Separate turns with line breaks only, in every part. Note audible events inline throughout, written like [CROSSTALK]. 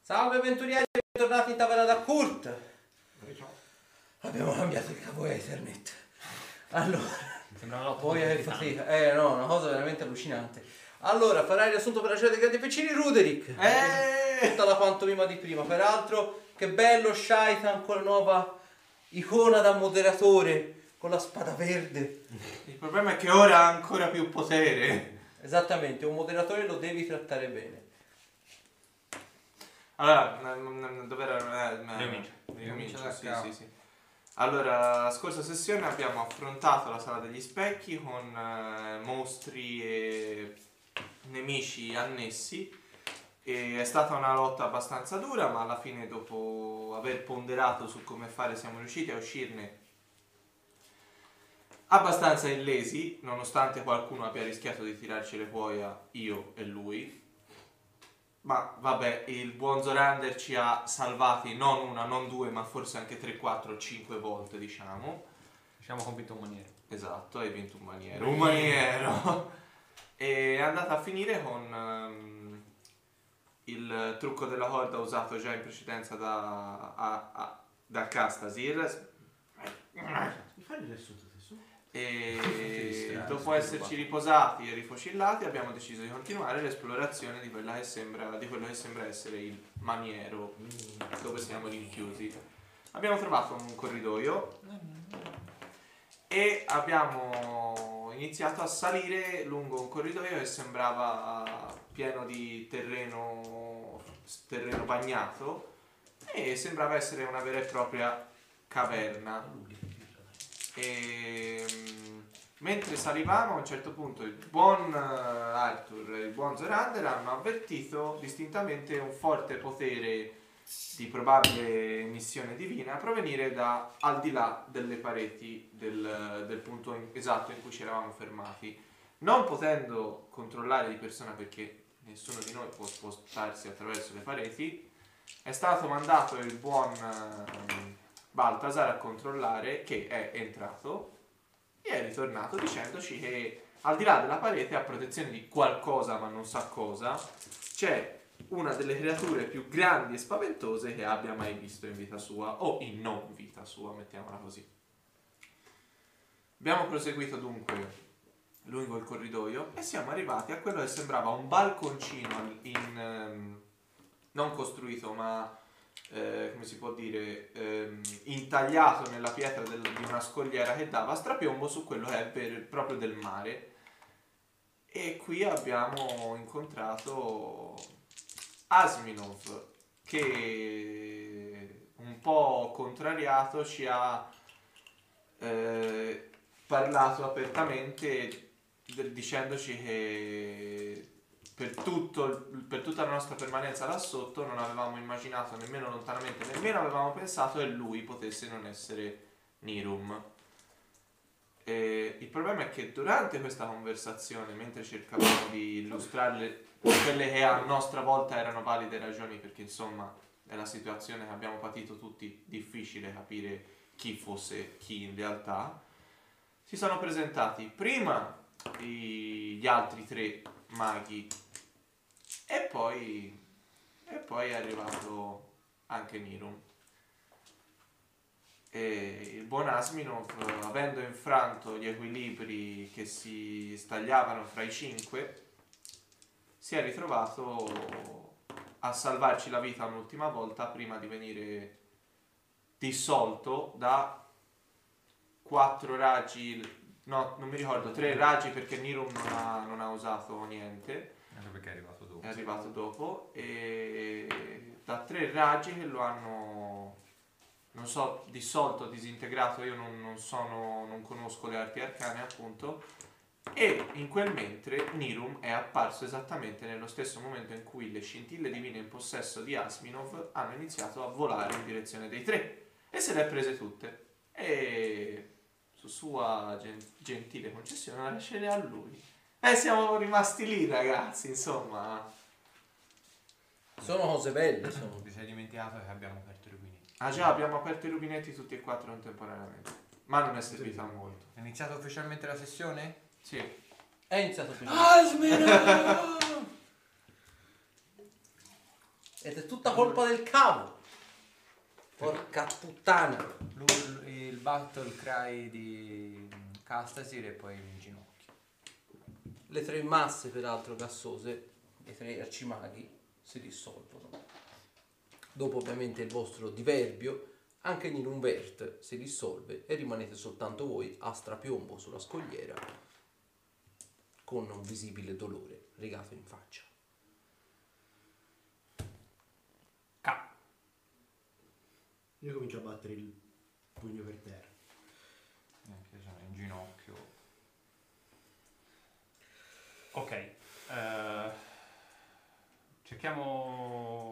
Salve avventurieri, bentornati in taverna da Kurt. Abbiamo cambiato il cavo Ethernet. Allora,
Sembrava la
poi è fatica. Eh no, una cosa veramente allucinante. Allora, farai il riassunto per la cena dei grandi piccini Ruderick.
Eh.
Eh!
Tutta la pantomima di prima. Peraltro, che bello Shaitan con la nuova icona da moderatore con la spada verde.
Il problema è che ora ha ancora più potere.
Esattamente, un moderatore lo devi trattare bene.
Allora, dove era? Eh,
Ricomincia.
Ricomincia,
da
sì,
capo.
sì, sì. Allora, la scorsa sessione abbiamo affrontato la sala degli specchi con eh, mostri e nemici annessi. E è stata una lotta abbastanza dura, ma alla fine, dopo aver ponderato su come fare, siamo riusciti a uscirne abbastanza illesi, nonostante qualcuno abbia rischiato di tirarci le cuoia, io e lui. Ma vabbè, il buon Zorander ci ha salvati non una, non due, ma forse anche 3, 4, 5 volte, diciamo.
Diciamo convinto un maniere.
Esatto, hai vinto un maniero. Un maniero! [LAUGHS] e è andata a finire con ehm, il trucco della corda usato già in precedenza da, a- a- da Castasir.
Mi fai il riassunto adesso?
E dopo esserci riposati e rifocillati abbiamo deciso di continuare l'esplorazione di, quella che sembra, di quello che sembra essere il maniero
Mm.
dove siamo rinchiusi. Abbiamo trovato un corridoio e abbiamo iniziato a salire lungo un corridoio che sembrava pieno di terreno, terreno bagnato e sembrava essere una vera e propria caverna. E mm, mentre salivamo a un certo punto il buon eh, Arthur e il buon Zorander hanno avvertito distintamente un forte potere di probabile missione divina a provenire da al di là delle pareti del, del punto in- esatto in cui ci eravamo fermati. Non potendo controllare di persona perché nessuno di noi può spostarsi attraverso le pareti, è stato mandato il buon ehm, Baltasar a controllare che è entrato e è ritornato dicendoci che al di là della parete a protezione di qualcosa ma non sa cosa c'è una delle creature più grandi e spaventose che abbia mai visto in vita sua o in non vita sua, mettiamola così. Abbiamo proseguito dunque lungo il corridoio e siamo arrivati a quello che sembrava un balconcino in, ehm, non costruito ma eh, come si può dire, ehm, intagliato nella pietra del- di una scogliera che dava strapiombo su quello che è per- proprio del mare. E qui abbiamo incontrato Asminov che un po' contrariato ci ha eh, parlato apertamente del- dicendoci che per, tutto il- per tutta la nostra permanenza là sotto non avevamo immaginato nemmeno lontanamente, nemmeno avevamo pensato che lui potesse non essere Nirum. E il problema è che durante questa conversazione, mentre cercavamo di illustrarle quelle che a nostra volta erano valide ragioni, perché insomma è la situazione che abbiamo patito tutti, difficile capire chi fosse chi in realtà, si sono presentati prima i- gli altri tre maghi e poi, e poi è arrivato anche Nirum. E il buon Asminov, avendo infranto gli equilibri che si stagliavano fra i cinque, si è ritrovato a salvarci la vita un'ultima volta prima di venire dissolto da quattro raggi. No, non mi ricordo, tre raggi perché Nirum non ha- non ha usato niente
Anche perché è arrivato dopo.
è arrivato dopo e da tre raggi che lo hanno non so dissolto disintegrato io non, non sono non conosco le arti arcane appunto e in quel mentre Nirum è apparso esattamente nello stesso momento in cui le scintille divine in possesso di Asminov hanno iniziato a volare in direzione dei tre e se le ha prese tutte e su sua gen- gentile concessione la lascerei a lui e siamo rimasti lì ragazzi insomma
Sono cose belle, sono.
Ti sei dimenticato che abbiamo aperto i rubinetti.
Ah già, abbiamo aperto i rubinetti tutti e quattro contemporaneamente. Ma non è servita a molto.
È iniziata ufficialmente la sessione?
Sì.
È iniziato prima. Ed è tutto
Tutta colpa del cavo. Porca puttana.
L'ur- il battle cry di Castasir e poi in ginocchio.
Le tre masse, peraltro gassose, le tre arcimaghi, si dissolvono. Dopo ovviamente il vostro diverbio, anche Nilunvert si dissolve e rimanete soltanto voi a strapiombo sulla scogliera con un visibile dolore legato in faccia.
Ca.
Io comincio a battere il pugno per terra.
Anche sono in ginocchio.
Ok. eh,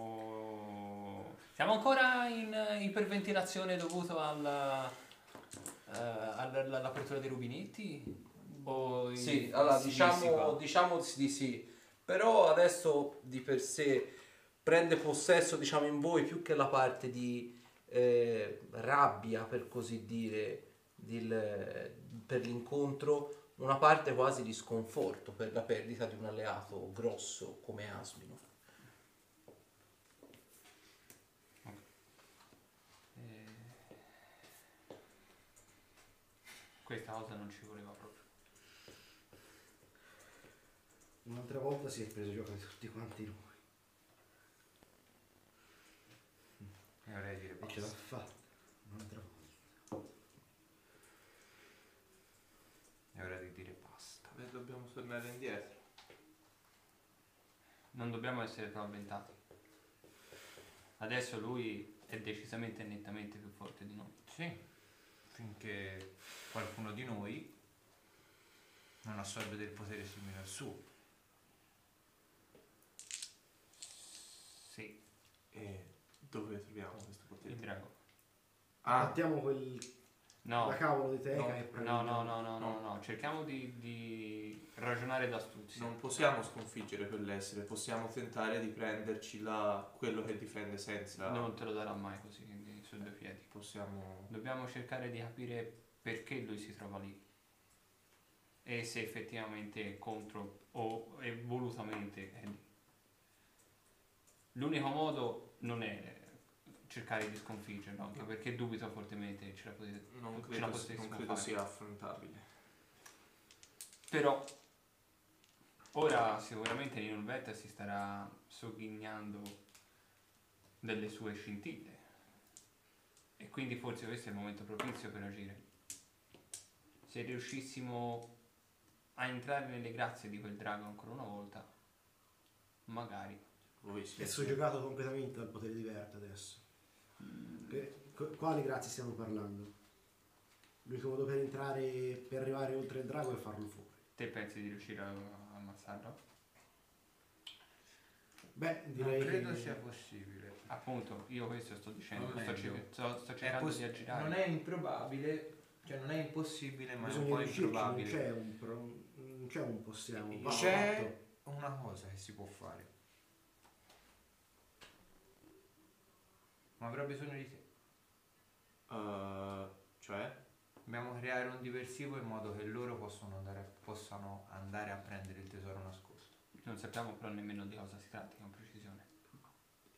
cerchiamo... Siamo ancora in eh, iperventilazione dovuto alla, eh, alla- alla- all'apertura dei rubinetti? O i-
Sì, allora
si
diciamo,
dissipa?
diciamo di sì, però adesso di per sé prende possesso diciamo in voi più che la parte di eh, rabbia per così dire del- per l'incontro una parte quasi di sconforto per la perdita di un alleato grosso come Asmino.
Eh, Questa cosa non ci voleva proprio.
Un'altra volta si è preso gioco di tutti quanti noi.
E vorrei dire
E ce l'ha
basta.
fatta. Un'altra volta.
E vorrei dire basta.
Beh, dobbiamo tornare indietro.
Non dobbiamo essere paventati. Adesso lui è decisamente e nettamente più forte di noi.
Sì. Finché qualcuno di noi non assorbe del potere simile al suo.
Sì,
E dove troviamo questo
il
potere?
drago.
Ah,
Battiamo quel
No,
la cavolo di teca
No,
e
no,
prendiamo.
no, no, no, no, no. Cerchiamo di, di ragionare d'astuzia.
non possiamo sconfiggere quell'essere, possiamo tentare di prenderci la, quello che difende senza...
Non te lo darà mai così quindi, su due piedi.
Possiamo...
Dobbiamo cercare di capire perché lui si trova lì. E se effettivamente è contro o è volutamente è lì. L'unico modo non è cercare di sconfiggerlo, anche perché dubito fortemente ce la potete.
Non
Ce
credo,
la potessimo
non credo
fare.
sia affrontabile.
Però ora sicuramente Ninolvetta si starà sogghignando delle sue scintille. E quindi forse questo è il momento propizio per agire. Se riuscissimo a entrare nelle grazie di quel drago ancora una volta, magari.
Voi sì.
È soggiogato completamente dal potere di Vert adesso.
Mm.
Che- co- quali grazie stiamo parlando? L'unico modo per entrare, per arrivare oltre il drago è farlo fuori.
Te pensi di riuscire a a ammazzarlo?
Beh, direi
Non credo
che-
sia possibile.
Appunto, io questo sto dicendo,
Non
sto,
meglio.
cer- sto- sto
È
cercando
poss-
di aggirare.
non è improbabile, cioè non è impossibile, ma è un
bisogna
po'
riuscirci, non
improbabile.
c'è un, pro- non c'è un possiamo. va
C'è
fatto.
una cosa che si può fare. Ma avrà bisogno di te.
Eh, cioè?
Dobbiamo creare un diversivo in modo che loro possono andare- possano andare a prendere il tesoro nascosto.
Non sappiamo però nemmeno di cosa si tratti con precisione.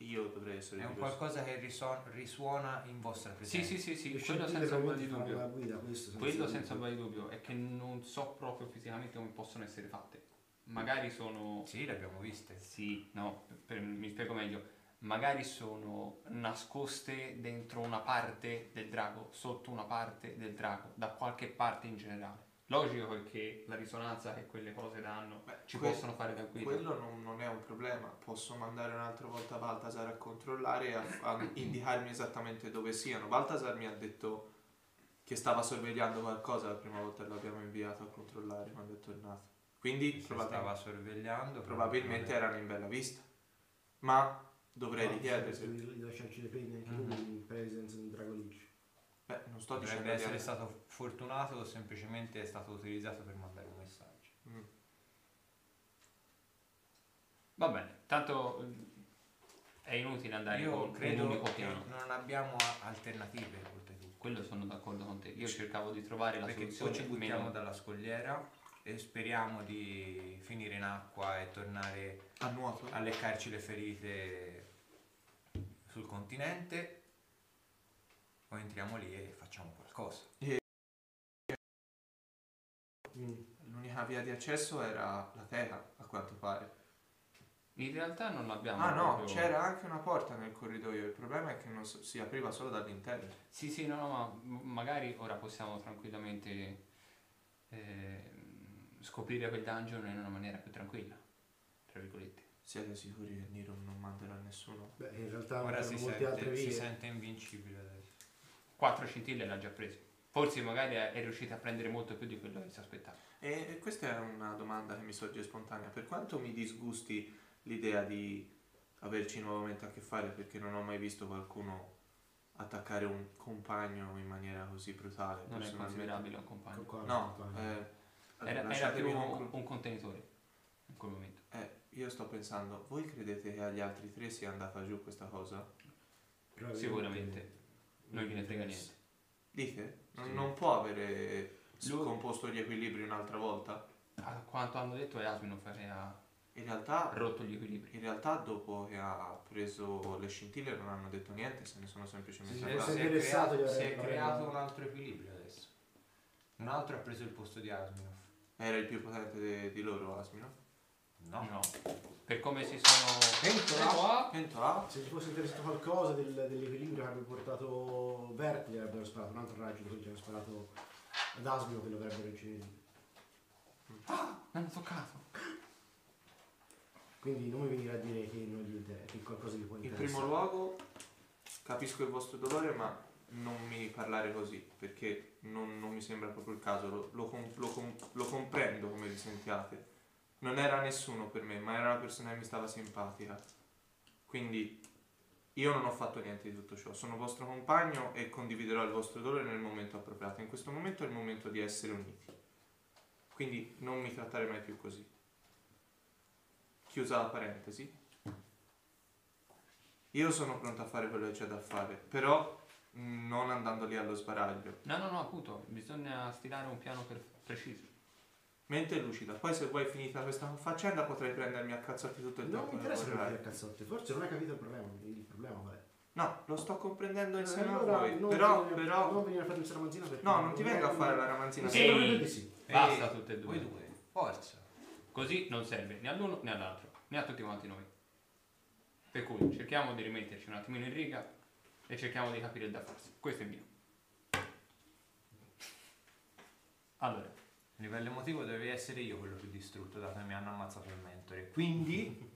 Io dovrei essere
È un
diverso.
qualcosa che riso- risuona in vostra
Sì,
presenza.
sì, sì, sì,
Le
quello
scintille
senza ombra di
veramente fanno
dubbio.
la guida, questo senza
Quello
dubbio.
senza ombra di dubbio è che non so proprio fisicamente come possono essere fatte. Magari sono.
Sì, le abbiamo viste.
Sì, no, per- mi spiego meglio. Magari sono nascoste dentro una parte del drago, sotto una parte del drago, da qualche parte in generale. Logico è che la risonanza che quelle cose danno
Beh,
ci
que-
possono fare tranquilli.
Quello non, non è un problema, posso mandare un'altra volta Baltasar a controllare e a, a indicarmi esattamente dove siano. Baltasar mi ha detto che stava sorvegliando qualcosa la prima volta che l'abbiamo inviato a controllare quando è tornato. Quindi
Si
probabilmente,
stava sorvegliando.
probabilmente erano in bella vista. Ma dovrei
No,
richiedersi.
bisogna di lasciarci le penne anche
Mhm.
lui in presenza di un drago liccio.
Beh, non sto dicendo
Dovrebbe
di
essere stato fortunato o semplicemente è stato utilizzato per mandare un messaggio.
Mm.
Va bene, tanto mm, è inutile andare
Io
con un
credo
unico
che
piano.
non abbiamo a- alternative oltretutto.
Quello sono d'accordo con te. Io cercavo di trovare la
perché
soluzione
poi ci buttiamo
meno-
dalla scogliera e speriamo di finire in acqua e tornare
a nuoto. eh.
a leccarci le ferite sul continente o entriamo lì e facciamo qualcosa.
L'unica via di accesso era la terra, a quanto pare.
In realtà non l'abbiamo
Ah no,
proprio-
c'era anche una porta nel corridoio, il problema è che non so- si apriva solo dall'interno.
Sì, sì, no, no, ma m- magari ora possiamo tranquillamente eh, scoprire quel dungeon in una maniera più tranquilla, tra virgolette.
Siete sicuri che Niro non manderà nessuno?
Beh, in realtà
Ora
erano
si
molte altre
sente, si
vie.
sente invincibile adesso.
Quattro scintille l'ha già preso. Forse magari è è riuscito a prendere molto più di quello che si aspettava.
E, e questa è una domanda che mi sorge spontanea. Per quanto mi disgusti l'idea di averci nuovamente a che fare perché non ho mai visto qualcuno attaccare un compagno in maniera così brutale
Non è considerabile un compagno.
Co- Ecco qua-
No,
qua-
eh,
Era, era più
lasciatemi
un,
conclu-
un contenitore in quel momento.
eh, io sto pensando, voi credete che agli altri tre sia andata giù questa cosa?
probabilmente-
Sicuramente. Non gliene frega niente.
Dite? Non,
Sì.
non può avere
Lui-
scomposto gli equilibri un'altra volta?
A quanto hanno detto Yasmin ha
In realtà
rotto gli equilibri.
In realtà dopo che ha preso le scintille non hanno detto niente, se ne sono semplicemente
Sì,
Eh,
fosse
andati.
si, è
interessato
crea-
gli
si
avrei-
è creato
avrebbe-
un altro equilibrio adesso. Un altro ha preso il posto di Asminov.
Era il più potente de- di loro, Asmino.
No.
No. Per come si sono...
Pentola! Pentola!
Se ci fosse interessato qualcosa del- dell'equilibrio che avrebbe portato Bert, gli avrebbero sparato un altro raggio, quello gli avrebbe sparato ad Asmio che lo avrebbero incenerito.
L'hanno toccato.
Quindi non mi venire a dire che, non gli inter- che qualcosa gli può
In
interessare.
primo luogo capisco il vostro dolore, ma non mi parlare così, perché non, non mi sembra proprio il caso, lo, lo com- lo com- lo comprendo come vi sentiate. Non era nessuno per me, ma era una persona che mi stava simpatica. Quindi io non ho fatto niente di tutto ciò, sono vostro compagno e condividerò il vostro dolore nel momento appropriato. In questo momento è il momento di essere uniti. Quindi non mi trattare mai più così. Chiusa la parentesi. Io sono pronto a fare quello che c'è da fare, però mh, non andando lì allo sbaraglio.
No, no, no, appunto, bisogna stilare un piano per- preciso.
Mente è lucida, poi se vuoi finita questa faccenda potrei prendermi a cazzotti tutto il
Non
tempo.
mi
che
interessa
vorrai.
perché a cazzotti, forse non hai capito il problema. Il problema qual è?
No, lo sto comprendendo insieme
Eh, Allora,
a voi,
non
però,
venire-
però...
Non venire a farmi questa ramanzina perché...
No, non ti vengo a fare la ramanzina.
Mi
Sì.
sembra
Ehi.
proprio di sì.
Basta tutte e due.
Voi due. Forza.
Così non serve né all'uno né all'altro, né a tutti quanti noi. Per cui cerchiamo di rimetterci un attimino in riga e cerchiamo di capire il da farsi. Questo è mio. Allora,
A livello emotivo dovevi essere io quello più distrutto, dato che mi hanno ammazzato il mentore. Quindi...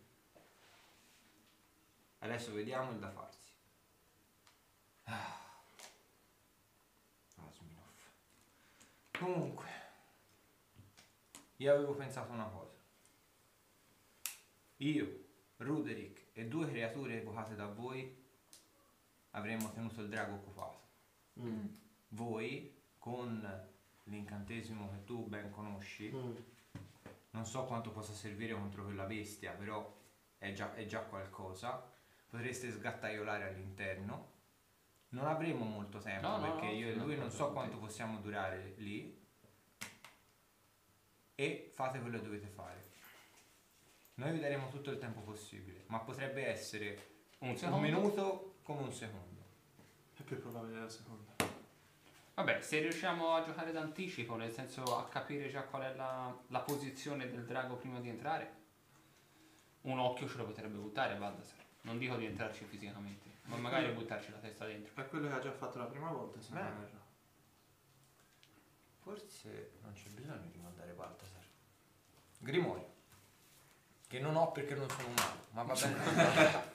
Adesso vediamo il da farsi. Ah. Asminov. Comunque... Io avevo pensato una cosa. Io, Ruderick e due creature evocate da voi avremmo tenuto il drago occupato
Mm.
voi con l'incantesimo che tu ben conosci,
Eh,
Mm.
non so quanto possa servire contro quella bestia, però è già, è già qualcosa, potreste sgattaiolare all'interno. Non avremo molto tempo
No, no,
perché
no,
io e
sì,
lui
no,
non
no,
so
no,
quanto
sì.
possiamo durare lì. E fate quello che dovete fare. Noi vi daremo tutto il tempo possibile, ma potrebbe essere
un
un
secondo.
minuto come un secondo.
È più probabile la seconda.
Vabbè, se riusciamo a giocare d'anticipo, nel senso a capire già qual è la, la posizione del drago prima di entrare, un occhio ce lo potrebbe buttare, Baldassar. Non dico di entrarci fisicamente, ma magari buttarci la testa dentro.
È quello che ha già fatto la prima volta, se
Beh.
non erro.
Forse non c'è bisogno di mandare Baltasar. Grimorio. Che non ho perché non sono umano, ma va
[LAUGHS]
bene.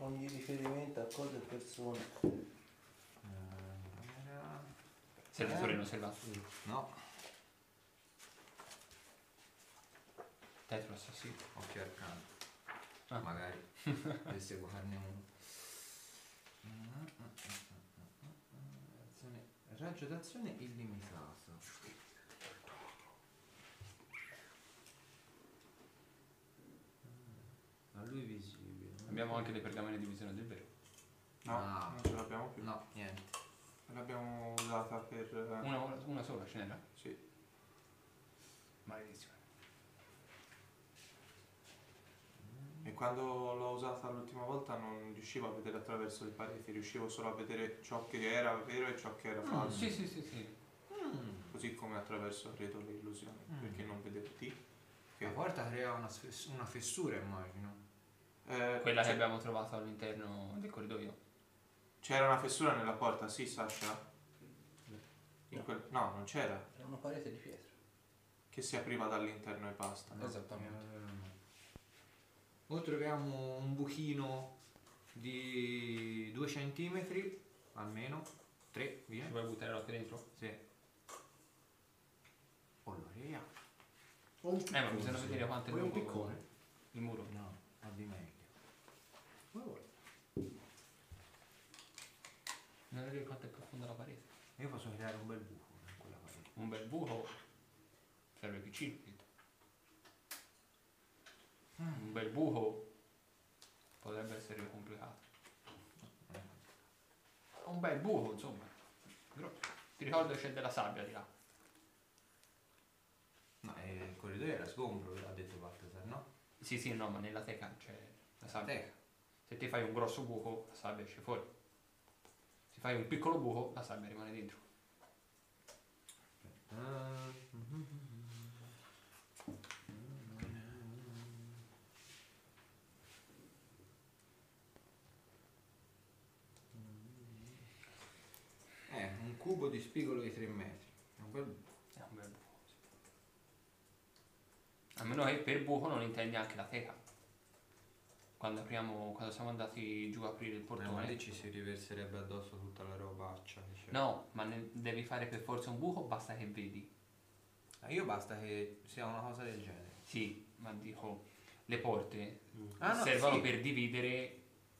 Ogni riferimento a cose e persone.
Eh,
Servitore inosservato.
No,
Tetro assassino.
occhio arcano.
Ah.
[LAUGHS] Magari dovesse guardarne uno. Azione- Raggio d'azione illimitato. A lui visibile. eh?
Abbiamo anche le pergamene di visione del vero.
No,
Ah.
non ce l'abbiamo più.
No, niente.
L'abbiamo usata per... eh,
Una, una sola ce n'era.
Sì.
Maledizione.
E quando l'ho usata l'ultima volta non riuscivo a vedere attraverso le pareti, riuscivo solo a vedere ciò che era vero e ciò
Ah,
che era falso.
Ah, Sì, sì, sì, sì.
Così come attraverso credo le illusioni,
Mm.
perché non vedevo te.
La porta crea una, sfess- una fessura, immagino.
Eh,
Quella che
c'è-
abbiamo trovato all'interno del corridoio.
C'era una fessura nella porta, sì Sasha? In quel- no, non c'era.
Era una parete di pietra.
Che si apriva dall'interno e basta.
Esatto.
Esattamente.
O Eh, troviamo un buchino di 2 centimetri, almeno 3,
Ci
via.
vuoi buttare la dentro?
Sì. O l'oreia.
O un
Eh, ma
piccone,
bisogna
sì.
vedere quanto è
Vuoi un
lungo
piccone?
Il muro.
No, va di meglio.
Ma vuoi?
Non vedo quanto è profonda la parete.
Io posso creare un bel buco in quella parete.
Un bel buco. Serve piccino. Un bel buco potrebbe essere complicato. Un bel buco, insomma. Grosso. Ti ricordo che c'è della sabbia di là.
Ma eh, il corridoio era sgombro, ha detto Baltasar, no?
Sì, sì, no, ma nella teca c'è la sabbia.
Teca.
Se ti fai un grosso buco, la sabbia esce fuori. Se fai un piccolo buco, la sabbia rimane dentro.
Ah, Eh, un cubo di spigolo di 3 metri. È un bel buco.
È un bel buco. sì. A meno che per buco non intendi anche la teca. Quando apriamo, quando siamo andati giù a aprire il
Eh, ma
portone.
lì ci si riverserebbe addosso tutta la robaccia. che c'è.
No, ma ne- devi fare per forza un buco, basta che vedi.
Ah, Io basta che sia una cosa del genere.
Sì, ma dico, le porte
Ah, no,
servono
sì.
per dividere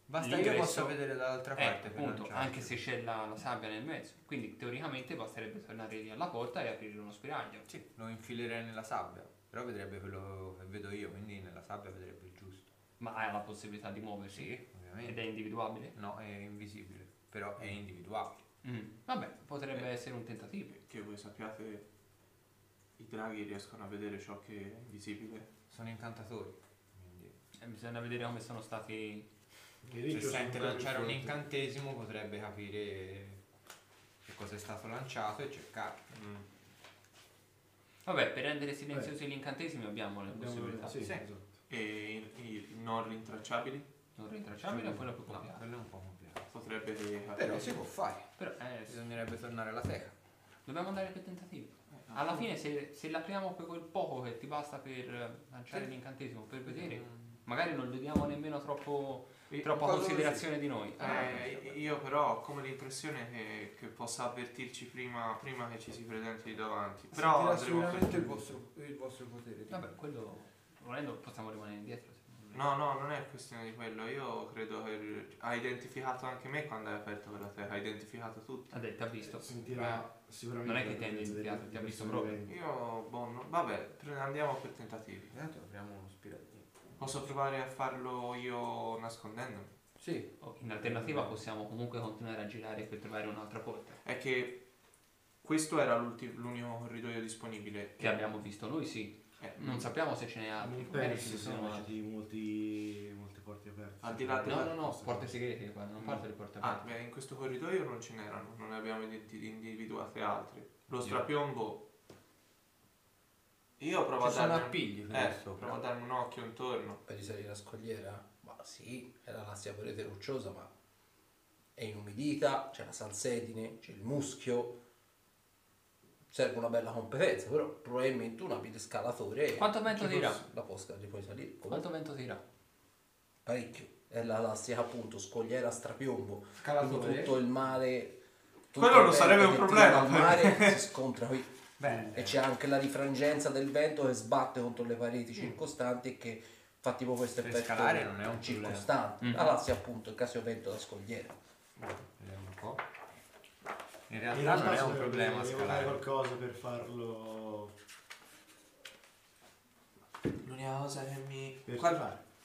Basta che io
l'ingresso-
possa vedere dall'altra
Eh,
parte. per
appunto,
lanciarci.
anche se c'è la, la sabbia nel mezzo. Quindi teoricamente basterebbe tornare lì alla porta e aprire uno spiraglio.
Sì, lo infilerei nella sabbia. Però vedrebbe quello che vedo io, quindi nella sabbia vedrebbe il giusto.
Ma hai la possibilità di muoversi?
Sì,
Ed
ovviamente.
è individuabile?
No, è invisibile, però è individuabile.
Mm, Vabbè, potrebbe essere un tentativo.
Che voi sappiate, i draghi riescono a vedere ciò che è invisibile.
Sono incantatori. Quindi
Eh, bisogna vedere come sono stati...
Vedi,
se
io sono
sente
ancora
lanciare
più
un
forte.
incantesimo potrebbe capire che cosa è stato lanciato e cercare.
Mm. Vabbè, per rendere silenziosi gli incantesimi abbiamo le
Abbiamo-
possibilità.
sì,
Sì.
esatto.
E i, i non rintracciabili
Non rintracciabile, poi la più
No,
complicata.
quello è un po' complicato.
potrebbe
Però si può fare.
Però, eh, s-
Bisognerebbe tornare alla teca.
dobbiamo andare per tentativo.
Eh,
Alla fine, se, se l'apriamo per quel poco che ti basta per eh, lanciare
Sì.
l'incantesimo, per vedere,
Mm.
magari non gli diamo nemmeno troppo,
Eh,
troppa
cosa
considerazione di noi. Ah,
Eh, io però ho come l'impressione che, che possa avvertirci prima, prima che ci si presenti davanti. Però
Sentirà
andremo per-
sicuramente il vostro, il vostro potere. dico.
Eh, Vabbè, quello volendo possiamo rimanere indietro. se
No,
non-
no, non è questione di quello. Io credo che ha identificato anche me quando hai aperto quella terra, ha identificato tutti.
Ha detto, ha visto. Ma
eh, Sentirà sicuramente.
non è che
la
ti ha
presenza delle-
identificato, ti ha
delle
visto
persone
proprio.
viventi.
Io, boh, no- vabbè, pre- andiamo per tentativi.
Eh,
Intanto apriamo uno spiraglio.
Posso provare a farlo io nascondendomi.
Sì,
In alternativa possiamo comunque continuare a girare per trovare un'altra porta.
È che questo era l'ulti- l'unico corridoio disponibile.
Che abbiamo visto noi, sì.
Eh,
Non sappiamo se ce n'è
Ah,
altri.
Non
magari
penso
ci
ci
sono
siano
altri.
stati molti, molte porte aperte.
Al di là
No,
della-
no, no, porte segrete qua, non parte le porte
Ah,
aperte.
beh, in questo corridoio non ce n'erano, non ne abbiamo identi- individuate altre. Lo strapiombo. Io provo
Ci
a
sono
darmi,
appigli per
eh,
questo,
provo a darmi un occhio intorno.
Per risalire la scogliera? Ma sì, era una parete rocciosa, ma è inumidita, c'è la salsedine, c'è il muschio. Serve una bella competenza, però probabilmente un abile scalatore.
Quanto vento
ci
tira?
può- La posca li puoi salire. Come?
Quanto vento tira?
Parecchio. È la classica appunto scogliera a strapiombo. Quindi
scalatore.
tutto il mare. tutto
Quello
il
non
vento
sarebbe un
che tira
problema,
dal mare si scontra qui.
Bene.
E c'è anche la rifrangenza del vento che sbatte contro le pareti circostanti e che fa tipo questo
Per
effetto
scalare non è un
circostante.
problema. Mm.
Allora si appunto il casio vento da scogliera.
Vediamo un po'. In
In
realtà,
realtà
non è un
sarebbe-
problema
devo fare
scalare.
qualcosa per farlo.
L'unica cosa che mi.
Per
Guarda,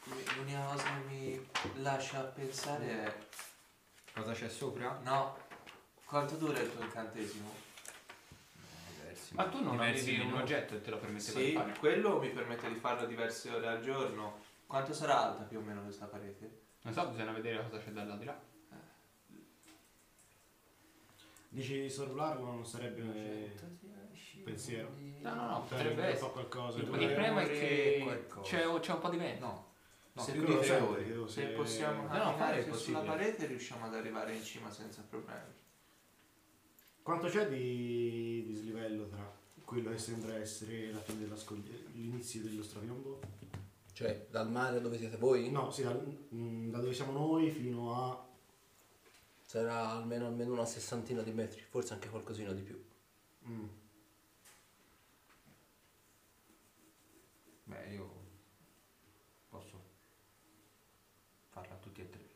scalare.
L'unica cosa che mi lascia pensare è.
Cosa c'è sopra?
No, quanto dura il tuo incantesimo?
Diversi.
Ma tu non
Diversi
avevi un
minuti.
oggetto che te lo permetteva di
Sì,
fare.
quello mi permette di farlo diverse ore al giorno. Quanto sarà alta più o meno questa parete?
Non so, bisogna vedere cosa c'è dal lato di là.
Dici sorvolare ma non sarebbe un pensiero.
No, no, no, potrebbe
Potrebbe un po'
essere.
qualcosa.
Il, il
dovremmo-
problema è che
qualcosa.
c'è, c'è un po' di vento.
No, no,
Se
più
quello
di
lo
tre
senti, Eh,
ore.
credo,
Se
Eh,
possiamo
no, fare è
camminare sulla
possibile.
parete riusciamo ad arrivare in cima senza problemi.
Quanto c'è di, di slivello tra quello che sembra essere la fine della scogli- l'inizio dello strapiombo?
Cioè, dal mare dove siete voi?
No, sì, dal- mm, da dove siamo noi fino a...
Sarà almeno, almeno una sessantina di metri, forse anche qualcosina di più.
mm,
Beh, io posso farla tutti e tre.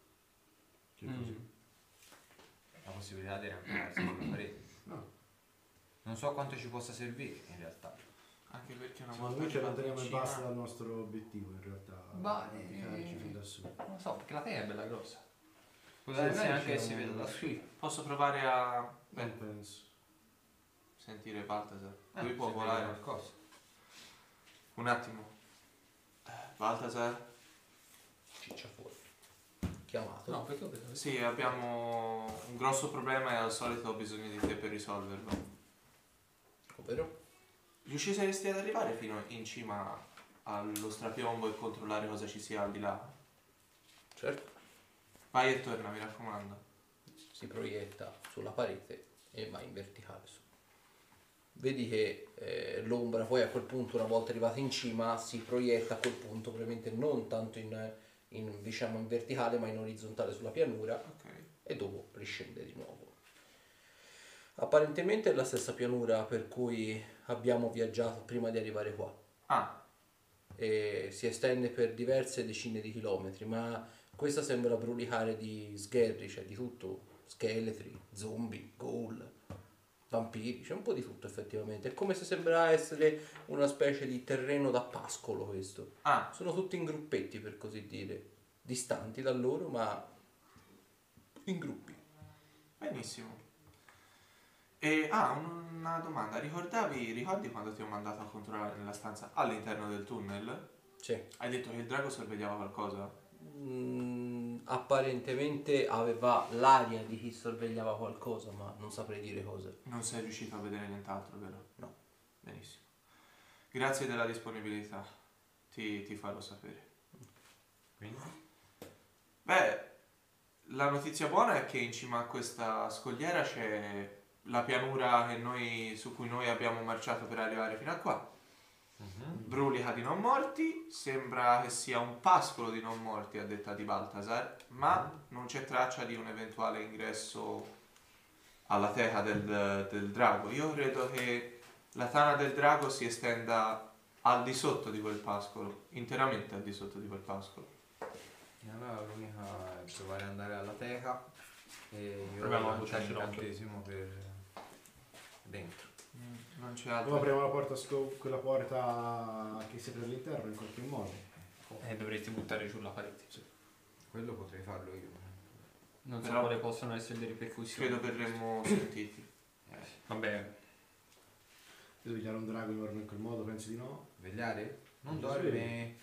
che così.
La possibilità di rampicarsi sulla parete.
No.
Non so quanto ci possa servire in realtà.
Anche perché una
Secondo
volta
me ci
arrivati in
allontaniamo e
cima-
basta dal nostro obiettivo in realtà.
Bah,
Radicarci
eh,
fin da su.
Non lo so, perché la terra è bella grossa. Può
Sì,
darsi
sì,
anche
c'è
che si
un-
veda da qui.
Posso provare a beh,
Non penso.
sentire Baltasar.
Eh,
Lui può
se
volare.
vede qualcosa.
Un attimo. Baltasar?
Ciccia fuori. Chiamato.
No, perché ho detto sì.
Sì, abbiamo un grosso problema e al solito ho bisogno di te per risolverlo.
Ovvero?
Riusciresti ad arrivare fino in cima allo strapiombo e controllare cosa ci sia al di là?
Certo.
Vai e torna, mi raccomando.
Si proietta sulla parete e va in verticale su. Vedi che eh, l'ombra poi a quel punto, una volta arrivata in cima, si proietta a quel punto, probabilmente non tanto in, in, diciamo, in verticale, ma in orizzontale sulla pianura.
Ok.
e dopo riscende di nuovo. Apparentemente è la stessa pianura per cui abbiamo viaggiato prima di arrivare qua
Ah,
e si estende per diverse decine di chilometri, ma questa sembra brulicare di sgherri, cioè di tutto, scheletri, zombie, ghoul, vampiri, c'è un po' di tutto effettivamente, è come se sembra essere una specie di terreno da pascolo questo.
ah,
Sono tutti in gruppetti per così dire, distanti da loro ma in gruppi.
benissimo. E ah, un- una domanda. Ricordavi, ricordi quando ti ho mandato a controllare nella stanza all'interno del tunnel?
Sì.
Hai detto che il drago sorvegliava qualcosa?
Mm, apparentemente aveva l'aria di chi sorvegliava qualcosa, ma non saprei dire cosa.
Non sei riuscito a vedere nient'altro, vero?
No.
Benissimo. Grazie della disponibilità. Ti, ti farò sapere.
Quindi?
Beh, la notizia buona è che in cima a questa scogliera c'è la pianura che noi- su cui noi abbiamo marciato per arrivare fino a qua.
Mhm.
Brulica di non morti, sembra che sia un pascolo di non morti a detta di Baltasar, ma non c'è traccia di un eventuale ingresso alla teca del, del drago. Io credo che la tana del drago si estenda al di sotto di quel pascolo, interamente al di sotto di quel pascolo.
E allora l'unica è provare ad andare alla teca e io
Proviamo a
lancio
buttarci
un
l'occhio.
incantesimo per dentro.
Mm.
Non c'è
O
altro.
apriamo la porta, sco- quella porta che si apre all'interno in qualche modo.
E dovresti buttare giù la parete.
Quello potrei farlo io.
Non so
Però-
quali possono essere le ripercussioni.
Credo verremmo sentiti.
Vabbè,
Svegliare un drago intorno in quel modo, pensi di no?
Vegliare? Non
Sì.
dorme.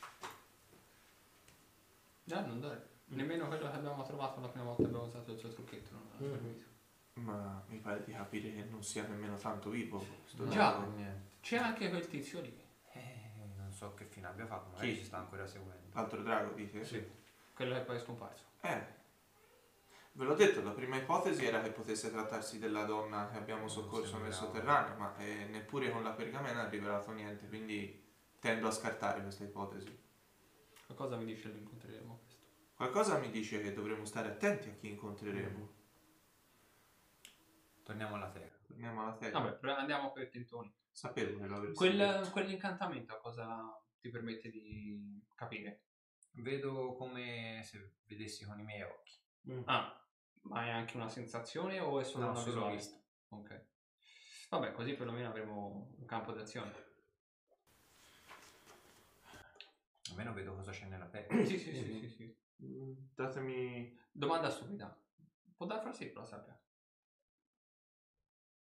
già non dorme. Nemmeno quello che abbiamo trovato la prima volta che abbiamo usato il suo trucchetto. Non ha
Mm.
dormito.
Ma mi pare di capire che non sia nemmeno tanto vivo. questo
No.
drago.
Già.
Niente.
C'è anche quel tizio lì,
Eh, non so che fine abbia fatto, magari
Chi?
ci sta ancora seguendo.
L'altro drago, dite?
Sì.
quello che poi è scomparso.
Eh. Ve l'ho detto, la prima ipotesi era che potesse trattarsi della donna che abbiamo soccorso
Sembrava.
nel sotterraneo, ma eh, neppure con la pergamena ha rivelato niente, quindi tendo a scartare questa ipotesi.
Qualcosa mi dice lo incontreremo presto.
Qualcosa mi dice che dovremmo stare attenti a chi incontreremo.
Torniamo alla teca.
Torniamo alla teca.
Vabbè, però andiamo per tentoni.
Sapevo che l'avresti detto.
Quel, quell'incantamento a cosa ti permette di capire?
Vedo come se vedessi con i miei occhi.
Ah, ma è anche una sensazione o è solo
No,
una
solo
visuale?
vista.
Ok. Vabbè, così perlomeno avremo un campo d'azione. [COUGHS]
Almeno vedo cosa c'è nella teca.
Sì, sì, sì, sì, sì, sì.
Mm, Datemi...
Domanda stupida. Può dar farsi che lo sappia.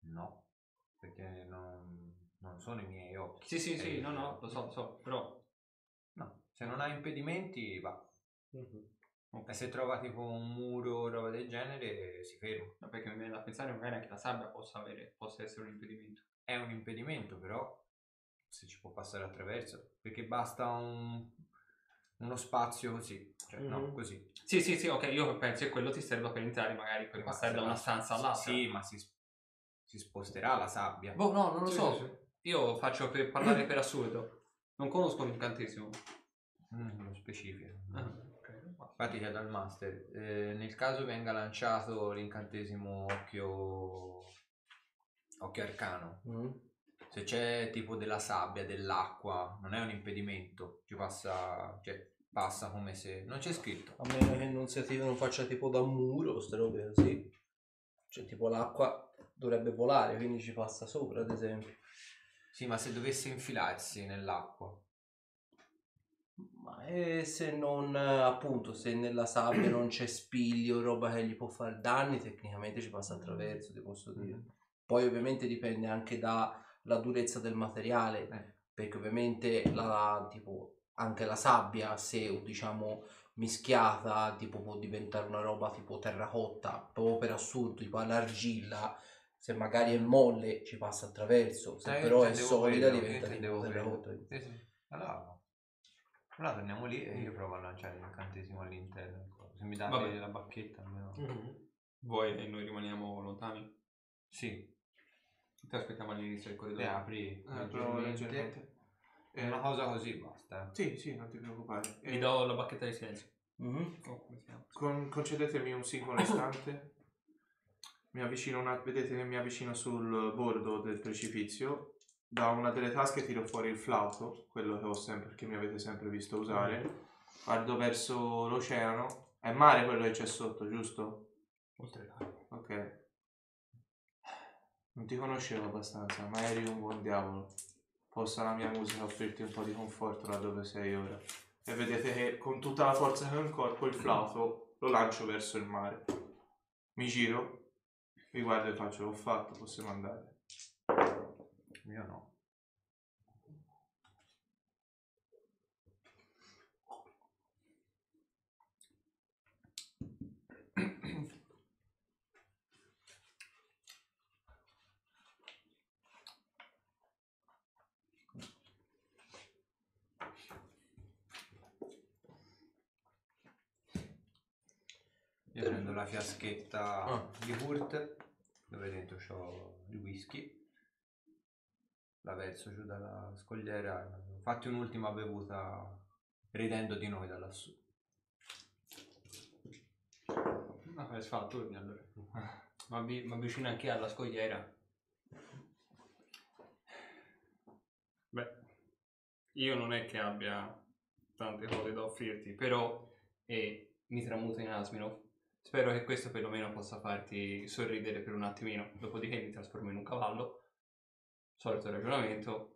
No, perché non, non sono i miei occhi.
Sì, sì, sì,
Eh,
no, no, lo so, lo so, però...
No, Se non ha impedimenti va.
Mhm.
E se trova tipo un muro o roba del genere si ferma.
No, perché mi viene da pensare magari anche la sabbia possa, avere, possa essere un impedimento.
È un impedimento però se ci può passare attraverso. Perché basta un- uno spazio così. Cioè no,
Mhm.
così.
Sì, sì, sì, ok, io penso che quello ti serva per entrare magari per
Ma
passare
se
da
la-
una stanza all'altra.
Sì, ma si, si sposterà la sabbia.
Boh, no, non lo
Sì,
so.
sì, sì.
Io faccio per parlare per assurdo. Non conosco l'incantesimo.
Mm, non lo specifica.
Ah, ok.
Infatti chiedo al master, eh, nel caso venga lanciato l'incantesimo occhio, occhio arcano, se c'è tipo della sabbia, dell'acqua, non è un impedimento, ci passa, cioè, passa come se... Non c'è scritto.
A meno che non si attivi, non faccia tipo da un muro, queste robe così. Cioè, tipo l'acqua dovrebbe volare, quindi ci passa sopra, ad esempio.
Sì, ma se dovesse infilarsi nell'acqua,
Ma e se non, eh, appunto, se nella sabbia non c'è spiglio, roba che gli può fare danni, tecnicamente ci passa attraverso, ti posso
Mm.
dire. Poi ovviamente dipende anche dalla durezza del materiale,
Eh.
perché ovviamente la, tipo, anche la sabbia, se diciamo mischiata, tipo può diventare una roba tipo terracotta, proprio per assurdo, tipo l'argilla, se magari è molle ci passa attraverso, se
Eh, io
però è
intendevo
solida
quello, io
diventa tipo
intendevo quello. Mm.
terracotta.
Sì, sì. Allora, no. Allora torniamo lì e io provo a lanciare l'incantesimo all'interno. ancora. Se mi date
Vabbè.
la bacchetta almeno.
Mm.
Mm-hmm.
Mhm.
Vuoi e noi rimaniamo lontani?
Sì,
Ti aspettiamo all'inizio del
le
corridoio.
apri
Eh, provo
leggermente.
leggermente.
È una
Eh,
cosa così basta. eh.
sì, sì, non ti preoccupare.
Mi
Eh,
do la bacchetta di silenzio.
Mhm.
Oh, come si chiama?
con- concedetemi un singolo istante. Mi avvicino una- vedete che mi avvicino sul bordo del precipizio. Da una delle tasche tiro fuori il flauto, quello che, ho sempre, che mi avete sempre visto usare. Guardo verso l'oceano. È mare quello che c'è sotto, giusto?
Oltre l'acqua.
Ok. Non ti conoscevo abbastanza, ma eri un buon diavolo. Possa la mia musica offrirti un po' di conforto là dove sei ora. E vedete che con tutta la forza che ho in corpo il flauto lo lancio verso il mare. Mi giro, mi guardo e faccio, l'ho fatto, possiamo andare.
Io no. Io prendo la fiaschetta
Ah.
di Hurt dove dentro c'ho il whisky la verso giù dalla scogliera. Fatti un'ultima bevuta ridendo di noi da lassù.
No, adesso fa, torni allora. Ma avvi- mi avvicino anche alla scogliera. Beh, io non è che abbia tante cose da offrirti, però eh, mi tramuto in asmino. Spero che questo perlomeno possa farti sorridere per un attimino. Dopodiché mi trasformo in un cavallo. Solito ragionamento.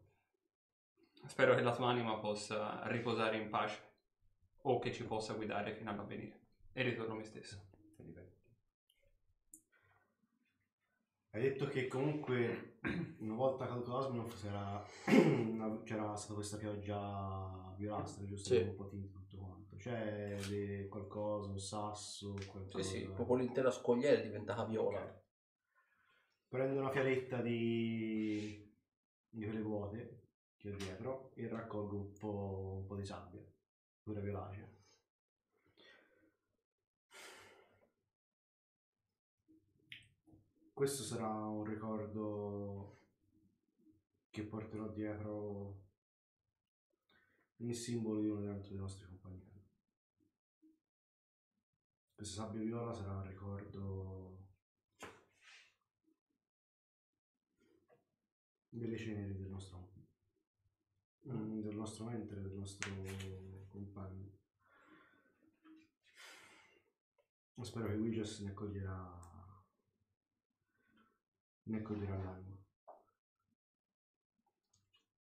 Spero che la tua anima possa riposare in pace o che ci possa guidare fino all'avvenire. E ritorno me stesso.
Hai detto che comunque [CLEARS THROAT] una volta caduto l'Asminov c'era, [CLEARS THROAT] una- c'era stata questa pioggia violasta, giusto?
Sì.
Un po' di tutto quanto. C'è de- qualcosa, un sasso, qualcosa.
Sì, sì, proprio l'intera scogliera è diventata viola.
Prendo una fialetta di, di quelle vuote che ho dietro e raccolgo un po', un po' di sabbia, pure violacea. Questo sarà un ricordo che porterò dietro il simbolo di uno degli altri dei nostri compagni. Questa sabbia viola sarà un ricordo delle ceneri del nostro mm, del nostro mentre, del nostro compagno. Spero che Wigas ne accoglierà ne accoglierà l'anima.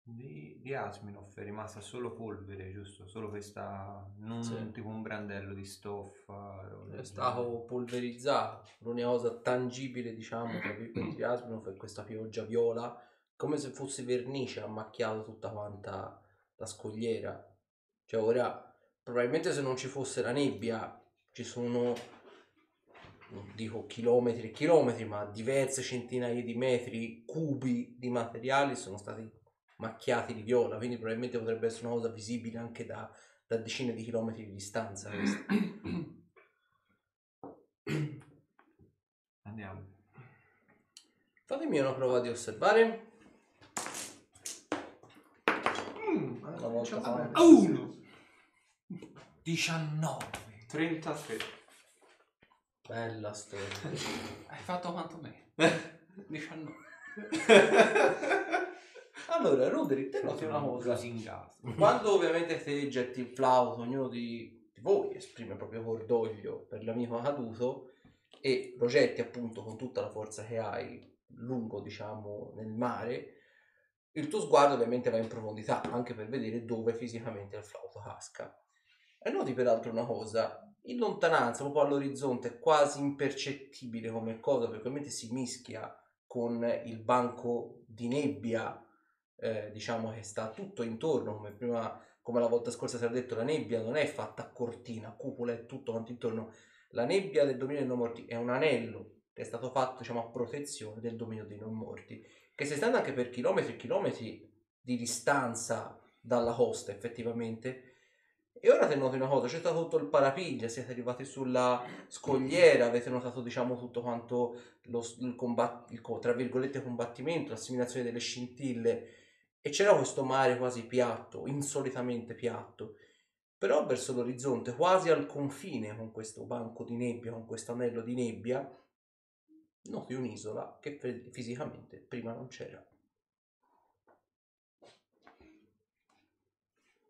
Di, di Asminoff è rimasta solo polvere, giusto? Solo questa, non
Sì.
tipo un brandello di stoffa. roba
È
del
stato polverizzato. L'unica cosa tangibile, diciamo, tra virgolette, di Asmino è questa pioggia viola, come se fosse vernice, ha macchiato tutta quanta la scogliera. Cioè ora, probabilmente se non ci fosse la nebbia, ci sono, non dico chilometri e chilometri, ma diverse centinaia di metri cubi di materiali sono stati macchiati di viola, quindi probabilmente potrebbe essere una cosa visibile anche da, da decine di chilometri di distanza. questa.
Andiamo.
Fatemi una prova di osservare.
Una volta fa.
19.
33.
Bella storia.
Hai fatto quanto me. [LAUGHS] 19.
Allora, Ruderick, te noti una cosa. Quando ovviamente te getti il flauto, ognuno di, di voi esprime il proprio cordoglio per l'amico caduto e lo getti appunto con tutta la forza che hai lungo, diciamo, nel mare, il tuo sguardo ovviamente va in profondità anche per vedere dove fisicamente il flauto casca. E noti peraltro una cosa, in lontananza, proprio all'orizzonte, è quasi impercettibile come cosa, perché ovviamente si mischia con il banco di nebbia eh, diciamo che sta tutto intorno, come prima, come la volta scorsa si era detto, la nebbia non è fatta a cortina, a cupola è tutto quanto intorno. La nebbia del dominio dei non morti è un anello che è stato fatto diciamo, a protezione del dominio dei non morti, che si estende anche per chilometri e chilometri di distanza dalla costa effettivamente. E ora te noti una cosa, c'è stato tutto il parapiglia, siete arrivati sulla scogliera, avete notato diciamo tutto quanto lo, il, combat- il co- tra virgolette combattimento, l'assimilazione delle scintille e c'era questo mare quasi piatto, insolitamente piatto, però verso l'orizzonte, quasi al confine con questo banco di nebbia, con questo anello di nebbia, noti un'isola che fe- fisicamente prima non c'era.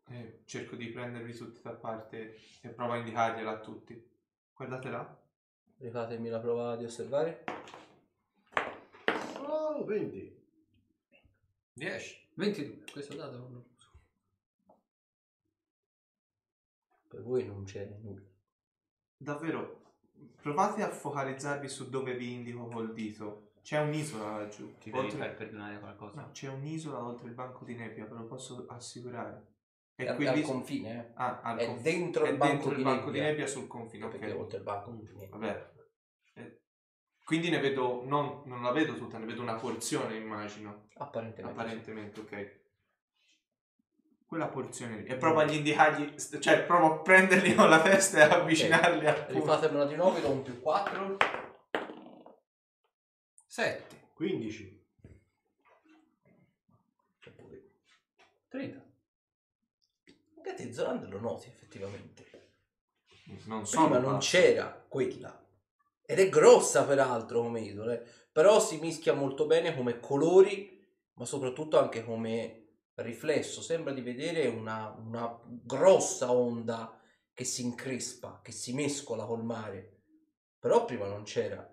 Eh, cerco di prendervi tutti da parte e provo a indicargliela a tutti. Guardatela.
Rifatemi la prova di osservare.
Oh, 20.
10.
22, questo dato non lo uso.
Per voi non c'è nulla.
Davvero, provate a focalizzarvi su dove vi indico col dito. C'è un'isola laggiù.
Ti devi
oltre...
far perdonare qualcosa.
No, c'è un'isola oltre il banco di nebbia, ve lo posso assicurare.
È,
E
al-
quell'isola-
al confine, eh.
Ah, al
È
confine.
dentro
È
il banco
dentro
di
il banco di
nebbia.
nebbia sul confine,
eh? Perché
ok.
oltre il banco non c'è niente.
Vabbè. Eh, Quindi ne vedo, non, non la vedo tutta, ne vedo una porzione, immagino.
Apparentemente.
Apparentemente, ok. Quella porzione
Mm.
lì. E provo a gli indicargli, st- cioè provo a prenderli con la testa e avvicinarli a
sì. Rifatemela di nuovo, do un più 4.
7.
15.
30.
Anche te Zoran lo noti effettivamente.
Non so.
Prima non c'era quella. Ed è grossa peraltro come isola, eh. però si mischia molto bene come colori, ma soprattutto anche come riflesso. Sembra di vedere una, una grossa onda che si increspa, che si mescola col mare. Però prima non c'era.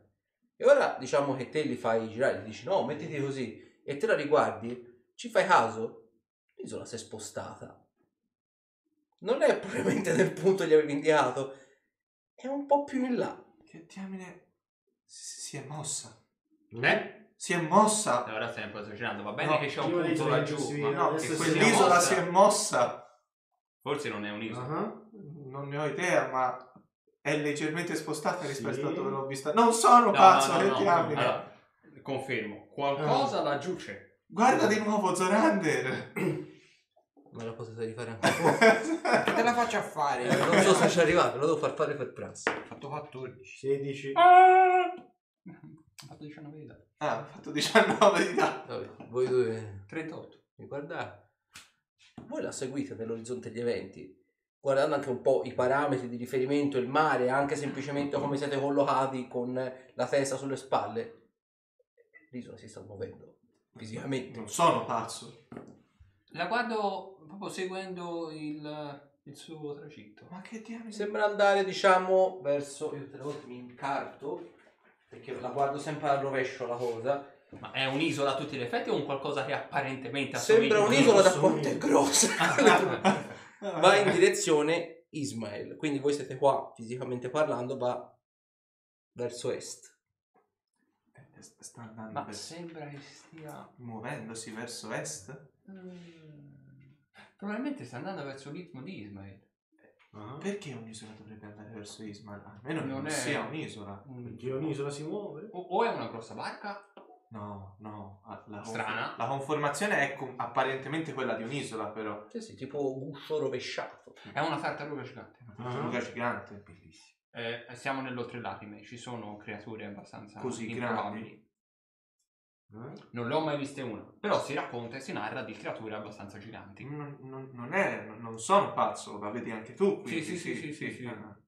E ora diciamo che te li fai girare, gli dici no, mettiti così, e te la riguardi, ci fai caso? L'isola si è spostata. Non è [LAUGHS] probabilmente nel punto che gli avevi indicato, è un po' più in là.
Che diamine... Si si è mossa.
Eh?
Si è mossa.
Allora Cioè, stai un po' esagerando, va bene
No,
che c'è un
io
punto
leggo
laggiù,
Eh,
sì,
ma
no,
che
adesso si è
Quell'isola
mossa.
si è mossa.
Forse non è un'isola.
Ah,
Non ne ho idea, ma è leggermente spostata
Sì.
rispetto a dove l'ho vista. Non sono
No,
pazzo,
no, no,
che
no.
diamine.
Allora, confermo, qualcosa laggiù c'è.
Guarda di nuovo Zorander.
Me la potete rifare anche voi. [LAUGHS]
Che te la faccio a fare? Ho
Non so se ci arrivate, lo devo far fare per pranzo.
fatto 14.
16.
Ho fatto 19 di dati.
[LAUGHS] ah, ho fatto 19 di danno.
Vabbè, voi due
38.
mi guardate. Voi la seguite nell'orizzonte degli eventi, guardando anche un po' i parametri di riferimento, il mare, anche semplicemente come siete collocati con la testa sulle spalle. L'isola si sta muovendo fisicamente.
Non sono pazzo.
La guardo proprio seguendo il, il suo tragitto.
Ma che diamine? [LAUGHS]
Sembra andare, diciamo, verso. Io tutte le volte mi incarto perché la guardo sempre al rovescio la cosa.
Ma è un'isola a tutti gli effetti o un qualcosa che apparentemente assomiglia?
Sembra un'isola da quanto
Assomiglia.
è grossa.
Ah,
[LAUGHS] va in direzione Ismael. Quindi voi siete qua, fisicamente parlando, va verso est.
eh, sta- Sta andando
Ma
verso-
sembra che stia...
muovendosi verso est?
Mm. Probabilmente sta andando verso l'itmo di Ismail.
Ah,
Perché un'isola dovrebbe andare verso Ismail? Almeno
Non
non,
è- Mm.
sia un'isola.
Perché un'isola si muove.
O, o è una grossa barca?
No, no. ah, La, conf-
Strana.
la conformazione è com- apparentemente quella di un'isola, però.
Sì, sì, tipo guscio rovesciato.
È una tartaruga gigante.
Una tartaruga gigante. Bellissimo.
Eh, siamo nell'oltre lacrime, ci sono creature abbastanza
Così
improbabili.
Eh?
Non le ho mai viste una, però si racconta e si narra di creature abbastanza giganti.
Non, non- non è, non sono pazzo, la vedi anche tu. Quindi,
sì, sì, sì, sì, sì.
Ah,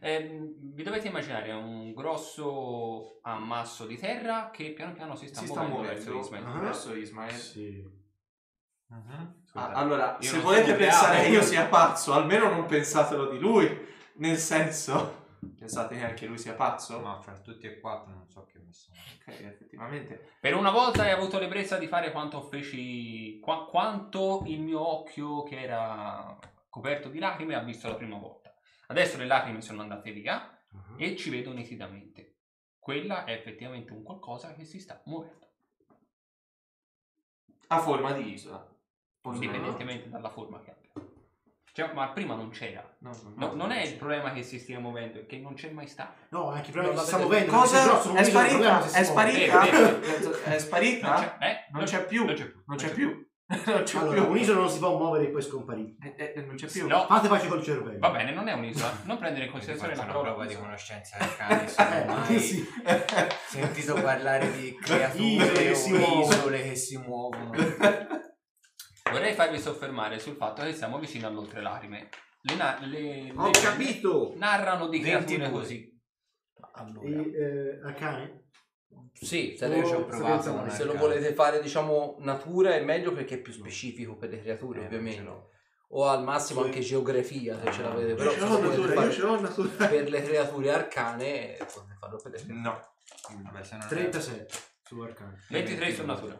Ehm, vi dovete immaginare un grosso ammasso di terra che piano piano si sta
Si eh, sta muovendo
muovendo verso l'Ismail.
Ah.
verso Ismail.
Sì.
Ah,
Mhm.
Scusate.
Ah,
allora,
Io
se
non
volete
sono
pensare che
bravo.
io sia pazzo, almeno non pensatelo di lui. Nel senso, pensate che anche lui sia pazzo?
Ma fra tutti e quattro non so che mi sono.
Ok, effettivamente.
Per una volta hai avuto l'ebbrezza di fare quanto feci. qua- quanto il mio occhio, che era coperto di lacrime, ha visto la prima volta. Adesso le lacrime sono andate via
Ah.
Eh.
e ci vedo nitidamente. Quella è effettivamente un qualcosa che si sta muovendo,
A forma di isola. Ah.
indipendentemente dalla forma che abbia. Cioè, ma prima non c'era.
No, no, no,
No, non è il problema che si stia muovendo, è che non c'è mai stato.
No, anche il problema è
No,
che si sta
vabbè,
muovendo.
Cosa?
perché se no sono
È
un'isola, il
sparita?
problema è
È
se si Eh, muove.
sparita?
Vero,
È
Non
sparita?
c'è, eh,
Ah. Non c'è più.
Non c'è più.
Non c'è più. [LAUGHS] [LAUGHS] Non c'è
Allora,
più.
un'isola non si può muovere e poi scomparire.
Eh, eh, Non c'è più.
No,
Fate pace col cervello. Eh,
va bene, non è un'isola. Non
[LAUGHS]
prendere in
Quindi
considerazione
faccio
la
una
parola.
prova di conoscenza del
[LAUGHS]
cane. Se non ho
Eh,
mai
sì.
sentito parlare di
Isole
creature
che
o
[LAUGHS]
si muovono.
isole che si muovono.
Vorrei farvi soffermare sul fatto che siamo vicini all'oltre lacrime. Le, na- le-
Ho
le-
capito!
Narrano di creature
22.
così.
Ma Allora,
E, eh, al cane?
sì, se,
Oh,
ne-
Io ci ho
Sapienza
provato.
umana.
non
se
è
lo
il
volete fare, diciamo, natura è meglio perché è più specifico per le creature,
Eh,
ovviamente.
certo.
O al massimo
Sì.
anche geografia, se ce la
Io
vedete. Eh, Però se lo volete fare
l'ho natura.
per le creature arcane, eh, potete farlo per le creature.
No. Vabbè, se non
37 su Arcane.
23 su natura.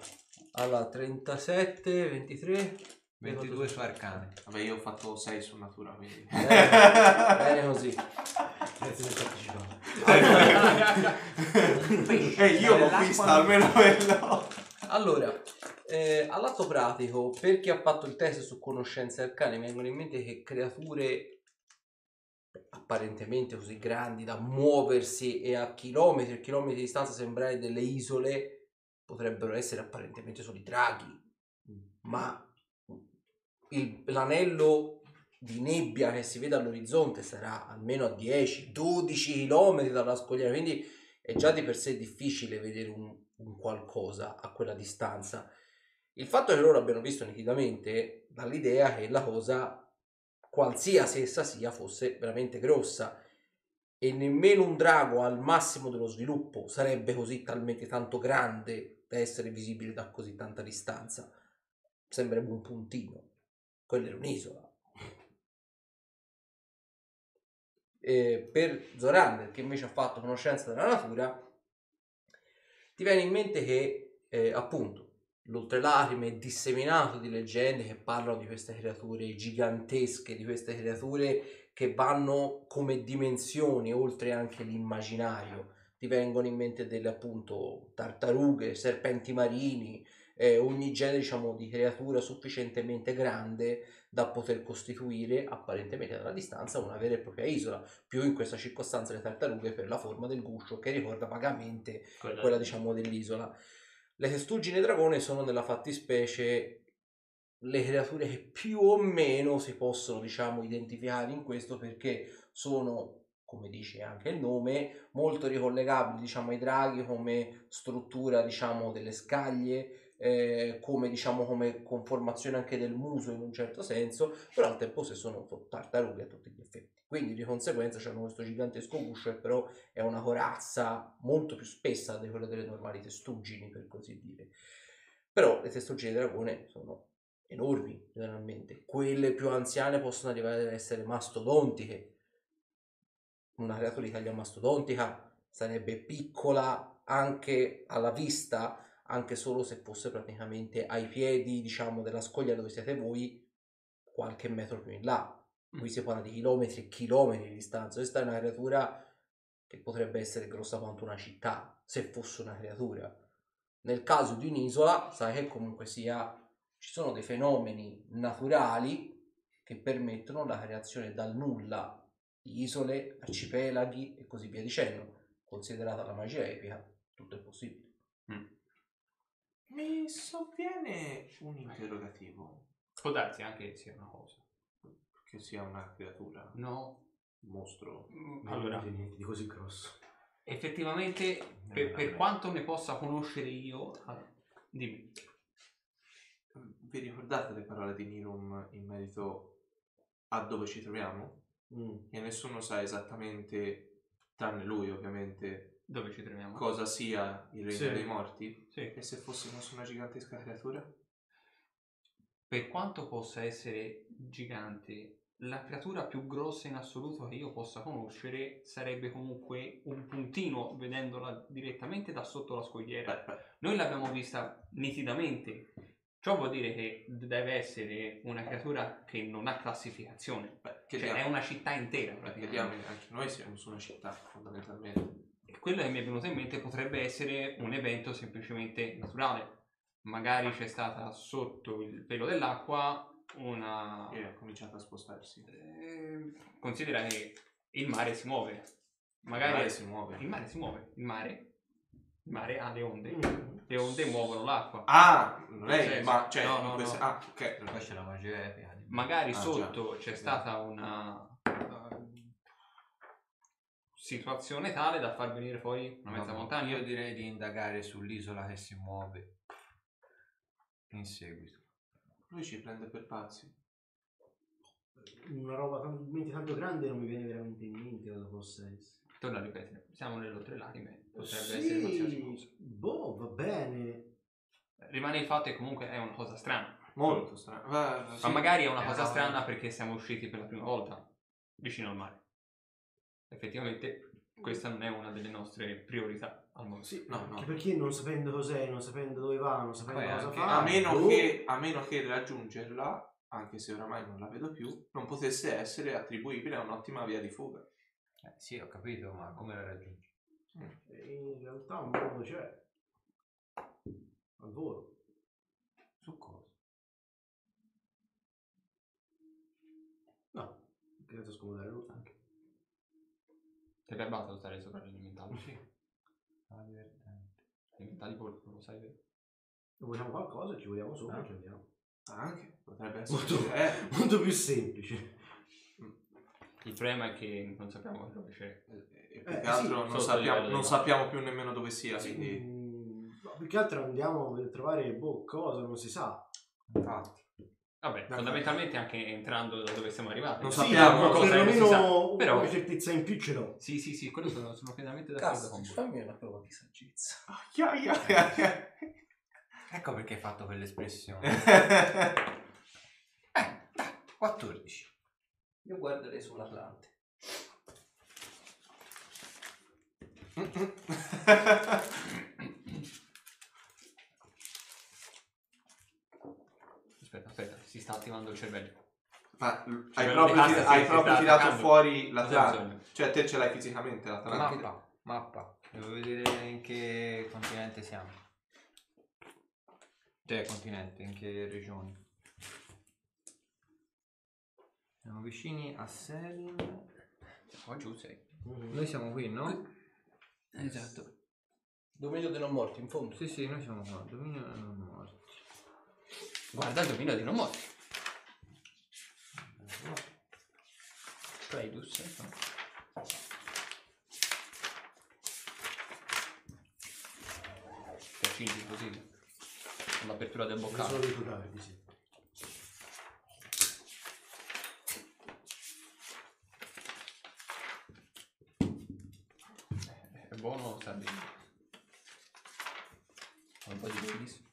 Allora, 37, 23.
22 su arcane.
Vabbè, io ho fatto 6 su natura, quindi.
Bene,
Eh,
bene così. [LAUGHS]
Grazie per partecipare.
E Eh,
cioè,
io l'ho vista almeno quello.
Allora, eh, all'atto pratico, per chi ha fatto il test su conoscenze arcane, mi vengono in mente che creature apparentemente così grandi da muoversi e a chilometri e chilometri di distanza sembrare delle isole potrebbero essere apparentemente solo i draghi, ma il- l'anello di nebbia che si vede all'orizzonte sarà almeno a 10-12 km dalla scogliera, quindi è già di per sé difficile vedere un, un qualcosa a quella distanza. Il fatto che loro abbiano visto nitidamente dà l'idea che la cosa, qualsiasi essa sia, fosse veramente grossa. E nemmeno un drago al massimo dello sviluppo sarebbe così talmente tanto grande da essere visibile da così tanta distanza. Sembrerebbe un puntino. Quella era un'isola. Eh, per Zorander, che invece ha fatto conoscenza della natura, ti viene in mente che eh, appunto l'oltrelacrime è disseminato di leggende che parlano di queste creature gigantesche, di queste creature che vanno come dimensioni oltre anche l'immaginario. Ti vengono in mente delle appunto tartarughe, serpenti marini, eh, ogni genere diciamo di creatura sufficientemente grande da poter costituire apparentemente dalla distanza una vera e propria isola, più in questa circostanza le tartarughe per la forma del guscio che ricorda vagamente quella diciamo dell'isola. Le testuggine dragone sono nella fattispecie le creature che più o meno si possono diciamo identificare in questo perché sono come dice anche il nome molto ricollegabili diciamo ai draghi come struttura diciamo delle scaglie eh, come diciamo come conformazione anche del muso in un certo senso però al tempo stesso sono tartarughe a tutti gli effetti quindi di conseguenza c'hanno questo gigantesco guscio che però è una corazza molto più spessa di quella delle normali testuggini, per così dire. Però le testuggini di dragone sono enormi, generalmente. Quelle più anziane possono arrivare ad essere mastodontiche. Una creatura di taglia mastodontica sarebbe piccola anche alla vista, anche solo se fosse praticamente ai piedi, diciamo, della scoglia dove siete voi, qualche metro più in là. Qui si parla di chilometri e chilometri di distanza. Questa è una creatura che potrebbe essere grossa quanto una città, se fosse una creatura. Nel caso di un'isola, sai che comunque sia ci sono dei fenomeni naturali che permettono la creazione dal nulla di isole, arcipelaghi e così via dicendo. Considerata la magia epica, tutto è possibile.
Mi sovviene un interrogativo.
Può darsi anche che sia una cosa.
Che sia una creatura,
No.
un mostro.
Mm.
Allora,
niente di così grosso.
effettivamente, per, per quanto ne possa conoscere io, ah, dimmi.
Vi ricordate le parole di Nirum in merito a dove ci troviamo?
Mm.
Che nessuno sa esattamente, tranne lui ovviamente,
Dove ci troviamo?
cosa sia il regno
Sì.
dei morti.
Sì.
E se fossimo su una gigantesca creatura?
Cioè, Per quanto possa essere gigante, la creatura più grossa in assoluto che io possa conoscere sarebbe comunque un puntino, vedendola direttamente da sotto la scogliera.
Eh, Beh, beh,
Noi l'abbiamo vista nitidamente. Ciò vuol dire che deve essere una creatura che non ha classificazione.
beh, che
Cioè, è
diamine.
una città intera,
Beh, che
praticamente.
diamine, anche noi siamo su una città, fondamentalmente.
E quello che mi è venuto in mente potrebbe essere un evento semplicemente naturale. Magari c'è stata sotto il pelo dell'acqua una...
E ha cominciato a spostarsi.
Eh, considera che il mare si muove. Magari
Magari si muove.
il mare si muove. Il mare, il mare ha le onde. Le onde muovono l'acqua.
Mm. Ah, lei,
Cioè,
ma cioè,
no, no,
questa-
no.
ah, ok.
Poi c'è la magia epica. di-
magari
Ah,
sotto
già.
c'è stata una eh, situazione tale da far venire fuori una mezza
No,
montagna.
Io direi di indagare sull'isola che si muove in seguito.
Lui ci prende per pazzi.
Una roba talmente tanto grande non mi viene veramente in mente cosa possa essere.
Torno a ripetere, siamo nell'oltre lacrime, potrebbe
Sì,
essere qualsiasi cosa.
Boh, va bene.
Rimane il fatto che comunque è una cosa strana,
Molto strano. Eh, Va- sì.
ma magari è una
è
cosa
una-
strana perché siamo usciti per la prima volta vicino al mare. Effettivamente questa non è una delle nostre priorità al momento.
Sì,
No,
Che
no.
perché non sapendo cos'è, non sapendo dove va, non sapendo
Poi
cosa
anche-
fa.
A meno,
boh.
che, a meno che raggiungerla, anche se oramai non la vedo più, non potesse essere attribuibile a un'ottima via di fuga.
Eh, sì, ho capito, ma come la raggiungi?
In realtà un modo c'è. Al volo.
Su cosa?
No, credo scomodare lui anche.
Ti è barbato stare sopra gli alimentali?
Ah, divertente.
Gli alimentali poi non lo sai vero?
Vogliamo qualcosa, ci vogliamo sopra, ci andiamo. [LAUGHS]
Anche potrebbe
Molto-
essere. eh,
Molto più semplice.
Il problema è che non sappiamo dove c'è.
Eh, e più
Eh,
che altro
sì.
non,
Sotto livello
sappiamo,
di
non
no.
sappiamo più nemmeno dove sia.
[LAUGHS]
Quindi
Mm, no, più che altro andiamo a trovare boh, cosa, non si sa.
Infatti,
Vabbè,
D'accordo.
fondamentalmente anche entrando da dove siamo arrivati.
Non
Eh,
sappiamo,
una cosa che non si
perlomeno
sa.
una
però- Oh,
certezza in più ce l'ho.
Sì, sì, sì, quello sono, sono pienamente d'accordo con
Cazzo,
voi.
fammi una prova di saggezza.
Ai, ai, ai, ai, ai.
ecco perché hai fatto quell'espressione. Eh, 14.
Io guarderei sull'Atlante.
Aspetta, aspetta, si sta attivando il cervello.
[LAUGHS] Ma l-
Cioè,
hai
quello di
proprio,
casa
tira-
si-
hai
si
proprio
sta
tirato
attaccando.
fuori la
Cosa
trama.
bisogna?
Cioè, te ce l'hai fisicamente la trama.
Mappa, mappa. Devo vedere in che continente siamo. Cioè, continente, in che regione. Siamo vicini a Selm.
Qua giù sei.
Noi siamo qui, no?
Esatto.
Dominio dei non morti, in fondo.
Sì, sì, noi siamo qua. Dominio non morti.
Guarda il dominio di non morti. Traidus. ecco. Piacini così. con L'apertura del
Non sono
boccale.
dei codardi, sì.
È buono, sa bene. Ho Un po' di Baileys.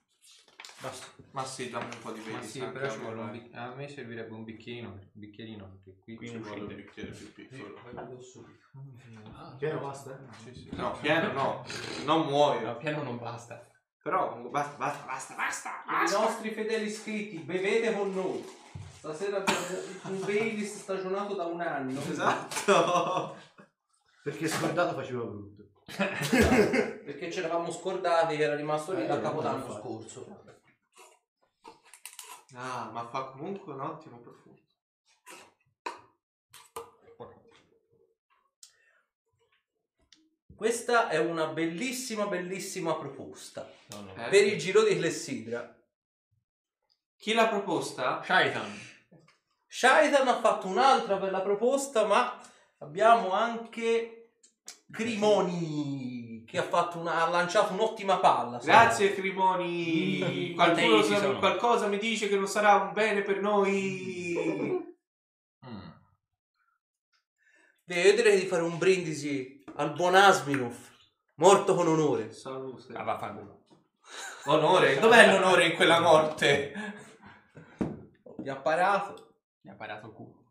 Ma sì, dammi un po' di
Ma
venti.
sì, però ci vuole un bicch- eh. a me servirebbe un bicchierino, un bicchierino perché qui
Qui
c'è-
un
un
bicchiere.
bicchiere più piccolo.
Ah,
Pieno basta?
Sì, sì.
No, pieno no, non muoio.
No, piano non basta.
Però comunque basta, basta, basta, basta,
I
basta.
nostri fedeli iscritti, bevete con noi. Stasera abbiamo un Baileys stagionato da un anno.
Esatto.
Perché scordato faceva brutto.
Perché ci eravamo scordati che era rimasto lì
Eh,
da Capodanno
infatti.
scorso.
Ah, ma fa comunque un ottimo profumo.
Questa è una bellissima, bellissima proposta
No, no.
Eh?
per il giro di Clessidra.
Chi l'ha proposta?
Shaitan.
Shaitan ha fatto un'altra bella proposta, ma abbiamo anche Grimoni che ha, fatto una- ha lanciato un'ottima palla.
Grazie Crimoni.
Mm,
Qualcuno
quanti
sa-
sono?
qualcosa mi dice che non sarà un bene per noi.
Mm.
Beh, io direi di fare un brindisi al buon Asminov, morto con onore.
Salute.
Ah, vaffanculo.
Onore, dov'è l'onore in quella morte?
Mi ha parato.
Mi ha parato il culo.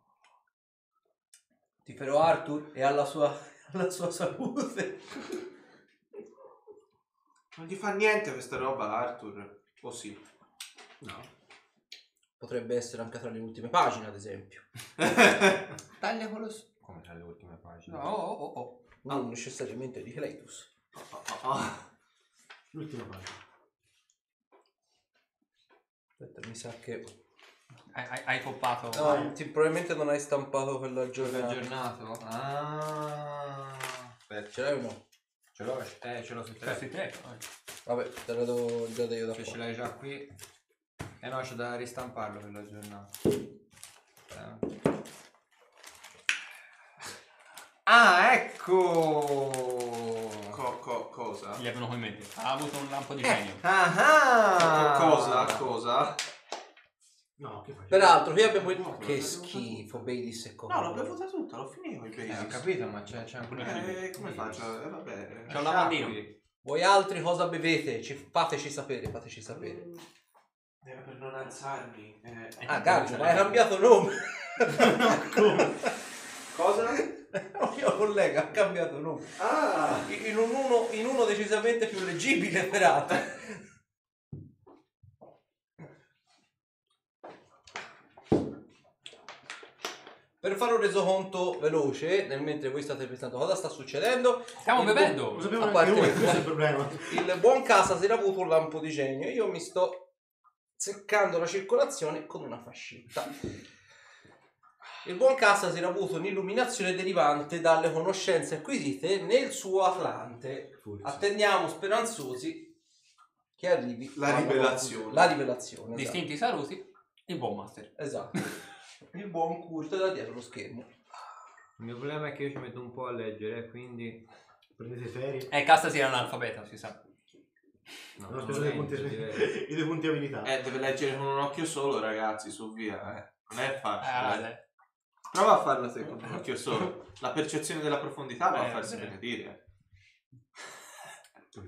Ti ferò Arthur e alla sua, [LAUGHS] alla sua salute.
Non gli fa niente questa roba, Arthur. O sì.
Potrebbe essere anche tra le ultime pagine, ad esempio.
Taglia quello s- Come tra le ultime pagine.
No, oh, oh, oh.
Non necessariamente di Cleitus.
L'ultima pagina.
Aspetta, mi sa che...
Hai, hai, hai coppato.
No, ti- probabilmente non hai stampato quella
L'ho
giornata.
aggiornato? Ah. Aspetta,
Ce l'hai o no?
ce l'ho, eh, ce l'ho su
Cioè,
te.
sei tre. eh.
Vabbè, te la do già da io da
Cioè, ce
qua.
l'hai già qui. Eh no, c'è da ristamparlo per la giornata. Eh. Ah, ecco!
Co- co- cosa?
Gli avevano come mente. Ha avuto un lampo di
Eh,
genio.
ah, ah.
Co- cosa? Cosa?
No, che fai?
Peraltro, qui abbiamo il... Che schifo, Bailey e
No, l'ho bevuta tutta, l'ho finito. i
Eh, ho
Baileys.
capito, ma c'è, c'è ancora
Eh, come faccio? Eh, vabbè.
C'è un lavandino.
esatto.
Voi altri cosa bevete? Ci- fateci sapere, fateci sapere.
Mm. Era per non alzarmi. Eh,
Ah, Gaggio, ma hai cambiato nome.
Cosa?
[LAUGHS] Il mio collega ha cambiato nome.
Ah!
In un uno, in uno decisamente più leggibile, peraltro. Per fare un resoconto veloce, nel mentre voi state pensando cosa sta succedendo,
Stiamo
Lo
bevendo.
sapevo
A
neanche
parte-
noi, questo è il problema.
il buon casa si era avuto un lampo di genio. Io mi sto seccando la circolazione con una fascetta. Il buon casa si era avuto un'illuminazione derivante dalle conoscenze acquisite nel suo Atlante.
Furia.
Attendiamo speranzosi che arrivi
La
alla
rivelazione.
conclusione. La rivelazione. Esatto.
Distinti saluti. Il buon master.
Esatto. Il buon Kurt da dietro lo schermo.
Il mio problema è che io ci metto un po' a leggere, quindi...
Prendete ferie.
Eh, Casta si era analfabeta, si sa.
No,
Hanno
non
speso dei punti,
leggo,
[LAUGHS]
direi.
i due punti abilità.
Eh, deve leggere con un occhio solo, ragazzi, su via, eh. Non è
Ah,
facile.
Eh,
Prova a farla te con un occhio solo. La percezione della profondità va
Eh,
a farsi
eh.
benedire.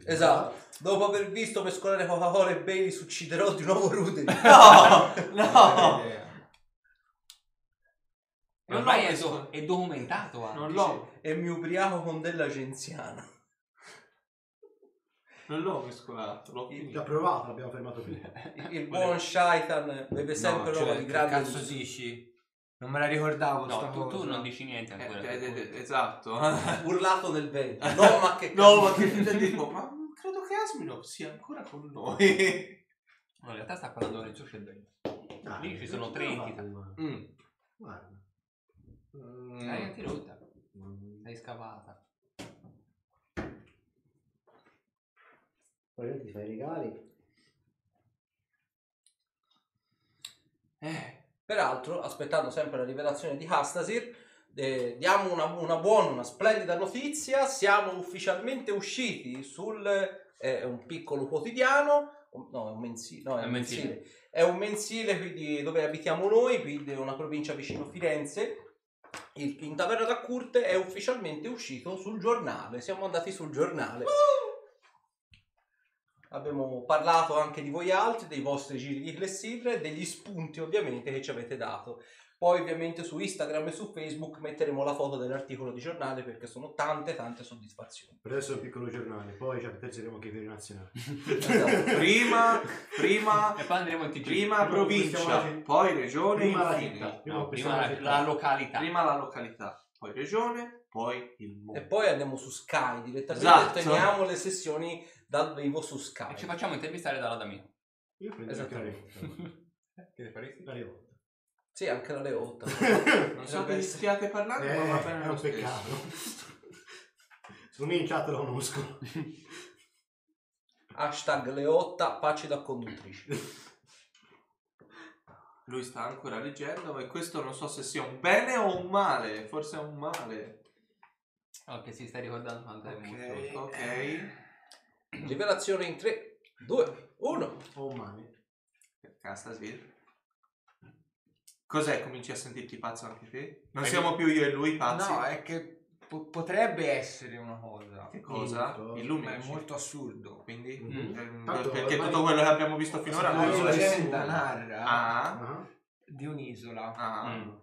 Esatto. Dopo aver visto mescolare Coca-Cola e Bailey ucciderò di nuovo
[LAUGHS]
Rudy.
[LAUGHS]
No!
Non
[LAUGHS] No!
ho idea.
non ormai è, do- è documentato anche.
Non l'ho,
e mi ubriaco con della genziana.
non l'ho mescolato, l'ho
L'ha
finito.
provato, l'abbiamo fermato qui.
[LAUGHS] Il buon Shaitan beve sempre
No,
roba
cioè,
di
che
grande
cazzo
luce.
dici? Non me la ricordavo sta
No, tu, tu
cosa.
non dici niente
Eh,
ancora.
eh, eh, eh,
per
esatto.
[LAUGHS] urlato nel vento.
[LAUGHS]
No, ma che
No, ma che dico, ma credo che Asmino sia ancora con [LAUGHS] noi.
cui- No, in realtà sta parlando del suo cervello.
Ah,
Ah,
Lì ci
eh,
sono tre entità.
Mm.
Guarda.
Mm.
L'hai anche rotta. L'hai scavata.
Probabilmente ti fai i regali.
Eh,
Peraltro, aspettando sempre la rivelazione di Hastasir, eh, diamo una, una buona, una splendida notizia. Siamo ufficialmente usciti sul eh, è un piccolo quotidiano. No, è un mensi- no, è un mensile. È un mensile. quindi, dove abitiamo noi, quindi è una provincia vicino Firenze. Il, in Taverna da Curte è ufficialmente uscito sul giornale. Siamo andati sul giornale. Abbiamo parlato anche di voi altri, dei vostri giri di clessidre e degli spunti ovviamente che ci avete dato. Poi ovviamente su Instagram e su Facebook metteremo la foto dell'articolo di giornale perché sono tante tante soddisfazioni.
Per adesso è un piccolo giornale, poi ci appezzeremo anche per i [LAUGHS] nazionali.
Esatto.
prima, prima,
E poi andremo in TG.
Ah. prima provincia, poi regione,
Prima la
infine.
città.
No,
questa
prima la,
è
la località.
prima la località, poi regione, poi il mondo.
E
Eh,
poi andiamo su Sky direttamente
Esatto.
e teniamo le sessioni dal vivo su Sky.
E ci facciamo intervistare dalla Damino.
Io prendo il
Esattamente.
carretto.
Che ne faresti?
La rivolta.
Sì, anche la [LAUGHS] leotta. Esatto.
Non so che stiate parlando, [LAUGHS] ma va
Eh,
bene
è
lo
un
stesso.
peccato. Secondo me in chat la conosco.
Hashtag leotta, pace da [COUGHS] conduttrice.
Lui sta ancora leggendo, ma questo non so se sia un bene o un male. Forse è un male.
Oh, che si sta ricordando quanto è
Ok,
molto.
ok.
Rivelazione in 3, 2, 1.
O un male.
Castasir. Cos'è? Cominci a sentirti pazzo anche te? Non
Eh,
siamo più io e lui pazzi?
No, è che po- potrebbe essere una cosa.
Che cosa?
Molto.
Ma è
Illuminaci.
molto assurdo. Mm.
Quindi?
Mhm.
ehm,
Tanto
perché
ormai-
tutto quello che abbiamo visto finora...
Ormai
non
La
lo
lo
so.
leggenda
nessuno.
narra
Ah,
Ah,
di un'isola
ah.
Mm.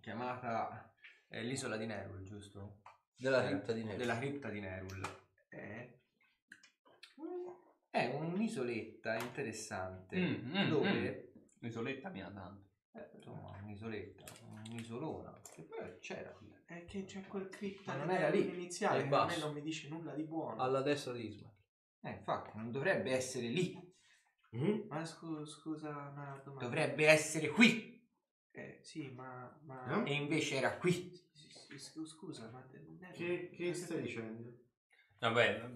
chiamata eh, l'isola di Nerul, giusto?
Della
Eh,
cripta di nero.
Della cripta di Nerul. Eh, È un'isoletta interessante
Mm, mm,
dove
L'isoletta mi ha tanto.
eh, insomma, un'isoletta, un'isolona, che poi c'era qui.
È che c'è quel cripta
Ma non era lì.
iniziale
È
che a me
basso.
non mi dice nulla di buono.
Alla destra di Isma.
Eh, infatti, non dovrebbe essere lì,
Mhm.
Ma scu- scusa una domanda.
dovrebbe essere qui.
Eh, sì, ma... ma...
Eh?
E invece era qui.
Sì, sì, scu- Scusa, ma... non è-
Che, che stai dicendo?
Vabbè,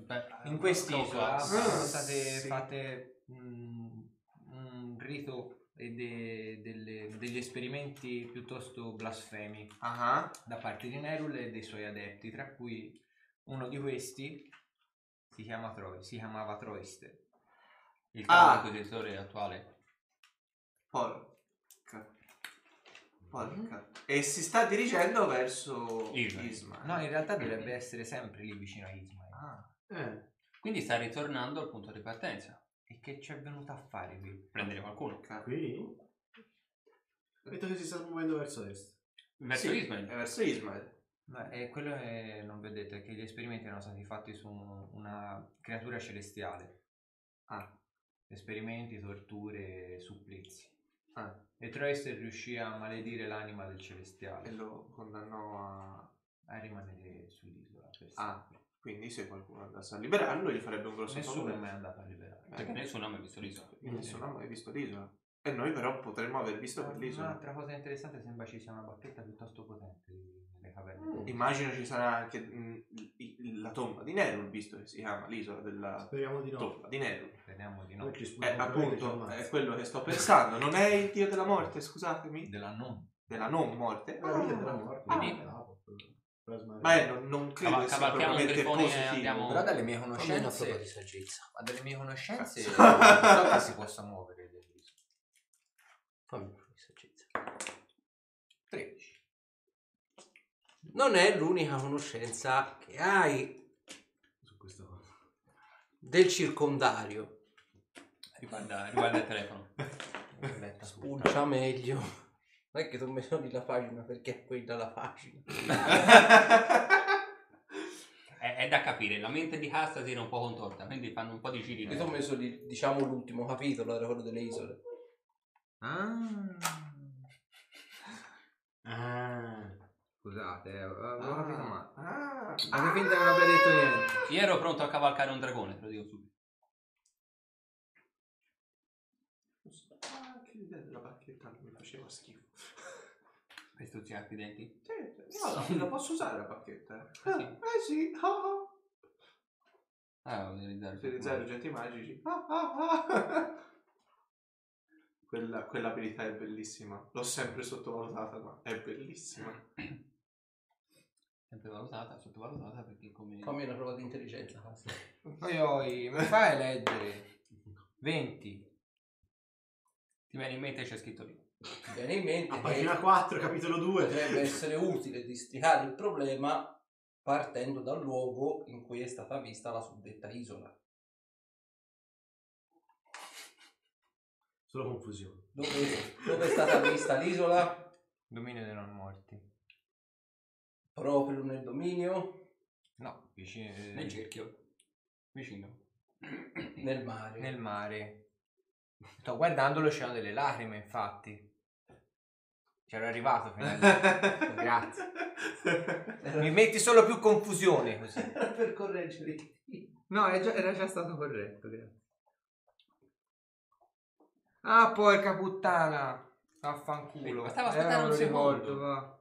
In quest'isola sono
Ah,
state
sì.
fatte mm, un rito e de- delle- degli esperimenti piuttosto blasfemi
Ah,
da parte di Nerul e dei suoi adepti, tra cui uno di questi si, chiama Troy, si chiamava Troiste.
il
Ah.
canonico tesoro attuale.
porca. Porca. E si sta dirigendo verso
Isma.
Isma.
No, in realtà dovrebbe essere sempre lì vicino a Ismael.
Ah,
Eh,
Quindi sta ritornando al punto di partenza.
E che ci è venuto a fare qui?
Prendere qualcuno.
porca.
qui? Ho detto che si sta muovendo verso est.
Verso
Sì,
Ismael.
è verso Ismael.
Ma è quello che non vi ho detto è che gli esperimenti erano stati fatti su una creatura celestiale.
Ah.
Esperimenti, torture, supplizi.
Ah.
E Troyster riuscì a maledire l'anima del celestiale,
E lo condannò a...
a rimanere Eh, sull'isola per
Ah.
sempre.
Quindi se qualcuno andasse a liberarlo gli farebbe un grosso
Nessuno è
favore.
mai andato a liberare.
Perché Cioè, nessuno ha mai visto l'isola.
E Nessuno ha mai visto l'isola. E noi però potremmo aver
Ah.
visto quell'isola.
Un'altra cosa interessante sembra ci sia una bacchetta piuttosto potente nelle caverne.
Immagino ci sarà anche mm, il- la tomba di Nerul, visto che si chiama l'isola della
Ah, Speriamo di no.
tomba di Nerul.
Speriamo di no.
Noi ci
Eh,
spuntiamo veramente, ci
appunto,
ammazza.
è quello che sto pensando. Non è il dio della morte, scusatemi.
Della non.
Della non morte.
La vita della morte.
Ah.
eh, la- plasma-
Beh, non, non credo
Cava-
che sia
cavalchiamo il
propriamente
grifone e
positivo.
andiamo-
Però dalle mie
Fammi una prova
conoscenze...
di saggezza.
Ma dalle mie conoscenze...
Cazzo.
non so che si possa muovere dell'isola.
Fammi una prova di saggezza.
13.
Non è l'unica conoscenza che hai
Su questa cosa.
del circondario.
Riguarda, riguarda il telefono.
Aspetta,
Spuncia meglio. Non è che tu mi sono la pagina perché è quella la pagina.
È, è da capire, la mente di Castasi era un po' contorta, quindi fanno un po' di giri.
Io ti ho messo lì, diciamo l'ultimo capitolo, era quello delle isole.
Ah.
Ah.
Scusate, eh,
Ah,
avevo capito male.
ah.
Avete finta che non abbia detto niente.
Io ero pronto a cavalcare un dragone, te lo dico subito.
Ah, che idea della bacchetta non mi faceva schifo.
Per stuzzicarti i denti.
[LAUGHS] Sì, no, la posso usare la bacchetta?
Sì.
Ah, eh sì. Ah, ah.
Ah, utilizzare
Utilizzare oggetti magici. Ah, ah, ah. [LAUGHS] Quella, quell'abilità è bellissima. L'ho sempre sottovalutata, ma è bellissima.
Sempre valutata, sottovalutata perché come...
Fammi una prova di intelligenza. basta.
Oi oi, mi fai leggere. 20.
Ti viene in mente c'è scritto lì.
Mi viene in mente
A
che
pagina 4, capitolo
cioè.
2.
potrebbe essere utile districare il problema partendo dal luogo in cui è stata vista la suddetta isola.
Solo confusione.
Dove, dove è stata vista l'isola?
Dominio dei non morti.
Proprio nel dominio,
No, vicino, eh,
Nel cerchio. Vicino.
nel mare.
nel mare. Sto guardandolo, c'erano delle lacrime, infatti. C'era arrivato
[LAUGHS]
[LAUGHS]
finalmente. Grazie. Mi metti solo più confusione così.
Era [LAUGHS] per correggere.
No, è già- era già stato corretto, grazie.
Ah, porca puttana. Affanculo.
Ma stavo aspettando
me
un
lo
secondo.
ricordo, va.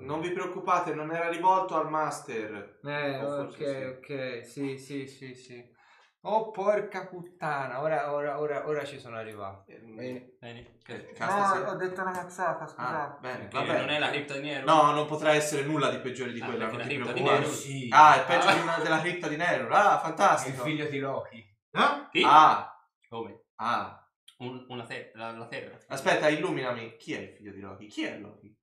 Non vi preoccupate, non era rivolto al master.
Eh,
O
ok,
forse
ok. Sì, sì, sì, sì. Oh, porca puttana. Ora, ora, ora, ora ci sono arrivato.
Bene.
Bene.
Eh, casta
No, ho detto una cazzata,
Ah,
scusate.
bene,
Che
vabbè. eh,
non è la cripta di Nero.
No, non potrà essere nulla di peggiore di
Ah,
quella,
perché
non
la
ti
cripta di
preoccupare.
Nero,
sì.
Ah, è peggio di una- della cripta di Nero. Ah,
Il
fantastico.
figlio di Loki.
Eh?
Sì?
Ah,
Come?
ah.
Un- una te- la, la terra.
Aspetta, illuminami. Chi è il figlio di Loki? Chi è Loki?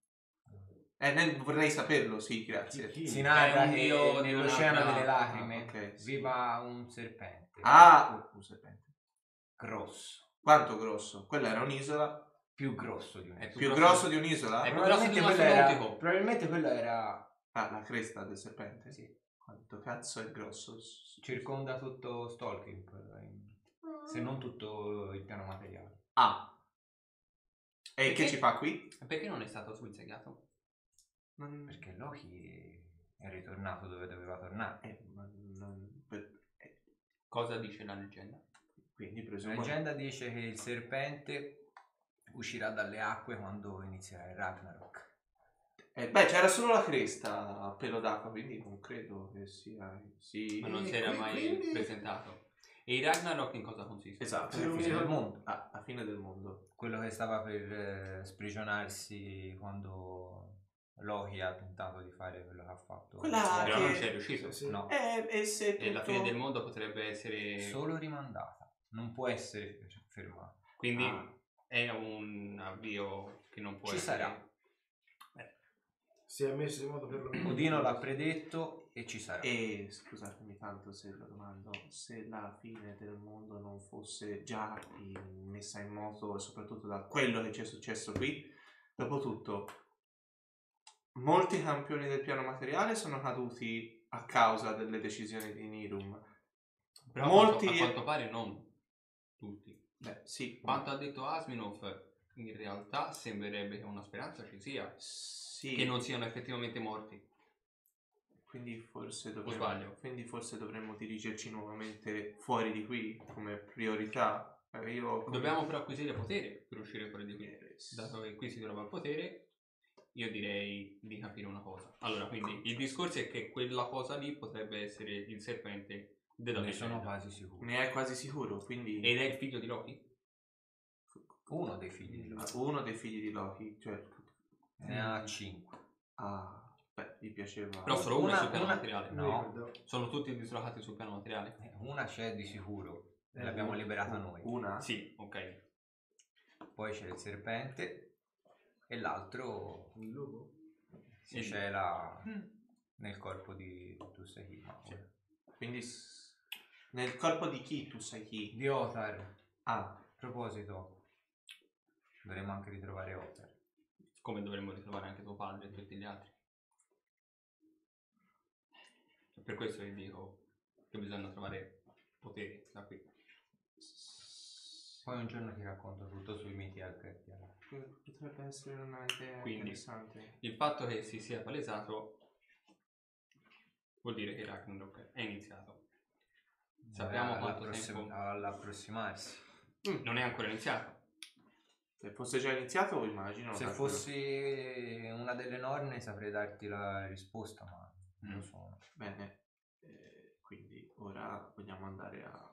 Eh, ne- vorrei saperlo, sì, grazie.
Si narra
È un dio
che
di
nell'oceano
un'altra-
delle lacrime
Ah, ok, sì.
viva un serpente
Ah, un serpente.
grosso,
Quanto grosso? Quella era un'isola.
più grosso di Ecco, un
È
Più
grosso
grosso
di- Eh.
di un'isola?
È più grosso
Probabilmente
di un
quello, era,
astronautico.
probabilmente quello era
Ah, la cresta del serpente.
sì,
Quanto cazzo è grosso?
circonda tutto Stalking, se
Mm.
non tutto il piano materiale.
Ah. E che
Perché?
ci fa qui?
Perché non è stato sguizzagliato?
Non-
Perché Loki è ritornato dove doveva tornare.
eh, ma non- per- eh,
Cosa dice la leggenda?
Quindi
La
presumo...
leggenda dice che il serpente uscirà dalle acque quando inizierà il Ragnarok.
Eh, beh, c'era solo la cresta a pelo d'acqua, quindi non credo che sia... Sì.
Ma non si era mai presentato. E il Ragnarok in cosa consiste?
Esatto,
Sì,
la fine
sì.
del mondo. Ah, la fine del mondo.
Quello che stava per eh, sprigionarsi quando Loki ha tentato di fare quello che ha fatto.
Quella
Però Ah, non
che-
ci è riuscito.
Sì, sì.
No,
Eh, e se
E la
tutto-
fine del mondo potrebbe essere...
solo rimandata, non può essere fermata.
Quindi
Ah.
è un avvio che non può
Ci
essere...
sarà.
Beh,
Si è messo in modo per lo
Odino l'ha predetto e ci sarà.
E scusatemi tanto se lo domando, se la fine del mondo non fosse già in- messa in moto, e soprattutto da quello che ci è successo qui, dopotutto, molti campioni del piano materiale sono caduti a causa delle decisioni di Nirum.
Però
Molti-
a quanto, a quanto pare non tutti.
Beh, sì,
Quanto ha detto Asminov, in realtà sembrerebbe che una speranza ci sia.
sì.
Che non siano effettivamente morti.
Quindi forse, dovremmo,
sbaglio?
quindi forse dovremmo dirigerci nuovamente fuori di qui come priorità. Eh, Io come-
Dobbiamo però acquisire potere per uscire fuori di qui.
Eh, sì.
Dato che qui si trova il potere, io direi di capire una cosa.
Ecco.
Allora, quindi il discorso è che quella cosa lì potrebbe essere il serpente della
Ne sono
leggenda.
quasi sicuro.
Ne è quasi sicuro, quindi...
Ed è il figlio di Loki?
Uno dei figli di Loki.
Uno dei figli di Loki, cioè...
Ne ha cinque.
Ah, beh, gli piaceva...
Però solo uno è
Una-
sul piano
una-
materiale.
No,
Sono tutti dislocati sul piano materiale?
eh, una c'è di sicuro. eh, L'abbiamo liberata noi.
Una?
Sì, ok.
Poi c'è il serpente e l'altro
Il lupo?
si
Il-
cela nel corpo di tu sai chi, ma ora-
Quindi... s- Nel corpo di chi tu sai chi?
Di Otar. A
Ah,
proposito, dovremmo anche ritrovare Otar.
Come dovremmo ritrovare anche tuo padre e tutti gli altri. E per questo vi dico che bisogna trovare potere da qui.
Poi un giorno ti racconto tutto sui miti al Cretiano.
potrebbe essere una idea
Quindi.
interessante.
Il fatto che si sia palesato vuol dire che Ragnarok è iniziato. Sappiamo quanto tempo- Mm.
all'approssimarsi.
Non è ancora iniziato.
Se fosse già iniziato, immagino...
Se
calcolo.
fossi una delle norme saprei darti la risposta, ma non
Mm.
lo sono.
Bene, eh, quindi ora vogliamo andare a...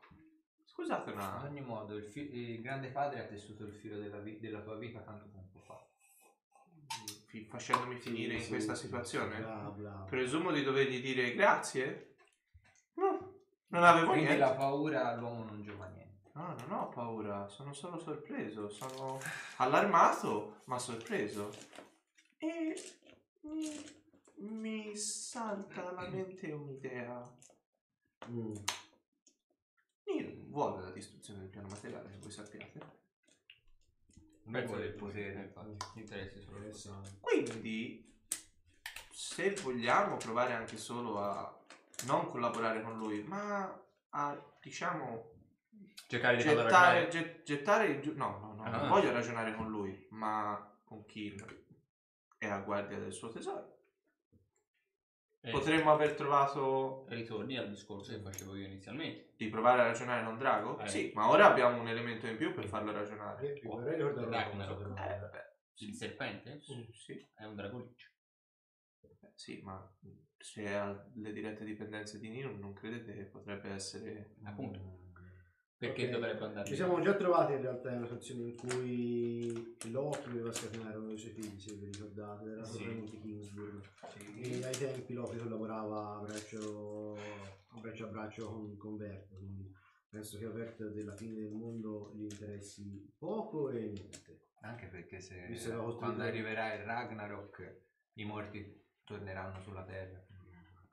Scusate,
Ad
ma...
ogni modo, il, fi- il grande padre ha tessuto il filo della, vi- della tua vita tanto tempo fa.
fi- facendomi finire in questa situazione?
Bravo, bravo.
Presumo di dovergli dire grazie? No, non avevo
Quindi
niente.
la paura all'uomo non giova niente.
No, Ah, non ho paura, sono solo sorpreso, sono allarmato ma sorpreso. E mi, mi salta alla mente un'idea.
Mm.
Nir vuole la distruzione del piano materiale, che voi sappiate.
Un pezzo del
Eh,
potere.
infatti, mi interessa solo il
Eh,
potere.
Interessante.
Quindi, se vogliamo provare anche solo a non collaborare con lui, ma a, diciamo,
Cercare di farlo
gettare,
ragionare.
get- gettare giù. No, no, no,
Ah,
non
no.
voglio ragionare con lui, ma con chi è a guardia del suo tesoro.
Eh,
Potremmo aver trovato
Ritorni al discorso che facevo io inizialmente.
di provare a ragionare non drago?
Eh.
Sì, ma ora abbiamo un elemento in più per farlo ragionare.
Io- io Eh, vorrei ricordare una cosa,
Ragnarok.
però.
Eh, vabbè,
Il serpente
sì, sì,
è un dragoliccio.
eh, sì, ma se ha le dirette dipendenze di Nino non credete che potrebbe essere...
Appunto.
Mm.
Perché
Ok.
dovrebbe andare
Ci siamo già trovati in realtà in una situazione in cui Loki voleva scatenare uno dei suoi figli, se vi ricordate, era
Sì.
propriamente Kingsburg. E ai tempi Loki collaborava a braccio a braccio, a braccio con, con Vert, quindi penso che a Vert della fine del mondo gli interessi poco e niente.
Anche perché se
Mi sembra molto
quando
di-
arriverà il Ragnarok i morti torneranno sulla terra.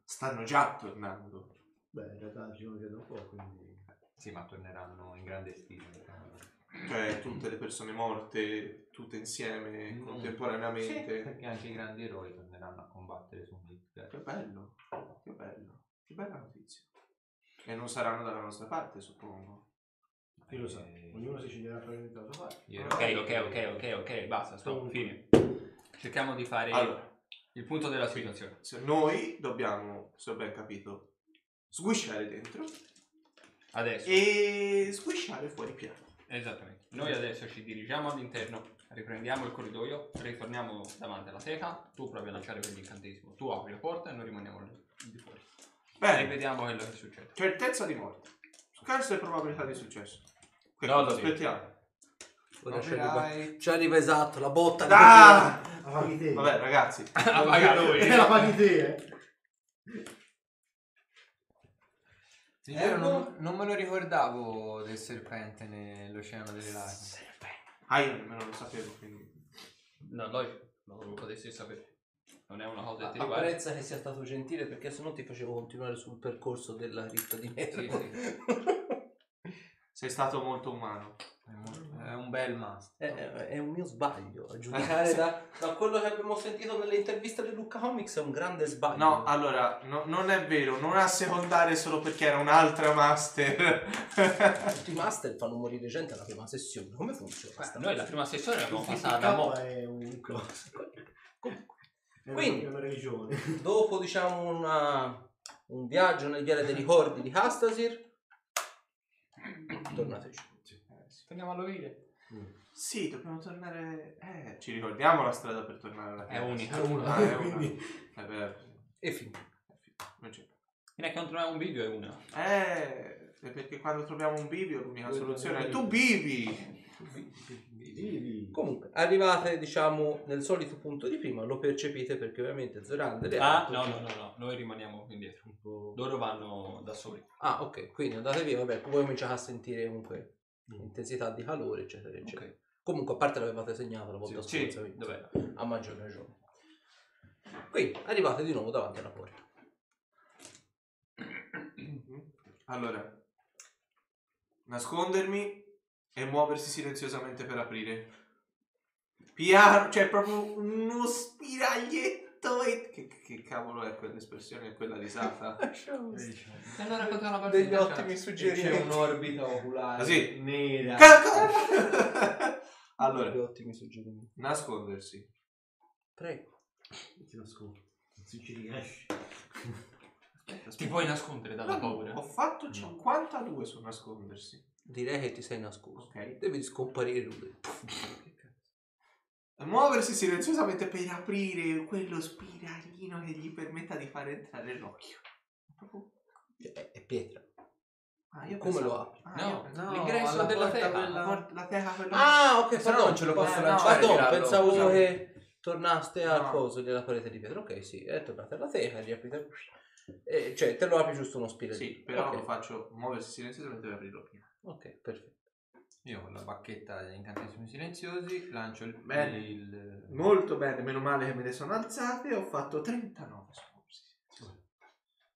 Stanno già tornando.
Beh, in realtà ci sono già da un po', quindi...
Sì, ma torneranno in grande stile. diciamo.
Cioè, tutte le persone morte, tutte insieme,
Mm. Sì, [LAUGHS]
contemporaneamente.
perché anche i grandi eroi torneranno a combattere su Midgard.
Che bello, che bello, che bella notizia. E non saranno dalla nostra parte, suppongo.
Chi lo sa,
Eh,
ognuno si sceglierà probabilmente la sua parte.
gli eroi-
Ok, ok, ok, ok, ok, basta, stop, fine. Cerchiamo di fare
Allora,
il punto della situazione.
se noi dobbiamo, se ho ben capito, sguisciare dentro
Adesso,
e sguisciare fuori piano.
esattamente. Noi adesso ci dirigiamo all'interno, riprendiamo il corridoio, ritorniamo davanti alla teca, tu provi a lanciare quell'incantesimo, tu apri la porta e noi rimaniamo lì di fuori. E
Bene,
vediamo quello che succede.
certezza di morte. Scarsa è probabilità di successo. Che
No,
cosa
sì.
aspettiamo?
Ora c'è
Operai.
arriva- Ci arriva esatto, la botta di
Ah!
La paghi te.
[LAUGHS]
Vabbè, ragazzi,
Ah, paga lui.
Eh, [LAUGHS] la paghi te, eh.
Ti
Eh,
giuro, non, non me lo ricordavo del serpente nell'oceano delle lacrime.
ah, io nemmeno lo sapevo, quindi...
No, logico, ma lo potessi sapere. Non è una cosa che ti riguarda.
Apprezza che sia stato gentile perché sennò ti facevo continuare sul percorso della ritta di metro. [LAUGHS]
Sì, sì.
Sei stato molto umano.
È, molto- è un bel master.
È, Eh, è- è un mio sbaglio. A [LAUGHS] giudicare da, da quello che abbiamo sentito nelle interviste di Luca Comics è un grande sbaglio. Eh,
No, allora, no- non è vero, non assecondare solo perché era un'altra master.
Tutti i master fanno morire gente alla prima sessione. Come funziona? sta
Noi la prima sessione l'abbiamo
Il
passata da mo.
K è un coso. È
Quindi-
una, è una religione.
Dopo, diciamo, una- un viaggio nel viale dei ricordi di Hastasir, tornateci.
Torniamo all'ovile.
sì, dobbiamo tornare... Eh, ci ricordiamo la strada per tornare alla
È unica.
È una.
È
è [LAUGHS] una.
Quindi-
Eh, beh,
E fine.
non c'è.
Fino a che non troviamo un video è una.
Eh, è perché quando troviamo un bivio l'unica soluzione è tu bivi!
Vivi.
Comunque, arrivate, diciamo, nel solito punto di prima, lo percepite perché ovviamente Zorander è
Ah,
alto.
no, no, no, no, noi rimaniamo indietro. Loro vanno da soli.
Ah, ok, quindi andate via, vabbè, voi cominciate a sentire comunque intensità di calore, eccetera, eccetera.
Ok.
Comunque, a parte l'avevate segnato la volta
Sì,
scorsa, quindi,
dov'era?
a maggior ragione. Quindi, arrivate di nuovo davanti alla porta.
Allora, nascondermi e muoversi silenziosamente per aprire. Piano, cioè proprio uno spiraglietto e... Che, che cavolo è quell'espressione, quella risata?
[LAUGHS] E allora continua la
Degli ottimi
C'è
suggerimenti.
[LAUGHS] un'orbita oculare
Ah, sì.
nera.
Cacca! [LAUGHS] allora,
Degli ottimi suggerimenti.
nascondersi.
Prego.
Ti nascondo. Se ci riesci.
Ti puoi nascondere dalla [LAUGHS] paura.
Ho fatto 52 su nascondersi.
Direi che ti sei nascosto.
Ok.
Devi scomparire lui.
Muoversi silenziosamente per aprire quello spiraglino che gli permetta di far entrare l'occhio.
Cioè, È, è pietra.
Ah, io
Come
pensavo-
lo apri?
Ah, io
No,
pensavo-
no,
l'ingresso
alla
della
porta
terra.
quella-
La, por- la teca quella...
Ah, ok,
Se no non ce lo posso lanciare,
Pardon,
tirarlo.
pensavo
Scusami.
che tornaste al
No.
coso della parete di pietra. Ok, sì, è tornata alla teca, riaprite. E, cioè, te lo apri giusto uno spiraglio.
Sì, però
Ok,
lo faccio muoversi silenziosamente per aprire l'occhio.
ok, perfetto.
Io con la bacchetta degli incantesimi silenziosi lancio il...
Bene.
il-
Molto bene, meno male che me ne sono alzate. Ho fatto 39 su muoversi silenziosamente.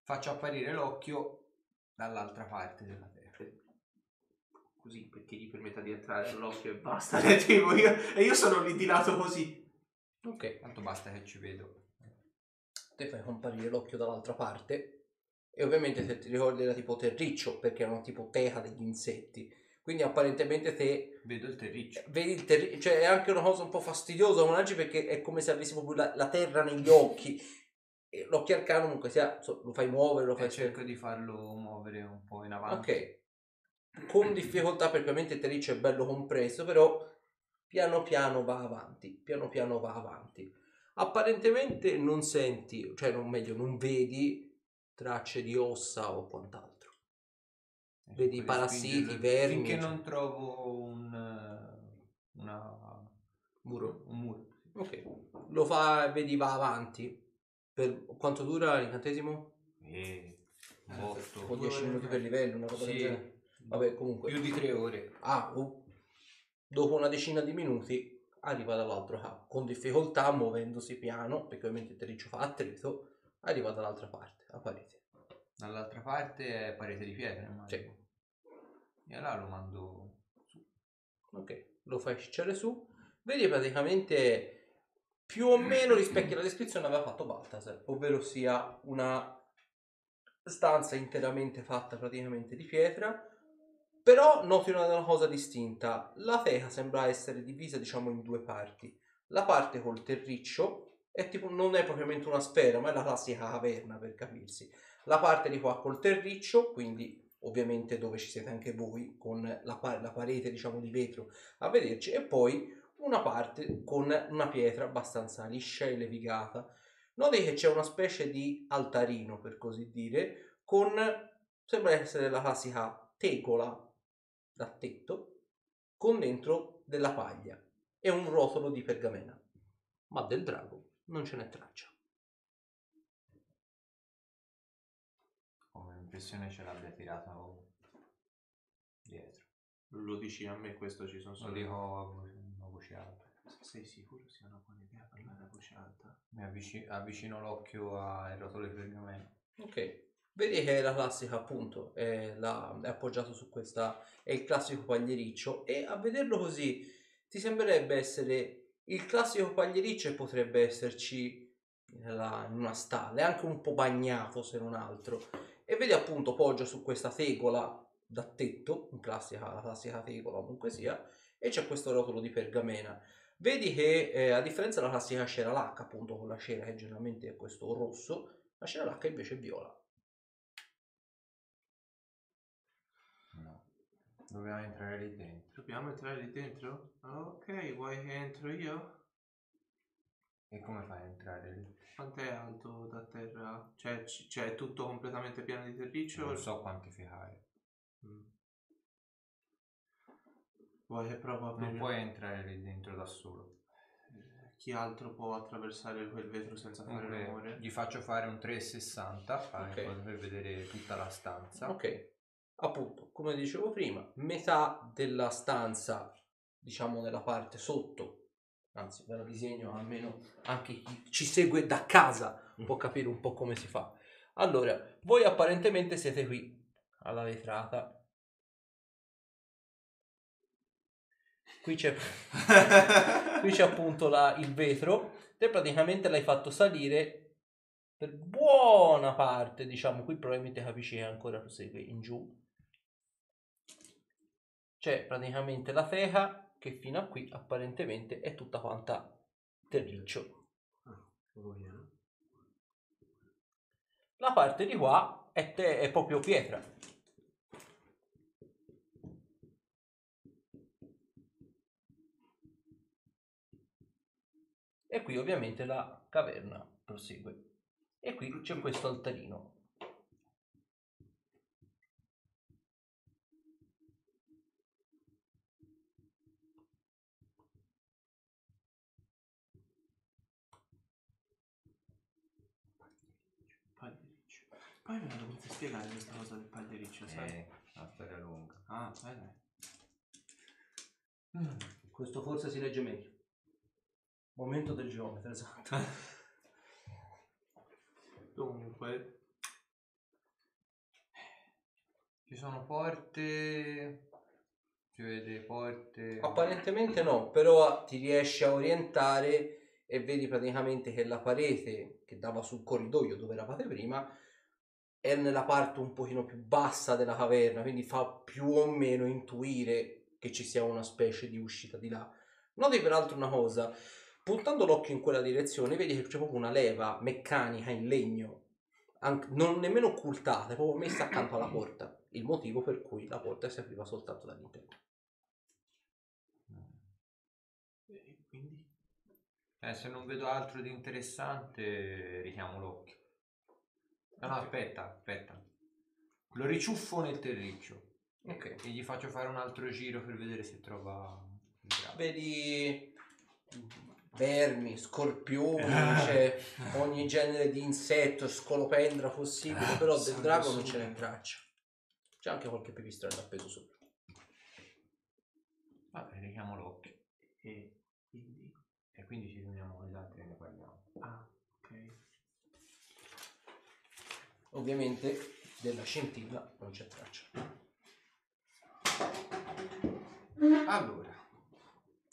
Faccio apparire l'occhio dall'altra parte della terra.
Così, perché gli permetta di [LAUGHS] entrare l'occhio e basta. Cioè, tipo, io- e io sono lì di lato così.
Ok,
Tanto basta che ci vedo.
te fai comparire l'occhio dall'altra parte e ovviamente se ti ricordi era tipo terriccio perché erano tipo teca degli insetti. Quindi apparentemente te
Vedo il terriccio.
Vedi il terri- cioè è anche una cosa un po' fastidiosa con oggi perché è come se avessi proprio la, la terra negli occhi. E l'occhio arcano comunque sia, so- lo fai muovere, lo fai...
Eh,
E
certo.
cerco di farlo muovere un po' in avanti.
Ok. Con difficoltà perché ovviamente il terriccio è bello compresso, però piano piano va avanti, piano piano va avanti. Apparentemente non senti, cioè non meglio, non vedi tracce di ossa o quant'altro.
E
Vedi i
cerco di
parassiti, i
spingerlo
vermi.
Finché
cioè,
non trovo un, eh, una,
Muro.
un muro.
Ok. Lo fa, vedi, va avanti. Per quanto dura l'incantesimo?
E
Eh,
Tipo 10 minuti per livello, una cosa del
Sì.
genere. Vabbè, comunque.
Più di tre ore.
Ah, uh. dopo una decina di minuti arriva dall'altro capo, con difficoltà muovendosi piano, perché ovviamente il terriccio fa attrito, arriva dall'altra parte, a parete.
Dall'altra parte è parete di pietra, immagino.
Sì.
E allora lo mando su.
Ok, lo fai sciare su, vedi praticamente più o meno rispecchia la descrizione che aveva fatto Baltasar, ovvero sia una stanza interamente fatta praticamente di pietra, però noti una, una cosa distinta, la teca sembra essere divisa diciamo in due parti, la parte col terriccio è tipo, non è propriamente una sfera, ma è la classica caverna per capirsi, la parte di qua col terriccio, quindi ovviamente dove ci siete anche voi con la, pa- la parete diciamo di vetro a vederci e poi una parte con una pietra abbastanza liscia e levigata noti che c'è una specie di altarino per così dire con sembra essere la classica tecola da tetto con dentro della paglia e un rotolo di pergamena ma del drago non ce n'è traccia
Come impressione ce l'abbia tirato dietro.
Lo dici a me, questo ci sono
Lo
solo
dico a voce, a voce alta.
Sei sicuro sia una buona idea parlare a voce alta?
Mi avvici- avvicino l'occhio al rotolo di pergamena.
Ok, vedi che è la classica appunto, è, la- è appoggiato su questa, è il classico pagliericcio e a vederlo così ti sembrerebbe essere il classico pagliericcio e potrebbe esserci nella- in una stalla, è anche un po' bagnato se non altro e vedi appunto poggia su questa tegola da tetto, in classica, la classica tegola comunque sia, e c'è questo rotolo di pergamena. Vedi che eh, a differenza della classica cera lacca appunto con la cera che generalmente è questo rosso, la cera H invece è viola.
No. Dobbiamo entrare lì dentro.
Dobbiamo entrare lì dentro? Ok, vuoi che entro io?
E come fai a entrare lì?
Quanto è alto da terra? Cioè, c- cioè, è tutto completamente pieno di terriccio?
Non so quantificare.
Mm. Vuoi che provo a
Non
aprire?
puoi entrare lì dentro da solo.
Chi altro può attraversare quel vetro senza fare
Comunque,
rumore?
gli faccio fare un 360 fai,
Ok.
per vedere tutta la stanza.
Ok, appunto, come dicevo prima, metà della stanza, diciamo nella parte sotto, anzi ve la disegno almeno anche chi ci segue da casa può capire un po' come si fa. Allora, voi apparentemente siete qui alla vetrata. Qui c'è, qui c'è appunto la- il vetro, te praticamente l'hai fatto salire per buona parte, diciamo, qui probabilmente capisci che ancora prosegue in giù. C'è praticamente la teca che fino a qui apparentemente è tutta quanta terriccio.
Ah,
La parte di qua è, te- è proprio pietra. E qui ovviamente la caverna prosegue. E qui c'è questo altarino.
Pagliericcio. Poi me la dovete spiegare questa cosa del pagliericcio, sai?
Eh, la storia è lunga.
Ah, bene.
Mm, Questo forse si legge meglio. Momento del esatto. geometra, esatto. [LAUGHS]
Dunque,
Ci sono porte. Si vede porte.
Apparentemente no, però ti riesci a orientare e vedi praticamente che la parete che dava sul corridoio dove eravate prima è nella parte un pochino più bassa della caverna, quindi fa più o meno intuire che ci sia una specie di uscita di là. Noti peraltro una cosa, puntando l'occhio in quella direzione vedi che c'è proprio una leva meccanica in legno, an- non nemmeno occultata, è proprio messa accanto alla porta. Il motivo per cui la porta si apriva soltanto dall'interno.
Quindi? Eh, se non vedo altro di interessante, richiamo l'occhio. No, no, aspetta, aspetta. Lo riciuffo nel terriccio.
Ok.
E gli faccio fare un altro giro per vedere se trova il braccio.
Vedi vermi, scorpioni,
Ah.
c'è ogni genere di insetto, scolopendra
Ah,
possibile, però del
sangue
drago non ce
sugo.
n'è traccia. C'è anche qualche pipistrello appeso sopra.
Vabbè, richiamo l'occhio. E quindi? E quindi ci riuniamo con gli altri e ne parliamo.
Ovviamente della scintilla non c'è traccia.
Allora,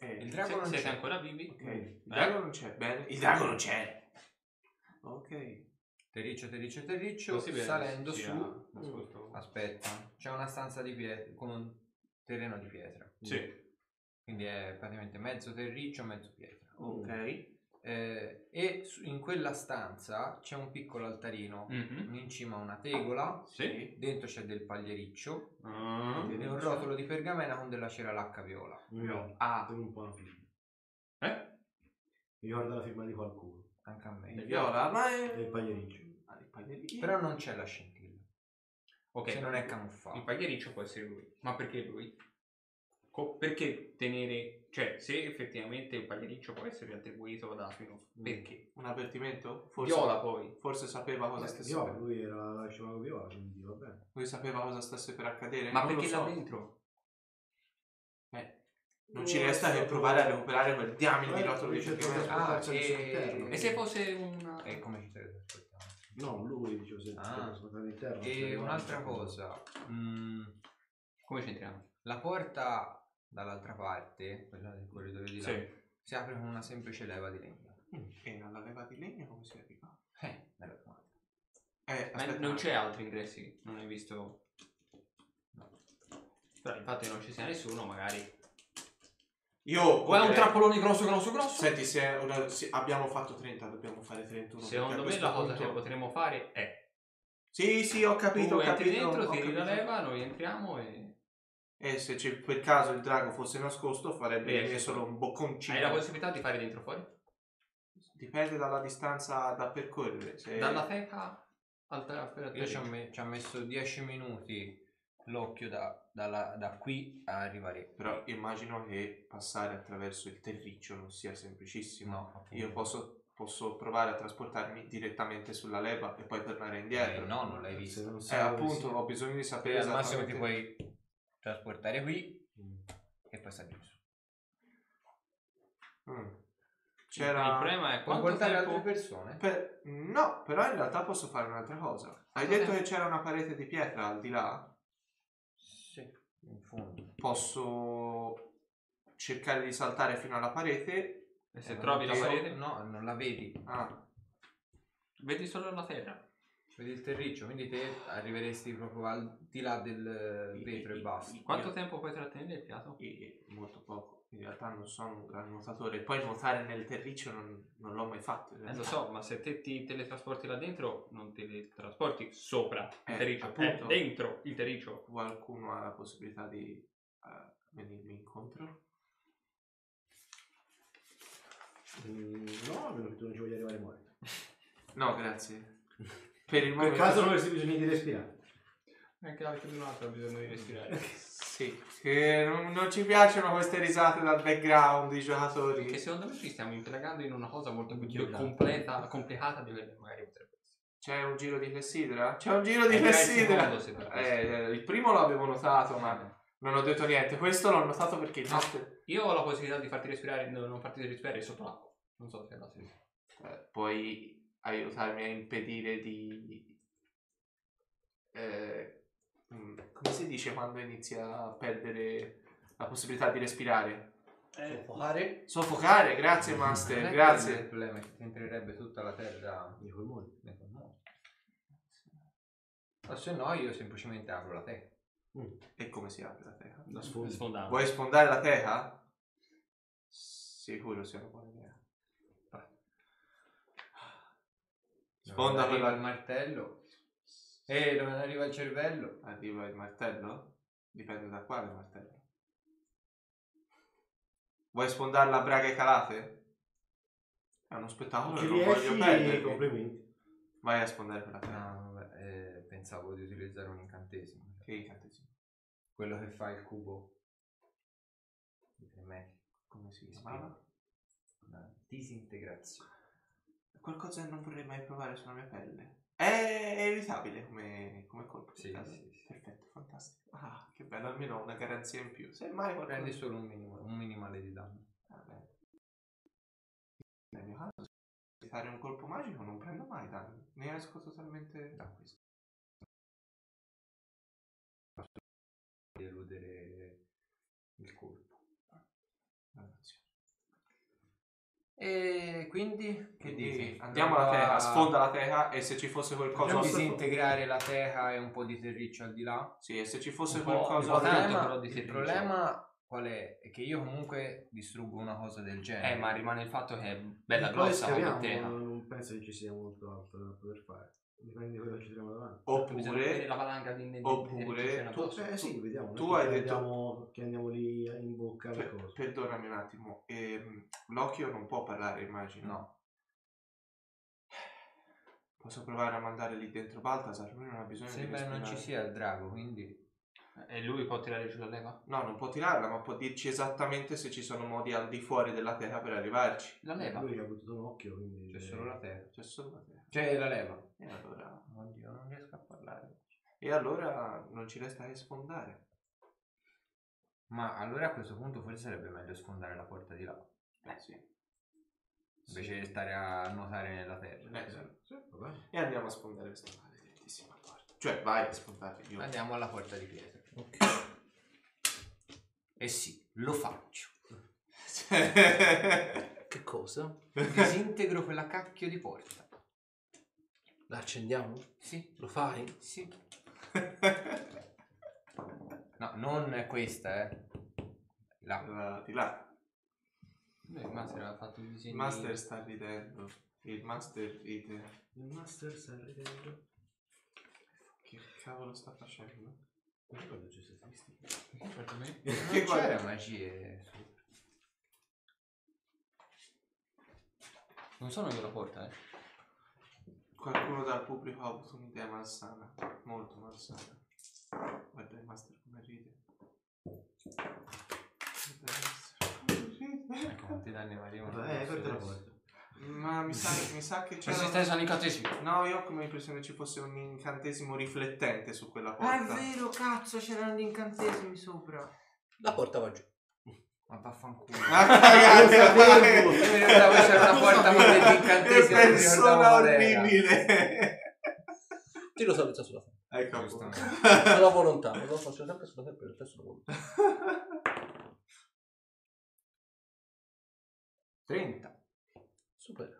Eh,
il drago
Se-
non
siete
c'è.
ancora vivi?
ok. Il drago non c'è. Bene. Il drago non c'è. Ok.
Terriccio, terriccio, terriccio.
Cioè,
Possibile
salendo
sia
su.
mm,
nascosto?
Aspetta, c'è una stanza di pietra con terreno di pietra.
Sì.
Quindi è praticamente mezzo terriccio, mezzo pietra.
Mm.
Ok.
Eh, e su- in quella stanza c'è un piccolo altarino.
Mhm.
In cima una tegola,
Sì.
dentro c'è del pagliericcio
Ah.
e un rotolo di pergamena con della cera lacca viola.
No,
Ah,
un po' una firma.
Eh?
Mi ricorda la firma di qualcuno. Eh,
anche a me.
Il viola, Ah, ma è...
Del pagliericcio.
Ah, il pagliericcio.
Però non c'è la scintilla.
Ok.
Se non è
Il
camuffato.
pagliericcio può essere lui. Ma perché lui? Co- perché tenere... Cioè, se effettivamente il pagliericcio può essere attribuito ad Aquino, perché?
Un avvertimento? Mm. Forse,
Viola poi.
forse sapeva cosa
Beh,
stesse
Viola,
per...
lui era il scimago viola, quindi va bene.
Lui sapeva cosa stesse per accadere?
Ma
non
perché
lo
là
so.
dentro?
Eh, non ci resta che provare a recuperare quel diamine
Eh,
di rotolo di pergamena.
Ah,
Ah,
c'è
eh,
il suo interno.
e... e se fosse una...
E come ci teletrasportiamo?
No, lui dicevo se
Ah.
ah. sono
Certo,
all'interno.
E un'altra cosa, mm,
Come c'entriamo?
la porta dall'altra parte, quella del corridoio di là,
Sì.
si apre con una semplice leva di legno.
Mm, E alla leva di legno come si arriva?
Eh, bella domanda.
Eh,
Ma
aspetta.
non c'è altri ingressi? Non hai visto... No. Però infatti non ci sia nessuno, magari...
Io...
O è un
direi-
trappolone grosso, grosso, grosso?
Senti, se, ora- se abbiamo fatto 30, dobbiamo fare 31.
Secondo me
perché a
la
questo
cosa che
punto-
potremmo fare è...
Sì, sì, ho capito, ho
tu entri
capito.
dentro,
ho
tiri la
capito.
leva, noi entriamo e...
E se c'è- per caso il drago fosse nascosto, farebbe
Eh,
venire
sì.
solo un bocconcino.
Hai la possibilità di fare dentro fuori?
Dipende dalla distanza da percorrere. Se...
Dalla teca al terraferro.
Io ci ho, me- ci ho messo 10 minuti l'occhio da, dalla- da qui a arrivare.
Però immagino che passare attraverso il terriccio non sia semplicissimo.
No, appunto.
Io posso, posso provare a trasportarmi direttamente sulla leva e poi tornare
Eh,
indietro.
no, non l'hai visto.
non
Eh, appunto, ho bisogno di
Te
sapere
al massimo
esattamente...
ti puoi trasportare qui e poi salire su.
Mm. C'era...
Il problema è
Puoi
quanto
portare
tempo...
altre persone?
Per- No, però in realtà posso fare un'altra cosa. Hai
Cosa
detto
fai?
che c'era una parete di pietra al di là?
Sì, in fondo.
Posso cercare di saltare fino alla parete?
E se
Eh,
trovi la
so-
parete...
No, non la vedi.
Ah,
Vedi solo la terra.
Vedi il terriccio, quindi te arriveresti proprio al di là del vetro e basta.
Quanto tempo puoi trattenere il fiato?
E- molto poco. In realtà non sono un gran nuotatore. Poi nuotare nel terriccio non, non l'ho mai fatto. in
Eh,
realtà.
lo so, ma se te ti teletrasporti là dentro, non te li trasporti sopra il
Eh,
terriccio,
appunto.
eh, dentro il terriccio.
Qualcuno ha la possibilità di eh, venirmi incontro?
Mm, no, a meno che tu non ci voglia arrivare morto.
No, grazie. Per il
Per
momento...
caso non avresti bisogno di respirare.
Anche l'altro di un altro ha bisogno di respirare.
Sì, che non, non ci piacciono queste risate dal background dei giocatori.
Che secondo me ci stiamo impelagando in una cosa molto più
Violata.
completa, complicata di quella che magari potrebbe essere.
C'è un giro di clessidra? C'è un giro di
Eh,
clessidra!
il secondo, se per
Eh,
questo.
eh, il primo l'avevo notato, ma non ho detto niente. Questo l'ho notato perché il
No.
notte.
Io ho la possibilità di farti respirare, no, non farti respirare sotto l'acqua. Non so se è la stessa.
Eh, puoi aiutarmi a impedire di. eh, mm, come si dice quando inizia a perdere la possibilità di respirare?
Soffocare?
Soffocare, Eh, grazie,
Non è
Master,
quello Il
grazie.
problema è che ti entrerebbe tutta la terra
Nei polmoni.
nel polmone. O se no io semplicemente apro la teca.
E come si apre la teca?
La sfondata.
Vuoi sfondare la teca? Sicuro sia una buona idea.
Dove
Sponda
arriva
quella-
il martello. E dove non arriva il cervello.
Arriva il martello? Dipende da quale martello. Vuoi sfondare la braga e calate? È uno spettacolo che non voglio
riesci,
perdere.
complimenti.
Vai a sfondare quella calate.
No, vabbè, eh, pensavo di utilizzare un incantesimo.
Che incantesimo.
Quello che fa il cubo. Di tre metri.
Come si chiamava?
Una disintegrazione.
Qualcosa che non vorrei mai provare sulla mia pelle. È è evitabile come, come colpo.
Sì,
certo?
sì, sì.
Perfetto, fantastico. Ah, che bello, almeno ho una garanzia in più. Se mai qualcosa...
Prendi solo un, minimo- un minimale di danno.
Vabbè. Nel mio caso, se fare un colpo magico non prendo mai danni. Ne esco totalmente da questo.
Di eludere il colpo.
Grazie.
E quindi?
Che dici? Andiamo alla
Prova
teca, sfonda la teca e se ci fosse
a
qualcosa...
diciamo disintegrare la teca e un po' di terriccio al di là?
Sì, e se ci fosse
Un po',
qualcosa...
il
Tanto
problema,
però di
il
servizio.
problema qual è? È che io comunque distruggo una cosa del genere.
Eh, ma rimane il fatto che è bella
Poi
grossa
scaviamo,
come terra.
Non penso che ci sia molto altro da poter fare. Dipende di quello che ci troviamo davanti.
Bisogna vedere la
Oppure...
valanga di di-
oppure
di- di-
Tu,
addosso.
eh sì, vediamo. non
tu
è che
hai detto- Cioè,
andiamo- che andiamo lì in bocca alle
per-
cose.
perdonami un attimo, ehm, l'occhio non può parlare, immagino.
No.
Posso provare a mandare lì dentro Baltasar, lui non ha bisogno di
Sembra non ci
respirare.
sia il drago, quindi...
E lui può tirare giù la leva?
No, non può tirarla, ma può dirci esattamente se ci sono modi al di fuori della teca per arrivarci.
La leva?
Lui ci ha buttato un occhio, quindi...
C'è solo la terra.
C'è solo la teca.
C'è la leva.
E allora...
Oddio, non riesco a parlare.
E allora non ci resta che sfondare.
Ma allora a questo punto forse sarebbe meglio sfondare la porta di là.
Eh sì.
Invece di stare a nuotare nella terra.
Eh, sì.
Vabbè.
E andiamo a sfondare questa maledettissima porta. Cioè, vai a sfondare. Io.
Andiamo alla porta di pietra. E sì, lo faccio.
[LAUGHS]
Che cosa?
Disintegro quella cacchio di porta.
La accendiamo?
Sì,
Lo fai?
sì. [LAUGHS] No, non questa, eh. La
Allora, di là.
Beh, il master ha fatto un
Il
disegno.
master sta ridendo. Il master ride.
Il master sta ridendo.
Che cavolo sta facendo?
Come quando ci siete visti?
Per me.
Che
Che
guarda-
c'era magie.
Non sono io la porta, eh.
Qualcuno dal pubblico ha avuto un'idea malsana. Molto malsana. Guarda il master come ride. Guarda il master come ride.
Ecco, quanti danni mi arrivano?
Vabbè, guarda la porta.
Ma mi sa, mi sa che c'è.
Questi stessi sono incantesimi.
No, io ho come l'impressione ci fosse un incantesimo riflettente su quella porta.
Ah, vero, cazzo, c'erano gli incantesimi sopra.
La porta va giù.
Ma vaffanculo.
[LAUGHS] Ah, ragazzi,
Sapevo!
dai.
Io mi ricordavo c'era
[LAUGHS]
una porta con degli incantesimi,
Che
non mi
persona
ricordavo qual era.
[LAUGHS]
orribile.
Tiro salvezza sulla
[LAUGHS]
fronte.
Ecco. [LAUGHS]
Giusto.
Sulla volontà. Lo faccio sempre sulla fronte per il testo sulla volontà.
30.
Supera.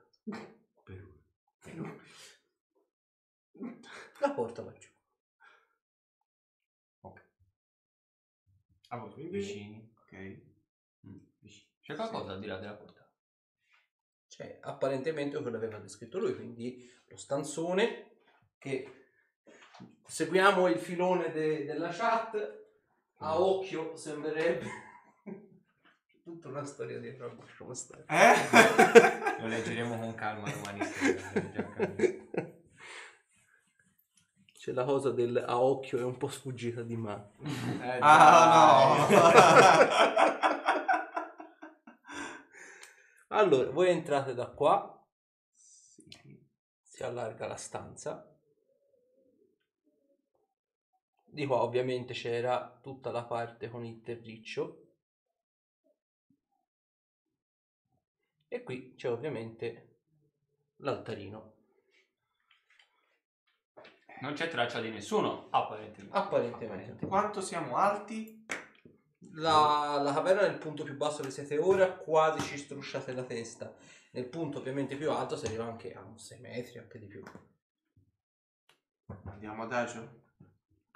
Per lui.
La porta va giù.
A voi, vicini.
Ah, ok.
Mm, C'è qualcosa al di là della porta?
Cioè, apparentemente quello aveva descritto lui, quindi lo stanzone che seguiamo il filone de- della chat
Mm.
a occhio sembrerebbe [LAUGHS] tutta una storia dietro a lasciamo stare.
[LAUGHS]
Eh?
Lo leggeremo con Eh, calma domani
[LAUGHS]
[LAUGHS] sera. è già capito.
C'è la cosa del a occhio è un po' sfuggita di mano.
Eh,
Ah
Allora, voi entrate da qua,
no!
si allarga la stanza. Di qua ovviamente c'era tutta la parte con il terriccio. E qui c'è ovviamente l'altarino.
Non c'è traccia di nessuno, apparentemente.
Ah. Apparentemente.
Quanto siamo alti?
La, la caverna nel punto più basso che siete ora, quasi ci strusciate la testa. Nel punto ovviamente più alto si arriva anche a 6 metri, anche di più.
Andiamo adagio.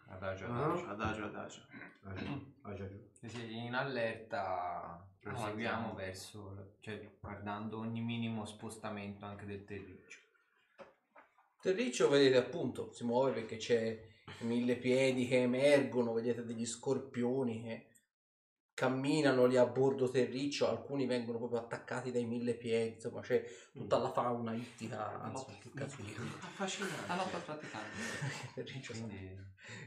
Adagio, adagio.
Ah.
Adagio, adagio.
Ah, già. Ah, già, già.
Sì, Eh sì, In allerta proseguiamo
Avanziamo.
verso, cioè guardando ogni minimo spostamento anche del terriccio.
Terriccio vedete appunto si muove perché c'è mille piedi che emergono, vedete degli scorpioni che camminano lì a bordo Terriccio, alcuni vengono proprio attaccati dai mille piedi, insomma c'è tutta
Mm.
la fauna ittica,
Ah,
anzi più casino.
Ah,
La lotta praticamente.
Terriccio sa-
Quindi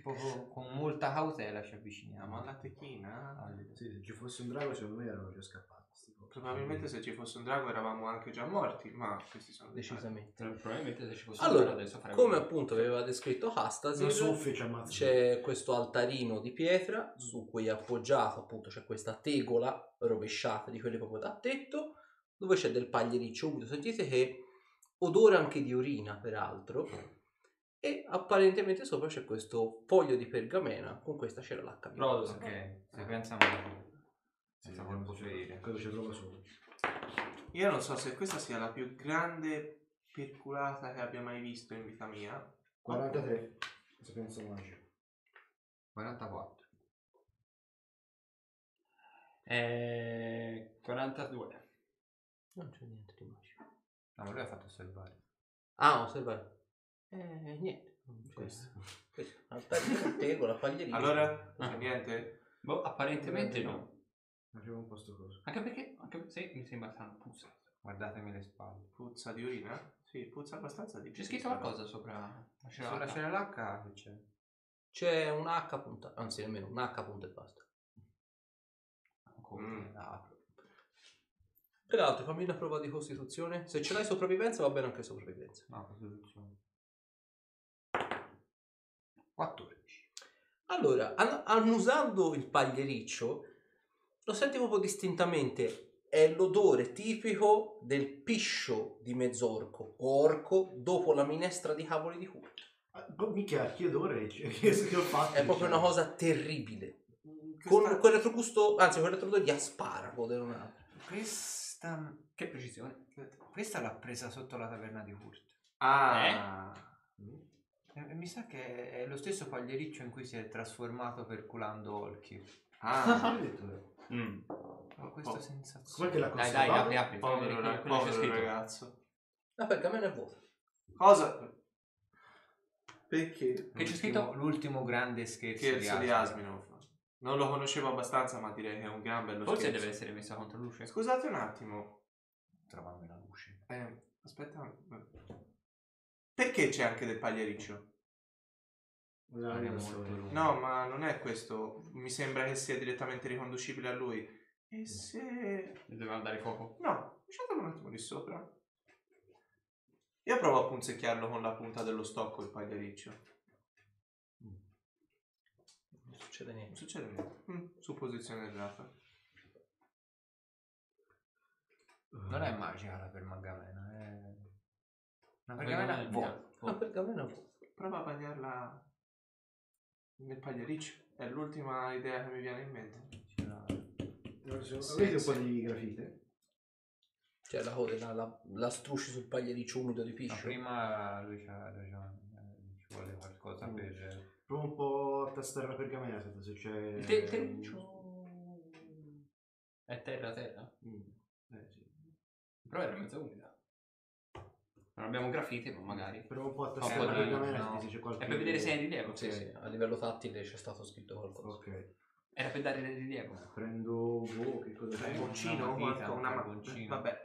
proprio con molta cautela ci avviciniamo alla tequina.
Sì, se ci fosse un drago secondo me erano già scappati. sti cosi.
Probabilmente se ci fosse un drago eravamo anche già morti, ma questi sono dei
decisamente.
Probabilmente se ci fosse
Allora,
un adesso faremo
come appunto aveva descritto Hastasil,
Una soffice ammazza.
c'è questo altarino di pietra su cui è appoggiato appunto c'è questa tegola rovesciata di quelle proprio da tetto dove c'è del pagliericcio umido sentite che odore anche di urina peraltro e apparentemente sopra c'è questo foglio di pergamena con questa c'era l'H
Rodos, ok, se pensa male. Senza
Sì,
colpo ferire.
Cosa ci trova solo?
Io non so se questa sia la più grande perculata che abbia mai visto in vita mia.
43. Se penso magico.
44.
Eh, 42.
non c'è niente di magico
No, ma lui ha fatto osservare.
ah osserva eh niente non c'è. questo altarino di tegola pagliericcio
Allora,
Ah.
c'è niente?
Boh, apparentemente no.
Arriva un po' sto coso.
Anche perché, anche perché sì, mi sembra strano, puzza.
Guardatemi le spalle.
Puzza di urina? Sì, puzza abbastanza di
C'è scritto qualcosa sopra la
Sulla
scelata?
scena H che c'è?
c'è un H punta anzi nemmeno un H punto e basta
Mm.
Ah. Peraltro, fammi una prova di costituzione. Se ce l'hai sopravvivenza, va bene anche sopravvivenza.
No, costituzione.
14. Allora, an- annusando il pagliericcio, lo senti proprio distintamente. È l'odore tipico del piscio di mezzorco o orco dopo la minestra di cavoli di cuore.
Ah, boh, Minchia, che odore c'è? Che che ho fatto?
È proprio una
diciamo?
cosa terribile. Con
Questa,
quel retrogusto, anzi, quel retrogusto di asparago. del-
Questa.
Che precisione.
Questa l'ha presa sotto la taverna di Hurt.
Ah,
Eh?
E- e Mi sa che è lo stesso pagliericcio in cui si è trasformato perculando Olki.
ah.
Che detto, eh?
Mm.
[LAUGHS] Ho questa
Oh.
sensazione.
Com'è che l'ha
Dai, dai,
conservato?
apri, apri.
povero,
Quello-
ra-
quello c'è
povero
scritto.
ragazzo.
La pergamena è vuota.
Cosa? Perché?
Che c'è
L'ultimo-
scritto?
L'ultimo grande scherzo,
Scherzo di
Asmund.
Asminov. Non lo conoscevo abbastanza, ma direi che è un gran bello
Forse
scherzo.
deve essere messa contro luce.
Scusate un attimo,
Trovando la luce.
eh, aspetta. un- Perché c'è anche del pagliericcio?
Non
Non è
arriva
molto
sto-
lungo.
No, ma non è questo. Mi sembra che sia direttamente riconducibile a lui. E se...
Doveva dare fuoco.
No, lasciatelo un attimo lì sopra. Io provo a punzecchiarlo con la punta dello stocco il pagliericcio.
Non succede
Non
niente.
succede niente. Mm, supposizione errata.
Non è magica la pergamena, è una
Pergamena
pergamena
è
vuota.
La pergamena è vuota.
Prova a bagnarla nel pagliericcio. È l'ultima idea che mi viene in mente.
Allora, se-
Sì,
Avete un
sì.
po' di grafite?
Cioè la, la, la, la strusci sul pagliericcio umido di
Ma
piscio.
prima lui c'ha ragione, eh, ci vuole qualcosa per... eh,
Provo un po' a tastare la pergamena, sento se c'è...
Il te-
Ehm.
terriccio. È terra terra?
Mm. Eh, sì.
Però era mezza umida. Non abbiamo grafite, ma magari. È
Provo un po' a
po'
tastare la
di-
pergamena,
no.
sento se c'è qualche...
per vedere se è in rilievo.
Sì, sì, Eh, a livello tattile c'è stato scritto qualcosa.
Ok.
Era per dare il rilievo.
Prendo... Boh, che cosa c'è?
Un
una
boccino,
matita,
qualco-
un
una ma-
carboncino.
Vabbè.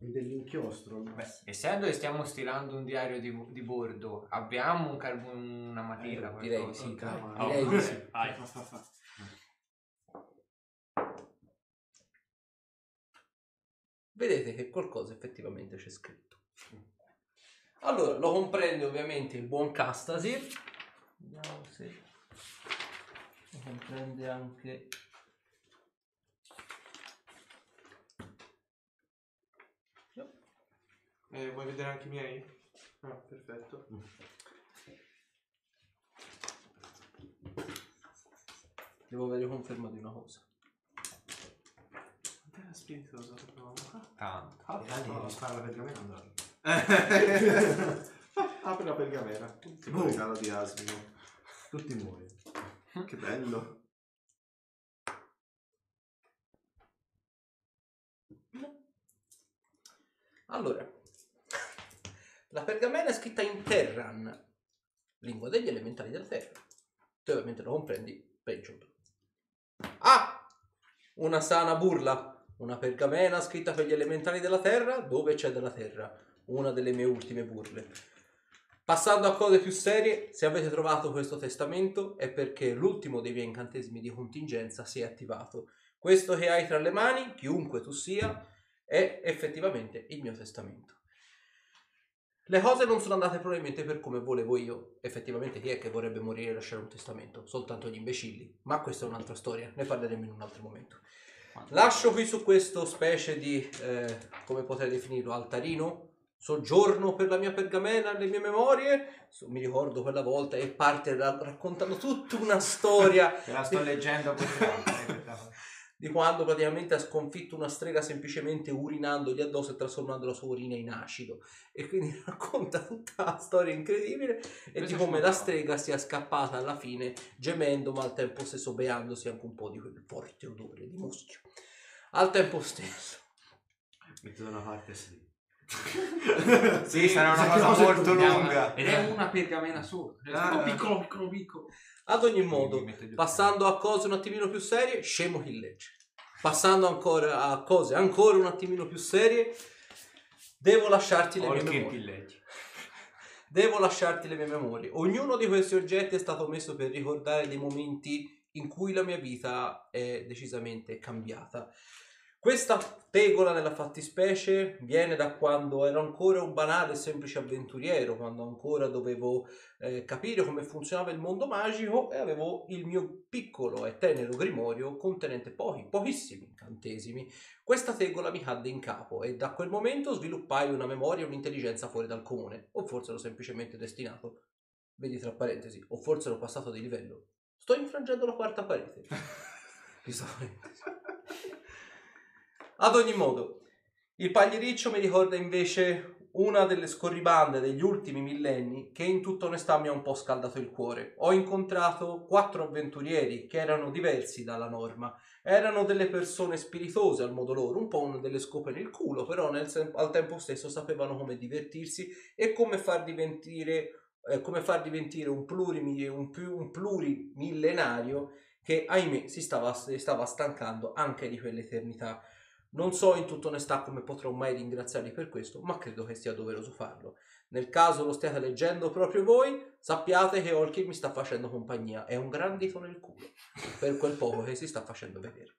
eh,
Dell'inchiostro?
Beh, essendo che stiamo stilando un diario di, di bordo, abbiamo un carbo- una matita,
Eh, direi
oh,
qualcosa?
sì,
calma.
Oh,
dai. Direi di sì.
ok.
[LAUGHS]
Vai.
Vedete che qualcosa effettivamente c'è scritto. Allora, lo comprende ovviamente il buon Castasir. Vediamo se lo comprende anche...
Eh, vuoi vedere anche i miei? Ah, perfetto.
Devo avere conferma di una cosa.
Quanto era spiritoso che provavo?
Tanto.
Ah,
E anche non spara la pergamena andrà.
[LAUGHS] Apri la pergamena. Che
Boh.
Oh.
regalo di asino.
Tutti muoiono.
Che bello.
Allora, La pergamena è scritta in Terran, lingua degli elementari della Terra. Tu ovviamente lo comprendi, peggio. Ah! Una sana burla. Una pergamena scritta per gli elementari della Terra, dove c'è della Terra. Una delle mie ultime burle. Passando a cose più serie, se avete trovato questo testamento è perché l'ultimo dei miei incantesimi di contingenza si è attivato. Questo che hai tra le mani, chiunque tu sia, è effettivamente il mio testamento. Le cose non sono andate probabilmente per come volevo io. Effettivamente chi è che vorrebbe morire e lasciare un testamento? Soltanto gli imbecilli. Ma questa è un'altra storia, ne parleremo in un altro momento. Lascio qui su questo specie di, eh, come potrei definirlo, altarino, soggiorno per la mia pergamena, le mie memorie. So- Mi ricordo quella volta e parte ra- raccontando tutta una storia
Eh.
Te la sto
[LAUGHS]
leggendo pure io, aspetta.
[COUGHS] di quando praticamente ha sconfitto una strega semplicemente urinandogli addosso e trasformando la sua urina in acido. E quindi [LAUGHS] racconta tutta la storia incredibile e di
Questo
come
ci
la
mancava.
strega sia scappata alla fine gemendo ma al tempo stesso beandosi anche un po' di quel forte odore di muschio. Al tempo stesso.
Metto da una
[LAUGHS]
parte sì.
Sì, sarà una
Sappiamo
cosa
se
molto
torniamo.
lunga.
Ed è una pergamena sola.
Ah.
È piccolo, piccolo, piccolo.
Ad ogni modo,
Mi metto certo, gli
passando a cose un attimino più serie, scemo chi legge. Passando ancora a cose ancora un attimino più serie, devo lasciarti le mie
occhiali.
memorie. [LAUGHS] Devo lasciarti le mie memorie. Ognuno di questi oggetti è stato messo per ricordare dei momenti in cui la mia vita è decisamente cambiata. Questa tegola nella fattispecie viene da quando ero ancora un banale e semplice avventuriero, quando ancora dovevo eh, capire come funzionava il mondo magico e avevo il mio piccolo e tenero grimorio contenente pochi, pochissimi incantesimi. Questa tegola mi cadde in capo e da quel momento sviluppai una memoria e un'intelligenza fuori dal comune, o forse ero semplicemente destinato, vedi tra parentesi, o forse ero passato di livello. Sto infrangendo la quarta parete. Chiusa parentesi. Ad ogni modo, il pagliericcio mi ricorda invece una delle scorribande degli ultimi millenni che in tutta onestà mi ha un po' scaldato il cuore. Ho incontrato quattro avventurieri che erano diversi dalla norma. Erano delle persone spiritose al modo loro, un po' una delle scope nel culo, però nel sen- al tempo stesso sapevano come divertirsi e come far diventare, eh, come far diventire un, plurimi- un più- un plurimillenario che ahimè si stava, si stava stancando anche di quell'eternità. Non so in tutta onestà come potrò mai ringraziarli per questo, ma credo che sia doveroso farlo. Nel caso lo stiate leggendo proprio voi, sappiate che Olkir mi sta facendo compagnia. È un gran dito nel culo per quel poco che si sta facendo vedere.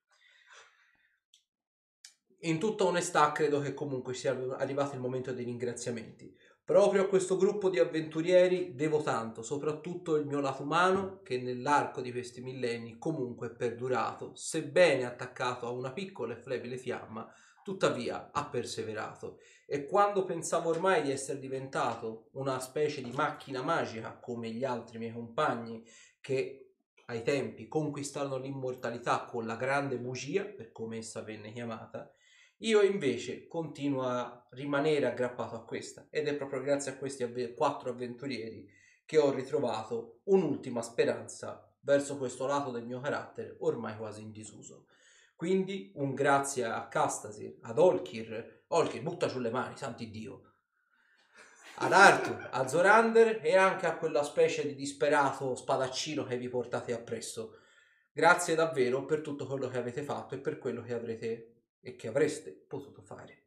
In tutta onestà, credo che comunque sia arrivato il momento dei ringraziamenti. Proprio a questo gruppo di avventurieri devo tanto, soprattutto il mio lato umano, che nell'arco di questi millenni comunque è perdurato, sebbene attaccato a una piccola e flebile fiamma, tuttavia ha perseverato. E quando pensavo ormai di essere diventato una specie di macchina magica come gli altri miei compagni, che ai tempi conquistarono l'immortalità con la grande bugia, per come essa venne chiamata, io invece continuo a rimanere aggrappato a questa ed è proprio grazie a questi avve- quattro avventurieri che ho ritrovato un'ultima speranza verso questo lato del mio carattere ormai quasi in disuso. Quindi un grazie a Castasir, ad Olkir, Olkir butta giù le mani, santi Dio, ad Arthur, a Zorander e anche a quella specie di disperato spadaccino che vi portate appresso. Grazie davvero per tutto quello che avete fatto e per quello che avrete e che avreste potuto fare.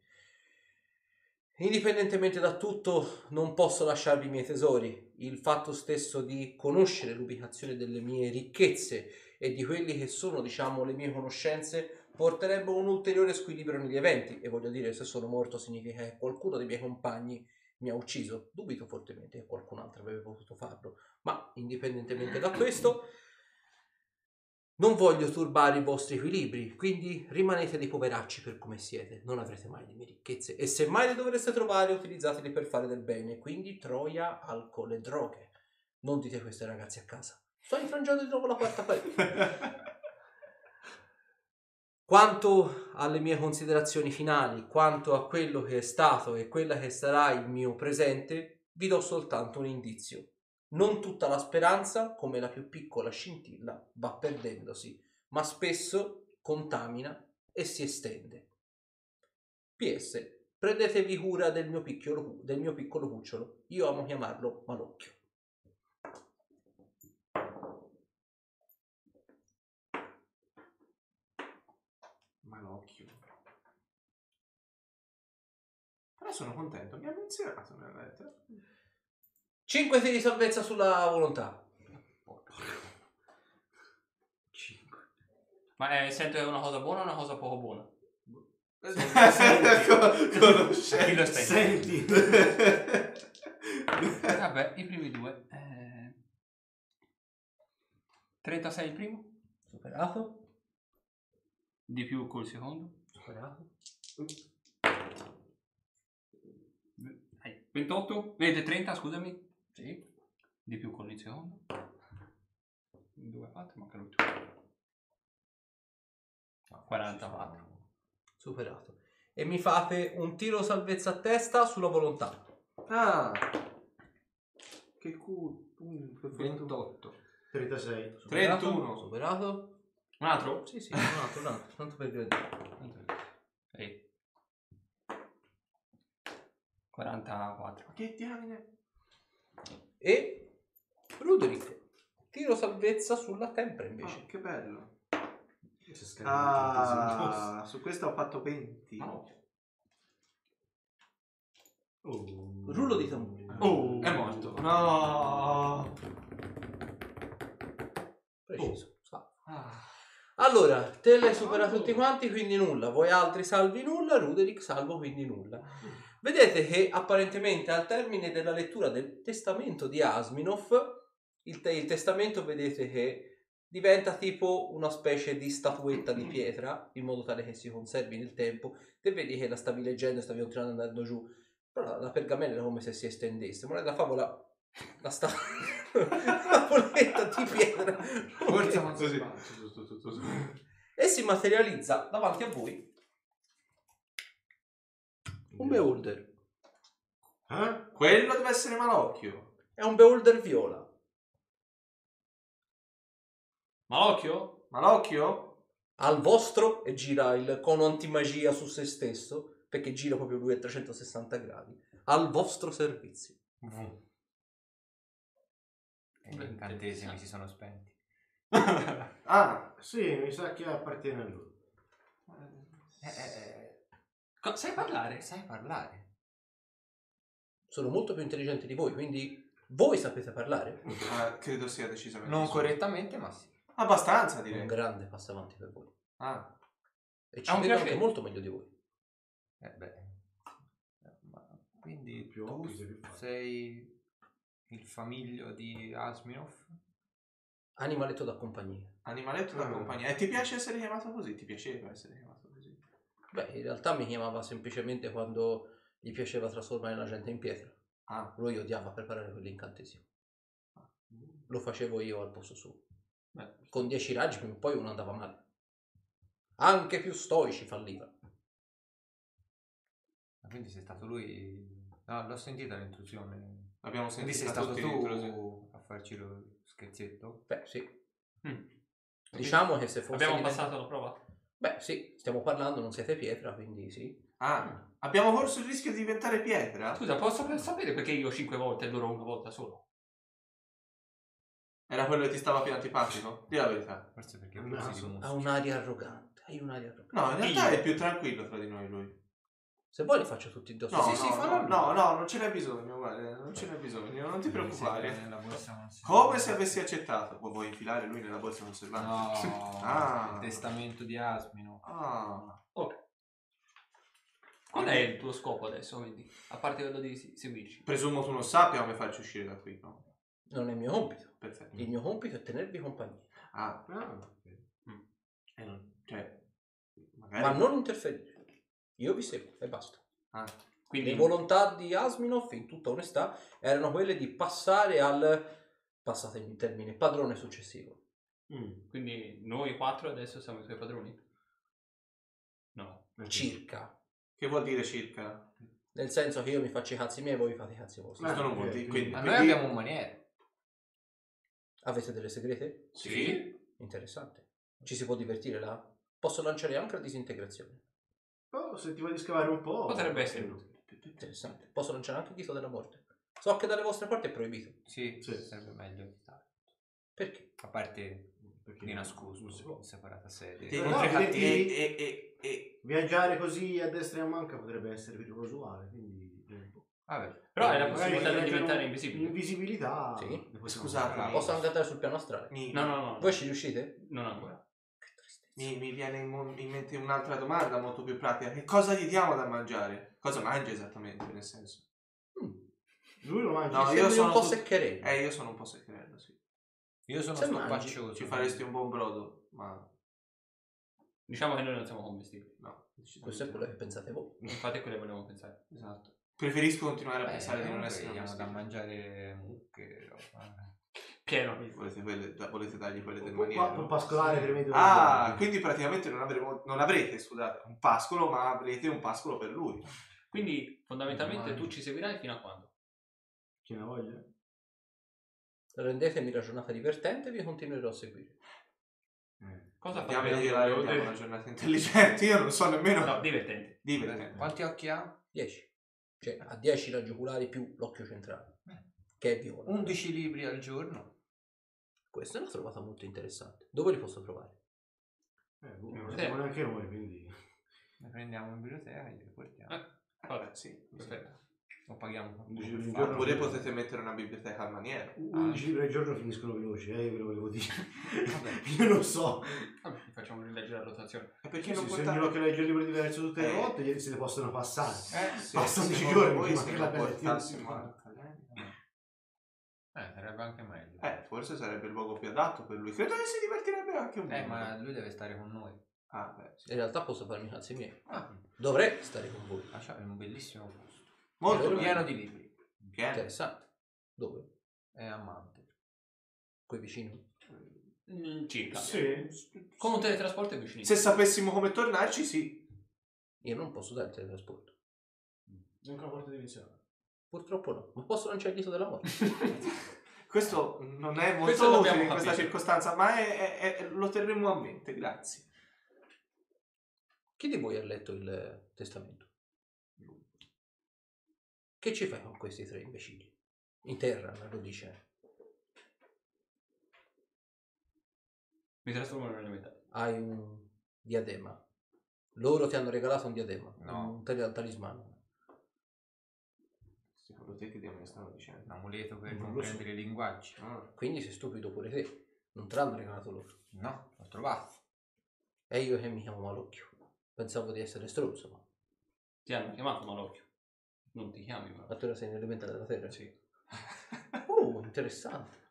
Indipendentemente da tutto, non posso lasciarvi i miei tesori. Il fatto stesso di conoscere l'ubicazione delle mie ricchezze e di quelli che sono, diciamo, le mie conoscenze porterebbe a un ulteriore squilibrio negli eventi. E voglio dire, se sono morto significa che qualcuno dei miei compagni mi ha ucciso. Dubito fortemente che qualcun altro avrebbe potuto farlo, ma indipendentemente da questo, non voglio turbare i vostri equilibri, quindi rimanete dei poveracci per come siete, non avrete mai le mie ricchezze e se mai le dovreste trovare utilizzatele per fare del bene, quindi troia, alcol e droghe. Non dite questo ai ragazzi a casa. Sto infrangendo di nuovo la quarta parete. Quanto alle mie considerazioni finali, quanto a quello che è stato e quella che sarà il mio presente, vi do soltanto un indizio. Non tutta la speranza, come la più piccola scintilla, va perdendosi, ma spesso contamina e si estende. PS. Prendetevi cura del mio, picchiolo- del mio piccolo cucciolo. Io amo chiamarlo Malocchio.
Malocchio. Però sono contento, mi ha menzionato nella lettera.
5 tiri di salvezza sulla volontà.
5. Ma eh, sento che è una cosa buona o una cosa poco buona?
Con-
Chi lo
Conoscenza.
sta
Senti.
Eh, Vabbè, i primi due. eh. 36 il primo,
Superato.
di più col secondo.
Superato.
Dai, 28, vedete 30, scusami,
Sì.
di più con il secondo. 2 4, manca l'ultimo. 44.
Superato. E mi fate un tiro salvezza a testa sulla volontà.
Ah. Che culo. Mm, che fortuna.
28.
36.
Superato.
31.
Superato.
Un altro?
Sì, sì, un altro, un altro. Tanto per gradire.
E 44.
Ma [LAUGHS] che diamine? Ah,
E Ruderick. Tiro salvezza sulla tempra invece.
Ah, che bello.
Si
Ah, su questo ho fatto 20.
Oh.
Rullo di tamburi.
Oh, è morto.
[LAUGHS]
No.
Preciso. salvo.
Ah.
Allora, te l'hai superato tutti quanti, quindi nulla. Voi altri salvi nulla, Ruderick salvo quindi nulla. Vedete che apparentemente al termine della lettura del testamento di Asminov, il, te- il testamento vedete che diventa tipo una specie di statuetta di pietra, in modo tale che si conservi nel tempo. Te vedi che la stavi leggendo e stavi continuando andando giù, però la, la pergamena era come se si estendesse. Ma la favola... La, sta- [LAUGHS] la tavoletta di pietra
Forse non so
Così.
se
e si materializza davanti a voi un beholder.
Eh?
Quello deve essere Malocchio.
È un beholder viola.
Malocchio?
Malocchio?
Al vostro e gira il cono antimagia su se stesso, perché gira proprio lui a 360 gradi. Al vostro servizio.
E Eh, gli incantesimi si sono spenti.
Ah.
Sì, mi sa che appartiene a lui.
Eh, eh,
Co- sai
eh,
parlare?
sai parlare?
Sono molto più intelligenti di voi, quindi voi sapete parlare.
Ah, credo sia decisamente
Non
su.
correttamente, ma sì.
È
Abbastanza
un
direi.
grande passo avanti per voi.
Ah.
E ci
È un
vedo anche
piacere.
molto meglio di voi.
Eh, beh. Eh, ma quindi
Più
tu
obblighi, più fai.
sei il famiglio di Asminov?
Animaletto da compagnia.
Animaletto
Eh.
da compagnia. E ti piace essere chiamato così? Ti piaceva essere chiamato così?
Beh, in realtà mi chiamava semplicemente quando gli piaceva trasformare la gente in pietra.
Ah.
Lui odiava preparare quell'incantesimo. Lo facevo io al posto suo. Con 10 raggi, prima o poi uno andava male. Anche più stoici falliva.
Ma Quindi sei stato lui... No, l'ho sentita l'intrusione.
L'abbiamo
Quindi
sentito
sei stato
tutti dentro,
tu a farci lo scherzetto?
Beh, sì.
Mm.
Diciamo che se fosse...
Abbiamo
diventato-
passato la prova?
Beh, sì, stiamo parlando, non siete pietra, quindi sì.
sì. Ah. Abbiamo corso il rischio di diventare pietra?
Scusa, posso per- sapere perché io 5 volte e loro una volta solo?
Era quello che ti stava più antipatico? Di la verità.
Forse perché
No,
forse
sono-
Ha un'aria arrogante. Hai un'aria arrogante.
No, in realtà
Io?
è più tranquillo tra di noi lui.
Se vuoi li faccio tutti indosso.
No,
Sì,
no,
sì,
no,
fallo.
no, no, non ce n'è bisogno, guarda, non ce n'è bisogno, Ah, non ti preoccupare.
Nella borsa non si-
Come se avessi accettato. Poi vuoi infilare lui nella borsa conservata?
No,
[LAUGHS] Ah.
il testamento di Asmino.
Ah.
Qual è il tuo scopo adesso, quindi? A parte quello di se- seguirci.
Presumo tu non sappia come farci uscire da qui, no?
Non è il mio compito.
Perfetto.
Il mio compito è tenervi compagnia.
Ah.
Ah, ok.
Eh, non- cioè, magari...
Ma non interferire. Io vi seguo e basta.
Ah.
Quindi
Le volontà di Asminov, in tutta onestà, erano quelle di passare al, passatemi il termine, padrone successivo.
Mm.
Quindi noi quattro adesso siamo i suoi padroni? No.
Circa.
Che vuol dire circa?
Nel senso che io mi faccio i cazzi miei e voi vi fate i cazzi vostri.
Questo non vuol
ok,
dire. Quindi,
quindi-
Ma noi
quindi-
abbiamo un maniere.
Avete delle segrete?
Sì?
Interessante. Ci si può divertire là? Posso lanciare anche la disintegrazione.
Però se ti voglio scavare un po'...
Potrebbe essere utile.
Interessante. Posso lanciare anche Ghito della morte. So che dalle vostre parti è proibito.
Sì,
Sì.
sarebbe meglio evitare.
Perché?
A parte
Perché
di
non si
nascosto,
può.
in separata
E,
sede.
Sì. No,
e-
sì.
e- e- e-
Viaggiare così a destra e a manca potrebbe essere pericolosuale, quindi... eh, boh.
Vabbè,
Però è la
Magari
possibilità di
viaggiano-
diventare invisibili.
L'invisibilità...
Sì.
le possiamo-
Scusate, ma-
Posso anche andare sul piano astrale?
mi,
No, no, no.
Voi ci riuscite?
Non ancora.
Che tristezza.
mi- mi viene in, mo- in mente un'altra domanda molto più pratica. Che cosa gli diamo da mangiare? Cosa mangia esattamente, nel senso?
Lui lo mangia.
No,
Mi
io
sembri
sono
un po'
tut-
seccherello.
Eh, io sono un po' secreto, sì.
io sono
Se mangi,
stoppaccioso.
Ci faresti un buon brodo, ma
Diciamo che noi non siamo commestibili.
no. decisamente
Questo è
no.
quello che pensate voi.
Infatti è quello che volevamo pensare.
Esatto. Preferisco continuare a
Beh,
pensare di non
comunque
essere
gli diamo da
omosessuale.
mangiare mucche, roba.
Pieno.
Volete, quelle, da- volete dargli quelle del
Un pa-
maniero?
un pascolare per me dove-
Ah, quindi praticamente non, avremo, non avrete, scusate, un pascolo, ma avrete un pascolo per lui.
Quindi fondamentalmente
Domani.
tu ci seguirai fino a quando?
Chi ne ha voglia?
Rendetemi la giornata divertente e vi continuerò a seguire.
Cosa fai?
Andiamo a gliela rendiamo una giornata intelligente, io non so nemmeno...
No, divertente.
Divertente.
eh. Quanti occhi ha?
10. Cioè, a 10 ragioculari più l'occhio centrale,
Eh.
che è viola.
11 libri al giorno.
Questa è una trovata molto interessante. Dove li posso trovare?
Eh, boh, non lo
Eh.
sappiamo neanche noi, quindi...
Ne prendiamo in biblioteca e li portiamo.
Vabbè,
Vabbè, sì.
perfetto.
Lo paghiamo qualcuno
Dici
per
un
farlo.
giorno-
Oppure potete mettere una biblioteca al maniero. Ah,
11 libri al giorno finiscono veloci, eh, ve lo volevo dire.
Vabbè.
[LAUGHS] Io lo so.
Vabbè, facciamo rileggere la rotazione.
E perché
Sì,
non
se
portare...
ognuno che legge un libro diverso tutte le
Eh.
volte, gli- se ne possono passare.
Eh, sì,
Basta
secondo
dieci giorni
voi
prima
se
che
lo
la perdiamo.
portassimo al Palermo?
Eh, sarebbe anche meglio.
Eh, forse sarebbe il luogo più adatto per lui. Credo che si divertirebbe anche un po'.
Eh, ma lui deve stare con noi.
Ah, beh, sì.
In realtà posso farmi i cazzi miei.
Ah,
Dovrei stare con voi.
lasciamo in Ah, un bellissimo posto.
Molto
Allora-
pieno di
pieno.
libri.
Pieno.
Interessante. Dove?
E amante.
Qui vicino?
Mm, Circa.
Sì.
Con un teletrasporto è vicino.
Se sapessimo come tornarci, sì.
Io non posso dare il teletrasporto.
Neanche una volta dimensionale.
Purtroppo no. Ma posso lanciare il dito della
[LAUGHS]
morte?
Questo non è
Questo
molto utile
l'abbiamo
in questa
capito.
circostanza, ma è- è- è- lo terremo a mente, grazie.
Chi di voi ha letto il eh, testamento? Che ci fai con questi tre imbecilli? In terra, lo dice.
Mi trasformo in un elementare.
Hai un diadema. Loro ti hanno regalato un diadema.
No.
Un tele- talismano.
Secondo te che Dio mi stanno dicendo?
Un amuleto per
Non lo
comprendere i linguaggi.
Ah,
Quindi sei stupido pure te. Non te l'hanno regalato loro.
No, l'ho trovato.
E io che mi chiamo Malocchio. Pensavo di essere stronzo, ma
Ti hanno chiamato Malocchio. Non ti chiami
ma
Malocchio.
tu ora sei un elementare della terra.
Sì.
[LAUGHS] Oh, interessante.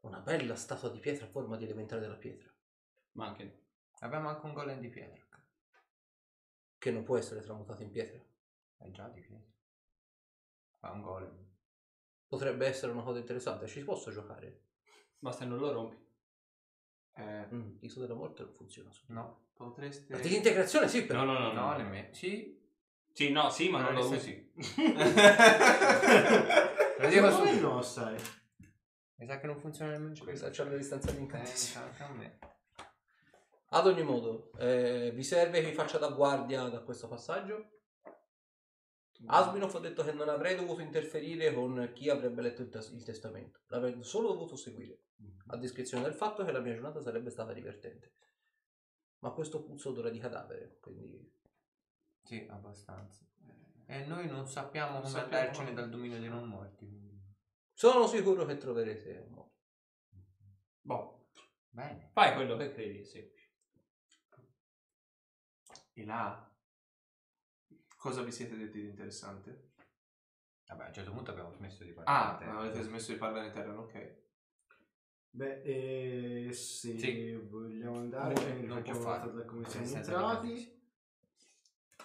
Una bella statua di pietra a forma di elementare della pietra.
Ma anche no.
Abbiamo anche un golem di pietra.
Che non può essere tramutata in pietra.
È già di pietra. Fa un golem.
Potrebbe essere una cosa interessante. Ci posso giocare?
Basta che non lo rompi.
eh,
Mm, Iso della morte non funziona. su-
No.
potreste...
La disintegrazione sì, però.
No, no, no.
No,
no.
nemmeno. Sì.
Sì, no, sì, ma
No,
non lo
nel
usi.
senso-
Eh.
Lo dico
Ma come
subito.
no, sai?
Mi sa che non funziona nemmeno questo.
Questa c'ha la distanza di
Eh, mi
incantesimo.
sa anche a me.
Ad ogni modo, eh, vi serve che vi faccia da guardia da questo passaggio? Asminov ha detto che non avrei dovuto interferire con chi avrebbe letto il, tes- il testamento, l'avrei solo dovuto seguire, a descrizione del fatto che la mia giornata sarebbe stata divertente. Ma questo puzzo d'ora di cadavere, quindi
Sì, abbastanza. E noi non sappiamo
Non
come
sappiamo
andarcene
come-
dal dominio dei non morti. quindi-
sono sicuro che troverete un modo.
Boh,
Bene.
fai quello che credi, sì.
[LAUGHS] E là... Cosa vi siete detti di interessante?
Vabbè, a un certo punto abbiamo smesso di parlare.
Ah,
di te.
avete smesso di parlare in terra, ok.
Beh, eh, se
Sì.
vogliamo andare,
Comunque,
ne
non può
facciamo un'altra
fare.
da come
Nel
siamo
senso
entrati.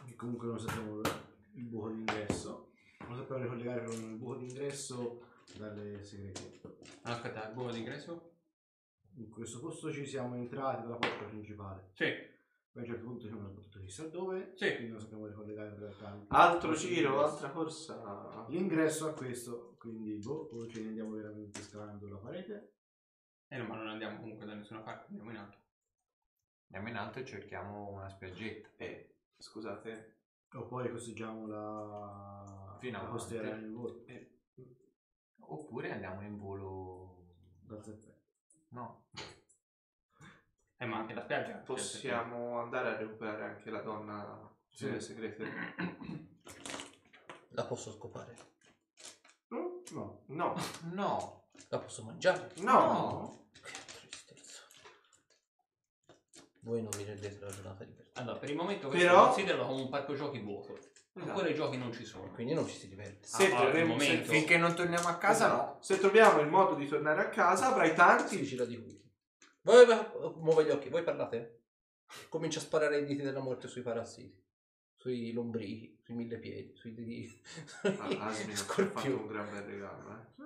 Che comunque non sappiamo il buco d'ingresso. Non sappiamo ricollegare con il buco d'ingresso dalle segrete.
Ah,
No, aspetta, il buco d'ingresso?
In questo posto ci siamo entrati dalla porta principale.
Eh,
Sì.
Poi a un certo punto c'è una battuta chissà dove.
Sì.
Quindi non sappiamo ricollegare in realtà.
Altro
Il-
giro, altra corsa.
L'ingresso a questo, quindi boh, o ce ne andiamo veramente scavando la parete.
Eh no, ma non andiamo comunque da nessuna parte, andiamo in alto.
Andiamo in alto e cerchiamo una spiaggetta.
Eh, Scusate.
O poi costeggiamo la,
Fino
la
avanti. Eh.
costiera nel volo.
Oppure andiamo in volo.
Da Zeppelin.
No.
Eh, ma anche la spiaggia.
Possiamo andare a recuperare anche la donna sulle segrete?
La posso scopare?
No.
No.
No.
La posso mangiare?
No.
Che tristezza. Voi non vi rendete la giornata divertente.
Allora, per il momento questo
Però-
lo considero come un parco giochi vuoto. Ancora i giochi non ci sono.
Quindi non ci si diverte.
Se,
Ah, ah, al
troveremo- se-
momento.
Finché non torniamo a casa, no.
Esatto. se troviamo il modo di tornare a casa, avrai tanti
difficile di cui. Voi muove gli occhi, voi parlate? Comincia a sparare i diti della morte sui parassiti, sui lombrichi, sui mille piedi, sui diti.
Ah,
[LAUGHS]
Asmin ci ha fatto un
Scorpione.
gran bel regalo, eh.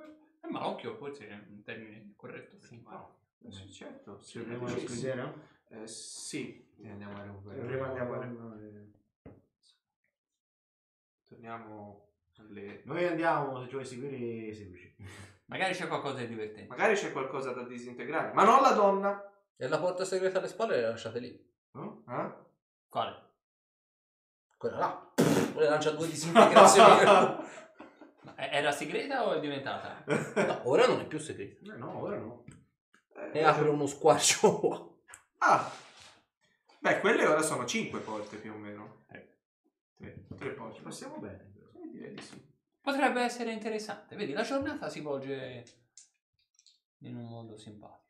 Eh, ma occhio, forse è un termine corretto. Sì,
No. Eh sì, certo. Se
Andiamo alla costiera?
eh, sì.
E andiamo a recuperare.
Prima andiamo a recuperare.
Torniamo alle...
Noi andiamo, se ci vuoi seguire, seguici.
Magari c'è qualcosa di divertente.
Magari c'è qualcosa da disintegrare, ma non la donna.
E la porta segreta alle spalle le lasciate lì.
No? Eh?
Quale?
Quella
[LAUGHS]
là. Le lancia due disintegrazioni.
Ma è- era segreta o è diventata?
No, ora non è più segreta.
No, Eh, no, ora no. Eh,
Ne apre uno squarcio [LAUGHS] qua.
Ah. Beh, quelle ora sono 5 porte più o meno. 3 porte.
Passiamo
Possiamo
bene.
Eh, direi di sì.
Potrebbe essere interessante. Vedi, la giornata si svolge in un modo simpatico.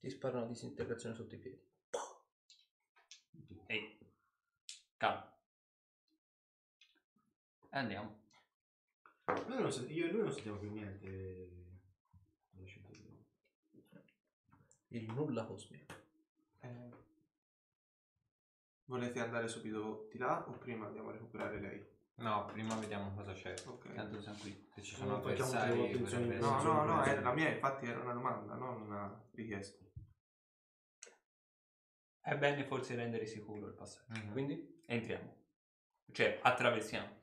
Ti spara una disintegrazione sotto i piedi.
Ehi, calma. E andiamo.
Noi non sent- io e lui non sentiamo più niente. della città.
Il nulla cosmico.
Eh, Volete andare subito di là o prima andiamo a recuperare lei?
No, prima vediamo cosa c'è.
Ok.
Tanto siamo qui.
Se ci
Non
sono
facciamo
avversari.
troppo attenzione.
potrebbe
No,
esserci
no, no,
qualcosa.
è la mia infatti era una domanda, non una richiesta.
È bene forse rendere sicuro il passaggio.
Mhm.
Quindi entriamo. Cioè, attraversiamo.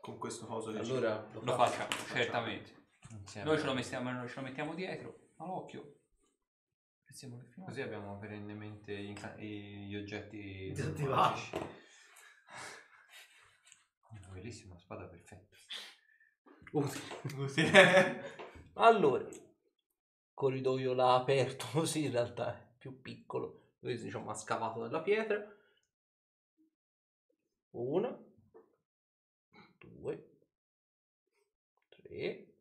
Con questo coso che
Allora [LAUGHS]
Lo facciamo, certamente.
Insieme.
Noi ce lo, mettiamo, noi ce lo mettiamo dietro, all'occhio. Pensiamo che fino
Così abbiamo perennemente gli, inca- i- gli oggetti
Disattivati.
Una bellissima spada perfetta.
Allora, corridoio là aperto, [LAUGHS] così in realtà è più piccolo, dove si diciamo ha scavato dalla pietra. Una, due, tre,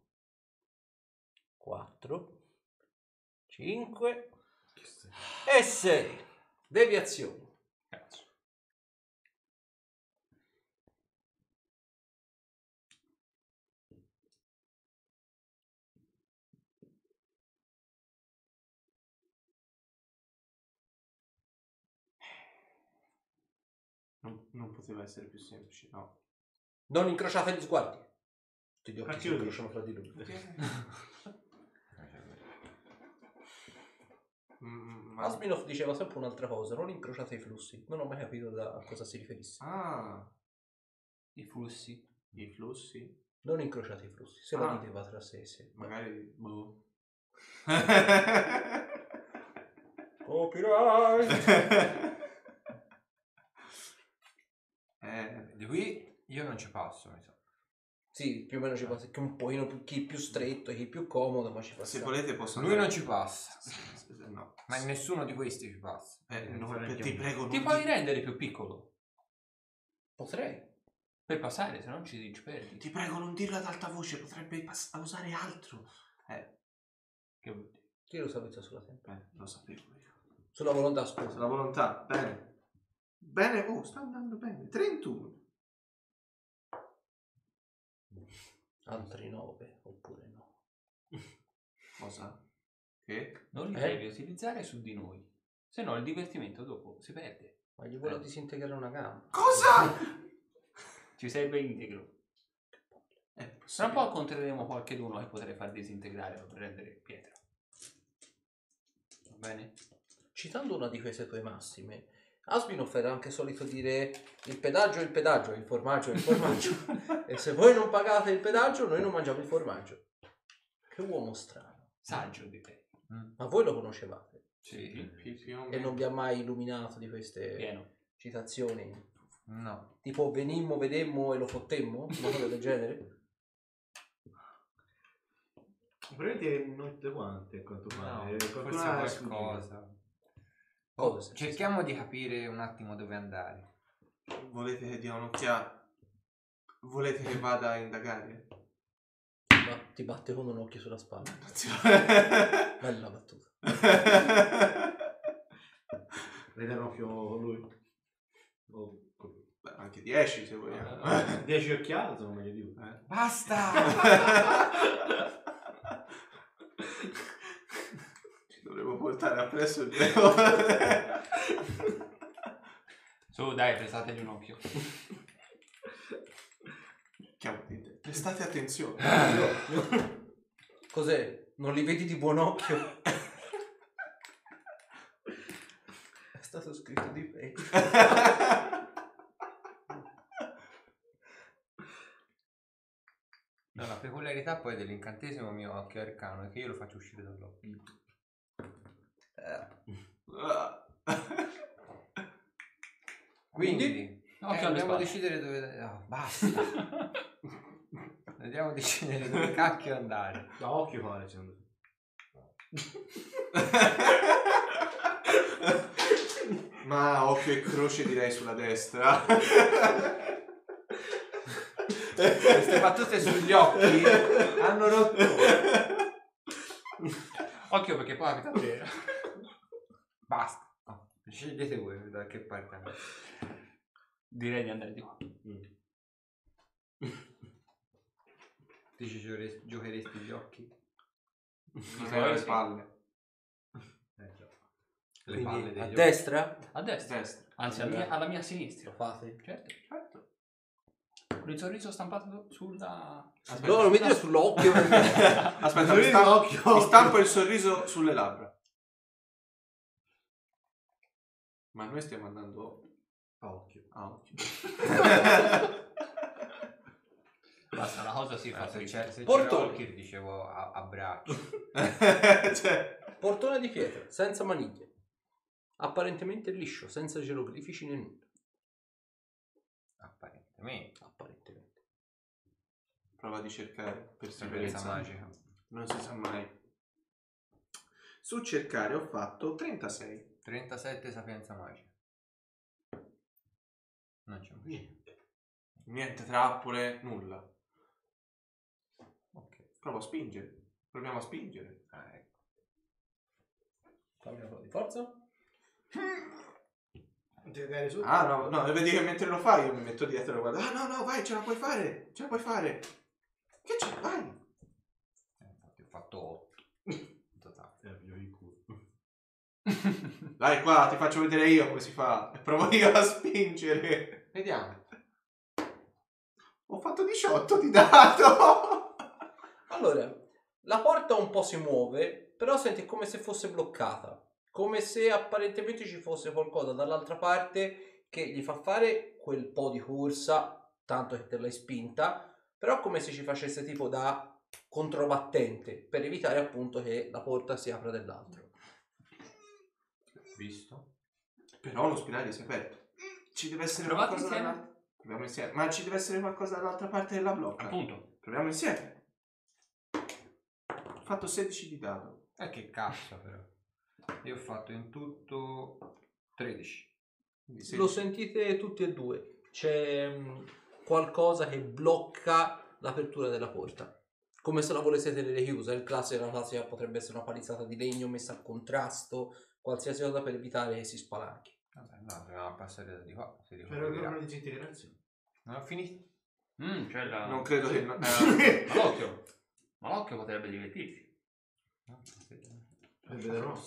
quattro, cinque e sei. Deviazione.
non, non poteva essere più semplice, no.
Non incrociate gli sguardi. Tutti gli occhi
Anche
si
io.
incrociano fra di loro.
[LAUGHS] Mm, ma...
Asminov diceva sempre un'altra cosa, non incrociate i flussi. Non ho mai capito da- a cosa si riferisse.
Ah,
i flussi.
i flussi?
Non incrociate i flussi, se la
Ah.
dite va tra sé e sé.
Magari... Boh.
Copyright!
eh,
Di qui io non ci passo, mi sa.
[LAUGHS] Sì, più o meno ci passa, che un pochino più, chi più stretto, chi più comodo, ma ci passa.
se volete posso...
Lui non
[LAUGHS]
ci passa.
passa. No.
Ma nessuno di questi ci passa.
Eh,
Quindi
no,
sarà
per-
anche
ti
un-
prego, non
Ti
di-
puoi rendere più piccolo
Potrei.
per passare, se no ci, ci perdi.
Ti prego, non dirlo ad alta voce, potrebbe pass- causare altro. Eh,
Che vuol dire?
Tiro salvezza sulla tempra.
beh, Eh, lo sapevo io.
Sulla volontà,
Se
scusa.
La volontà, bene. Bene, oh, sta andando bene. 31.
Altri nove, oppure no.
Cosa? Che?
Non li
Eh?
devi utilizzare su di noi, se no il divertimento dopo si perde.
Ma gli vuole
Eh.
disintegrare una gamba.
Cosa?
Ci serve integro.
Eh,
Tra un po' incontreremo qualcheduno che potrei far disintegrare o rendere pietra. Va bene?
Citando una di queste tue massime, Asminov era anche solito dire il pedaggio è il pedaggio, il formaggio è il formaggio. e se voi non pagate il pedaggio, noi non mangiamo il formaggio. Che uomo strano.
Saggio di te.
Ma voi lo conoscevate?
Sì.
Più- più o
E
meno.
Eh,
non vi ha mai illuminato di queste
Pieno.
citazioni
No.
Tipo venimmo, vedemmo e lo fottemmo? Una cosa del genere?
Probabilmente non tutte quante, a quanto
No,
pare. Eh, Qualcuno
forse
ha
qualcosa. Oh,
Cosa?
cerchiamo di capire un attimo dove andare.
Volete che dia un'occhiata? Volete che vada a indagare?
Ti ba- Ti batte con un occhio sulla spalla. Bella battuta.
Vuoi dare un occhio a lui? Oh,
[LAUGHS] Beh, anche 10 se
Eh,
[LAUGHS] Ah,
vogliamo.
10 occhiate sono meglio di uno. Eh?
Ci dovremmo portare appresso il [LAUGHS] leone.
Su, dai, prestategli un occhio.
Chiamati te. Prestate attenzione. [LAUGHS]
Cos'è? Non li vedi di buon occhio? È stato scritto di peggio.
No, la peculiarità poi dell'incantesimo mio occhio arcano è che io lo faccio uscire dall'occhio.
Ah.
Quindi,
Occhio
eh,
alle
dobbiamo
spalle.
decidere dove... No, basta. dobbiamo decidere dove cacchio andare.
Da occhio pare, secondo me.
Ma occhio e croce direi sulla destra.
Queste battute sugli occhi hanno rotto.
Occhio perché poi capita a te.
[LAUGHS] Basta. No, Scegliete voi da che parte andare.
Direi di andare di qua.
Ti ci giore- giocheresti gli occhi?
Mi sono le spalle.
Eh, già.
Le palle
Quindi, a
degli
destra?
A destra.
Destra.
Anzi, alla mia, alla mia sinistra.
Lo fate?
Certo, certo. Con il sorriso stampato sulla...
No, lo metti [LAUGHS] sull'occhio.
Aspetta, mi, sta- mi
[LAUGHS]
stampo il sorriso sulle labbra. Ma noi stiamo andando
A occhio.
a occhio. [LAUGHS]
Basta, la cosa si fa.
occhi? Eh, Se certo c'è,
dritta.
se c'era
Portone.
Orchid dicevo a, a braccio.
cioè,
Portone di pietra, senza maniglie. Apparentemente liscio, senza geroglifici né nulla.
Apparentemente.
Apparentemente.
prova di cercare per
Sapienza
sicurezza.
magica.
Non si sa mai. Su cercare ho fatto 36.
37 sapienza magica. Non c'è un
Niente trappole, nulla.
Ok.
Provo a spingere. Proviamo a spingere.
Ah, ecco.
Fammi una prova di forza.
Devi dare Cioè, su.
Ah no, no, vedi che mentre lo fai io mi metto dietro e guardo. Ah no, no, vai, ce la puoi fare. Ce la puoi fare. Che c'è? Vai.
Eh, Infatti ho fatto 8 in totale.
Eh, voglio il culo.
Dai qua, ti faccio vedere io come si fa. [LAUGHS] E provo io a spingere.
Vediamo.
Ho fatto 18 di dato.
Allora, la porta un po' si muove, però senti come se fosse bloccata. Come se apparentemente ci fosse qualcosa dall'altra parte che gli fa fare quel po' di corsa, tanto che te l'hai spinta, però come se ci facesse tipo da controbattente per evitare appunto che la porta si apra dell'altro.
Visto.
[LAUGHS] Però lo spiraglio si è aperto. Ci deve essere
Provate
qualcosa
insieme.
dall'altra- Proviamo insieme. Ma ci deve essere qualcosa dall'altra parte della blocca.
Appunto.
Proviamo insieme. Ho fatto 16 di dado.
Eh che cazzo però. Io ho fatto in tutto 13.
Quindi 16.
Lo sentite tutti e due. C'è mm, qualcosa che blocca l'apertura della porta. Come se la volesse tenere chiusa. Il classico, la classica potrebbe essere una palizzata di legno messa a contrasto, qualsiasi cosa per evitare che si spalanchi.
Vabbè, no, dobbiamo passare da di qua. Si
Però
ricovererà.
non disintegrazione.
Non ho finito.
Mm, c'è la...
Non credo che... [LAUGHS] no- eh,
Ma l'occhio. Ma l'occhio potrebbe divertirsi.
No, sì.
Eh, vedrò.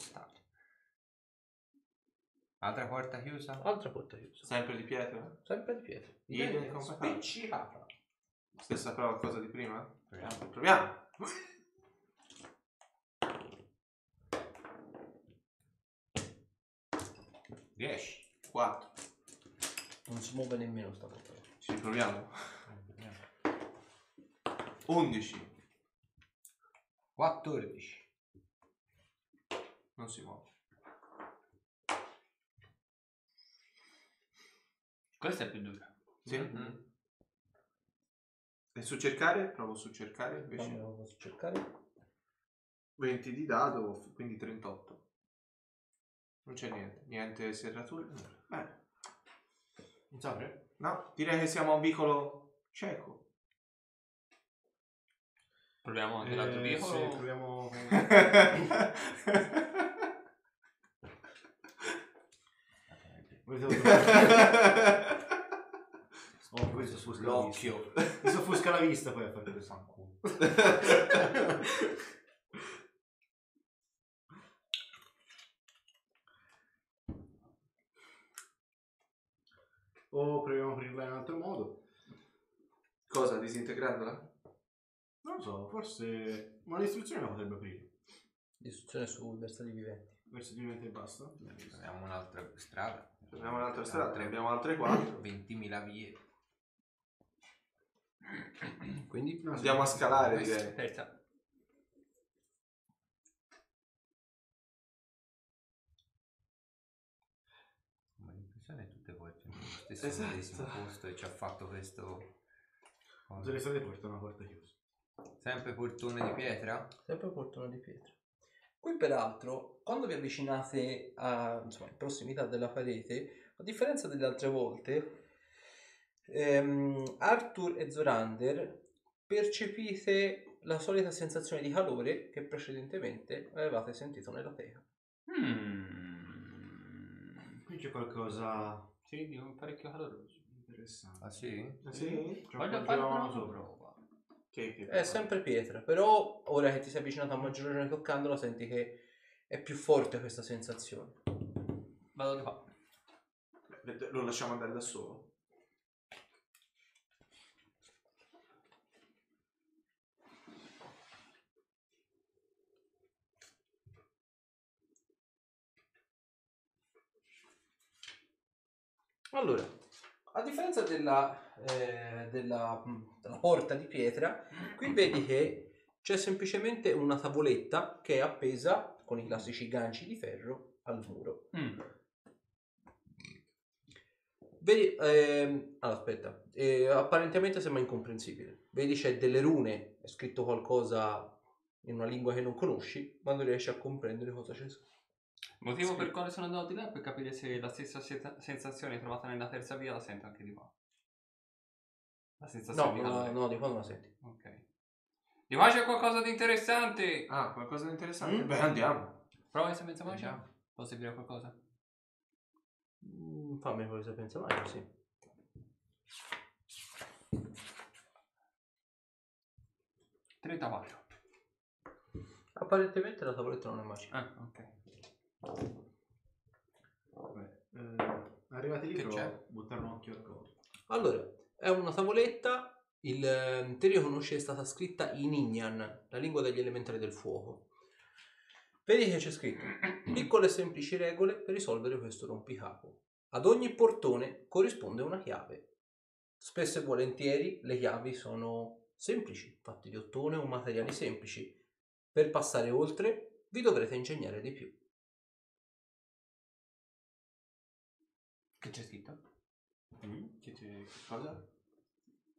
Altra porta chiusa?
Eh,
Altra porta chiusa.
sempre di pietra?
Sempre di pietra.
Io
Bene,
dico-
spicci, apra.
Stessa prova cosa di prima?
Proviamo.
Proviamo.
Riesci.
4.
Non si muove nemmeno sta porta.
Ci proviamo. 11.
14.
Non si muove.
Questa è più dura.
Sì.
Mm-hmm.
E su cercare? Provo su cercare invece.
Andiamo a cercare.
20 di dado, f- quindi 38. Non c'è niente, niente serrature. nulla. Bene.
Non saprei.
No, direi che siamo a un vicolo cieco.
[LAUGHS]
Proviamo anche l'altro
Eh, se
vicolo.
[LAUGHS]
proviamo... Volete Oh, questo offusca la vista.
L'occhio.
Questo offusca la vista poi a fare questo
[LAUGHS]
anculo. O proviamo a aprirla in un altro modo.
Cosa, disintegrandola?
Non lo so, forse... Ma l'istruzione la potrebbe aprire.
Distruzione su versati viventi.
Verso di mente e basta.
Abbiamo un'altra strada.
Abbiamo un'altra strada, ne abbiamo altre quattro.
20.000 vie.
Quindi
No,
Andiamo a scalare, direi.
Aspetta.
Ma l'impressione è tutte volte nello stesso
Esatto.
medesimo posto e ci ha fatto questo...
Tutte le strade portano a porta chiusa.
Sempre portone di pietra?
sempre portano di pietra. Qui peraltro, quando vi avvicinate a, insomma, in prossimità della parete, a differenza delle altre volte, ehm, Arthur e Zorander percepite la solita sensazione di calore che precedentemente avevate sentito nella teca.
Mm.
Qui c'è qualcosa
Sì, dico parecchio caloroso.
di interessante.
Ah sì?
Eh Sì?
Ci
Voglio fare
appoggiavamo
una
sopra.
prova.
Che, che
Eh,
È sempre pietra, però ora che ti sei avvicinata a maggior ragione toccandola senti che è più forte questa sensazione.
Vado da qua.
Beh, Lo lasciamo andare da solo.
Allora, a differenza della, eh, della, mh, della porta di pietra, qui vedi che c'è semplicemente una tavoletta che è appesa con i classici ganci di ferro al muro.
Mm.
Vedi, ehm, allora, aspetta, eh, apparentemente sembra incomprensibile. Vedi c'è delle rune, è scritto qualcosa in una lingua che non conosci, ma non riesci a comprendere cosa c'è scritto.
Motivo per cui sono andato di là è per capire se la stessa se- sensazione trovata nella terza via la sento anche di qua. La sensazione
No,
di
no,
calore.
no, di qua non la senti.
Ok. Di qua c'è qualcosa di interessante.
Ah, qualcosa di interessante?
Mm.
Beh, andiamo.
Prova se senza magia. Può servire a qualcosa?
Mm, fammi poi se pensa mai, sì.
sì. 34.
Apparentemente la tavoletta non è magica.
Ah, ok.
Vabbè, eh, arrivati lì
Che
provo
c'è?
a buttare un occhio al coso.
Allora, è una tavoletta, il eh, te riconosci è stata scritta in Ignan, la lingua degli elementari del fuoco. Vedi che c'è scritto piccole e semplici regole per risolvere questo rompicapo. Ad ogni portone corrisponde una chiave. Spesso e volentieri le chiavi sono semplici, fatte di ottone o materiali semplici. Per passare oltre vi dovrete ingegnare di più.
Che c'è scritto? Mm?
Che, che- che cosa?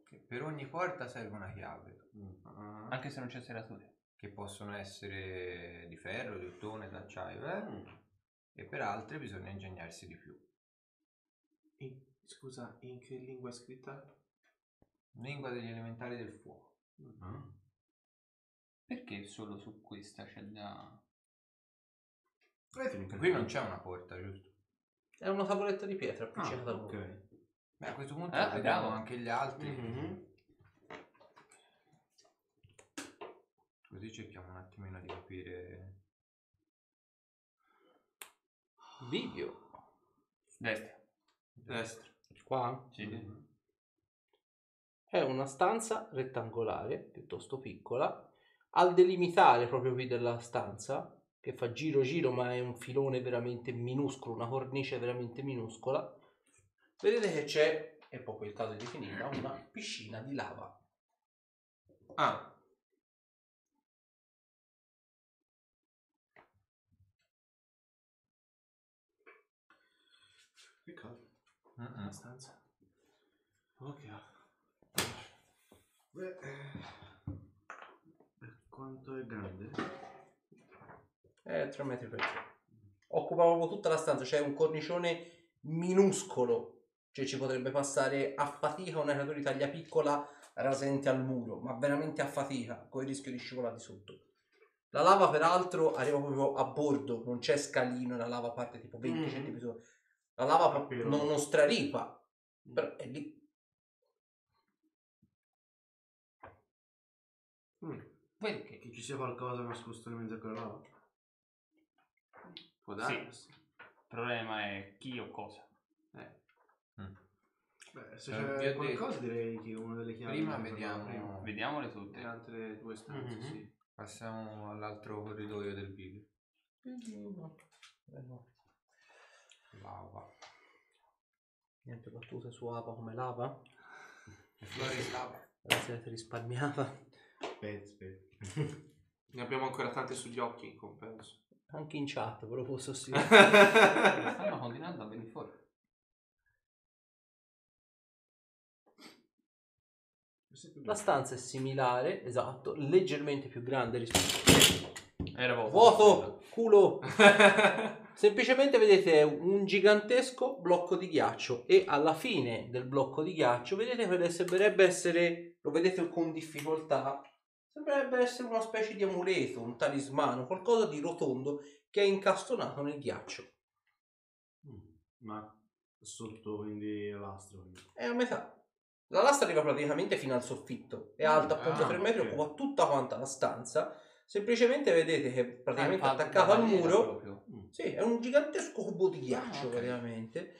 Che per ogni porta serve una chiave. Mm.
Ah.
Anche se non c'è serrature.
Che possono essere di ferro, di ottone, d'acciaio.
Mm.
eh. E per altre bisogna ingegnarsi di più.
In- scusa, in che lingua è scritta?
Lingua degli elementari del fuoco.
Mm. Perché solo su questa c'è da...
E qui non c'è una porta, giusto?
È una tavoletta di pietra
Ah,
appiccicata al muro.
ok.
Beh, a questo punto
Eh,
vediamo
vediamo.
anche gli altri.
Mhm.
Così cerchiamo un attimino di capire.
Bivio.
Destra.
Destra.
Qua? Mm.
Sì.
È una stanza rettangolare, piuttosto piccola. Al delimitare proprio qui della stanza, che fa giro giro, ma è un filone veramente minuscolo, una cornice veramente minuscola. Vedete che c'è, è proprio il caso di finirla, una piscina di lava.
Ah,
Che caldo.
Mm-mm.
abbastanza.
Ok. Beh, eh, quanto è grande?
Eh, 3 metri per 3. Occupa proprio tutta la stanza, c'è un cornicione minuscolo, cioè ci potrebbe passare a fatica una creatura di taglia piccola rasente al muro, ma veramente a fatica, con il rischio di scivolare di sotto. La lava peraltro arriva proprio a bordo, non c'è scalino, la lava parte tipo 20
Mhm.
centimetri sopra. La lava proprio
Proprio-
non, non straripa, però è lì.
Perché?
Che ci sia qualcosa nascosto nel mezzo a quella lava?
Può
Ah, Sì.
dare?
Il problema è chi o cosa. Mm.
Beh, se
Eh, vi
c'è
ho
qualcosa direi che è una delle chiavi.
Prima
è quella
vediamo.
lava.
Vediamole [COUGHS] tutte.
Le altre due stanze,
Mhm.
sì.
Passiamo all'altro corridoio del video.
Eh,
Lava.
Niente battute su Ava come lava,
E Floris lava.
la siete risparmiata.
Aspetta, aspetta.
Ne abbiamo ancora tante sugli occhi in compenso.
Anche in chat, ve lo posso sì.
Stanno continuando a venire fuori.
Questo è più
La
bello.
stanza è similare, esatto, leggermente più grande rispetto
Era vuoto.
Vuoto, culo! [LAUGHS] Semplicemente vedete un gigantesco blocco di ghiaccio e alla fine del blocco di ghiaccio vedete quello che sembrerebbe essere, lo vedete con difficoltà, sembrerebbe essere una specie di amuleto, un talismano, qualcosa di rotondo che è incastonato nel ghiaccio.
Mm. Ma sotto, quindi è l'astro. quindi.
È a metà. La lastra arriva praticamente fino al soffitto,
Mm.
è alta appunto
Ah,
3 metri,
ok.
occupa tutta quanta la stanza. Semplicemente vedete che è praticamente
Ah,
attaccato al
la balena
muro.
proprio.
Sì, è un gigantesco cubo di ghiaccio
Ah, ok.
veramente.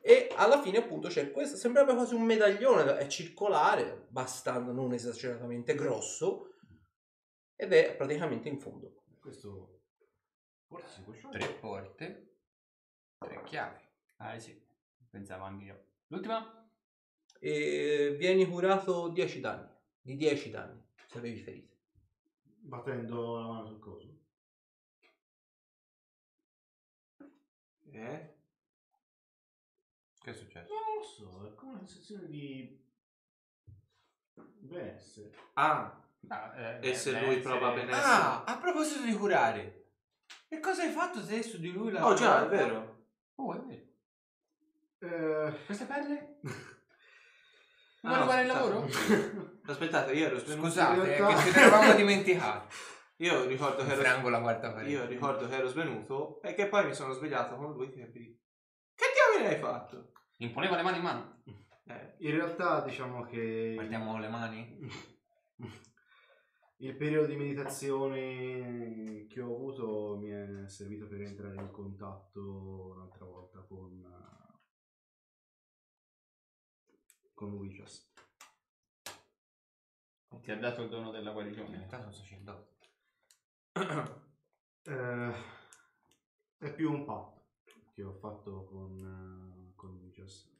E alla fine, appunto, c'è questo. Sembrerebbe quasi un medaglione, è circolare, bastando non esageratamente grosso. Ed è praticamente in fondo.
Questo forse si può sciogliere.
Tre porte. Tre chiavi.
Ah, eh sì, pensavo anche io. L'ultima?
E vieni curato 10 danni. Di 10 danni, se avevi ferite.
Battendo la mano sul coso.
Eh?
Che è successo?
Non lo so, è come una sensazione di benessere.
Ah,
Ah, eh,
e
beh,
se
beh,
lui prova benessere?
Ah, a proposito di curare. Che cosa hai fatto te su di lui la
Oh già, è vero.
Oh, è vero.
Eh,
Queste [LAUGHS] perle?
Ah,
Vuole fare il
aspettate.
lavoro?
[LAUGHS] Aspettate, io ero svenuto.
Scusate,
In
è
realtà-
che ce ne [LAUGHS] eravamo dimenticati.
Io ricordo che ero
Frango la quarta parete.
Io ricordo che ero svenuto e che poi mi sono svegliato con lui che mi dice, Che diamine hai fatto?
Imponeva le mani in mano.
Eh,
in realtà diciamo che
Partiamo con le mani.
[LAUGHS] il periodo di meditazione che ho avuto mi è servito per entrare in contatto un'altra volta con eh, con Wishas.
Ti ha dato il dono della
In
guarigione.
realtà sono sacerdote.
Eh, è più un patto che ho fatto con, eh, con Wijas.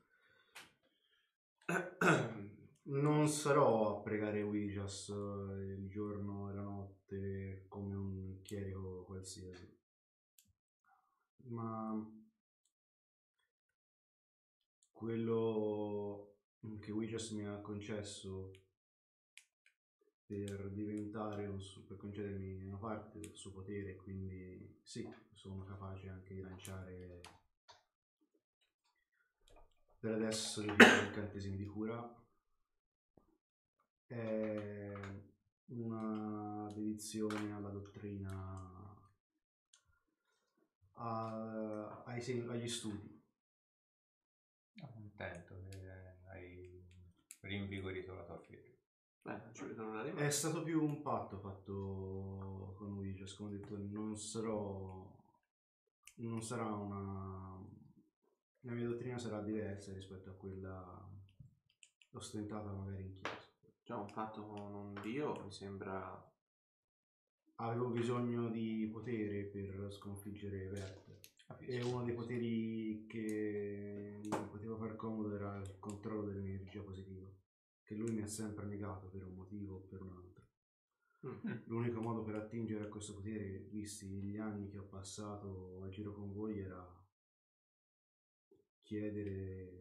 [CLEARS THROAT] Non sarò a pregare Wijas eh, il giorno e la notte come un chierico qualsiasi, ma quello che Wijas mi ha concesso per diventare un su- per concedermi una parte del suo potere, quindi sì, sono capace anche di lanciare per adesso di fare incantesimi di cura. È una dedizione alla dottrina a- ai sen- agli studi.
Sono contento che eh, hai rinvigorito la tua fede.
beh, non ci vedo nulla di male.
È stato più un patto fatto con Luigi, come ho detto, non sarò. non sarà una. la mia dottrina sarà diversa rispetto a quella ostentata magari in chiesa.
Già un fatto con un dio mi sembra...
Avevo bisogno di potere per sconfiggere Vert e uno dei poteri che mi poteva far comodo era il controllo dell'energia positiva, che lui mi ha sempre negato per un motivo o per un altro.
Mm.
L'unico modo per attingere a questo potere, visti gli anni che ho passato a giro con voi, era chiedere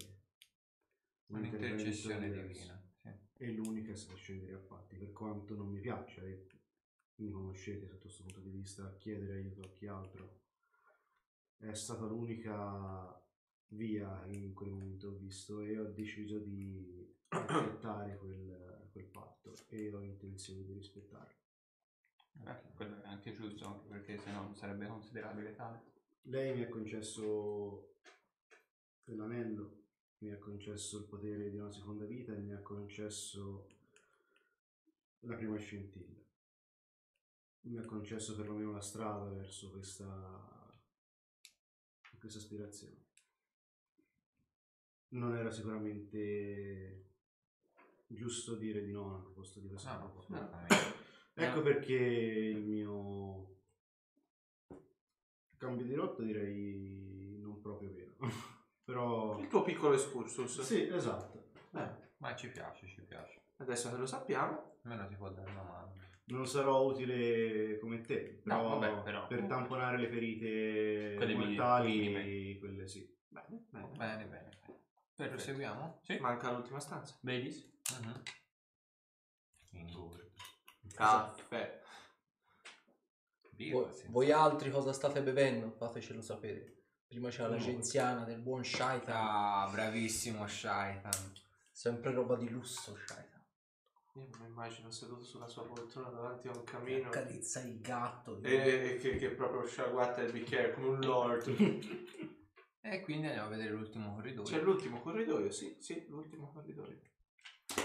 Un'intercessione
intervento diverso.
divina. Sì.
È l'unica senza scendere a fatti, per quanto non mi piaccia e mi conoscete sotto questo punto di vista, a chiedere aiuto a chi altro. È stata l'unica via che in quel momento ho visto e ho deciso di accettare quel, quel patto e ho intenzione di rispettarlo.
Eh, quello è anche giusto, anche perché sennò non sarebbe considerabile tale.
Lei mi ha concesso l'anello, mi ha concesso il potere di una seconda vita e mi ha concesso la prima scintilla. Mi ha concesso perlomeno la strada verso questa, questa aspirazione. Non era sicuramente giusto dire di no a una proposta di questa
No,
proposta.
assolutamente.
Ecco perché il mio cambio di rotta direi non proprio vero. [LAUGHS] Però
Il tuo piccolo excursus.
sì, esatto.
Ma ci piace, ci piace.
Adesso che lo sappiamo,
Almeno si può dare una mano.
Non sarò utile come te, però,
vabbè, però.
per tamponare le ferite
Quelle minime,
mortali,
minime.
quelle sì.
bene, bene.
Bene, bene.
Perfetto.
Proseguiamo?
Sì.
manca l'ultima stanza.
Belis?
Mhm. Ingordo.
Ah,
Caffè.
Birra,
Voi,
sì.
voi altri cosa state bevendo? Fatecelo sapere. Prima c'è la genziana del buon Shaitan.
Ah, bravissimo Shaitan.
Sempre roba di lusso, Shaitan.
Io me lo immagino seduto sulla sua poltrona davanti a un camino e,
Accarezza il gatto.
e che, che proprio sciaguatta il bicchiere come un
[LAUGHS]
lord.
E quindi andiamo a vedere l'ultimo corridoio.
C'è l'ultimo corridoio, sì, sì, l'ultimo corridoio.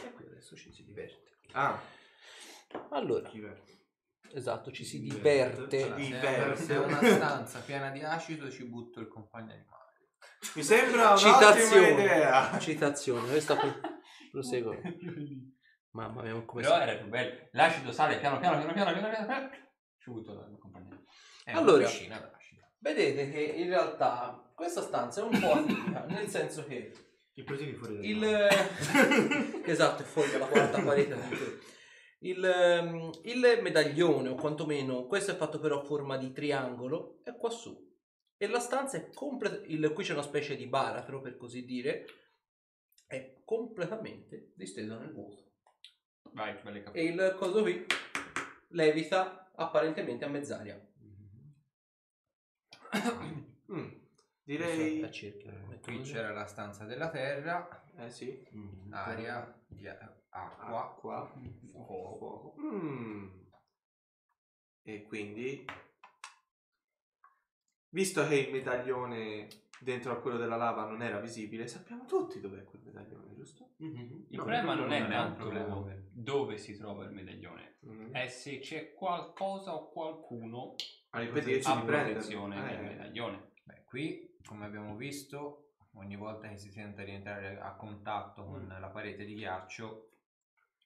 E qui adesso ci si diverte.
Ah,
Allora,
Diverso.
esatto, ci si
Diverte.
diverte.
Se-
diverso.
Se è una stanza piena di acido ci butto il compagno animale.
mi sembra un'ottima
Citazione. [LAUGHS]
idea.
Citazione, questa
[LAUGHS]
poi proseguo. Mamma mia, ma come
Però
si-
era più bello. L'acido sale piano piano piano piano piano piano. piano. Ci butto la mia compagnia.
È una
Allora.
piscina
Mm-hmm.
d'acido.
Vedete che in realtà questa stanza è un po' atipica, nel senso che
Il presidi fuori dal
Il
mare.
[LAUGHS] esatto, è fuori dalla quarta parete. appunto. Il, ehm, il medaglione, o quantomeno questo è fatto però a forma di triangolo, è qua su. E la stanza è completamente. Qui c'è una specie di baratro, per così dire, è completamente distesa nel vuoto.
Vai, che belle capelli.
E il coso qui levita apparentemente a mezz'aria.
Mm, Direi...
Cerchio,
Eh, Qui c'era la stanza della terra,
Eh sì,
Mm.
aria, di- acqua,
acqua,
fuoco.
fuoco. Mm. E quindi... Visto che il medaglione dentro a quello della lava non era visibile, sappiamo tutti dov'è quel medaglione, giusto?
Il problema non è tanto
problema.
dove si trova il medaglione,
Mm.
è se c'è qualcosa o qualcuno
a impedirci
a
Ah, di Eh, prendere.
protezione del medaglione.
Beh, qui, come abbiamo visto, ogni volta che si tenta di entrare a contatto con
Mm.
la parete di ghiaccio,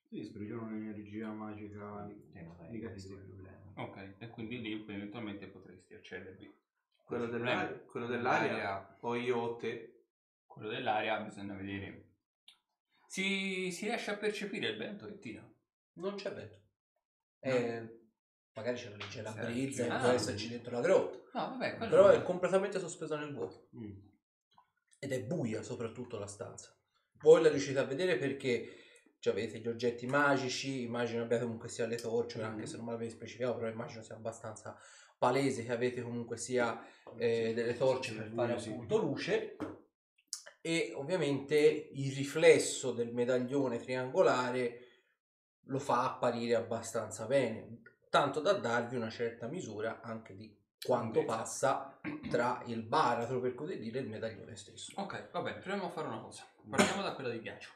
Sì, sprigiona un'energia magica
eh, non è questo
negativa.
il problema.
Ok, e quindi lì eventualmente potresti accedervi.
quello,
Questo è il
dell'aria,
problema.
quello dell'aria o io o te.
Quello dell'aria bisogna vedere. Si, si riesce a percepire il vento che tira.
Non c'è vento. Eh, magari c'è una leggera
Sì.
brezza che
Ah.
può esserci dentro la grotta.
No, vabbè, Eh, quello
Però
non
è completamente sospesa nel vuoto.
Mm.
Ed è buia soprattutto la stanza. Voi la riuscite a vedere perché cioè, avete gli oggetti magici, immagino abbiate comunque sia le torce, anche se non me l'avete specificato, però immagino sia abbastanza palese che avete comunque sia eh, delle torce per fare
Sì.
appunto luce. E ovviamente il riflesso del medaglione triangolare lo fa apparire abbastanza bene, tanto da darvi una certa misura anche di quanto
Lunghezza.
passa tra il baratro, per così dire, e il medaglione stesso.
Ok, va bene, proviamo a fare una cosa. Partiamo da quella di ghiaccio.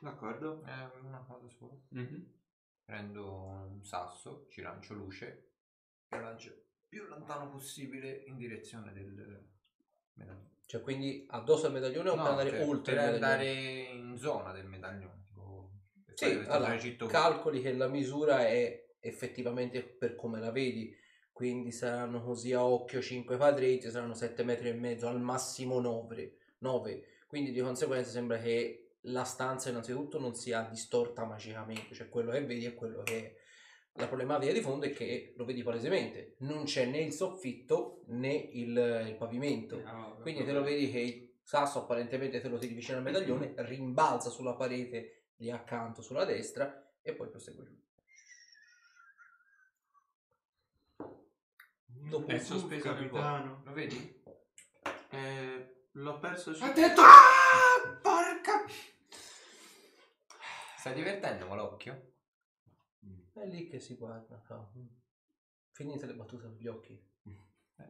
D'accordo?
È una cosa sola.
Mm-hmm.
Prendo un sasso, ci lancio luce, lo lancio più lontano possibile in direzione del medaglione.
Cioè, quindi addosso al medaglione o
No,
per andare
cioè,
oltre
per
il medaglione?
andare in zona del medaglione. tipo, per
Sì,
fare questo
allora,
tragitto-
calcoli che la misura è effettivamente per come la vedi, quindi saranno così a occhio 5 quadretti, saranno 7 metri e mezzo, al massimo 9. 9. Quindi di conseguenza sembra che la stanza innanzitutto non sia distorta magicamente, cioè quello che vedi è quello che è. La problematica di fondo è che lo vedi palesemente,
Eh,
non c'è né il soffitto né il, il pavimento. Quindi te lo vedi che sasso apparentemente te lo tiri vicino al medaglione, rimbalza sulla parete lì accanto sulla destra e poi prosegue giù. Dopo
È sospeso nel
capitano.
volo. Lo vedi?
Eh, l'ho perso. su-
Attento! Ah, porca...
Stai divertendo, Malocchio?
È lì che si guarda. no. Finite le battute agli occhi.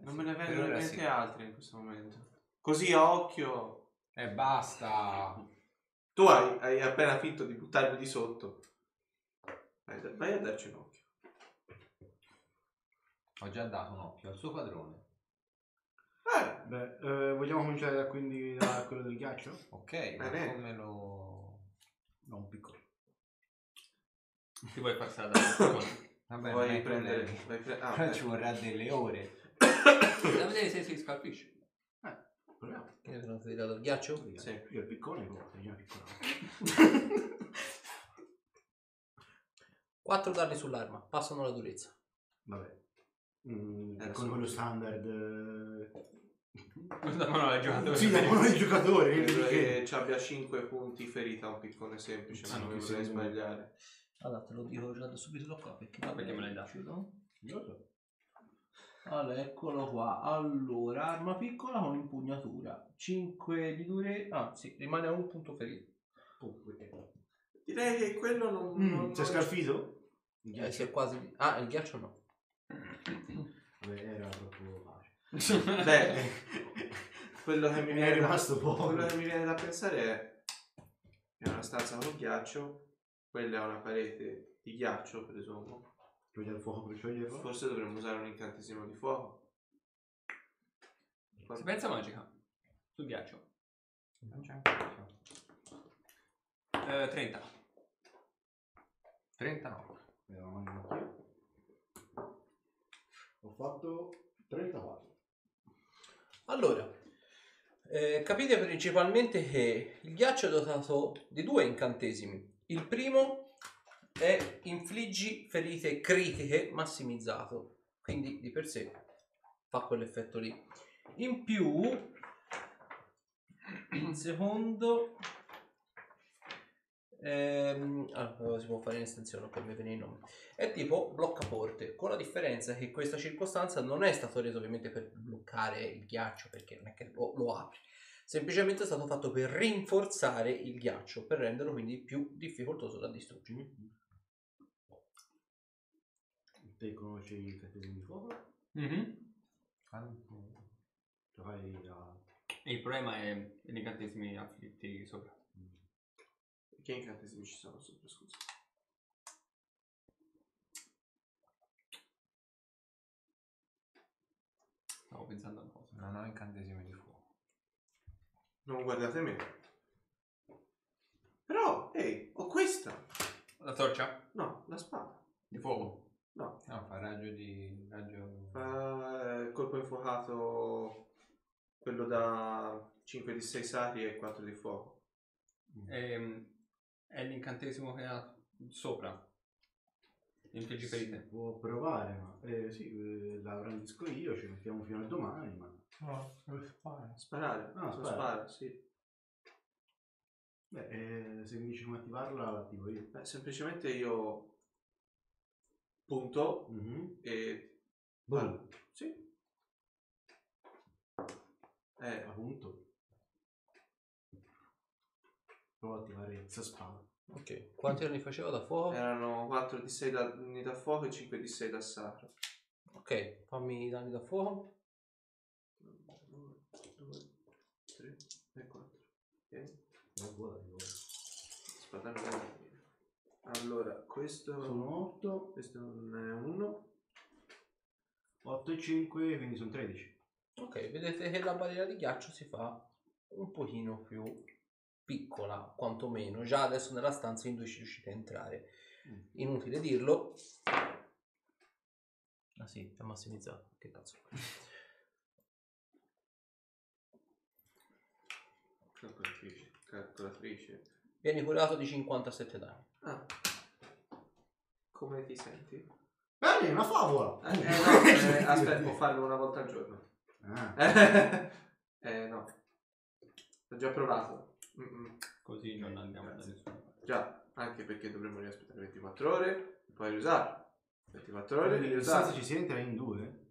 Non me ne
Per
vengono in
ora
mente
Eh, sì.
altre in questo momento. Così a occhio.
E Eh, basta!
Tu hai, hai appena finto di buttarmi di sotto. Vai, a- vai a darci un occhio.
Ho già dato un occhio al suo padrone.
Eh,
Beh, eh, vogliamo cominciare da, quindi da quello del ghiaccio?
Ok, ma
bene.
come lo...
No, un piccolo.
Ti vuoi passare da [LAUGHS]
Vabbè, non
vuoi
è [LAUGHS]
prendere...
problema.
vuoi pre- ah,
Però
beh.
ci vorrà delle ore.
Da vedere se si scalpisce.
Proviamo.
Che ne sono tirato il ghiaccio?
Sì.
Io il piccone lo segno piccolo.
4 danni sull'arma, passano la durezza.
Vabbè. Mm,
Era
con
solo-
quello standard. eh.
Guarda, ma no, l'hai giocato.
sì, da uno dei giocatori.
Credo
quindi che-
che ci abbia 5 punti ferita un piccone semplice, ma
Sì,
non mi
che
vorrei
secondo me-
sbagliare.
Allora, te lo dico già da subito da qua perché...
Vabbè, gliemelo dai.
Non lo so.
Allora, eccolo qua. Allora, arma piccola con impugnatura. 5 di durezza. Ah, sì, rimane a un punto ferito.
Oh, perché-
Direi che quello non...
Mm,
non-
C'è scalfito? Il
Eh, si
ghiaccio?
è quasi... Ah, il ghiaccio no.
Beh, era troppo facile.
Beh, [LAUGHS] quello che mi
Mi è
viene
rimasto
da,
poco.
quello che mi viene da pensare è è una stanza con ghiaccio, quella è una parete di ghiaccio, presumo.
Sciogliere il fuoco per sciogliere il fuoco.
Forse dovremmo usare un incantesimo di fuoco.
Si pensa magica. Sul ghiaccio. Eh, 30.
39.
Eh, mamma mia, Mattia. Ho fatto 34.
Allora, eh, capite principalmente che il ghiaccio è dotato di due incantesimi. Il primo è infliggi ferite critiche massimizzato, quindi di per sé fa quell'effetto lì. In più, il secondo... ehm, ah, eh, si può fare in estensione, poi mi viene il nome. È tipo blocca porte, con la differenza che questa circostanza non è stato reso ovviamente per bloccare il ghiaccio, perché non è che lo, lo apri. Semplicemente è stato fatto per rinforzare il ghiaccio, per renderlo quindi più difficoltoso da distruggere.
Te conosci il cattivo di fuoco?
Mm-hmm.
Lo fai da...
E il problema è gli incantesimi afflitti sopra.
Che incantesimi ci sono sopra, scusa?
Stavo pensando a una cosa.
Non ho incantesimi di fuoco.
Non guardate me. Però, ehi, ho questa.
La torcia?
No, la spada.
Di fuoco.
No,
No, fa raggio di... raggio...
fa eh, colpo infuocato quello da 5 di 6 sari e 4 di fuoco.
Ehm, è l'incantesimo che ha sopra. Infliggi
Si
ferite.
può provare, ma... Eh, sì, eh, la brandisco io, ci mettiamo fino a domani, ma...
No, dove fare?
Sparare?
Ah,
Posso
spara.
sparare, sì.
Beh, eh, se mi dici come attivarla, l'attivo io.
Beh, Eh, semplicemente io punto
Mhm.
e... Boh.
Boom,
Sì. Eh,
appunto. Provo a attivare questa spada.
Ok, quanti anni faceva da fuoco?
erano 4 di 6 danni da fuoco e 5 di 6 da sacro.
Ok, fammi i danni da fuoco.
1, 2, 3 e 4. Ok.
Oh, guarda, io-
Spada nuova. Allora, questo...
Sono 8,
Questo non è un 1.
8 e 5, quindi sono 13.
Ok, vedete che la barriera di ghiaccio si fa un pochino più piccola, quantomeno. Già adesso nella stanza in cui ci riuscite a entrare. Mm. Inutile dirlo. Ah sì, è massimizzato. Che [LAUGHS] cazzo.
Calcolatrice. Calcolatrice.
Vieni curato di 57 danni.
Ah. Come ti senti?
Bene, una favola!
[LAUGHS] Eh,
[LAUGHS]
eh, no, eh, [LAUGHS]
Eh.
aspetta, può farlo una volta al giorno.
Ah,
Eh no. L'ho già provato. Mm-mm.
Così non andiamo da nessuna parte.
Già, anche perché dovremmo riaspettare 24 ore e poi riusarlo. 24 ore di
Quindi, stanza
riusarlo.
ci si entra in due?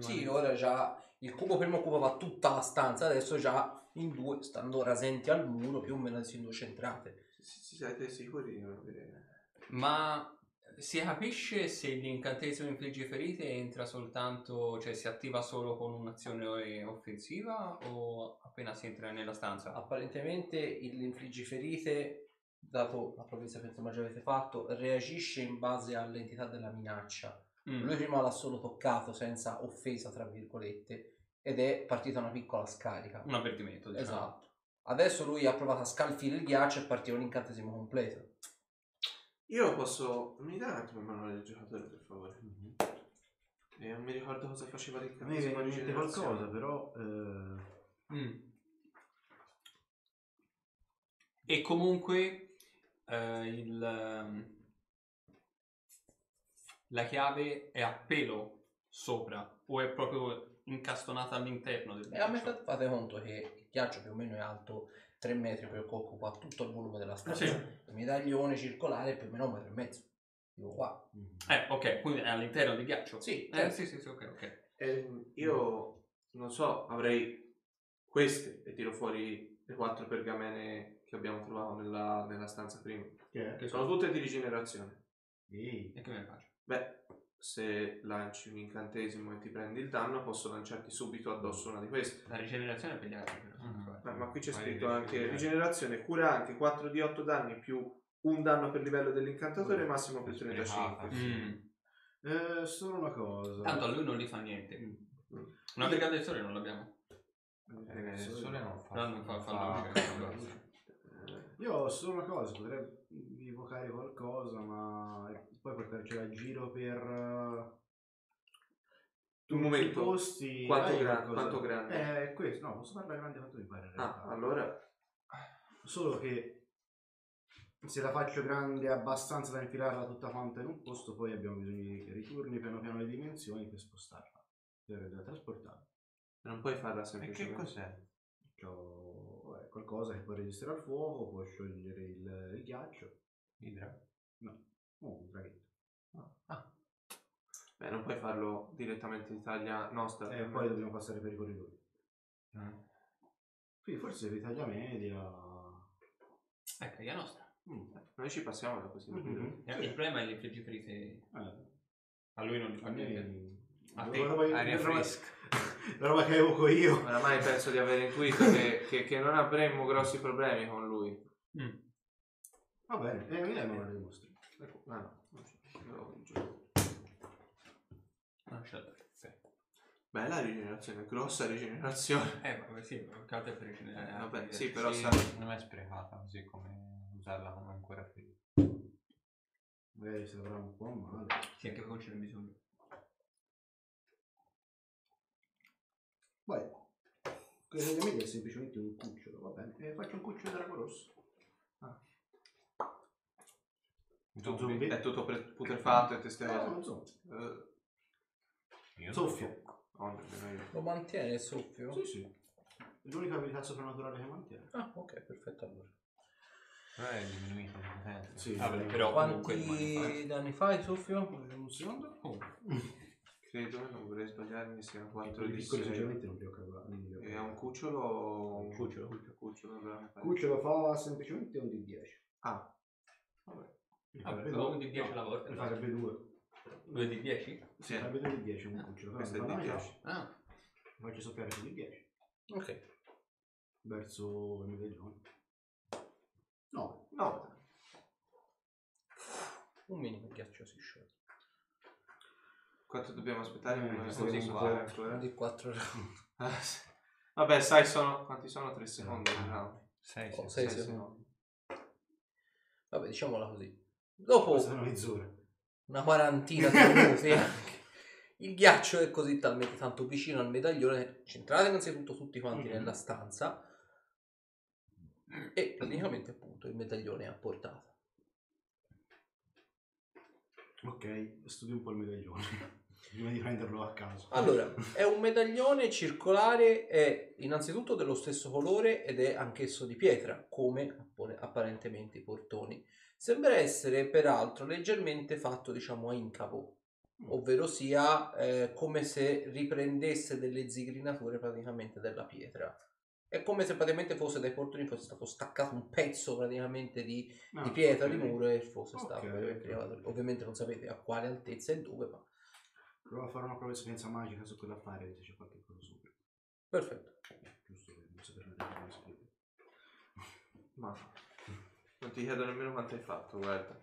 Sì, ora già il cubo prima occupava tutta la stanza, adesso già in due, stando rasenti al muro, più o meno si indocentrate.
Siete sicuri di non avere...
Ma si capisce se l'incantesimo infligge ferite entra soltanto, cioè si attiva solo con un'azione offensiva o appena si entra nella stanza?
Apparentemente il- l'infliggi ferite, dato la provvidenza che insomma già avete fatto, reagisce in base all'entità della minaccia.
Mm.
Lui prima l'ha solo toccato senza offesa, tra virgolette, ed è partita una piccola scarica.
Un avvertimento, diciamo.
Esatto. Adesso lui ha provato a scalfire il ghiaccio e partiva un incantesimo completo.
Io posso... Mi dai un attimo il manuale del giocatore, per favore? E non mi ricordo cosa faceva
Mhm. A me viene
l'incantesimo
in
di
mente
generazione.
qualcosa, però... eh,
Mm. E comunque eh, il, ehm, la chiave è a pelo sopra o è proprio incastonata all'interno del
E a
braccio?
metà fate conto che il ghiaccio più o meno è alto 3 metri, perché occupa tutto il volume della stanza.
Sì.
Il medaglione circolare è più o meno un metro e mezzo. Tipo qua.
Eh, ok, quindi è all'interno del ghiaccio.
Sì,
Eh,
certo.
sì, sì, sì, ok, ok.
Ehm, io non so, avrei queste e tiro fuori le quattro pergamene che abbiamo trovato nella, nella stanza prima.
Che è?
Che sono tutte di rigenerazione.
Ehi,
E che me ne faccio?
Beh, se lanci un incantesimo e ti prendi il danno, posso lanciarti subito addosso una di queste.
La rigenerazione è per gli altri,
Mm.
però.
Ma, ma qui c'è
Poi
scritto
invece
anche
di-
rigenerazione, cura anche 4 di 8 danni più un danno per livello dell'incantatore, massimo per 35.
Mm.
eh, solo una cosa.
Tanto a lui non gli fa niente.
Mm.
Una brigata del sole non l'abbiamo.
Eh, il sole non fa.
No, non fa- fa luce.
Eh,
Io ho solo una cosa, potrei evocare qualcosa, ma e poi portarcela a giro per... eh, tutti i
momento.
posti,
Quanto
dai,
gran-
qualcosa.
quanto grande?
Eh, questo, no, posso farla grande quanto mi pare in realtà.
Ah, allora...
Solo che se la faccio grande abbastanza da infilarla tutta quanta in un posto, poi abbiamo bisogno di ritorni piano piano le dimensioni per spostarla, per la trasportarla.
Non puoi farla
E
semplicemente.
che cos'è?
C'ho vabbè, qualcosa che può resistere al fuoco, può sciogliere il, il ghiaccio.
Idra.
No, oh, un draghetto.
Beh, non puoi farlo direttamente in Italia nostra.
E Eh, poi dobbiamo passare per i corridoi.
Ah.
Mm.
Quindi forse l'Italia media...
Ecco, è la nostra.
Mm.
Noi ci passiamo da così.
Mhm.
Eh, Il problema è gli infliggi ferite.
Eh,
A lui non gli fa
a me-
niente. A te,
la roba-
aria
la roba- [LAUGHS]
fresca.
La roba che evoco io.
Oramai penso di aver
[LAUGHS]
intuito che, che- che non avremmo grossi problemi con lui.
Mm.
Va bene, e mi dai una mano dei mostri.
Ecco, ah, no, non c'è- non lo giuro.
Lasciate. Sì.
Bella rigenerazione, grossa rigenerazione.
Eh, ma sì, ma carte per rigenerare.
Eh, vabbè, sì, però
Sì,
sa-
non è sprecata così come usarla come ancora ferita.
Magari se avrà un po' a male.
Sì, anche perché non ce n'è bisogno.
Poi, questo di media è semplicemente un cucciolo, va bene? E faccio un cucciolo di drago rosso.
tutto,
zombie.
è tutto pre- putrefatto e
No,
testellato.
non so.
Eh,
Io
Soffio.
oh, no, no,
Lo mantiene il soffio?
Sì, sì. È l'unica abilità soprannaturale che mantiene.
Ah, ok, perfetto allora.
Però è diminuito in potenza.
Sì.
Vabbè, però comunque rimane
Quanti danni fa il soffio?
Un secondo.
credo, non vorrei sbagliarmi, siano 4
Quelli
di
piccoli
sei.
sinceramente non li ho calcolati. non li ho
E ha un
calcolati.
cucciolo... Un
cucciolo.
cucciolo, allora mi pare.
Cucciolo fa semplicemente un D10.
Ah, vabbè.
Vabbè,
Ne farebbe
Ah, però
due.
un D10 alla volta,
Ne
dai.
farebbe due.
Due di 10?
Sì,
Ne farebbe due D10 un cucciolo.
Eh. questo è
però
il
non fa la
D10.
metà.
Ah,
Faccio sappiare su D10.
Ok.
Verso il medaglione. No.
No,
Un minimo il ghiaccio si scioglie.
Quanto dobbiamo aspettare?
Eh,
Non è stato
così
superato
Uno
ancora.
di 4 round.
[LAUGHS] Ah, sì. Vabbè, sai, sono. Quanti sono? 3 secondi.
Eh,
No.
6
Oh,
Sei
sei secondi.
secondi.
Vabbè, diciamola così. Dopo
Questa è una mezz'ora.
una quarantina di
[LAUGHS]
minuti anche, il ghiaccio è così talmente tanto vicino al medaglione. che C'entrate innanzitutto tutti quanti
Mhm.
nella stanza. E praticamente appunto il medaglione è a portata.
Ok, studio un po' il medaglione. [LAUGHS] prima di prenderlo a caso.
Allora,
Mm.
è un medaglione circolare, è innanzitutto dello stesso colore ed è anch'esso di pietra, come appone- apparentemente i portoni. Sembra essere peraltro leggermente fatto, diciamo, a incavo,
Mm.
ovvero sia eh, come se riprendesse delle zigrinature praticamente della pietra. È come se praticamente fosse dai portoni fosse stato staccato un pezzo praticamente di
Ah,
di pietra
ok.
di muro e fosse
Ok,
stato
ok.
creato. ovviamente non sapete a quale altezza e dove ma
Prova a fare una prova di esperienza magica su quell'affare, se c'è qualche cosa sopra.
perfetto
Giusto, per non saperlo dire, non saperlo.
Ma non ti chiedo nemmeno quanto hai fatto, guarda.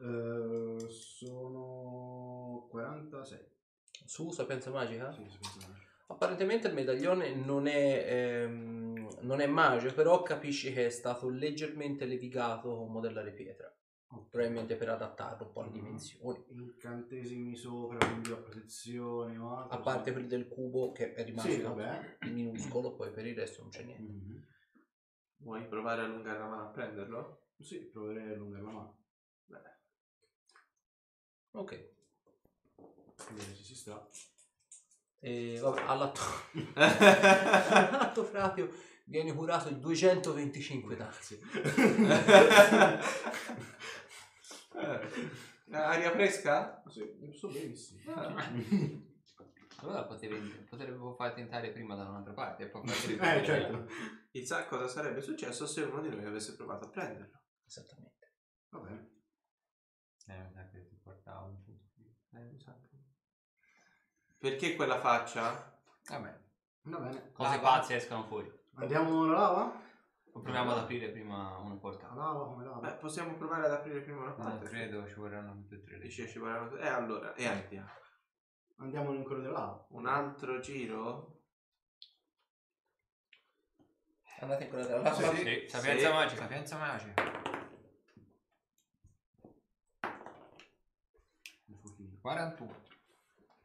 Eh, sono 46.
su sapienza magica
Sì, esperienza magica.
apparentemente il medaglione non è ehm, non è magico però capisci che è stato leggermente levigato con modellare pietra
Ok.
probabilmente per adattarlo un po' alle
Mhm.
dimensioni
Incantesimi sopra, quindi la protezione o altro.
a parte quelli del cubo che è rimasto
Sì, vabbè.
minuscolo poi per il resto non c'è niente
Mhm.
Vuoi provare a allungare la mano a prenderlo?
Sì, proverei a allungare la mano.
Beh,
ok
Vedere se si sta.
e vabbè [LAUGHS] all'atto all'atto fratio viene curato il 225 danni
Eh, aria fresca?
Sì, sto benissimo.
Ah,
Allora potevi- potremmo far tentare prima da un'altra parte e poi far
Eh, certo.
Chissà cosa sarebbe successo se uno di noi avesse provato a prenderlo.
esattamente
Va bene.
Eh, dai, che ti portavo un punto di-
Eh, mi sa che- Perché quella faccia?
Vabbè,
Va bene.
cose
Ah,
pazze escono fuori.
Andiamo alla lava?
Proviamo ad aprire prima una
La
porta.
lava come lava?
Eh.
Beh, possiamo provare ad aprire prima
Ah,
No,
una parte.
Ah, credo ci vorranno tutte e tre le
Dice ci vorranno... E Eh, allora, e andiamo.
Andiamo in quello della lava.
Un altro giro?
andate in quella della lava
Ah, Sì,
Ah, Sì, sapienza
sì.
magica.
Sapienza magica. 41.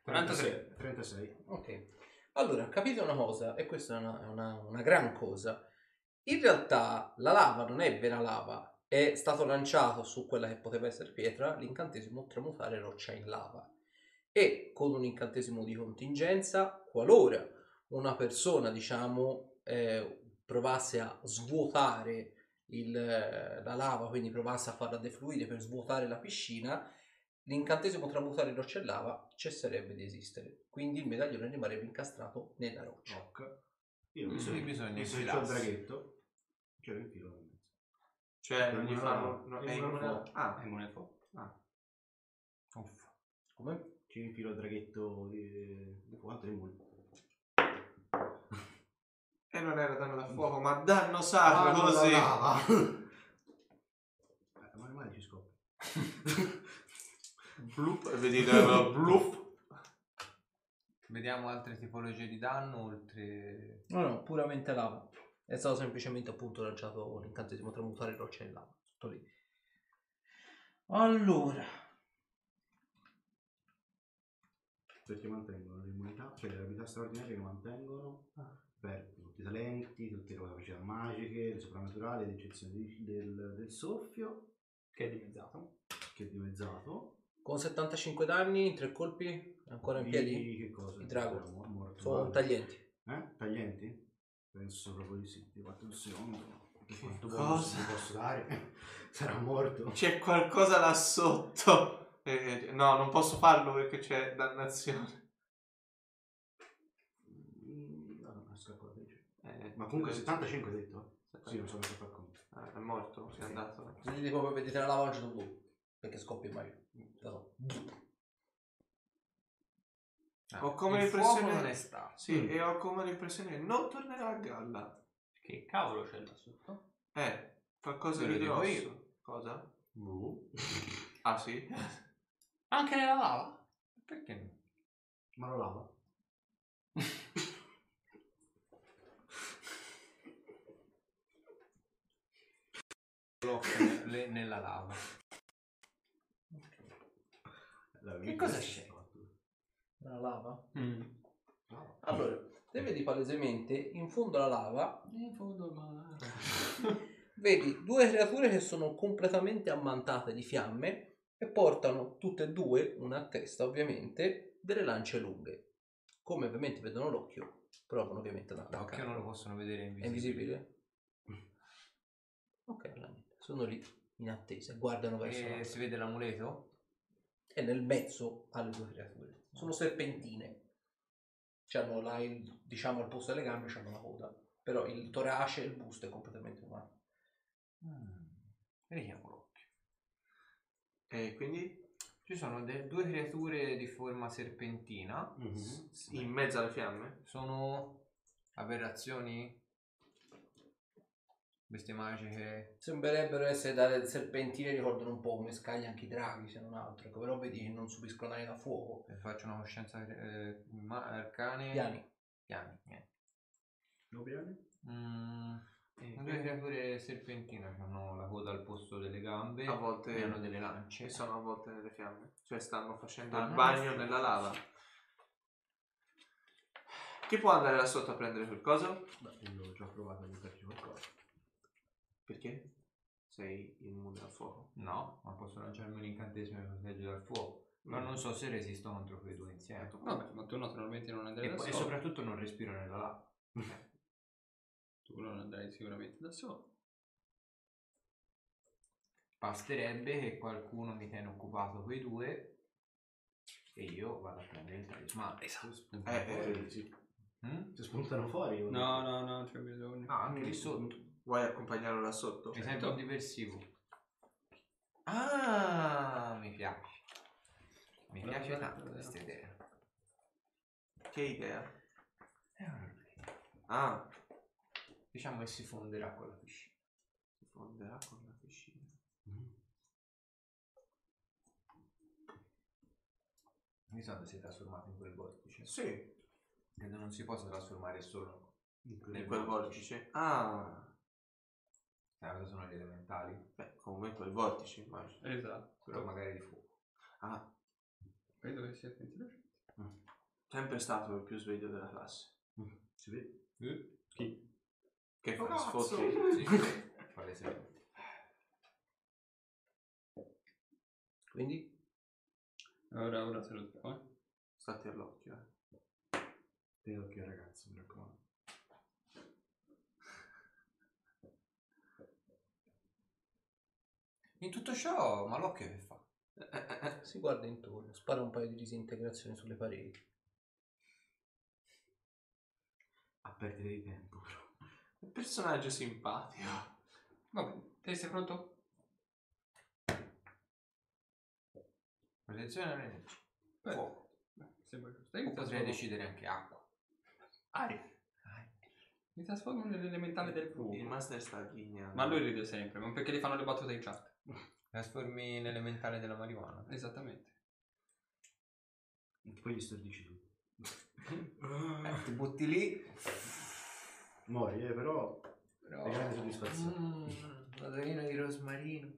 43.
36.
Ok, allora capite una cosa, e questa è una, è una- una gran cosa. In realtà la lava non è vera lava, è stato lanciato su quella che poteva essere pietra l'incantesimo tramutare roccia in lava. E con un incantesimo di contingenza, qualora una persona, diciamo, eh, provasse a svuotare il, eh, la lava, quindi provasse a farla defluire per svuotare la piscina, l'incantesimo tramutare roccia e lava cesserebbe di esistere. Quindi il medaglione rimarrebbe incastrato nella roccia.
Ok. Io mi
Mm. Sì, bisogna
messo il
infilarsi.
braghetto. C'è un filo nel mezzo.
Cioè,
È
non gli
una-
fanno...
è
No, è in
una-
una... Ah,
È immune al fuoco.
Uff.
Come? C'è un filo al draghetto di, di quattro immuni.
E non era danno da fuoco, ma danno
Ah,
Ah,
sacro così.
[LAUGHS] Eh, ma ormai ci scopre.
[LAUGHS]
Blup, e vedi la blup.
Vediamo altre tipologie di danno oltre...
No, no, puramente lava. È stato semplicemente appunto lanciato l'incantesimo tramutare roccia e lava. Tutto lì. Allora,
Perché Cioè, mantengono l'immunità, cioè le abilità straordinarie che mantengono per tutti i talenti, tutte le capacità magiche, il soprannaturale, l'eccezione di- del, del soffio,
Che è dimezzato.
che è dimezzato.
con 75 danni, in tre colpi, è ancora in
Di-
piedi,
Che cosa?
Di drago.
Era mo- morto
sono
male.
taglienti.
Eh? Taglienti? Penso proprio di sì. Ti guardo un secondo. Che quanto
cosa?
bonus ti posso dare? [LAUGHS] Sarà morto.
C'è qualcosa là sotto. Eh, eh, no, non posso farlo perché c'è dannazione.
Mm, No, non riesco a correggere.
Eh,
Ma comunque 75 hai detto? eh? Sì, non so
so.
come fa a conto.
Ah, è morto, si è andato.
Se dite proprio vedete la lava, non c'è tutto. Perché scoppia il maio.
Ah,
Ho come
il
l'impressione-
fuoco non è stato.
Sì, e ho come l'impressione che non tornerà a galla.
Che cavolo c'è là sotto?
Eh, qualcosa
Ve lo
di
dico
grosso.
io.
Cosa?
Boh.
Ah sì?
Anche nella lava?
Perché no?
Ma lo lava?
Blocca ne- le- nella lava.
che
cosa c'è?
La lava?
Mm.
Lava.
Allora, te vedi palesemente in fondo alla lava
In fondo
[LAUGHS]
al mare.
Vedi due creature che sono completamente ammantate di fiamme e portano tutte e due, una a testa ovviamente, delle lance lunghe. Come ovviamente vedono l'occhio, provano ovviamente ad
L'occhio
attaccare.
non lo possono vedere in
È invisibile? Ok, allora niente. sono lì in attesa, guardano verso
E
l'alto.
Eh, si vede l'amuleto?
e nel mezzo alle due creature. Sono serpentine. C'hanno là, il- diciamo, al posto delle gambe c'hanno la coda. Però il torace e il busto è completamente umano.
Mm. Vediamo l'occhio.
E quindi
Ci sono de- due creature di forma serpentina.
in mezzo alle fiamme?
Sono aberrazioni? Bestie magiche?
Sembrerebbero essere date serpentine, ricordano un po' come scagli anche i draghi, se non altro. Ecco, però vedi che non subiscono danni da fuoco.
Eh, Faccio una coscienza eh, ma- arcane?
Piani.
Piani, niente.
No, Brianna?
Mm,
Eh,
due creature serpentine hanno la coda al posto delle gambe.
A volte-
e hanno delle lance.
Ci sono a volte nelle fiamme. Cioè stanno facendo
Ah,
il
no,
bagno
sì.
nella lava. Chi può andare là sotto a prendere qualcosa?
Beh, io ho già provato a aiutarci qualcosa.
Perché? Sei immune al fuoco.
No, ma posso lanciarmi un incantesimo che protegge dal fuoco. Ma
Mm.
non so se resisto contro quei due insieme.
Certo.
Vabbè, ma tu naturalmente non andrai
E,
da
poi-
solo.
e soprattutto non respiro nella lava.
Tu non andrai sicuramente da solo.
Basterebbe che qualcuno mi tiene occupato quei due e io vado a prendere il talismano.
Esatto.
Eh, eh,
Fuori, sì.
Mm?
Se spuntano fuori.
No, no, no, c'è bisogno.
Ah, anche lì sotto.
Vuoi accompagnarlo là sotto?
Eh.
Mi serve un diversivo. Ah, mi piace. Mi
Guarda,
piace
guarda,
tanto
guarda.
questa idea.
Che idea?
È una roba.
Ah,
Eh, Diciamo che si fonderà con la piscina.
si fonderà con la piscina.
Mi sono si è trasformato in quel vortice.
Sì,
Credo non si possa trasformare solo
in quel vortice. Ah,
Sai cosa sono gli elementali?
beh, comunque quel vortice immagino.
Esatto.
Però magari di fuoco.
Ah,
Vedo che siete intelligenti.
sempre stato il più sveglio della classe.
Mm.
Si vede?
Eh?
Che fa
Cazzo!
sfotte.
Sì, sì, palesemente.
Quindi
Ora, ora se lo trovo. eh.
State all'occhio. eh.
Te occhio ragazzi, mi raccomando.
In tutto ciò, ma l'occhio che fa?
si guarda intorno, spara un paio di disintegrazioni sulle pareti.
A perdere di tempo, però.
Un personaggio simpatico.
Va bene. Te sei pronto?
Protezione non è nemico.
Bene.
Fuoco.
Beh, sembra giusto. Io
O potrei
mi trasformo-
decidere anche acqua.
Aria. Mi trasformo nell'elementale del
Il
fuoco.
master sta ghignando.
Ma lui ride sempre, ma perché gli fanno le battute in chat.
Trasformi in elementale della marijuana.
Esattamente.
Poi gli stordisci tu.
ti butti lì.
Muori, eh, però. È grande soddisfazione.
Mm, odorino di rosmarino.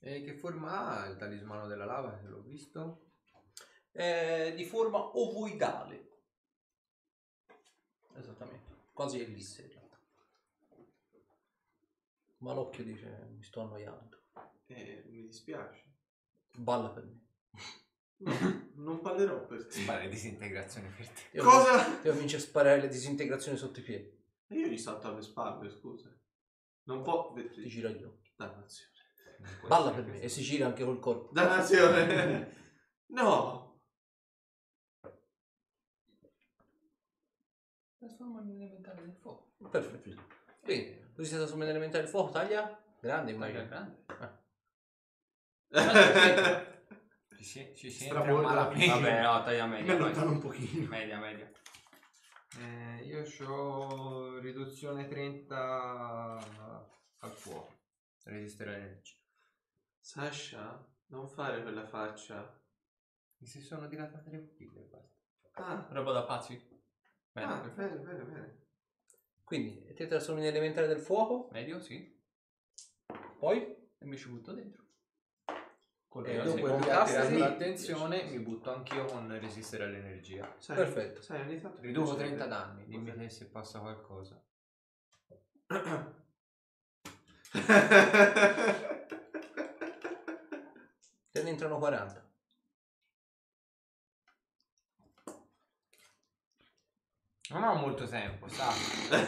E che forma ha il talismano della lava? Se l'ho visto.
È eh, di forma ovoidale. Esattamente, quasi ellisse in realtà. Ma l'occhio dice mi sto annoiando.
Eh, mi dispiace.
Balla per me.
No, non parlerò per te.
Fare disintegrazione per te.
Io
Cosa?
Devo cominci a sparare le disintegrazioni sotto i piedi.
E Io gli salto alle spalle, scusa. Non può...
Ti gira gli occhi.
Dannazione.
Balla per me e si gira anche col corpo.
Dannazione! no!
Trasformo nell'elementale del fuoco.
Perfetto. Quindi, tu sei stato elementare del fuoco, taglia? Grande
Taglia
immagino.
grande.
Ci si, ci si entra
Stravolta la
malamente.
[LAUGHS]
[LAUGHS]
Vabbè, no, taglia
Mi
media.
allontano
vai.
un pochino.
Media, media.
Eh, io ho riduzione 30 al fuoco. Resisterà all'energia.
Sasha, non fare quella faccia.
Mi si sono dilatate le pupille. guarda.
Ah,
Roba da pazzi. Bene,
ah,
perfetto.
bene, bene, bene.
Quindi, ti trasformi in elementare del fuoco,
Medio, sì.
poi
E mi ci butto dentro.
Con
E
la-
dunque
con
tu
la-
casti
tirando
l'attenzione,
dieci.
mi butto anch'io con resistere all'energia.
Sai,
Perfetto.
Sai, ogni tanto
Riduco
mi
30
piacerebbe-
danni, dimmi te se passa qualcosa.
[LAUGHS]
Te ne entrano 40.
Non ho molto tempo, sai. In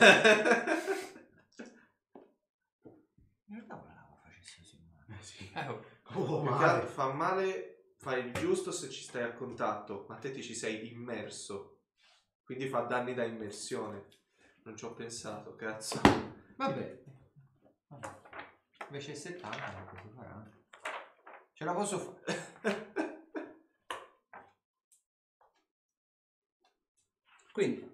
realtà volevamo facesse così male.
Eh, oh,
Oh,
Più che altro
male.
fa male, fai il giusto se ci stai a contatto, ma te ti ci sei immerso. Quindi fa danni da immersione. Non ci ho pensato, cazzo.
Vabbè. Vabbè. Invece 70, ma così 40. eh. Ce la posso fare.
Quindi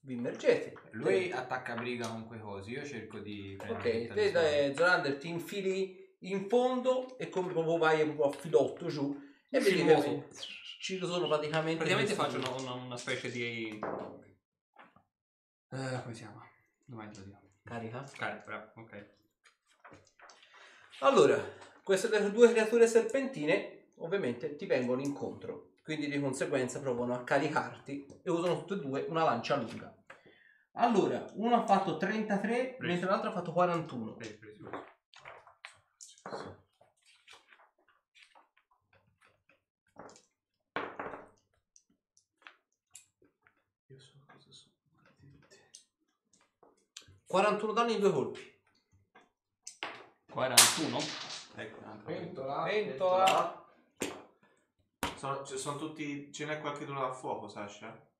vi immergete.
Lui attacca briga con quei cosi, io cerco di prendere
Ok,
tutte le
te
sue-
da Zorander ti infili in fondo e come proprio vai un po' a filotto giù e
Ci
vedi che
muovo.
ci sono praticamente questi-
Praticamente faccio una, una- una specie di... Eh, come si chiama? Domani te lo dico.
carica.
Carica, bravo, ok.
Allora, queste le- due creature serpentine ovviamente ti vengono incontro, quindi di conseguenza provano a caricarti e usano tutte e due una lancia lunga. Allora, uno ha fatto 33,
Preso.
mentre l'altro ha fatto 41.
Preso, preso.
Io so cosa sono.
41 danni in due colpi.
41?
Ecco, un'altra
Pentola.
Pentola. Sono, ci sono tutti. Ce n'è qualche a fuoco, Sasha?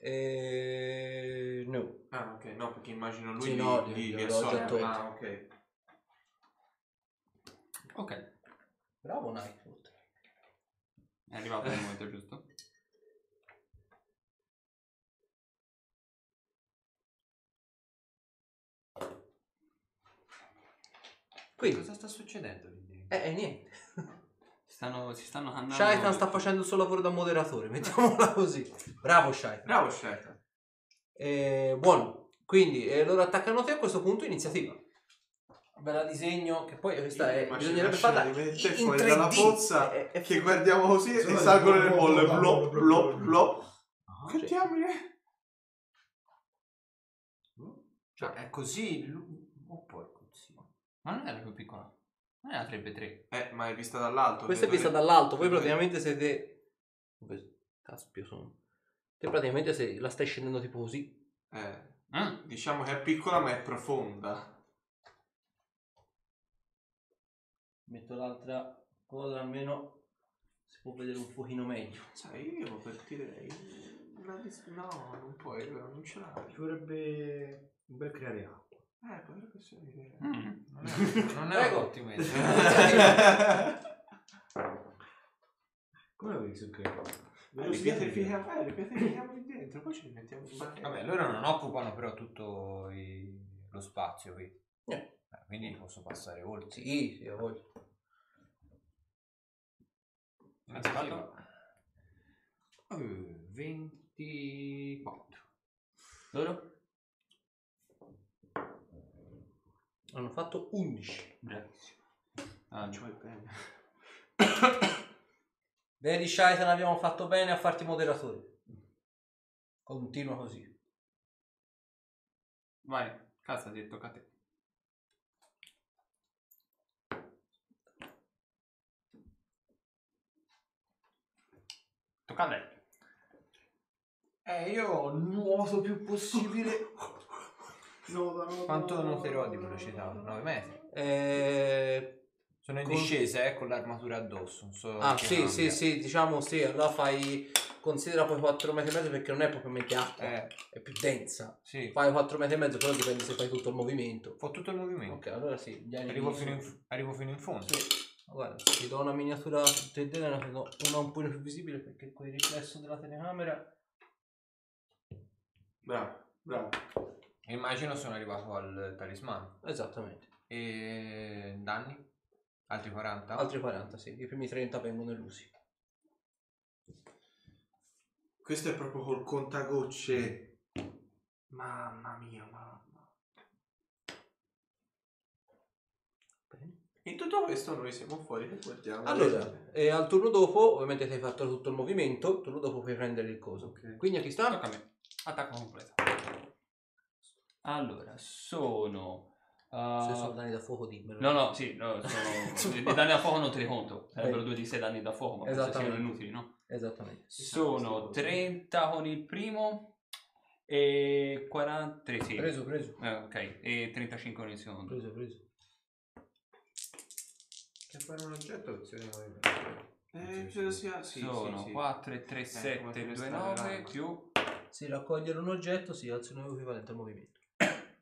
Eh, no.
Ah, ok, no, perché immagino lui
Sì,
li-
no,
li,
li-
li
li ho
assorbe.
tolti.
Ah, ok.
Ok,
Bravo Nightwood.
è arrivato il momento giusto.
Quindi,
Cosa sta succedendo lì dentro?
eh, eh, niente.
Stanno, si stanno andando...
Shaitan sta facendo il suo lavoro da moderatore, mettiamola così. Bravo Shaitan.
Bravo, scelta.
Eh, buono. Quindi eh, loro attaccano te a questo punto iniziativa. Bella disegno che poi questa è,
Ma ci
bisognerebbe
lascia
farla in
di mettere
3D.
fuori dalla pozza
È- è-
Che guardiamo così e
Sì,
salgono
sì,
le
sì,
bolle.
sì,
Blop,
sì,
blop,
sì.
blop.
Ah,
Che
sì.
diamine?
Cioè, è così lu- Oh porco zio.
Ma non era più piccola. Non era 3x3.
Eh, ma è vista dall'alto.
Questa è
credo
vista
che-
dall'alto, voi praticamente siete... Dove caspio sono? Te praticamente se la stai scendendo tipo così.
Eh,
Mm.
diciamo che è piccola ma è profonda.
Metto l'altra cosa almeno si può vedere un pochino meglio.
Sai, io per dire... una dis- No, non puoi, però non ce l'hai.
Ci vorrebbe un bel creare acqua.
Eh, potrebbe essere un'idea.
Mm.
Non è,
[LAUGHS]
non è
Prego.
ottimo. [LAUGHS]
Come avevi visto il creare acqua?
Ripete il fichiamo, eh, ripete il fichiamo lì dentro, poi ci rimettiamo in barca.
Vabbè, loro non occupano però tutto i- lo spazio qui.
Eh.
Eh, Quindi posso passare oltre.
Sì, sì, a voi.
Anzi, fatto?
Eh, 24.
Loro?
Hanno fatto 11.
Bravissimo. Ah,
ci vuoi bene.
[COUGHS] Vedi Shaitan abbiamo fatto bene a farti moderatore. Continua così.
vai, cazzo, ti tocca a te. Tocca a lei.
Eh, io nuoto più possibile. Quanto
noterò
nuoterò di velocità? 9 metri.
Eh,
Sono in
Con-
discesa, eh, con l'armatura addosso. Non so
ah,
che
sì,
cambia.
sì, sì, diciamo sì, allora fai considera poi 4 metri e mezzo perché non è propriamente acqua,
Eh,
è più densa.
sì.
Fai 4 metri e mezzo, però dipende se fai tutto il movimento.
Ho tutto il movimento.
Ok, allora sì, gli animi
Arrivo,
sono-
fino in, arrivo fino in fondo.
Guarda, ti do una miniatura 3D, una, una un po' più visibile perché quel riflesso della telecamera
Bravo, bravo.
Immagino sono arrivato al talismano.
Esattamente.
E danni? Altri 40?
Altri 40, sì, i primi 30 vengono elusi.
Questo è proprio col contagocce. Mamma mia, mamma.
Bene.
In tutto questo noi siamo fuori che guardiamo.
Allora, e al turno dopo, ovviamente ti hai fatto tutto il movimento, al turno dopo puoi prendere il coso.
Ok.
Quindi a chi sta?
Tocca a me. Attacco completo. Allora, sono... uh,
Se sono danni da fuoco dimmelo.
No, no, sì, no, sono... i danni da fuoco non te li conto. Sarebbero due di sei danni da fuoco, ma penso siano
Esattamente.
inutili, no?
Esattamente.
Sono 30 con il primo e 43, sì.
Preso, preso.
Eh, ok, e 35 con il secondo.
Preso, preso.
Che fare un oggetto opzione
Eh, ce lo sia. Sì,
sono
sì, sì.
4 e 3, 7,
come
2,
questa
9
veranda.
più
Se raccogliere un oggetto si alza un equivalente al movimento.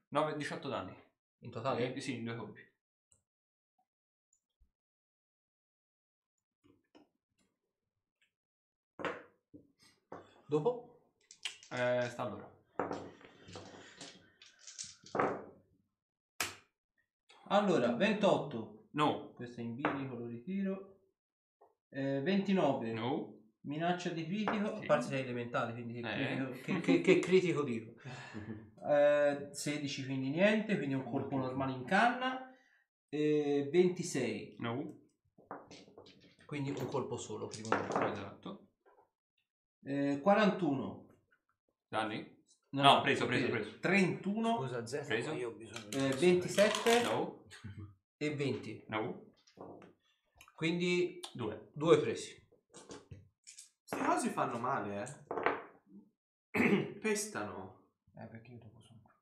9, 18 danni.
In totale?
Eh, Sì, in due colpi.
Dopo?
Eh, sta allora.
Allora, 28.
No,
Questo è in bilico, lo ritiro. Eh, 29.
no,
Minaccia di critico, a
Sì.
parte sei elementale, quindi che
Eh.
critico,
[LAUGHS]
che, che- che critico dico. Eh, 16 quindi niente, quindi un colpo normale in canna. Eh, 26,
no,
quindi un colpo solo. primo.
esatto.
Eh, 41.
Danni? No, preso, preso, preso.
31,
Scusa Zeno,
Preso.
ma io ho bisogno di...
eh, 27
No,
e 20.
no,
Quindi
2.
due presi.
Queste cose fanno male, [COUGHS] eh. Pestano.
Eh, perché io dopo sono qui.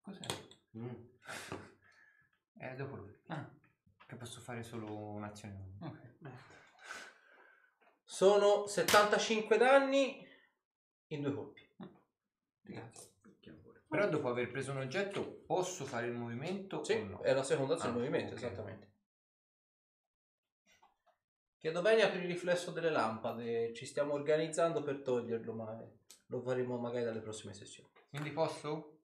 Cos'è?
Mm.
Eh, dopo lui.
Ah.
Che posso fare solo un'azione. Mm.
Sono 75 danni in due colpi.
Però dopo aver preso un oggetto posso fare il movimento
Sì,
Oh,
o no?
è la seconda azione
Ah,
in movimento,
ok.
esattamente. Chiedo Venia per il riflesso delle lampade, ci stiamo organizzando per toglierlo, ma eh, lo faremo magari dalle prossime sessioni.
Quindi posso?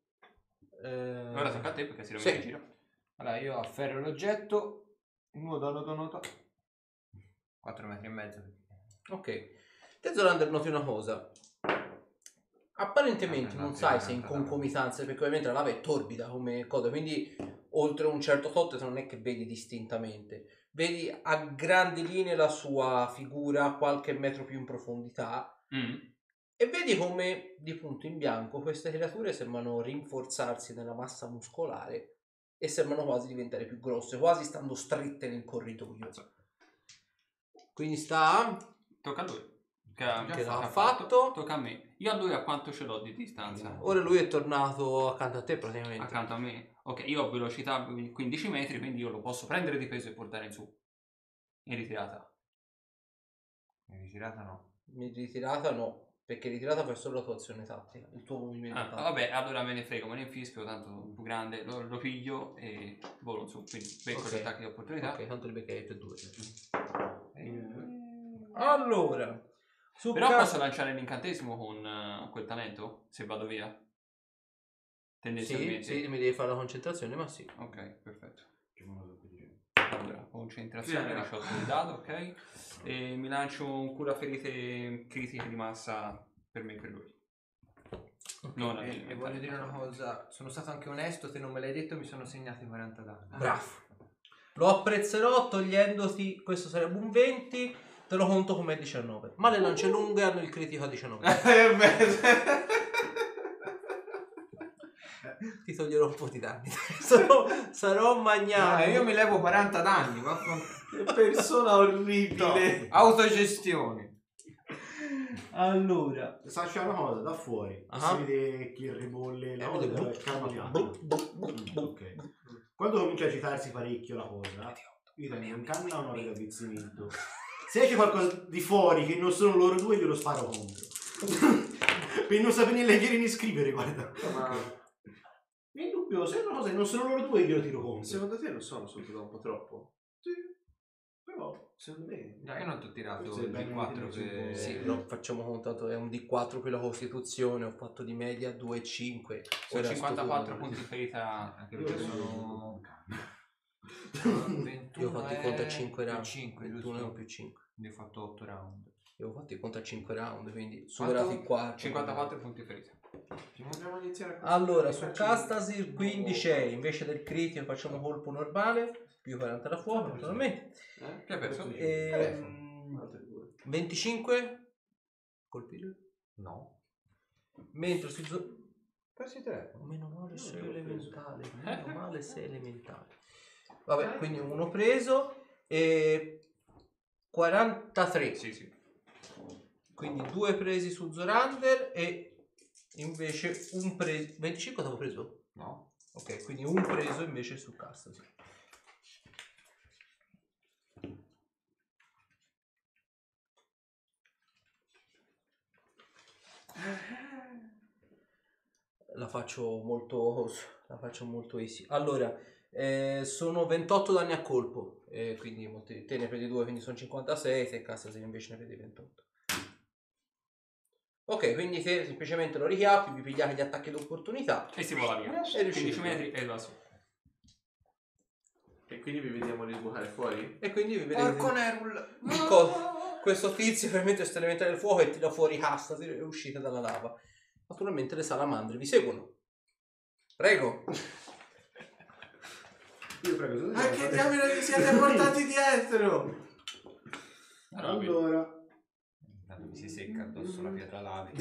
Eh,
Ora tocca a te perché si rovina
Sì.
in giro.
Allora io afferro l'oggetto, nuoto, nuoto, nuoto. 4 metri e mezzo.
Ok. Te Zolander noti una cosa. Apparentemente
Vabbè,
non
Ah, no,
sai
sì,
se in
no,
concomitanza, perché ovviamente la nave è torbida come cosa, quindi oltre un certo tot non è che vedi distintamente. Vedi a grandi linee la sua figura qualche metro più in profondità
Mm.
e vedi come di punto in bianco queste creature sembrano rinforzarsi nella massa muscolare e sembrano quasi diventare più grosse, quasi stando strette nel corridoio. Quindi sta
Tocca a lui. Che, ha-
Che
che
l'ha
ha
fatto.
Tocca a me. Io a lui a quanto ce l'ho di distanza?
Ora lui è tornato accanto a te praticamente.
Accanto a me. Ok, io ho velocità 15 metri, quindi io lo posso prendere di peso e portare in su. In ritirata.
Mi ritirata no.
Mi ritirata no, perché ritirata fa solo la tua azione tattica, il tuo movimento.
Ah,
tattico.
vabbè, allora me ne frego, me ne infischio, tanto un più grande, lo, lo piglio e volo su, quindi becco
Ok.
gli attacchi di opportunità.
Ok, tanto li beccherei tutti e due. cioè.
Eh,
Allora, su
Però
ca-
posso lanciare l'incantesimo con eh, quel talento, se vado via?
Sì,
Tendenzialmente.
sì, mi devi fare la concentrazione, ma sì.
Ok, perfetto.
Che modo per dire.
Allora, concentrazione,
Sì,
18 di dado, ok? E mi lancio un cura ferite critiche di massa per me e per lui. Non a
E voglio dire una cosa, sono stato anche onesto, se non me l'hai detto mi sono segnati 40 danni.
Bravo. Lo apprezzerò togliendoti, questo sarebbe un 20, te lo conto come 19. Ma le lance lunghe hanno il critico a 19.
Eh, beh.
Ti toglierò un po' di danni. [LAUGHS] sarò, sarò magnano.
Ah, io mi levo 40 danni, vaffanculo.
Che persona orribile.
Autogestione.
Allora,
Sasha una cosa, da fuori
Ah.
si vede chi ribolle la
Eh,
cosa
vede,
e
boh.
calma di acqua.
Boh, boh, boh,
Mm,
boh.
ok. Quando comincia a agitarsi parecchio la cosa, io tengo in canna un ragazzinetto. [LAUGHS] Se c'è qualcosa di fuori che non sono loro due, glielo sparo contro. [LAUGHS] per non sapere né leggere né scrivere, guarda.
Eh, Ma
Nel dubbio, se è una cosa che non sono loro due, glielo tiro contro.
secondo te non sono subito un po' troppo?
Sì, però, secondo me...
Dai, io non ti ho tirato
Questo è
il
bene,
D4
quindi
per...
si
Sì, no, facciamo contato, è un D4 qui la costituzione, ho fatto di media 2,5.
Sono
Ora sto
54
punto.
punti di ferita
Anche
Io
perché sono...
sono...
Io ho fatto il conto
Eh,
a 5 round,
5,
21 è un più 5.
Ne ho fatto 8 round.
Io ho fatto il conto a 5 round, quindi superati il quarto.
54 punti di ferita.
Dobbiamo iniziare a Oh.
Allora, su Castasir 15 è, invece del critico facciamo colpo normale. più 40 da fuoco, naturalmente.
Eh?
Che hai perso?
E,
Telefono.
mm, 25 colpire.
No.
Mentre su zo-
Persi il telefono.
Meno male se è elementale.
[LAUGHS]
Meno male se è elementale. Vabbè, quindi uno preso e 43.
Sì, sì.
Quindi due presi su Zorander e invece un preso. 25 avevo preso?
No.
Ok, quindi un preso invece su Castasi. La faccio molto. [LAUGHS] La faccio molto easy. Allora, eh, sono 28 danni a colpo. eh, quindi molti- te ne prendi 2, quindi sono 56. Se Castasi invece ne prendi 28. Ok, quindi se semplicemente lo richiappi, vi pigliate gli attacchi d'opportunità.
E si vola via.
E
15
riuscite.
metri e va su.
E quindi vi vediamo di sbucare fuori?
E quindi vi vedete
Porco Nerul!
il [LAUGHS] co- questo tizio che mette questo elementare del fuoco e tira fuori Hastasi e uscite dalla lava. Naturalmente le salamandre vi seguono. Prego.
Io prego, tu
Ma che diamine vi siete portati dietro?
Allora,
Intanto mi si secca addosso la pietra lave.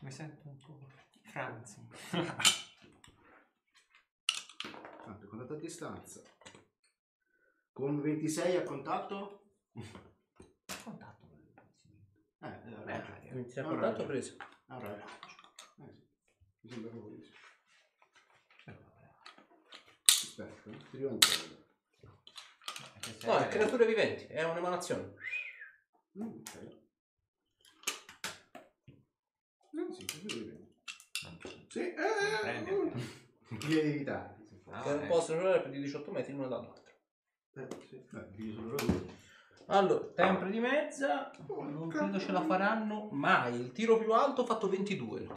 Mi sento un po'. Franzi.
tanto contatto a distanza. Con 26 a contatto?
Contatto.
Eh, eh, raggio.
Mi tira
Ah,
contatto,
raggio.
preso.
Ah, raggio. Eh, sì. Mi sembra proprio così. eh, Aspetta, eh, ti arriva ancora.
Eh,
No, è creature viventi, è un'emanazione.
Mm, ok. No, Eh, sì, così lo vediamo. Sì,
Prendi. [LAUGHS]
eh, Li hai evitati. se fa.
Ah,
che non
ecco.
possono girare più di 18 metri l'una dall'altra.
Eh, sì. Beh, io sono proprio-
Allora, sempre di mezza. Non credo ce la faranno mai. Il tiro più alto ho fatto 22.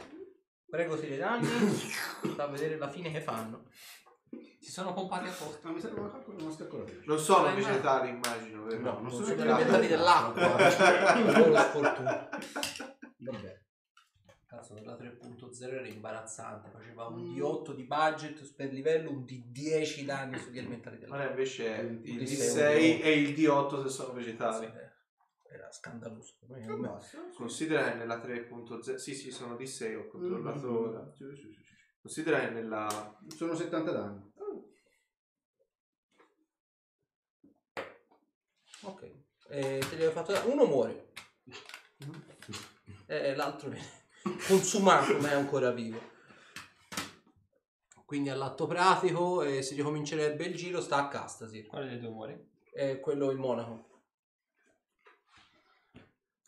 Prego, se le danni. Sta a vedere la fine che fanno.
Si sono pompati apposta.
Ah, mi serve una calcola, non scaccola.
Non sono vegetali, immagino, vero?
No, non sono Cioè,
sono elementali
vegetali. [LAUGHS]
dell'acqua. Loro sfortuna.
Vabbè.
Cazzo, la 3.0 era imbarazzante. Faceva
Mm.
un D8 di budget per livello, un D10 danni sugli elementari dell'acqua.
Ora invece è il
Il
D6 e il D8 se sono vegetali.
Era scandaloso.
Considera che nella 3.0... Sì, sì, sono D6, ho
Mm.
controllato ora.
Sì, sì, sì, sì.
Considera che nella...
Sono 70 danni.
Ok. Eh, te li avevo fatto da- Uno muore. E Eh, l'altro viene [LAUGHS] consumato, ma è ancora vivo. Quindi all'atto pratico, eh, si ricomincerebbe il giro, sta a Castasi.
Quale dei due muore?
Eh, quello il monaco.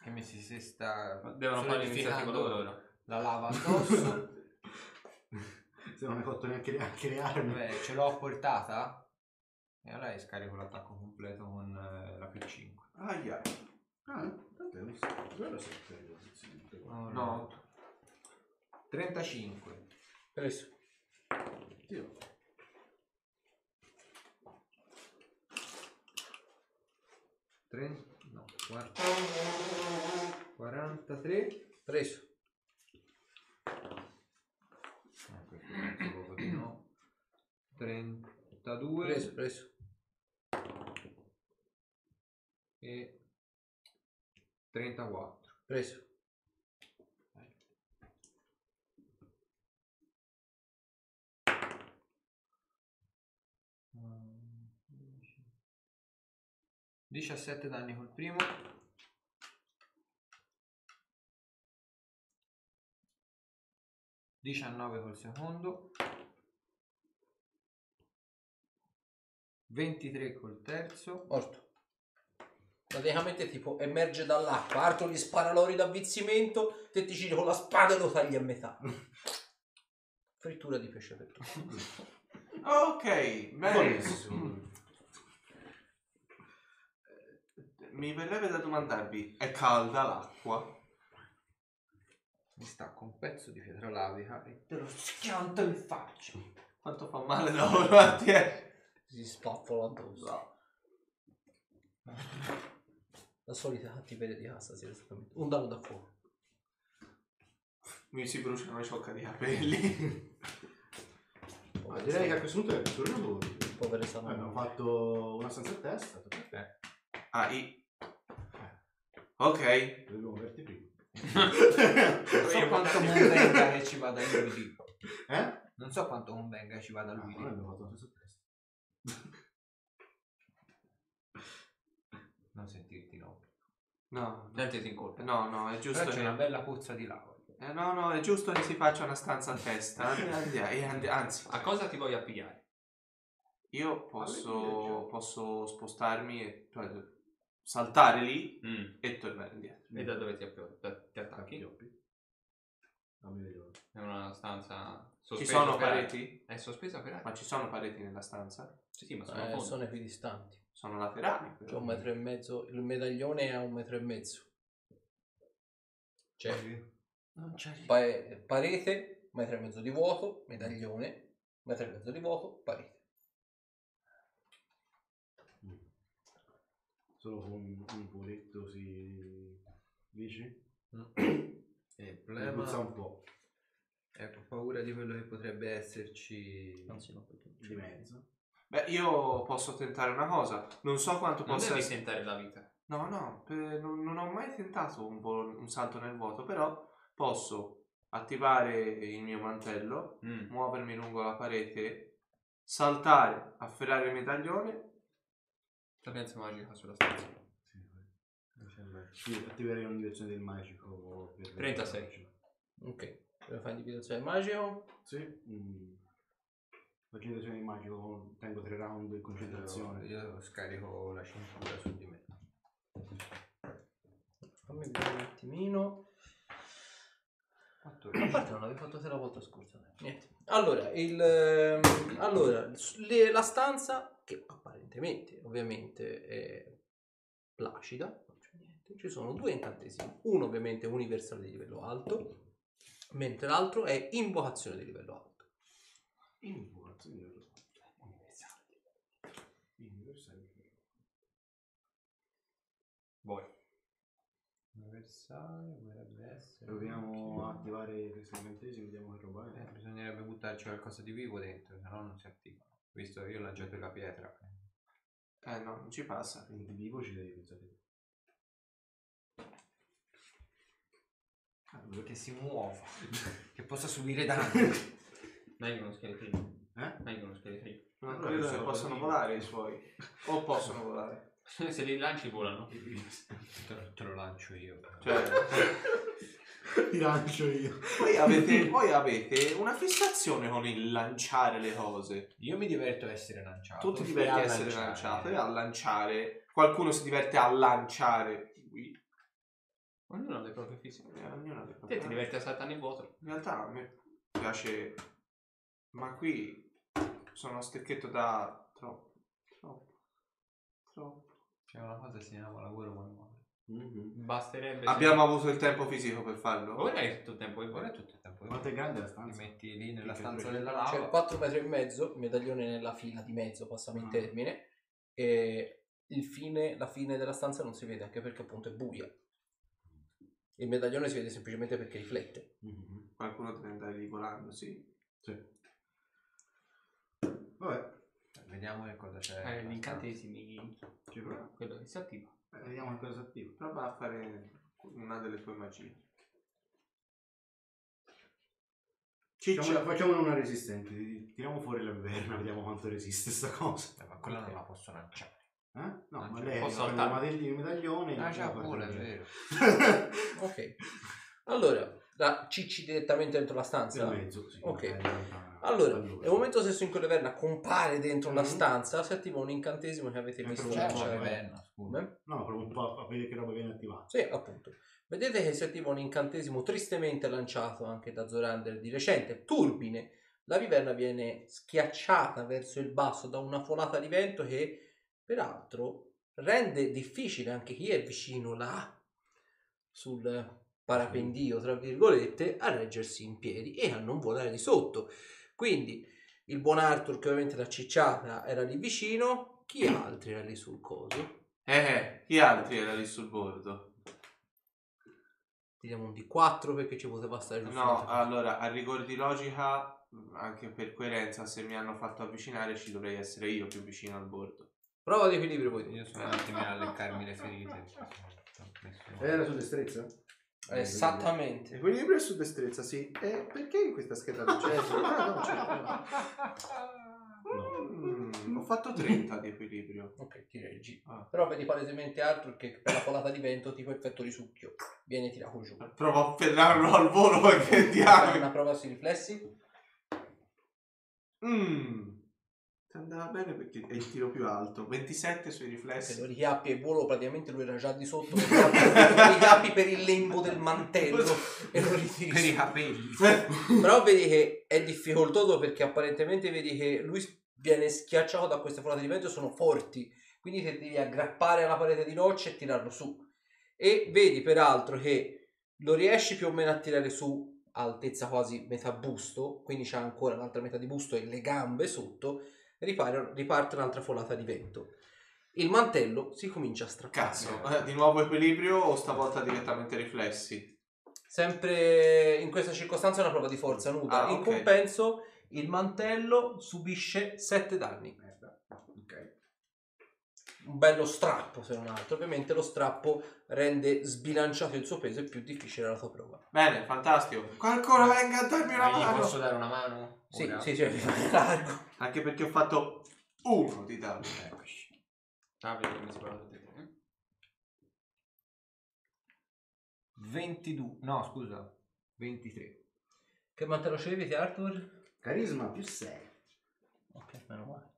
Che mi si si sta...
Devono fare
solidificando
iniziativa loro.
La lava addosso.
[LAUGHS] Se non hai fatto neanche neanche le armi.
Beh, ce l'ho a portata. E allora scarico l'attacco completo con eh, la più 5.
Aia.
Ah, tanto è un sacco. Guarda se è quello, sì, quello.
Oh, No. 35.
Preso.
Io.
Tre- no, quar-
[COUGHS]
43.
Preso.
Eh, questo penso proprio di no. 32
Preso, preso.
e 34.
Preso.
Mm, 17 danni col primo. Diciannove col secondo. 23 col terzo.
Morto. Praticamente tipo emerge dall'acqua, Arthur gli spara l'ori d'avvizzimento, te ti giri con la spada e lo tagli a metà. Frittura di pesce per tutti.
Ok,
Eh.
bene.
Buonissimo.
Mi verrebbe da domandarvi, è calda l'acqua?
Mi stacco un pezzo di pietra lavica e te lo
Schianto in faccia.
Quanto fa male da ora a te?
Si spaffola addosso. La solita cattiveria di casa, sì, esattamente. Un danno da fuoco.
Mi si
[LAUGHS]
bruciano le ciocca di capelli.
Ah,
Ma direi che a questo punto è il turno loro.
povere sanno.
Abbiamo fatto una senza testa. tocca a te.
Ah, i... Ok.
Dovevo averti prima.
[LAUGHS] Non so quanto
[LAUGHS]
convenga che ci vada lui lì.
Eh?
Non so quanto convenga che ci vada
Ah,
lui
noi
lì.
abbiamo fatto una senza testa.
Non sentirti no.
No,
Non ti in colpa.
no, no, è giusto.
Però c'è
che-
una bella puzza di lava.
Eh, no, no, è giusto che si faccia una stanza a testa. Andi- andi- andi- Anzi,
A cosa ti voglio appigliare?
io posso, posso spostarmi e cioè, saltare lì e tornare indietro.
E Mm. da dove ti, appio- da- ti attacchi?
Non mi vedevo.
È una stanza
Ci
sospesa Cioè,
sono
per aria.
pareti?
È sospesa per aria.
Ma ci sono pareti nella stanza?
Sì, sì, ma sono
Eh,
fondi.
sono equidistanti.
Sono laterali. però.
C'è un metro e mezzo, il medaglione è a un metro e mezzo. C'è
Non c'è
pa- parete, metro e mezzo di vuoto, medaglione, metro e mezzo di vuoto, parete.
Solo con un, un poletto si...
Eh,
Dici?
Il
Mi
problema
puzza un po'
è Eh, ho paura di quello che potrebbe esserci.
di mezzo.
Beh, io posso tentare una cosa. Non so quanto
Non
possa
devi
essere.
tentare la vita.
No, no, per- non, non ho mai tentato un, volo- un salto nel vuoto, però posso attivare il mio mantello,
Mm.
muovermi lungo la parete, saltare, afferrare il medaglione.
Sapienza magica sulla stanza.
Sì, attiverei un'inversione del magico. Per
36.
Ok, dove fai individuazione magico?
Sì. mm. Faccio un'inversione del magico, tengo tre round in concentrazione.
Io, io scarico la cintura su di me.
Fammi vedere un attimino. A
14.
parte non l'avevi fatto te la volta scorsa. dai. Niente. Allora, il, ehm, allora s- le- la stanza, che apparentemente ovviamente è placida, non c'è niente. ci sono due incantesimi. Uno ovviamente universale di livello alto, mentre l'altro è invocazione di livello alto.
Invocazione di livello alto. Universale.
Universale dovrebbe essere.
Proviamo a attivare questi incantesimi, vediamo che roba
Eh,
è.
bisognerebbe buttarci qualcosa di vivo dentro, se no non si attiva. Visto che io ho lanciato la pietra.
Eh no, non ci passa.
Quindi di vivo ci devi pensare. tu.
Che si muova. che possa subire danni.
Meglio uno scheletrino.
Eh?
Meglio uno scheletrino.
Non
Allora,
credo che
sono
possano
così.
volare i suoi. O possono volare.
[LAUGHS] Se li lanci volano.
[LAUGHS]
te, lo, te lo lancio io.
[LAUGHS] Cioè,
Ti lancio io.
voi [LAUGHS] avete, voi avete una fissazione con il lanciare le cose.
Io mi diverto a essere lanciato.
Tu ti diverti a
e
essere
lanciare.
lanciato e a lanciare. Qualcuno si diverte a lanciare. Qui.
Ognuno ha le proprie fisiche.
Eh, ognuno ha le
Te
proprie-
ti diverti a saltare nel vuoto.
In realtà a me piace, ma qui sono stecchetto da troppo, troppo, troppo.
C'è Cioè, una cosa che si chiama lavoro manuale.
Mhm.
Basterebbe. se-
Abbiamo avuto il tempo fisico per farlo?
Ora è tutto il tempo.
Ora è
Ora
tutto il tempo.
Quanto è grande la stanza?
Ti metti lì nella
Che
stanza
cazzo è?
della lava.
C'è 4 Cioè, metri e mezzo, medaglione nella fila di mezzo, passami il termine, e il fine, la fine della stanza non si vede anche perché appunto è buia. Il medaglione si vede semplicemente perché riflette.
Mhm.
Qualcuno deve andare lì volando, sì.
Sì. Vabbè,
Vediamo che cosa c'è.
è
nella
Eh, gli incantesimi.
ci proviamo.
Quello che si attiva.
Eh, Vediamo che cosa si attiva.
Prova a fare una delle tue magie.
Facciamola,
Ciccia,
facciamola una resistente. Tiriamo fuori la verna, vediamo quanto resiste sta cosa.
stanza. Eh, Ma quella non la posso lanciare.
Eh? No,
Ah,
ma
cioè,
lei
posso
ha il
saltare?
madelli- il medaglione.
Ah, già,
poi
pure, è
parte via.
vero.
Ok. Allora, la cicci direttamente dentro la
Nel
stanza.
mezzo, [LAUGHS] sì.
Ok.
Eh, no,
Allora, nel momento stesso in cui l'Everna compare dentro la
Mhm.
stanza, si attiva un incantesimo che avete
Dentro
visto
la
C'è una
Lanciare.
caverna, Cioè, scusa.
Come?
No, provo un po' a vedere che roba viene attivata.
Sì, appunto. Vedete che si attiva un incantesimo tristemente lanciato anche da Zorander di recente, Turbine. La viverna viene schiacciata verso il basso da una folata di vento che, peraltro, rende difficile anche chi è vicino là, sul parapendio, tra virgolette, a reggersi in piedi e a non volare di sotto. Quindi il buon Arthur, che ovviamente la cicciata era lì vicino, chi altri era lì sul coso?
eh, chi altri era lì sul bordo?
Tiriamo un D4 perché ci poteva stare giusto.
No,
una-
allora, a rigor di logica, anche per coerenza, se mi hanno fatto avvicinare ci dovrei essere io più vicino al bordo.
Prova di equilibrio
Eh,
voi.
Io sono un attimo a leccarmi le ferite. cioè, Eh,
Era su destrezza?
Eh, Esattamente.
Equilibrio su destrezza, sì. E perché questa scheda non
[LAUGHS]
c'è? Ah, non c'è.
Mm, ho fatto 30 di equilibrio.
Ok, ti reggi.
Ah.
Però vedi palesemente altro che per la colata di vento tipo effetto risucchio. Viene tirato
[LAUGHS]
giù.
Provo a ferrarlo al volo perché
Fai
diavolo.
Una prova sui
Eh,
riflessi.
Mm. Ti andava bene perché è il tiro più alto. 27 sui
Se lo
riflessi.
richiappi e volo, praticamente lui era già di sotto. lo richiappi per il lembo del
[LAUGHS]
mantello e lo ritiri
Per
su.
i capelli.
Però vedi che è difficoltoso perché apparentemente vedi che lui viene schiacciato da queste folate di vento e sono forti. Quindi te devi aggrappare alla parete di roccia e tirarlo su. E vedi peraltro che lo riesci più o meno a tirare su a altezza quasi metà busto, quindi c'è ancora l'altra metà di busto e le gambe sotto, ripare- riparte un'altra folata di vento. Il mantello si comincia a strappare.
Cazzo, eh, di nuovo equilibrio o stavolta direttamente riflessi?
Sempre in questa circostanza è una prova di forza nuda.
Ah,
in
ok.
compenso il mantello subisce 7 danni. Un bello strappo se non altro. Ovviamente lo strappo rende sbilanciato il suo peso e più difficile la tua prova.
Bene, fantastico. Qualcuno venga a darmi una
Ma gli
mano.
posso dare una mano?
Sì,
Ora?
sì, sì, è largo.
Anche perché ho fatto uno di danno.
Eccoci. Ah, vedi come si parlano tutti e
eh.
tre. 22. No, scusa. 23.
Che mantello scegliete Arthur?
Carisma più 6.
Ok, meno
[LAUGHS]
male.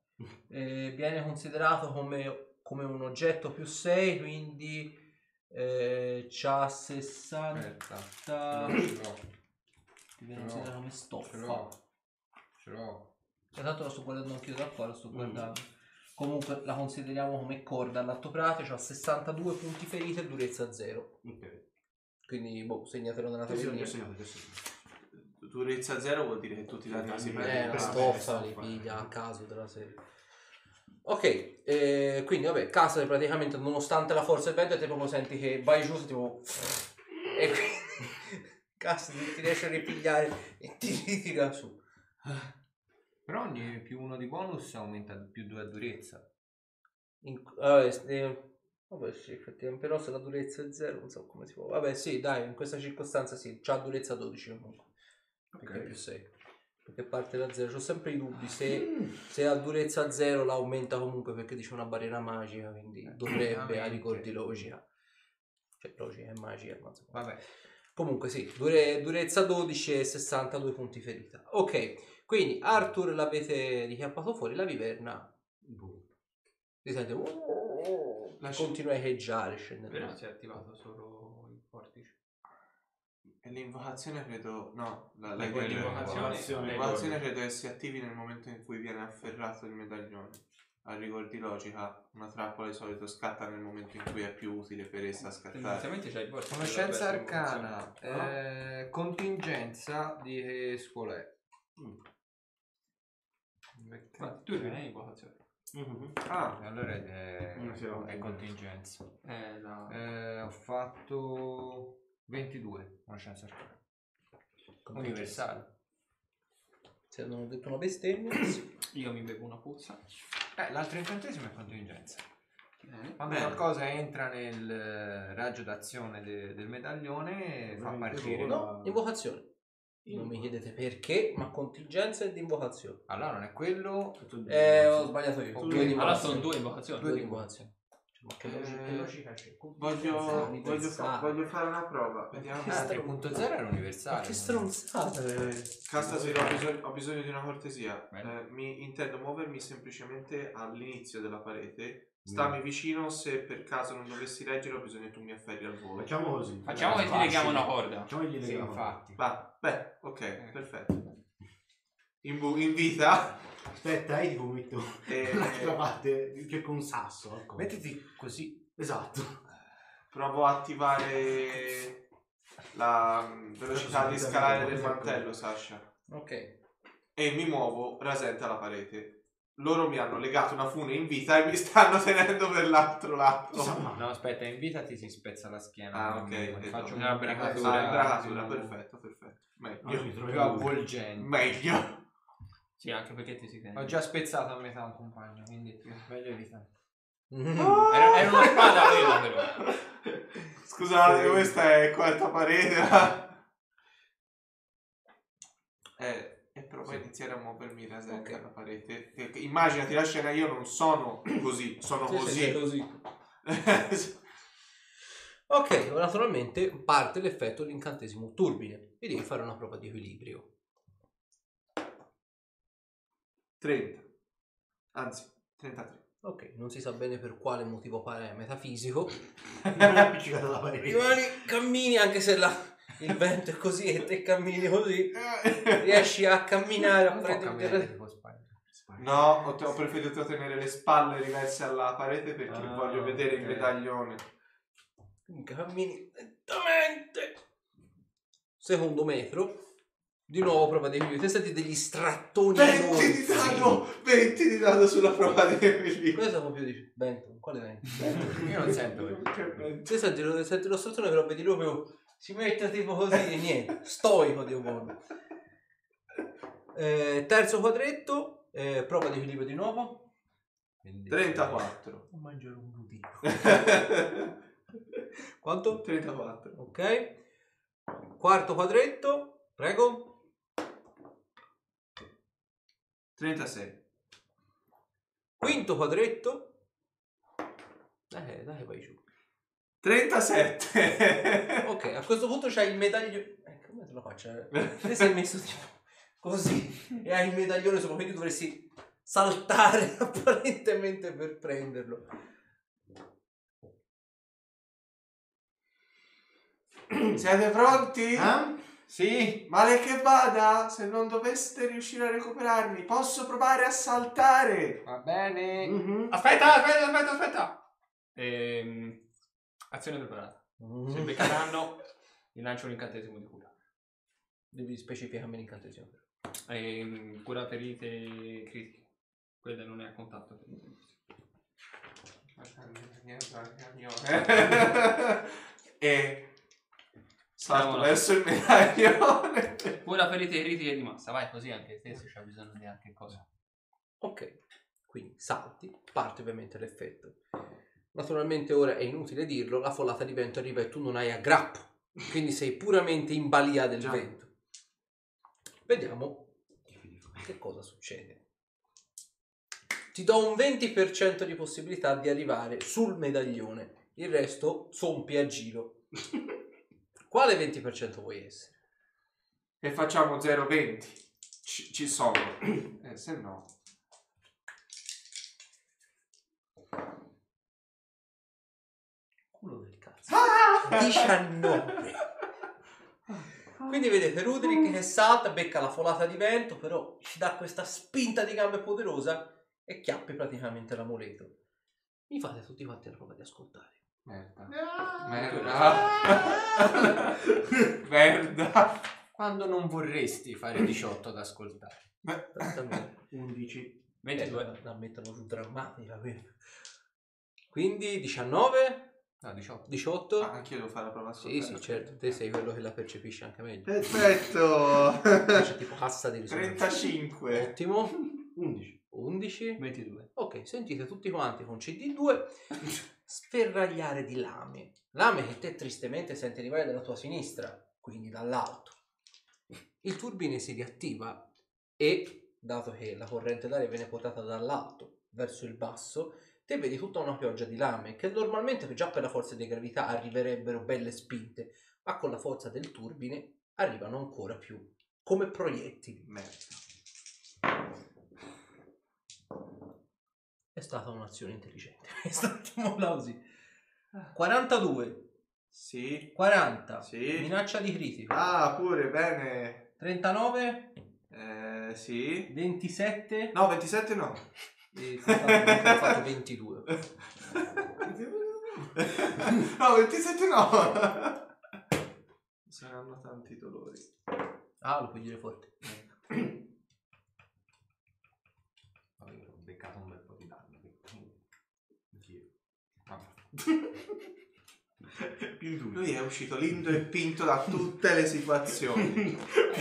Eh, viene considerato come, come un oggetto più 6, quindi eh, c'ha 60...
Aspetta. Ce l'ho.
Ti viene
No.
considerato come
Ce
stoffa.
l'ho. Ce l'ho.
E tanto lo sto guardando anch'io da qua, lo
Mm.
sto guardando. Comunque la consideriamo come corda all'attoprate, c'ha 62 punti ferite e durezza 0.
Ok.
Quindi, boh, segnatelo nella
Sì, sì, ho
tabellina.
segnato, ho segnato.
Durezza zero vuol dire che tutti i danni si
Eh,
Eh,
prendono.
una
Questa
stoffa
è
li
stoffa.
piglia a caso della serie. Ok, eh, quindi vabbè, Castle praticamente nonostante la forza del vento te proprio senti che vai giù, sei tipo... E quindi [LAUGHS] Castle ti riesce a ripigliare e ti ritira su.
Però ogni più uno di bonus aumenta più due a durezza.
In- vabbè, eh, vabbè, sì, effettivamente, però se la durezza è 0, non so come si può. Vabbè, sì, dai, in questa circostanza sì, c'ha durezza 12 comunque. Perché è più 6. Perché parte da 0. Ho sempre i dubbi se, se la durezza 0 la aumenta comunque perché dice una barriera magica, quindi dovrebbe a rigor di logica. Cioè, logica è magica, ma insomma.
Vabbè.
Comunque sì, dure- durezza 12 e 62 punti ferita. Ok, quindi Arthur l'avete richiappato fuori, la viverna
Boh.
si sente
Lascia-
continua a echeggiare scendendo.
Però si è attivato solo il portice.
E l'invocazione credo. No, la, la,
La
Eh,
quella-
l'invocazione-
l'invocazione credo che si attivi nel momento in cui viene afferrato il medaglione. A rigor di logica, una trappola di solito scatta nel momento in cui è più utile per essa scattare.
Tendenzialmente c'è il portice.
Conoscenza
dovrebbe essere
arcana.
invocazione.
eh, contingenza di eh, scuole.
Ma tu non hai invocazione.
Mhm.
Ah,
Allora è,
Mm, sì,
è
ok.
contingenza.
Eh, la...
Eh, ho fatto 22 conoscenza arcana. Universale.
Se non ho detto una bestemmia, sì.
Io mi bevo una puzza.
Eh, l'altro incantesimo è contingenza.
Bene.
Quando
Bene.
qualcosa entra nel eh, raggio d'azione de- del medaglione, fa
Veramente
partire.
vola.
no, invocazione. Non mi chiedete perché, ma contingenza e di invocazione.
Allora non è quello.
Tutto
Eh, ho
il-
sbagliato io.
Ok.
Due di
Allora
invocazione.
sono due invocazioni.
Due di
invocazioni.
invocazione. Cioè, ma che logica,
Eh,
che logica c'è?
voglio,
Contingenza,
voglio, fa-
universale.
voglio fare una prova. Vediamo.
Eh, 3.0 era
Ma
universale.
che stronzata. eh.
Eh, Casta, Siro, ho, bisogno, ho bisogno di una cortesia.
Bene.
Eh, mi intendo muovermi semplicemente all'inizio della parete. Stammi vicino, se per caso non dovessi leggere, ho bisogno che tu mi afferri al volo.
Facciamo così.
Facciamo che ti
Facile.
leghiamo una corda.
Facciamo gli
Sì,
legami.
infatti.
Va, beh, ok, perfetto. In, bu- in vita.
Aspetta, io tipo metto
eh,
[LAUGHS] l'altra parte, cioè con un sasso. ecco.
Mettiti così.
Esatto.
provo a attivare la mm, velocità di scalare del mantello, Sasha.
Ok.
E mi muovo, rasenta la parete. loro mi hanno legato una fune in vita e mi stanno [LAUGHS] tenendo per l'altro lato.
No, aspetta, in vita ti si spezza la schiena.
Ah,
non
ok.
mi-
detto.
Faccio
Una
una
Ah,
braccatura.
bregatura.
bravatura, perfetto, perfetto. Meglio.
mi
Più
[LAUGHS]
avvolgente.
Meglio.
Sì, anche perché ti si tende.
Ah.
Ho già spezzato a metà un compagno, quindi meglio evitare.
Era, era una spada quella però.
Scusate,
Sì.
questa è quarta parete. ma- Eh, e provo a iniziare a muovermi la sette alla parete. Perché Immaginati la scena, io non sono così, sono
Sì, sì,
così.
sì, così.
[LAUGHS]
Ok, ora naturalmente parte l'effetto dell'incantesimo turbine e devi fare una prova di equilibrio.
30. Anzi, 33.
Ok, non si sa bene per quale motivo pare metafisico.
appiccicato alla parete.
Rimani, cammini anche se la- il vento è così e te cammini così.
Eh.
Riesci a camminare, a
Non può
prendere
camminare tipo Spider.
No, ho, ho preferito tenere le spalle riverse alla parete perché
Ah,
voglio vedere il
ok.
medaglione.
Cammini lentamente. Secondo metro. Di nuovo prova di equilibrio. Te senti degli strattoni
20 di
enormi.
dado! 20 di dado sulla prova dei pellicoli.
Questo proprio dice, vento, quale vento?
Io non sento.
Te senti lo, senti lo strattone però vedi lui proprio si mette tipo così e niente, stoico Dio buono. Eh, terzo quadretto, eh, prova di equilibrio di nuovo.
Quindi-
[LAUGHS] 34.
Non mangiare un budino.
34.
[LAUGHS] Quanto? Ok. Quarto quadretto, prego.
36.
Quinto quadretto. Dai, dai, vai giù. [LAUGHS]
37.
Ok, a questo punto c'hai il medaglione. Ecco, come te lo faccio? eh? Te sei messo tipo così e hai il medaglione sopra, quindi dovresti saltare [LAUGHS] apparentemente per prenderlo.
Siete pronti?
Ah?
Eh?
Sì,
Male che vada, se non doveste riuscire a recuperarmi, posso provare a saltare.
va bene.
Mm.
Mhm.
Aspetta, aspetta, aspetta, aspetta. Ehm, azione preparata. Se
Mm. [LAUGHS]
beccheranno, gli lancio un incantesimo di cura.
Devi specificarmi l'incantesimo. però.
Ehm, cura ferite critiche. Quella non è a contatto.
[LAUGHS] e
Siamo
salto
alla-
verso il medaglione. [LAUGHS]
Cura ferite critiche di massa. Vai così anche te se c'è bisogno di anche cosa.
Ok, quindi salti, parte ovviamente l'effetto. Naturalmente ora è inutile dirlo, la folata di vento arriva e tu non hai aggrappo, quindi sei puramente in balia del
Già.
vento. Vediamo che cosa succede. Ti do un 20% di possibilità di arrivare sul medaglione, il resto sompi a giro. Quale 20% vuoi essere?
E facciamo 0,20. Ci, ci sono. [CLEARS THROAT] Eh, se no.
Culo del cazzo.
Ah!
19. Quindi vedete Rudrick che salta, becca la folata di vento, però ci dà questa spinta di gambe poderosa e chiappi praticamente l'amuleto. Mi fate tutti quanti la prova di ascoltare.
Merda.
Merda. [LAUGHS] Merda.
Quando non vorresti fare 18 ad ascoltare.
Esattamente.
11.
Eh,
22.
la mettono giù drammatica quella. Quindi 19,
No, 18.
18.
Ah, anche io devo fare la prova
sì, sì, certo, te sei quello che la percepisce anche
[LAUGHS]
meglio.
Perfetto.
C'è tipo cassa di risoluzione.
35.
Ottimo.
11.
11.
22.
Ok, sentite tutti quanti con CD2 sferragliare di lame. Lame che te tristemente senti arrivare dalla tua sinistra, quindi dall'alto. Il turbine si riattiva e, dato che la corrente d'aria viene portata dall'alto verso il basso, te vedi tutta una pioggia di lame che normalmente già per la forza di gravità arriverebbero belle spinte, ma con la forza del turbine arrivano ancora più, come proiettili. È stata un'azione intelligente. [LAUGHS] È stato un applausi. 42,
Sì.
40,
Sì.
minaccia di critico.
Ah, pure bene.
39,
Eh, sì.
27.
No, 27 no.
E ho fatto 22.
no, 27 no. Saranno tanti dolori.
Ah, lo puoi dire forte.
Più duro.
Lui è uscito lindo e pinto da tutte le [LAUGHS] situazioni.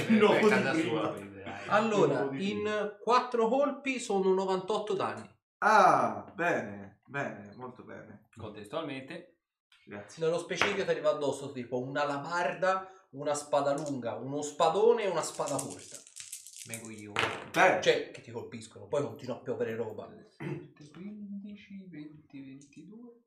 No,
Eh, è casa
di prima.
sua. quindi,
Eh,
dai.
Allora,
Uno di
in 4 colpi sono 98 danni.
Ah, bene, bene, molto bene.
Mm.
Contestualmente,
Grazie.
Nello specifico ti arriva addosso tipo una labarda, una spada lunga, uno spadone e una spada corta.
Me coglione.
Bene,
Cioè, che ti colpiscono, poi continua a piovere roba.
15, 20, 22.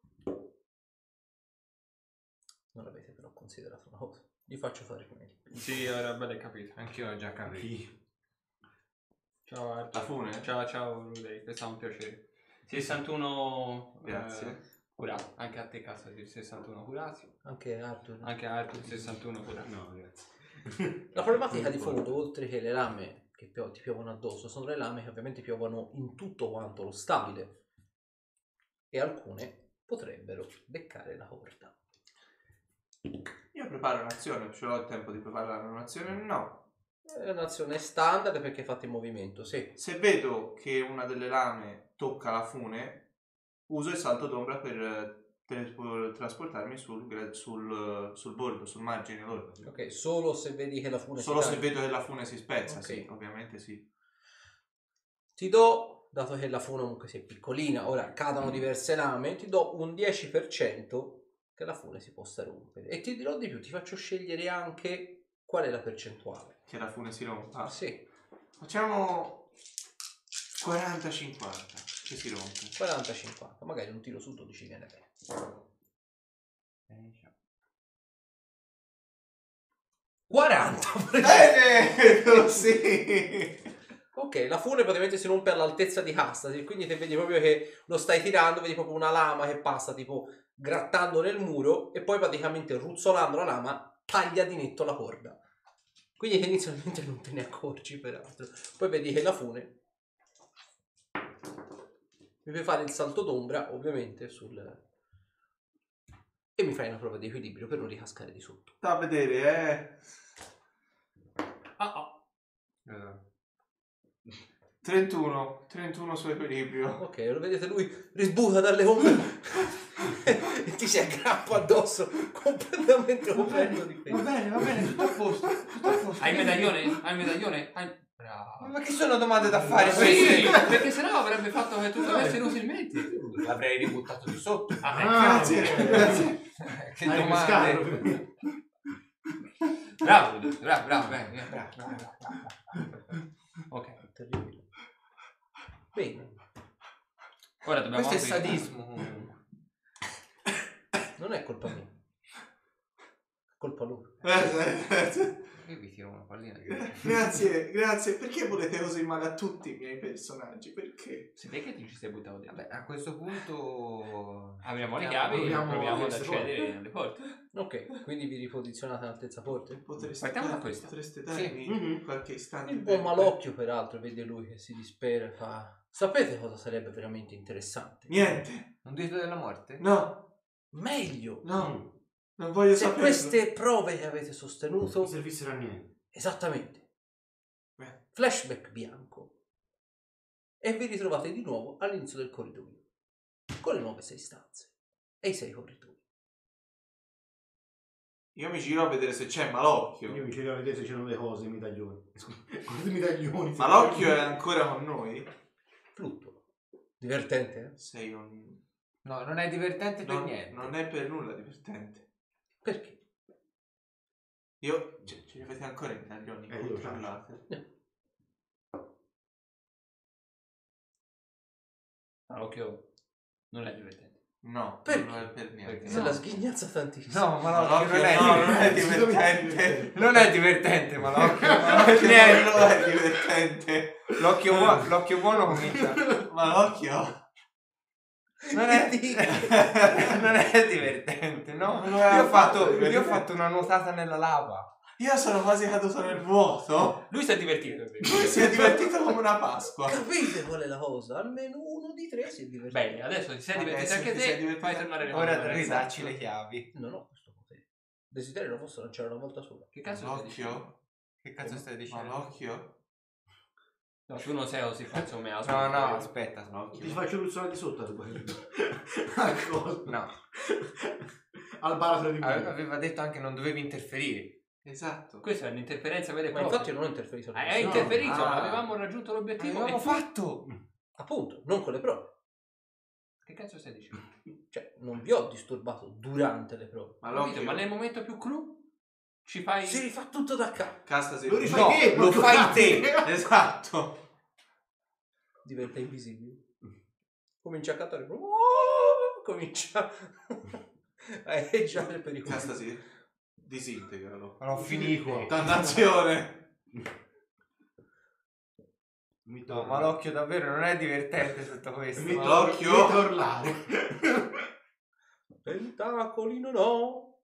Non avete però considerato una cosa. Gli faccio fare come me.
Sì, era bello capito.
Anch'io ho già capito.
Ciao Arthur.
La fune?
Ciao, ciao Ruderick, è stato un piacere. 61 eh,
grazie.
curato. Anche a te cazzo di 61 curati.
Anche Arthur.
Anche a Arthur 61 curati.
No, grazie.
La problematica di fondo, oltre che le lame che pio- ti piovono addosso, sono le lame che ovviamente piovono in tutto quanto lo stabile. E alcune potrebbero beccare la corda.
Io preparo un'azione, ce l'ho il tempo di preparare un'azione? No.
È un'azione Eh, standard perché fate in movimento, sì.
Se vedo che una delle lame tocca la fune, uso il salto d'ombra per eh, teletrasportarmi sul, gra- sul, eh, sul bordo, sul margine d'ombra.
Ok, solo se vedi che la fune
Solo
si
se
taglia.
vedo che la fune si spezza,
Ok.
sì, ovviamente sì.
Ti do, dato che la fune comunque si è piccolina, ora
Mm.
cadono diverse lame, ti do un 10% che la fune si possa rompere. E ti dirò di più, ti faccio scegliere anche qual è la percentuale. Ah,
Che la fune si rompa.
Sì,
Facciamo 40-50, che si rompe.
40-50, magari un tiro su 12 viene bene.
Eh,
diciamo.
ciao.
40!
Bene, [LAUGHS] così.
ok, la fune praticamente si rompe all'altezza di Hastasi, quindi te vedi proprio che lo stai tirando, vedi proprio una lama che passa tipo grattando nel muro e poi praticamente ruzzolando la lama taglia di netto la corda. Quindi che inizialmente non te ne accorgi peraltro. Poi vedi che la fune mi fai fare il salto d'ombra ovviamente sul... E mi fai una prova di equilibrio per non ricascare di sotto.
Sta a vedere,
Ah, ah.
eh. 31, 31 su [LAUGHS] equilibrio.
Ok, lo vedete lui risbuca dalle ombre e ti si aggrappa addosso completamente coperto di pelo.
bene, va bene, tutto a posto, tutto a posto.
Hai il medaglione? Hai il medaglione? Hai... il- Bravo.
Ma che sono domande da fare?
Ah,
Sì, perché sennò avrebbe fatto che tutto questo inutilmente.
L'avrei ributtato di sotto.
Ah,
Ah, ecco. Eh,
grazie, grazie.
che
Hai
domande.
pescato.
Bravo, Ludo, bravo, bravo, bene, bene, bravo, bravo, bravo, bravo, bravo. Ok,
Terribile. Bene,
ora dobbiamo
Questo è
aprire.
sadismo.
non è colpa mia. È colpa lui.
Eh, Grazie, grazie.
Io vi tiro una pallina.
eh, grazie, grazie. Perché volete così male a tutti i miei personaggi? Perché?
Se te che ti ci sei buttato dentro.
Vabbè, a questo punto...
Apriamo le
Proviamo-
chiavi e
proviamo
proviamo ad
queste
accedere alle porte.
Ok, quindi vi ripozizionate all'altezza forte?
Potreste,
Partiamo da
dar-
questa.
potreste
Sì.
darmi
Mhm.
qualche istante?
Il
per-
buon malocchio peraltro vede lui che si dispera e fa... Sapete cosa sarebbe veramente interessante?
Niente,
Un dito della morte?
no,
Meglio
no, non voglio
se
sapere.
queste prove che avete sostenuto...
Non servissero a niente.
Esattamente.
Beh.
Flashback bianco. E vi ritrovate di nuovo all'inizio del corridoio. Con le nuove sei stanze. E i sei corridoi.
Io mi giro a vedere se c'è malocchio.
Io mi giro a vedere se c'erano le cose, i medaglioni. Guarda i medaglioni.
Malocchio è ancora con noi?
Fluttua. Divertente, eh?
Sei un...
No, non è divertente per
Non,
niente.
non è per nulla divertente.
Perché?
Io... Cioè, ce li avete ancora i medaglioni?
Eh, io
controllate.
Malocchio Ah, non è divertente.
No,
Perché?
non è per niente.
Se la sghignazza tantissimo.
No, ma no,
Malocchio
non è...
no, non è divertente.
Non è divertente, ma l'occhio,
Malocchio
Niente.
non è divertente.
l'occhio, buono, l'occhio buono comincia.
Malocchio...
Non è, [LAUGHS] non è divertente, no? Io ho, fatto, io ho fatto una nuotata nella lava.
Io sono quasi caduto nel vuoto.
Lui si è divertito.
Lui si è divertito come una Pasqua.
Capite qual è la cosa? Almeno uno di tre si è divertito.
Bene, adesso ti sei divertito
Adesso
anche
ti sei
te.
divertito.
Fai tornare le
Ora
mani.
ridacci le chiavi.
Non ho questo potere. Desiderio lo posso lanciare una volta sola.
Che cazzo stai dicendo?
Malocchio?
Che cazzo stai dicendo?
Malocchio?
No, tu non sei così pazzo me
No, no, aspetta.
[LAUGHS]
Ti faccio ruzzolare di sotto. se sbaglio.
Al coso.
No,
Al baratro di
ave-
me.
aveva detto anche non dovevi interferire.
Esatto.
Questa è un'interferenza vera e
Eh, Ma
propria.
infatti io non ho interferito. con
Eh, È
questo.
interferito,
Ah.
avevamo raggiunto l'obiettivo.
Avevamo
e tu-
fatto!
Appunto, non con le prove.
Che cazzo stai dicendo?
Cioè, non vi ho disturbato durante le prove.
Ma
Capito,
l'occhio.
ma nel momento più cru ci fai...
Si rifà tutto da capo.
Casta se
Lo
no,
rifai te,
lo
porco
fai
cazzo.
te. Esatto.
Diventa invisibile.
Mm.
Comincia a cantare. Oh,
[LAUGHS]
comincia Eh, a eggiare per i
Casta sì. Disintegralo.
L'ho finito.
Dannazione.
Mi
No,
torna.
ma l'occhio davvero non è divertente tutto questo.
Mi
ma-
torna.
l'occhio.
Mi torlare.
Tentacoli non ho,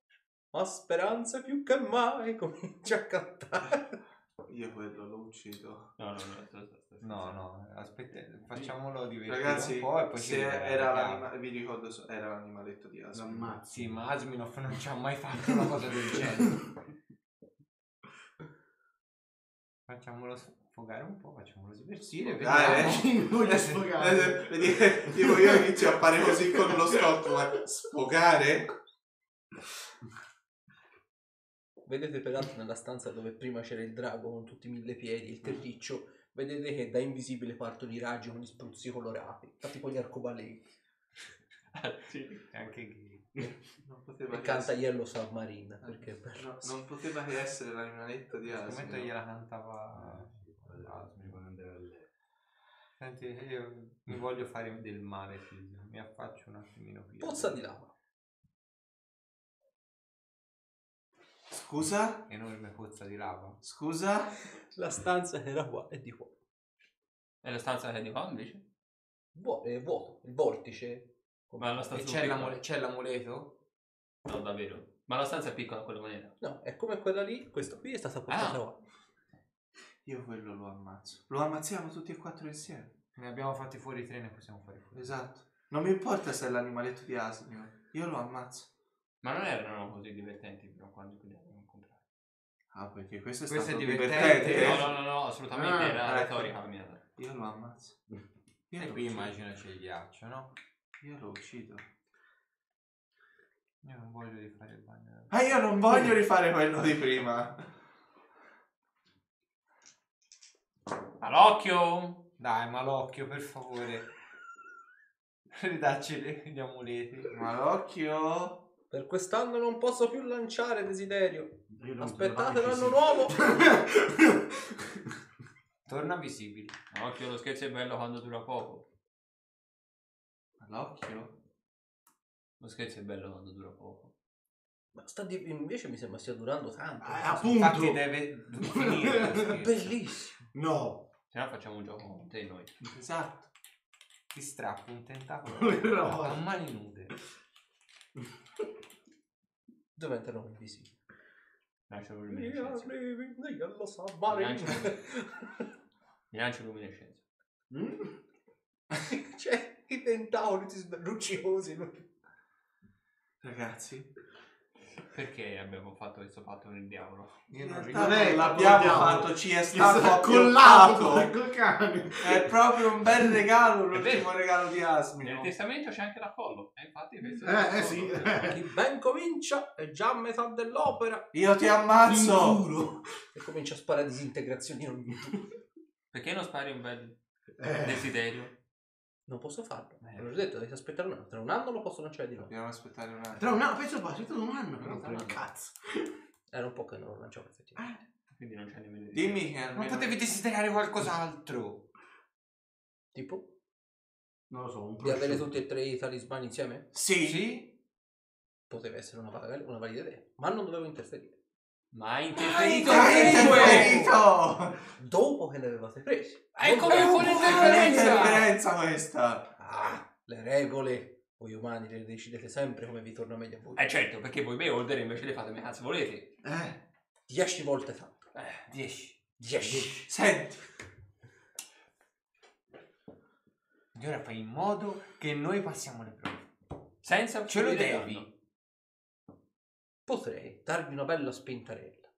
ma speranza più che mai. [LAUGHS] Comincia a cantare.
Io quello l'ho ucciso.
No, no, no. sta- sta- sta-
No, no, aspetta, facciamolo divertire
Ragazzi,
un po' e poi ci
se
rivediamo.
era l'anima- vi ricordo so- era l'animaletto di Asmi.
L'ammazzi.
Sì, ma Asminov non ci ha mai fatto una cosa del genere. Facciamolo sfogare un po', facciamolo divertire.
Dai,
vediamo.
eh.
Voglio
Eh,
sfogare.
vedi, tipo io inizio a fare così con lo scotch, ma sfogare?
Vedete peraltro nella stanza dove prima c'era il drago con tutti i mille piedi, il terriccio, vedete che da invisibile partono i raggi con gli spruzzi colorati, fatti con gli arcobaleni.
Ah, sì.
Anche gay.
Non poteva
E
che
canta
essere-
Yellow Submarine, perché è bello.
no, non poteva che essere l'animaletto di
In questo
Asmi. Eh,
momento gliela cantava Asminov. Senti, io mi voglio fare del male, figlio. Mi affaccio un attimino qui.
Pozza di lava.
Scusa?
Enorme pozza di lava.
Scusa?
La stanza era qua e di qua.
È la stanza che è di qua invece?
Vuo- è vuoto, il vortice.
Ma la stanza
E c'è,
piccola?
l'amole- c'è l'amuleto?
No, davvero. Ma la stanza è piccola in quella maniera.
No, è come quella lì, questa qui è stata portata
Ah.
qua.
Io quello lo ammazzo. Lo ammazziamo tutti e quattro insieme.
Ne abbiamo fatti fuori tre, ne possiamo fare fuori.
Esatto. Non mi importa se è l'animaletto di Asmio. Io lo ammazzo.
Ma non erano così divertenti però quando li abbiamo incontrati.
Ah, perché questo è
Questo
stato
è
divertente.
divertente. eh?
No, no, no, no, assolutamente
Ah,
era
ecco.
retorica la mia.
Io lo ammazzo. Io
E
lo
qui
uccido.
immagino c'è il ghiaccio, no?
Io lo uccido.
Io non voglio rifare il bagno.
Ma io non voglio rifare quello di prima.
All'occhio!
Dai, malocchio, per favore. Ridacci le- gli amuleti.
Malocchio.
Per quest'anno non posso più lanciare desiderio.
Io non
Aspettate
trovavo
l'anno
decisivo. [LAUGHS]
nuovo.
[LAUGHS]
Torna visibile.
Occhio, lo scherzo è bello quando dura poco.
Malocchio.
Lo scherzo è bello quando dura poco.
Ma sta di- invece mi sembra stia durando tanto.
Eh,
Infatti
appunto.
deve finire lo scherzo.
Bellissimo.
No.
Se no facciamo un gioco con te e noi.
Esatto.
Ti strappo un tentacolo
No.
a mani nude.
Dove entrano i visi?
Lancio luminescenza.
Lo so, mare.
Mi lancio luminescenza.
Mm?
[LAUGHS] Cioè, i tentacoli ti sbe- luccicosi.
Ragazzi.
Perché abbiamo fatto questo patto con il diavolo?
In realtà
ricordo.
non
Eh,
l'abbiamo
l'abbiamo.
fatto, ci è
È
stato
stato
accollato.
collato col cane.
È proprio un bel regalo, l'ultimo
vero.
regalo di
Nel
Asmio.
testamento c'è anche la collo. E infatti questo è
Eh, eh sì.
l'accollo.
Chi ben comincia è già a metà dell'opera.
Io ti ammazzo.
E comincia a sparare disintegrazioni in ogni
Perché non spari un bel
Eh,
desiderio?
Non posso farlo. Ve l'ho detto, dovete aspettare un anno. Tra un anno lo posso lanciare di nuovo.
Dobbiamo aspettare un attimo.
Tra un anno, penso qua, c'è stato un anno.
No,
però,
no.
Cazzo.
Era un po' che non lo lanciavo effettivamente.
Ah.
Quindi non c'è nemmeno il desiderio.
Dimmi che
Non
almeno...
potevi desiderare qualcos'altro.
Tipo,
Non lo so, un
di avere
prosciutto.
tutti e tre i talismani insieme?
Sì.
Sì?
Poteva essere una, vaga- una valida idea. Ma non dovevo interferire.
Ma hai
Hai
interferito comunque!
interferito!
Dopo che ne avevate presi.
È
Non
come
dovevo-
con
È
l'interferenza!
un'interferenza questa!
Ah, le regole. Voi umani le decidete sempre come vi torna meglio a voi.
Eh certo, perché voi beholder invece le fate come cazzo volete.
Eh,
10 volte tanto.
Eh,
10.
10.
Senti,
E ora fai in modo che noi passiamo le prove.
Senza
Ce lo
subire
devi.
danno.
Potrei darvi una bella spintarella.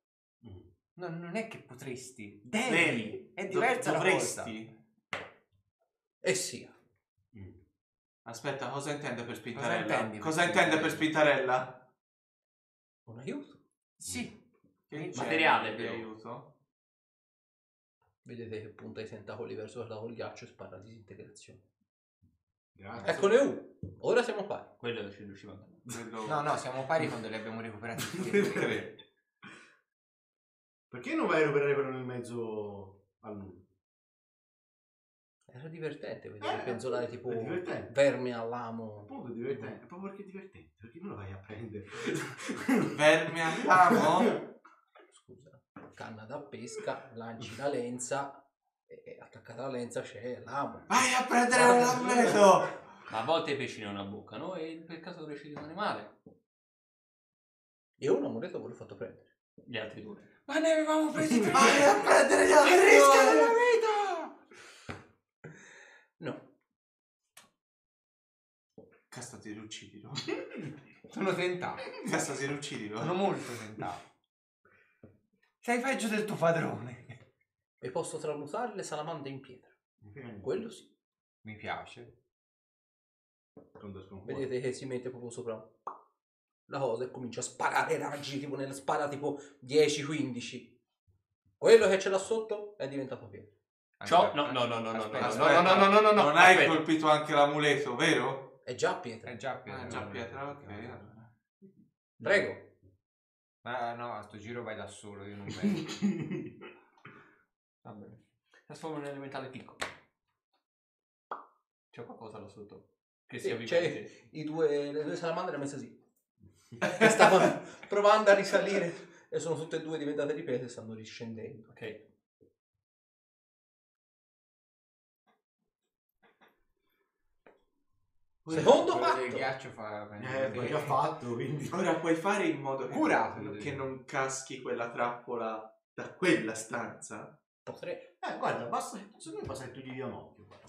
No, non è che potresti.
Devi.
È
do-
diversa la cosa.
dovresti.
E sia.
Aspetta, cosa intende per spintarella? Cosa
intendi
intende,
per
per spintarella?
Un aiuto.
Sì.
Che c'è
Materiale,
di
però.
aiuto?
Vedete che punta i tentacoli verso il cavoliaccio e spara disintegrazione.
Grazie.
Eccone uno. Ora siamo pari.
Quello ci riusciva anche. noi.
Quello-
No, no, siamo pari quando li abbiamo recuperati
[LAUGHS]
tutti.
Tre.
Perché non vai a recuperare quello nel mezzo al nulla?
Era divertente vedere
Eh,
penzolare tipo
è divertente.
verme all'amo.
Appunto è divertente, proprio perché è divertente, perché non lo vai a prendere.
Verme all'amo?
[LAUGHS]
Scusa, canna da pesca, lanci la lenza e e attaccata alla lenza c'è l'amo.
Vai a prendere un lammeto!
Ma a volte i pesci non abboccano e per caso decidi un animale.
E un amuleto ve l'ho fatto prendere.
Gli altri due.
Ma ne avevamo
[LAUGHS]
presi tre!
Vai
Ah,
a prendere gli altri! due!
No,
Castati, uccidilo.
Sono tentato.
[LAUGHS] Castati, uccidilo.
Sono molto tentato. Sei peggio del tuo padrone.
e posso tramutare le salamandre in pietra. Quello sì.
Mi piace.
Quando sconfò.
Vedete che si mette proprio sopra la cosa e comincia a sparare raggi, tipo ne spara tipo 10-15. Quello che c'è là sotto è diventato pietra.
Ciò, no, no, no, no, no, no,
Aspetta,
no, no, no, no, no, no, no,
Non hai
aspetta.
colpito anche l'amuleto, vero?
È già pietra.
È Eh, già pietra.
Ah, già pietra, ok. allora.
Prego.
Ma no, a sto giro vai da solo,
[LAUGHS]
io non vengo.
Va bene. Trasformo in un elementale piccolo. C'è qualcosa là sotto. Che
Sì,
sia
c'è
vivente.
i due, le due salamandre le messe sì. [LAUGHS] Che stavano provando a risalire e sono tutte e due diventate di pietra e stanno riscendendo.
Ok.
Secondo
Quello del
patto.
ghiaccio fa
Eh, poi già fatto, quindi...
Ora puoi fare in modo che,
Curato,
che non caschi quella trappola da quella stanza?
Potrei.
Eh, guarda, basta, secondo me basta che tu gli dia un occhio. guarda.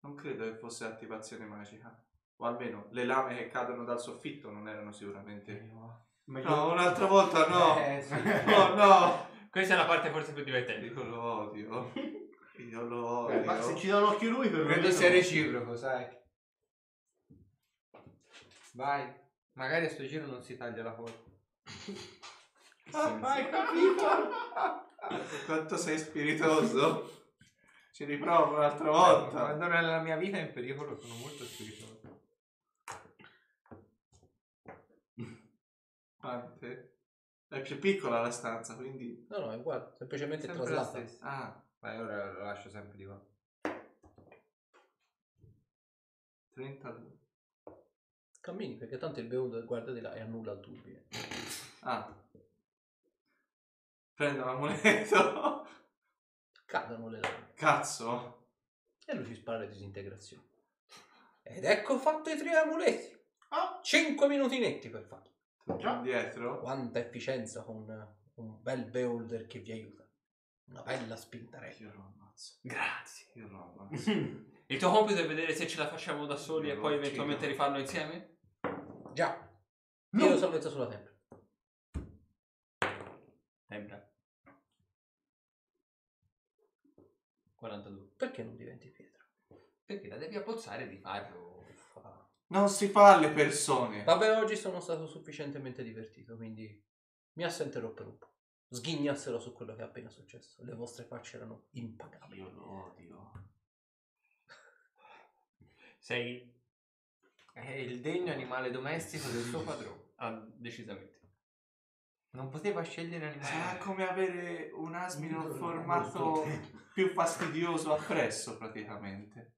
Non credo che fosse attivazione magica. O almeno le lame che cadono dal soffitto non erano sicuramente.
Meglio-
No, un'altra volta no!
[LAUGHS]
Eh, sì.
Oh no!
Questa è la parte forse più divertente.
Io lo odio. Io lo
Eh, ma se
odio.
ci dà un occhio lui, per
Credo sia reciproco, sai. Vai. Magari a sto giro non si taglia la colpa.
[LAUGHS] Ah, Hai capito?
Quanto sei spiritoso? Ci riprovo un'altra volta.
Quando nella mia vita è in pericolo sono molto spiritoso.
Quante? È più piccola la stanza, quindi...
No, no, è uguale. Semplicemente
Sempre la
traslata.
stessa.
Ah,
Vai, ora la lascio sempre di qua.
32.
Cammini perché tanto il beundo guarda di là e annulla eh. il turbine.
Ah. Prendo l'amuleto.
Cadono le lame.
[LAUGHS] Cazzo.
e lui ci spara le disintegrazioni. Ed ecco fatto i tre amuleti.
Ah.
5 minuti netti per farlo.
Dietro.
Quanta efficienza con un bel beholder che vi aiuta. Una bella spintarella.
Io lo ammazzo.
Grazie.
Io lo
[LAUGHS]
ammazzo.
Il tuo compito è vedere se ce la facciamo da soli e
Lo
poi
uccido.
eventualmente rifarlo insieme?
Già. Io lo salvezza sulla tempra.
Sembra. 42.
Perché non diventi pietra?
Perché la devi abbozzare di farlo.
Fa-
Non si fa alle persone.
Vabbè, oggi sono stato sufficientemente divertito, quindi mi assenterò per un po'. Sghignazzerò su quello che è appena successo. Le vostre facce erano impagabili. [LAUGHS]
Io lo odio.
Sei
È il degno animale domestico del suo padrone.
ah, decisamente.
Non poteva scegliere
Sarà
animale.
Cioè,
Ah,
come avere un asmino formato più fastidioso appresso praticamente.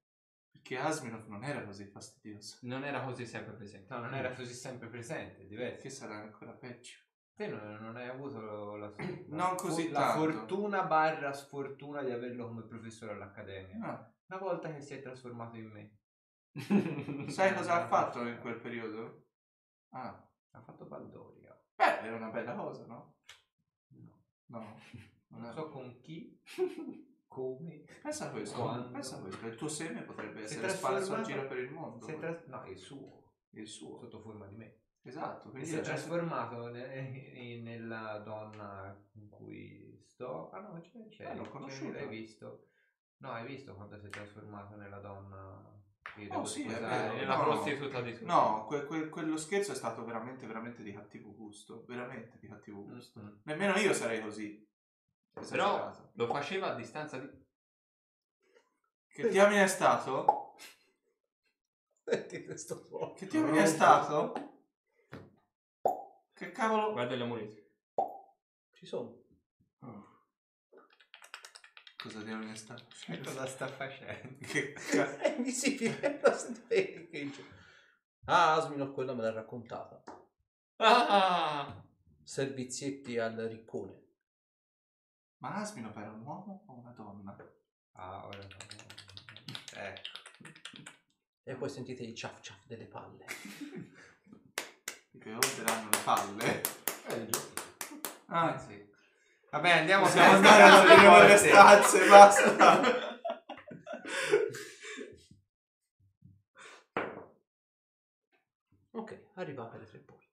Perché Asminov non era così fastidioso.
Non era così sempre presente. Mm.
No, non era così sempre presente, è diverso.
Che sarà ancora peggio.
Te non, non hai avuto
[CLEARS THROAT]
la, la-
Non così
la
tanto.
fortuna barra sfortuna di averlo come professore all'accademia.
No.
Una volta che si è trasformato in me.
[LAUGHS]
Sai
Esatto.
cosa ha fatto in quel periodo? Ah,
Ha fatto Baldoria.
beh, era una bella cosa, no? No. Non
Non
è-
so con
[LAUGHS]
chi, come.
Pensa a questo,
Quando?
pensa a questo. Il tuo seme potrebbe
Si è
essere sparso in
trasformato-
giro per il mondo.
si è tras- no, il suo,
Il suo.
sotto forma di me.
Esatto,
E
quindi
si è
la gente-
trasformato ne- eh, in- nella donna con cui sto. Ah no, c'è, c'è.
Ah, l'ho
c'è-
conosciuta.
Hai visto? No, hai visto quando si è trasformato nella donna Io
Oh, sì, è
scusare.
vero.
la
no.
prostituta di turno.
No, que- que- quello scherzo è stato veramente, veramente di cattivo gusto. Veramente di cattivo gusto. Nemmeno io sarei così.
Però
Esagerato.
lo faceva a distanza di...
Che diamine è stato?
Senti questo fuoco.
Che diamine è stato? Che cavolo?
Guarda le amuleti.
Ci sono.
Ah.
Cosa diamine è stato?
Cosa sta facendo?
Che
[LAUGHS] È invisibile. [LAUGHS] lo senti, vedi che c'è. Ah, Asmino, quella me l'ha raccontata.
Ah!
Servizietti al riccone.
Ma Asmino era un uomo o una donna?
Ah, ora no. Ecco.
E poi sentite i ciaf ciaf delle palle.
Che orderanno le palle. Ah.
Anzi. Vabbè, andiamo
Possiamo andare a aprire le stanze, basta.
Ok, arrivate alle tre porte.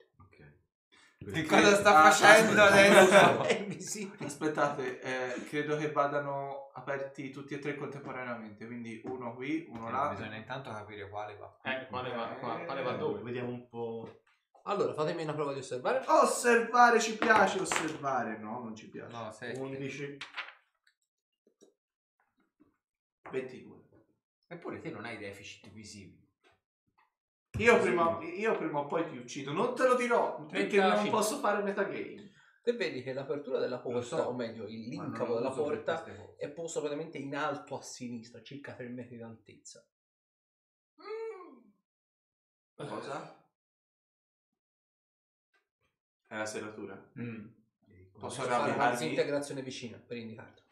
Che cosa sta
Ah,
facendo adesso?
[LAUGHS] È invisibile.
[LAUGHS] Aspettate, eh, credo che vadano aperti tutti e tre contemporaneamente, quindi uno qui, uno là.
Bisogna intanto capire quale va.
Eh, quale Eh, va, qua, quale va
Eh,
dove?
Vediamo un po'.
Allora, fatemi una prova di osservare.
Osservare ci piace, osservare no, non ci piace.
No, sei.
11.
22.
Eppure te non hai deficit visivi.
Io prima, io prima o poi ti uccido, non te lo dirò perché non
35.
posso fare metagame.
Te vedi che l'apertura della porta,
so.
o meglio, il
Ma non
lincavo
lo
della
uso per
porta,
queste cose.
è posto praticamente in alto a sinistra, circa 3 metri d'altezza.
Eh.
Cosa? È la serratura.
Mm.
Posso
Fare una
arrampicarmi?
disintegrazione vicina per indicarlo.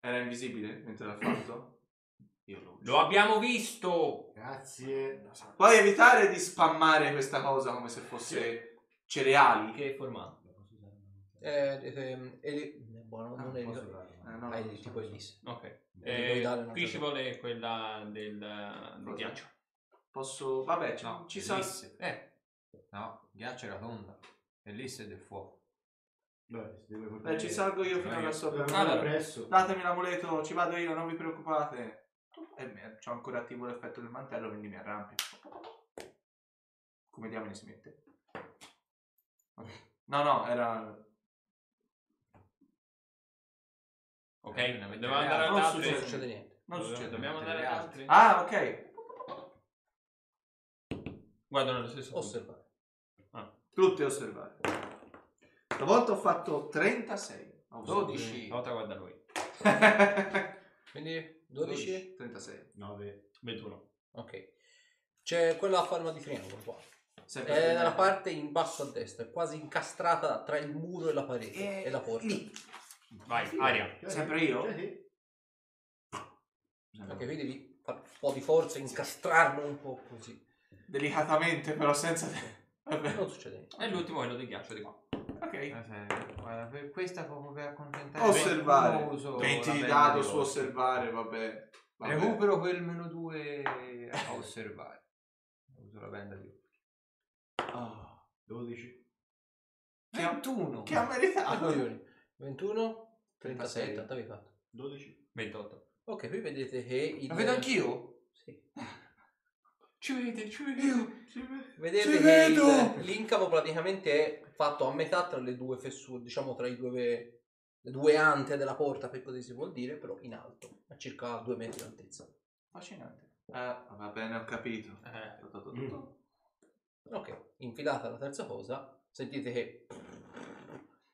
Era invisibile mentre l'ha fatto? Io lo uccido.
Lo abbiamo visto!
Grazie.
Puoi evitare di spammare questa cosa come se fosse cereali?
Che formato?
Eh, ehm, eli- buono, non è
Eh, no, non
Hai
so,
tipo
non so.
Elise.
Ok.
Eh,
Eh,
vuoi dare una
qui ci
cosa?
vuole quella del, del
Cosa?
ghiaccio.
Posso... Vabbè, ci-
No,
ci
è
sono...
lisse.
Eh,
No, ghiaccio era tonda. E lì sei del fuoco.
Beh, se devo
Beh, ci salgo io fino
Ma
alla
io-
sopra.
Allora,
Allora,
presso.
datemi l'amuleto, ci vado io, non vi preoccupate. E me, c'ho ancora attivo l'effetto del mantello, quindi mi arrampio. Come diamine si mette? No, no, era...
ok.
Eh, ne avete
Dobbiamo andare
creato.
ad
Non
altri.
Non
succede.
succede niente.
Non
Dobbiamo-
succede.
Dobbiamo
niente,
andare
le
ad
altre.
altri.
Ah, ok.
Guardano lo stesso. punto.
Osservare.
Tutte osservate. Stavolta ho fatto 36. Ho usato
12.
Volta guarda lui.
[LAUGHS]
Quindi 12?
36.
9.
21.
Ok. C'è quella a forma di triangolo qua.
Sempre
È
prima.
nella Eh, parte in basso a destra, è quasi incastrata tra il muro e la parete e,
Eh,
la porta.
Vai, aria.
Sempre io?
Cioè, sì.
Ok, quindi devi fare un po' di forza, incastrarlo un po' così.
Delicatamente, però senza... Vabbè.
Non succede niente.
E l'ultimo è quello del ghiaccio di qua.
Ok.
Eh, sì, Guarda, per questa proprio per accontentare.
Osservare.
Uno uso
20
la
di
penna
dado
di
su
occhio.
osservare, vabbè. Vabbè.
Recupero quel meno 2
[LAUGHS]
a osservare. Uso la benda di occhio.
Ah, 12.
Che ha-
21.
Che ha meritato.
Coglioni. 21, 37,
36.
avevi fatto.
12.
28.
Ok, qui vedete che il...
La vedo anch'io?
Sì.
Ci vede, ci vede.
Vedete
Ci
che
vedo!
il- l'incavo praticamente è fatto a metà tra le due fessure, diciamo tra i due, le due ante della porta, per così si vuol dire, però in alto, a circa 2 metri d'altezza.
Affascinante. Eh, va bene, ho capito.
Eh,
Tu, tu, tu, tu.
Ok, infilata la terza cosa, sentite che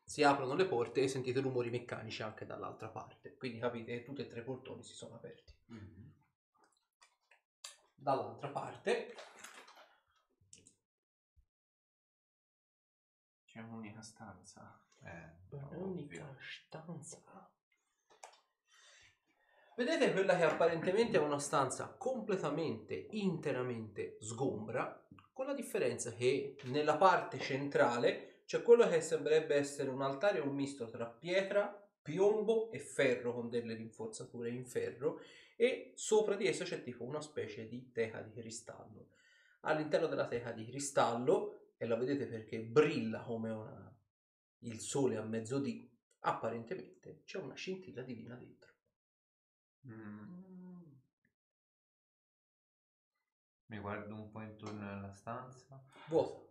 si aprono le porte e sentite rumori meccanici anche dall'altra parte. Quindi capite che tutti e tre i portoni si sono aperti. Dall'altra parte
C'è un'unica stanza. Eh,
Unica stanza. Vedete quella che apparentemente è una stanza completamente, interamente sgombra, con la differenza che nella parte centrale c'è quello che sembrerebbe essere un altare un misto tra pietra, piombo e ferro con delle rinforzature in ferro e sopra di esso c'è tipo una specie di teca di cristallo. All'interno della teca di cristallo, e la vedete perché brilla come una il sole a mezzodì, apparentemente c'è una scintilla divina dentro.
Mi guardo un po' intorno nella stanza.
Vuota.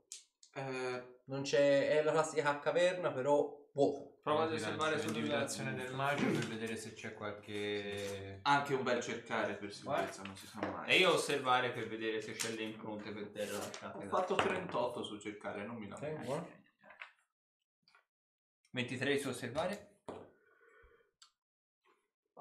Eh,
Non c'è. È la classica caverna, però vuota.
prova ad
Io lancio
osservare
l'individuazione
sull'individuazione
del mago per vedere se c'è qualche... eh,
Anche un bel cercare per sicurezza, non si sa mai.
E io osservare per vedere se c'è le impronte per terra
Ah,
lasciate.
esatto.
ho
da-
fatto 38 su cercare, non mi lamento.
Tengo, eh.
23 su osservare.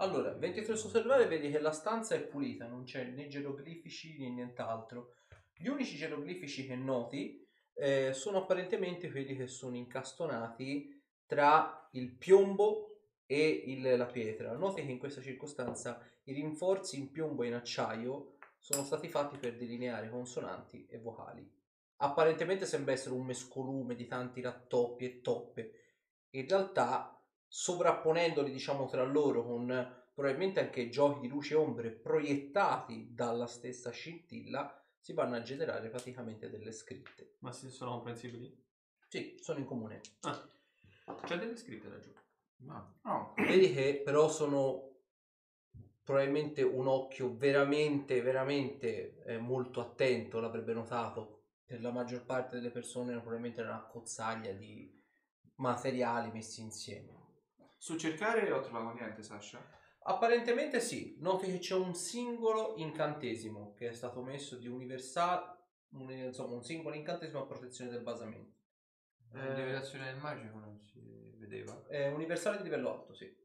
Allora, 23 su osservare vedi che la stanza è pulita, non c'è né geroglifici né nient'altro. Gli unici geroglifici che noti eh, sono apparentemente quelli che sono incastonati tra il piombo e il- la pietra. Noti che in questa circostanza i rinforzi in piombo e in acciaio sono stati fatti per delineare consonanti e vocali. Apparentemente sembra essere un mescolume di tanti rattoppi e toppe. In realtà, sovrapponendoli diciamo tra loro con probabilmente anche giochi di luce e ombre proiettati dalla stessa scintilla, si vanno a generare praticamente delle scritte.
Ma se sono comprensibili?
Sì, sono in comune.
C'è delle scritte laggiù.
Vedi che però sono probabilmente un occhio veramente, veramente eh, molto attento, l'avrebbe notato. Per la maggior parte delle persone probabilmente era una cozzaglia di materiali messi insieme.
Su cercare ho trovato niente, Sasha.
Apparentemente sì, noti che c'è un singolo incantesimo che è stato messo di universale, un- insomma un singolo incantesimo a protezione del basamento.
Eh.
L'individuazione del magico non si vedeva.
È universale di livello 8, sì.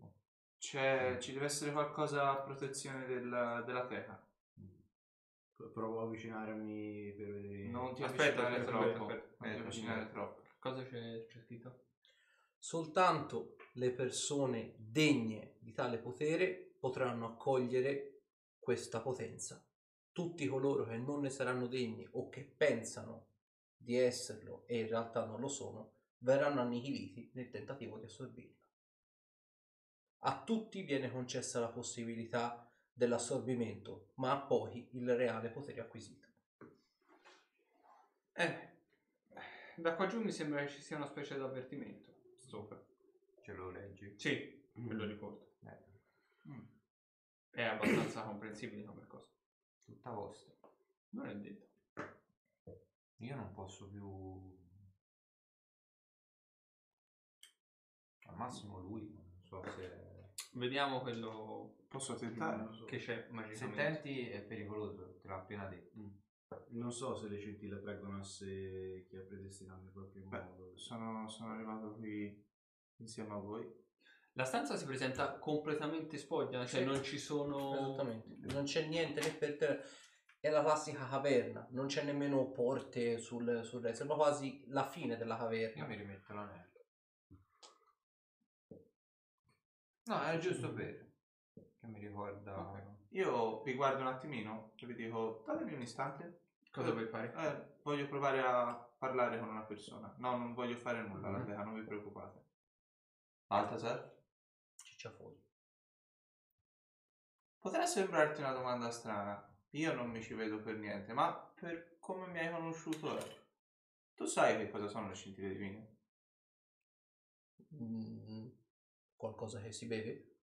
C'è, ci deve essere qualcosa a protezione del- della terra.
Provo a avvicinarmi per vedere.
Non ti
Aspetta,
avvicinare
aspetta, aspetta,
troppo. Non ti
aspetta,
avvicinare
aspetta.
troppo.
Cosa c'è, c'è scritto?
Soltanto le persone degne di tale potere potranno accogliere questa potenza. Tutti coloro che non ne saranno degni o che pensano di esserlo e in realtà non lo sono, verranno annichiliti nel tentativo di assorbirla. A tutti viene concessa la possibilità dell'assorbimento, ma a pochi il reale potere acquisito.
Eh, da qua giù mi sembra che ci sia una specie di avvertimento. Sopra.
Ce lo leggi?
Sì, me lo ricordo.
Eh,
È abbastanza comprensibile come cosa.
tutta vostra.
Non è detto.
Io non posso più... Al massimo lui, non so se...
Vediamo quello
Posso tentare?
che c'è
Se
magicamente.
tenti è pericoloso, te l'ho appena detto.
Non so se le scintille traggono a sé chi ha predestinato in qualche
Beh,
modo.
Sono, sono arrivato qui insieme a voi.
La stanza si presenta completamente spoglia, cioè
Sì.
non ci sono...
Esattamente, non c'è niente né per terra, è la classica caverna, non c'è nemmeno porte sul, sul resto, sembra quasi la fine della
Io
caverna.
mi rimetto l'anello. No, era giusto per. Che mi ricorda.
Io vi guardo un attimino e vi dico, datemi un istante.
Cosa vuoi fare?
Eh, voglio provare a parlare con una persona. No, non voglio fare nulla alla terra, non vi preoccupate. Baltasar?
Cicciafoglio.
Potrà sembrarti una domanda strana, io non mi ci vedo per niente, ma per come mi hai conosciuto ora, tu sai che cosa sono le scintille divine?
Mm, qualcosa che si beve.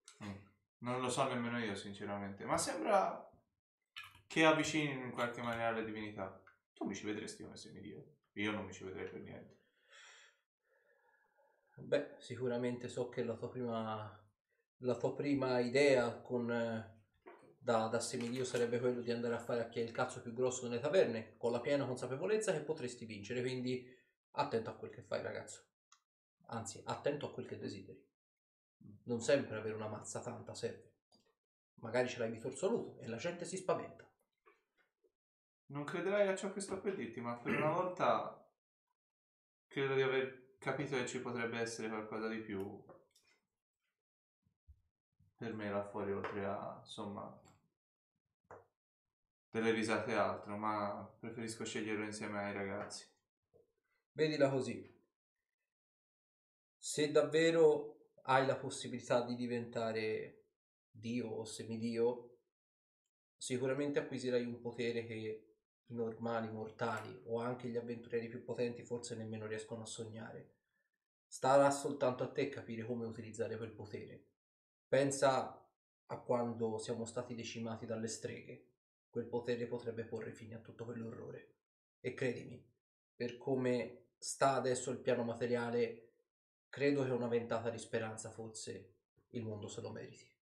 Non lo so nemmeno io, sinceramente, ma sembra che avvicini in qualche maniera la divinità. Tu mi ci vedresti come semidio, io non mi ci vedrei per niente.
Beh, sicuramente so che la tua prima, la tua prima idea con, eh, da, da semidio sarebbe quello di andare a fare a chi è il cazzo più grosso nelle taverne, con la piena consapevolezza che potresti vincere, quindi attento a quel che fai ragazzo. Anzi, attento a quel che desideri. Non sempre avere una mazza tanta serve. Magari ce l'hai di torso e la gente si spaventa.
Non crederai a ciò che sto per dirti, ma per una volta credo di aver capito che ci potrebbe essere qualcosa di più per me là fuori, oltre a, insomma, delle risate e altro, ma preferisco sceglierlo insieme ai ragazzi.
Vedila così. Se davvero hai la possibilità di diventare Dio o semidio, sicuramente acquisirai un potere che i normali mortali o anche gli avventurieri più potenti forse nemmeno riescono a sognare. Starà soltanto a te capire come utilizzare quel potere. Pensa a quando siamo stati decimati dalle streghe. quel potere potrebbe porre fine a tutto quell'orrore. E credimi, per come sta adesso il piano materiale, credo che una ventata di speranza forse il mondo se lo meriti.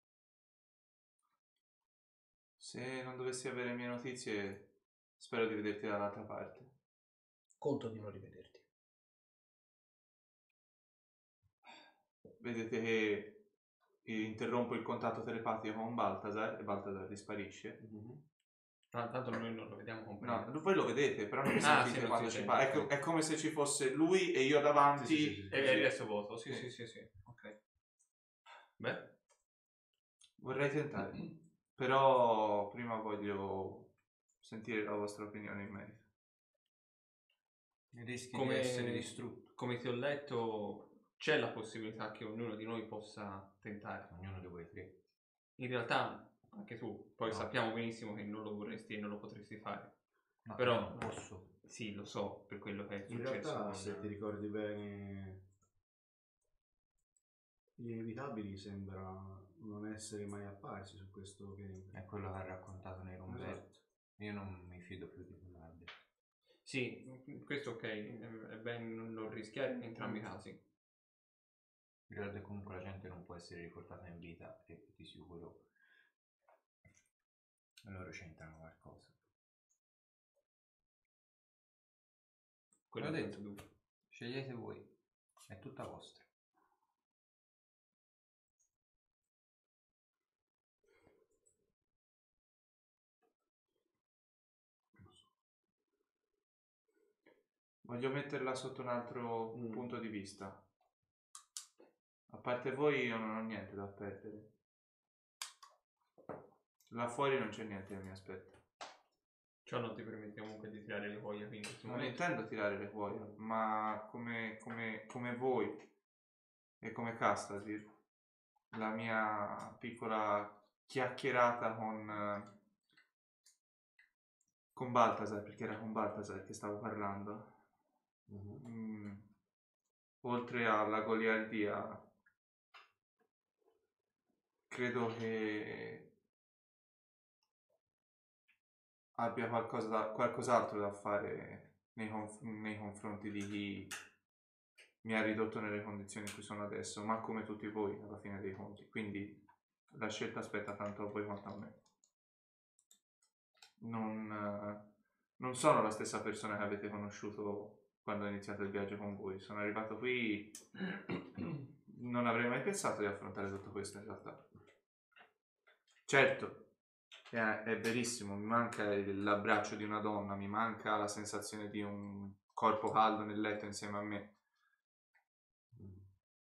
Se non dovessi avere mie notizie, spero di vederti dall'altra parte.
Conto di non rivederti.
Vedete che interrompo il contatto telepatico con Baltasar e Baltasar risparisce.
No, Ah, tanto noi non lo vediamo
No,
completamente.
voi lo vedete, però non mi
Ah,
sentite
sì, non
quando
si
ci
sente,
parla. È, co-
ok.
è come se ci fosse lui e io davanti.
Sì, sì, sì, sì. E il resto vuoto. eh, Sì,
Sì.
sì, sì, sì. Ok. Beh,
Vorrei tentare, però prima voglio sentire la vostra opinione in merito.
Rischi
come,
di essere distrutto.
come ti ho letto, c'è la possibilità che ognuno di noi possa tentare.
Ognuno di voi tre.
In realtà, anche tu, poi
No.
sappiamo benissimo che non lo vorresti e non lo potresti fare.
Ma
Però-
io non posso.
Sì, lo so, per quello che è
In
successo.
realtà,
con-
se ti ricordi bene, gli inevitabili sembra non essere mai apparsi su questo pianeta.
È quello che ha raccontato Nero Umberto.
Esatto.
Io non mi fido più di Leonardo.
Sì, questo ok, è bene non non rischiare in entrambi i casi.
Ricordo che comunque la gente non può essere ricordata in vita e di sicuro loro c'entrano qualcosa.
Quello
L'ho
che
detto.
penso tu.
Scegliete voi, è tutta vostra.
Voglio metterla sotto un altro
Mm.
punto di vista. A parte voi, io non ho niente da perdere. Là fuori non c'è niente che mi aspetta.
Ciò non ti permette comunque di tirare le voglie qui in questo
Non
momento.
intendo tirare le cuoia, ma come, come- come voi e come Castasir, la mia piccola chiacchierata con, eh, con Baltasar, perché era con Baltasar che stavo parlando, Mm, oltre alla goliardia, credo che abbia qualcosa da, qualcos'altro da fare nei, conf- nei confronti di chi mi ha ridotto nelle condizioni in cui sono adesso, ma come tutti voi alla fine dei conti. Quindi la scelta aspetta tanto a voi quanto a me. Non, eh, non sono la stessa persona che avete conosciuto quando ho iniziato il viaggio con voi. Sono arrivato qui. Non avrei mai pensato di affrontare tutto questo in realtà. Certo, è, è verissimo, mi manca il- l'abbraccio di una donna, mi manca la sensazione di un corpo caldo nel letto insieme a me.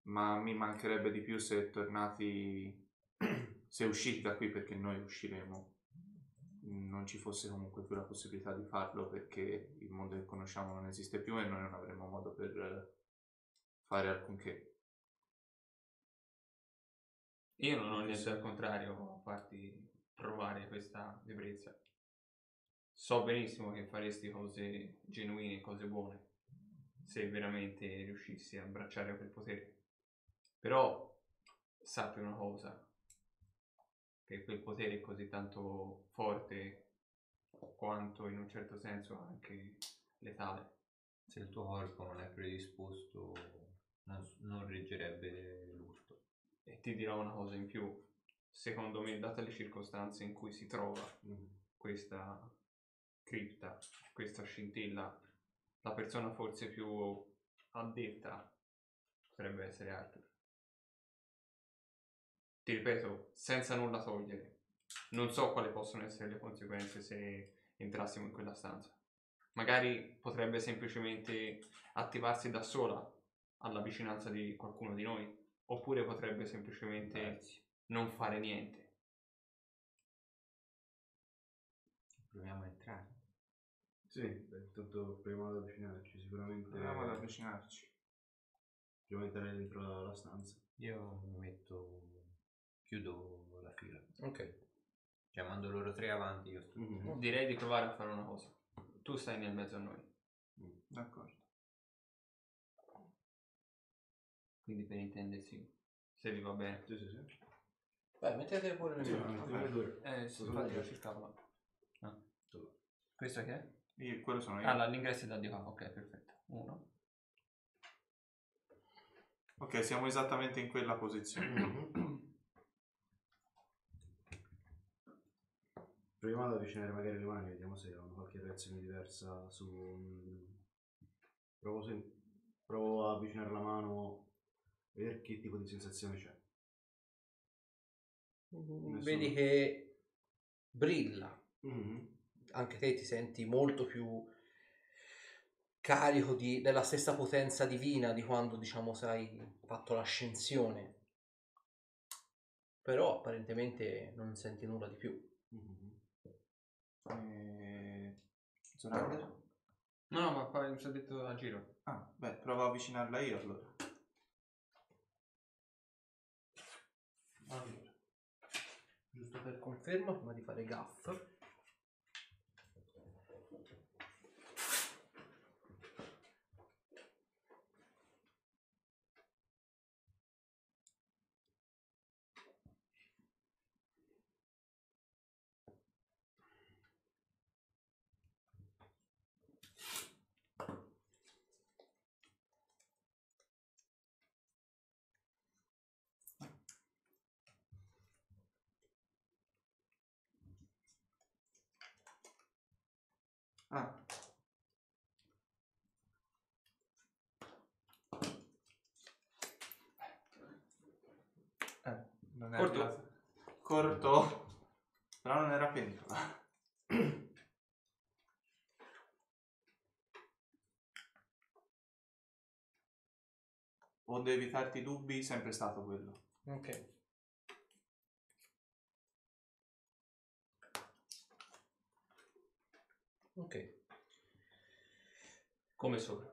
Ma mi mancherebbe di più se tornati, [CLEARS THROAT] se usciti da qui perché noi usciremo. Non ci fosse comunque più la possibilità di farlo perché il mondo che conosciamo non esiste più e noi non avremo modo per eh, fare alcunché.
Io non ho niente al contrario a farti provare questa ebbrezza. So benissimo che faresti cose genuine, cose buone, se veramente riuscissi a abbracciare quel potere. Però sappi una cosa, che quel potere è così tanto forte quanto in un certo senso anche letale.
Se il tuo corpo non è predisposto, non, non reggerebbe l'urto.
E ti dirò una cosa in più, secondo me, date le circostanze in cui si trova questa cripta, questa scintilla, la persona forse più addetta potrebbe essere Arthur. Ti ripeto, senza nulla togliere, non so quali possono essere le conseguenze se entrassimo in quella stanza. Magari potrebbe semplicemente attivarsi da sola alla vicinanza di qualcuno di noi, oppure potrebbe semplicemente
Certo.
non fare niente.
Proviamo a entrare.
Sì, beh, tanto proviamo ad avvicinarci, sicuramente.
Proviamo ad avvicinarci.
Proviamo a entrare dentro la, la stanza.
Io mi metto, chiudo la fila.
Ok.
Cioè mando loro tre avanti, io
Mm.
sto.
Direi di provare a fare una cosa. Tu stai nel mezzo a noi,
mm. D'accordo.
quindi per intendersi, se vi va bene.
Sì, sì, sì.
Beh, mettete pure nel
Sì,
mio.
due, due.
Eh, sì, infatti la cercavo. No. Questo che è?
Io- quello sono io.
Ah, la- l'ingresso è da di qua. Ok, perfetto. Uno.
Ok, siamo esattamente in quella posizione.
Proviamo ad avvicinare magari le mani, vediamo se hanno qualche reazione diversa su... mhmm, Provo, se- provo a avvicinare la mano, vedere che tipo di sensazione c'è.
Vedi
Nessuno.
che brilla.
Mhm.
Anche te ti senti molto più carico di- della stessa potenza divina di quando, diciamo, sai, fatto l'ascensione. Però apparentemente non senti nulla di più.
Mhm.
Eh, Zorander?
No, no, ma poi mi sono detto a giro.
Ah, beh, provo a avvicinarla io allora.
Allora, giusto per conferma, prima di fare gaff.
Ah. Eh, non è
Corto.
arrivato. Corto. Però non era pentola. [COUGHS] Onde evitarti dubbi, sempre stato quello.
Ok. Ok,
Come sopra.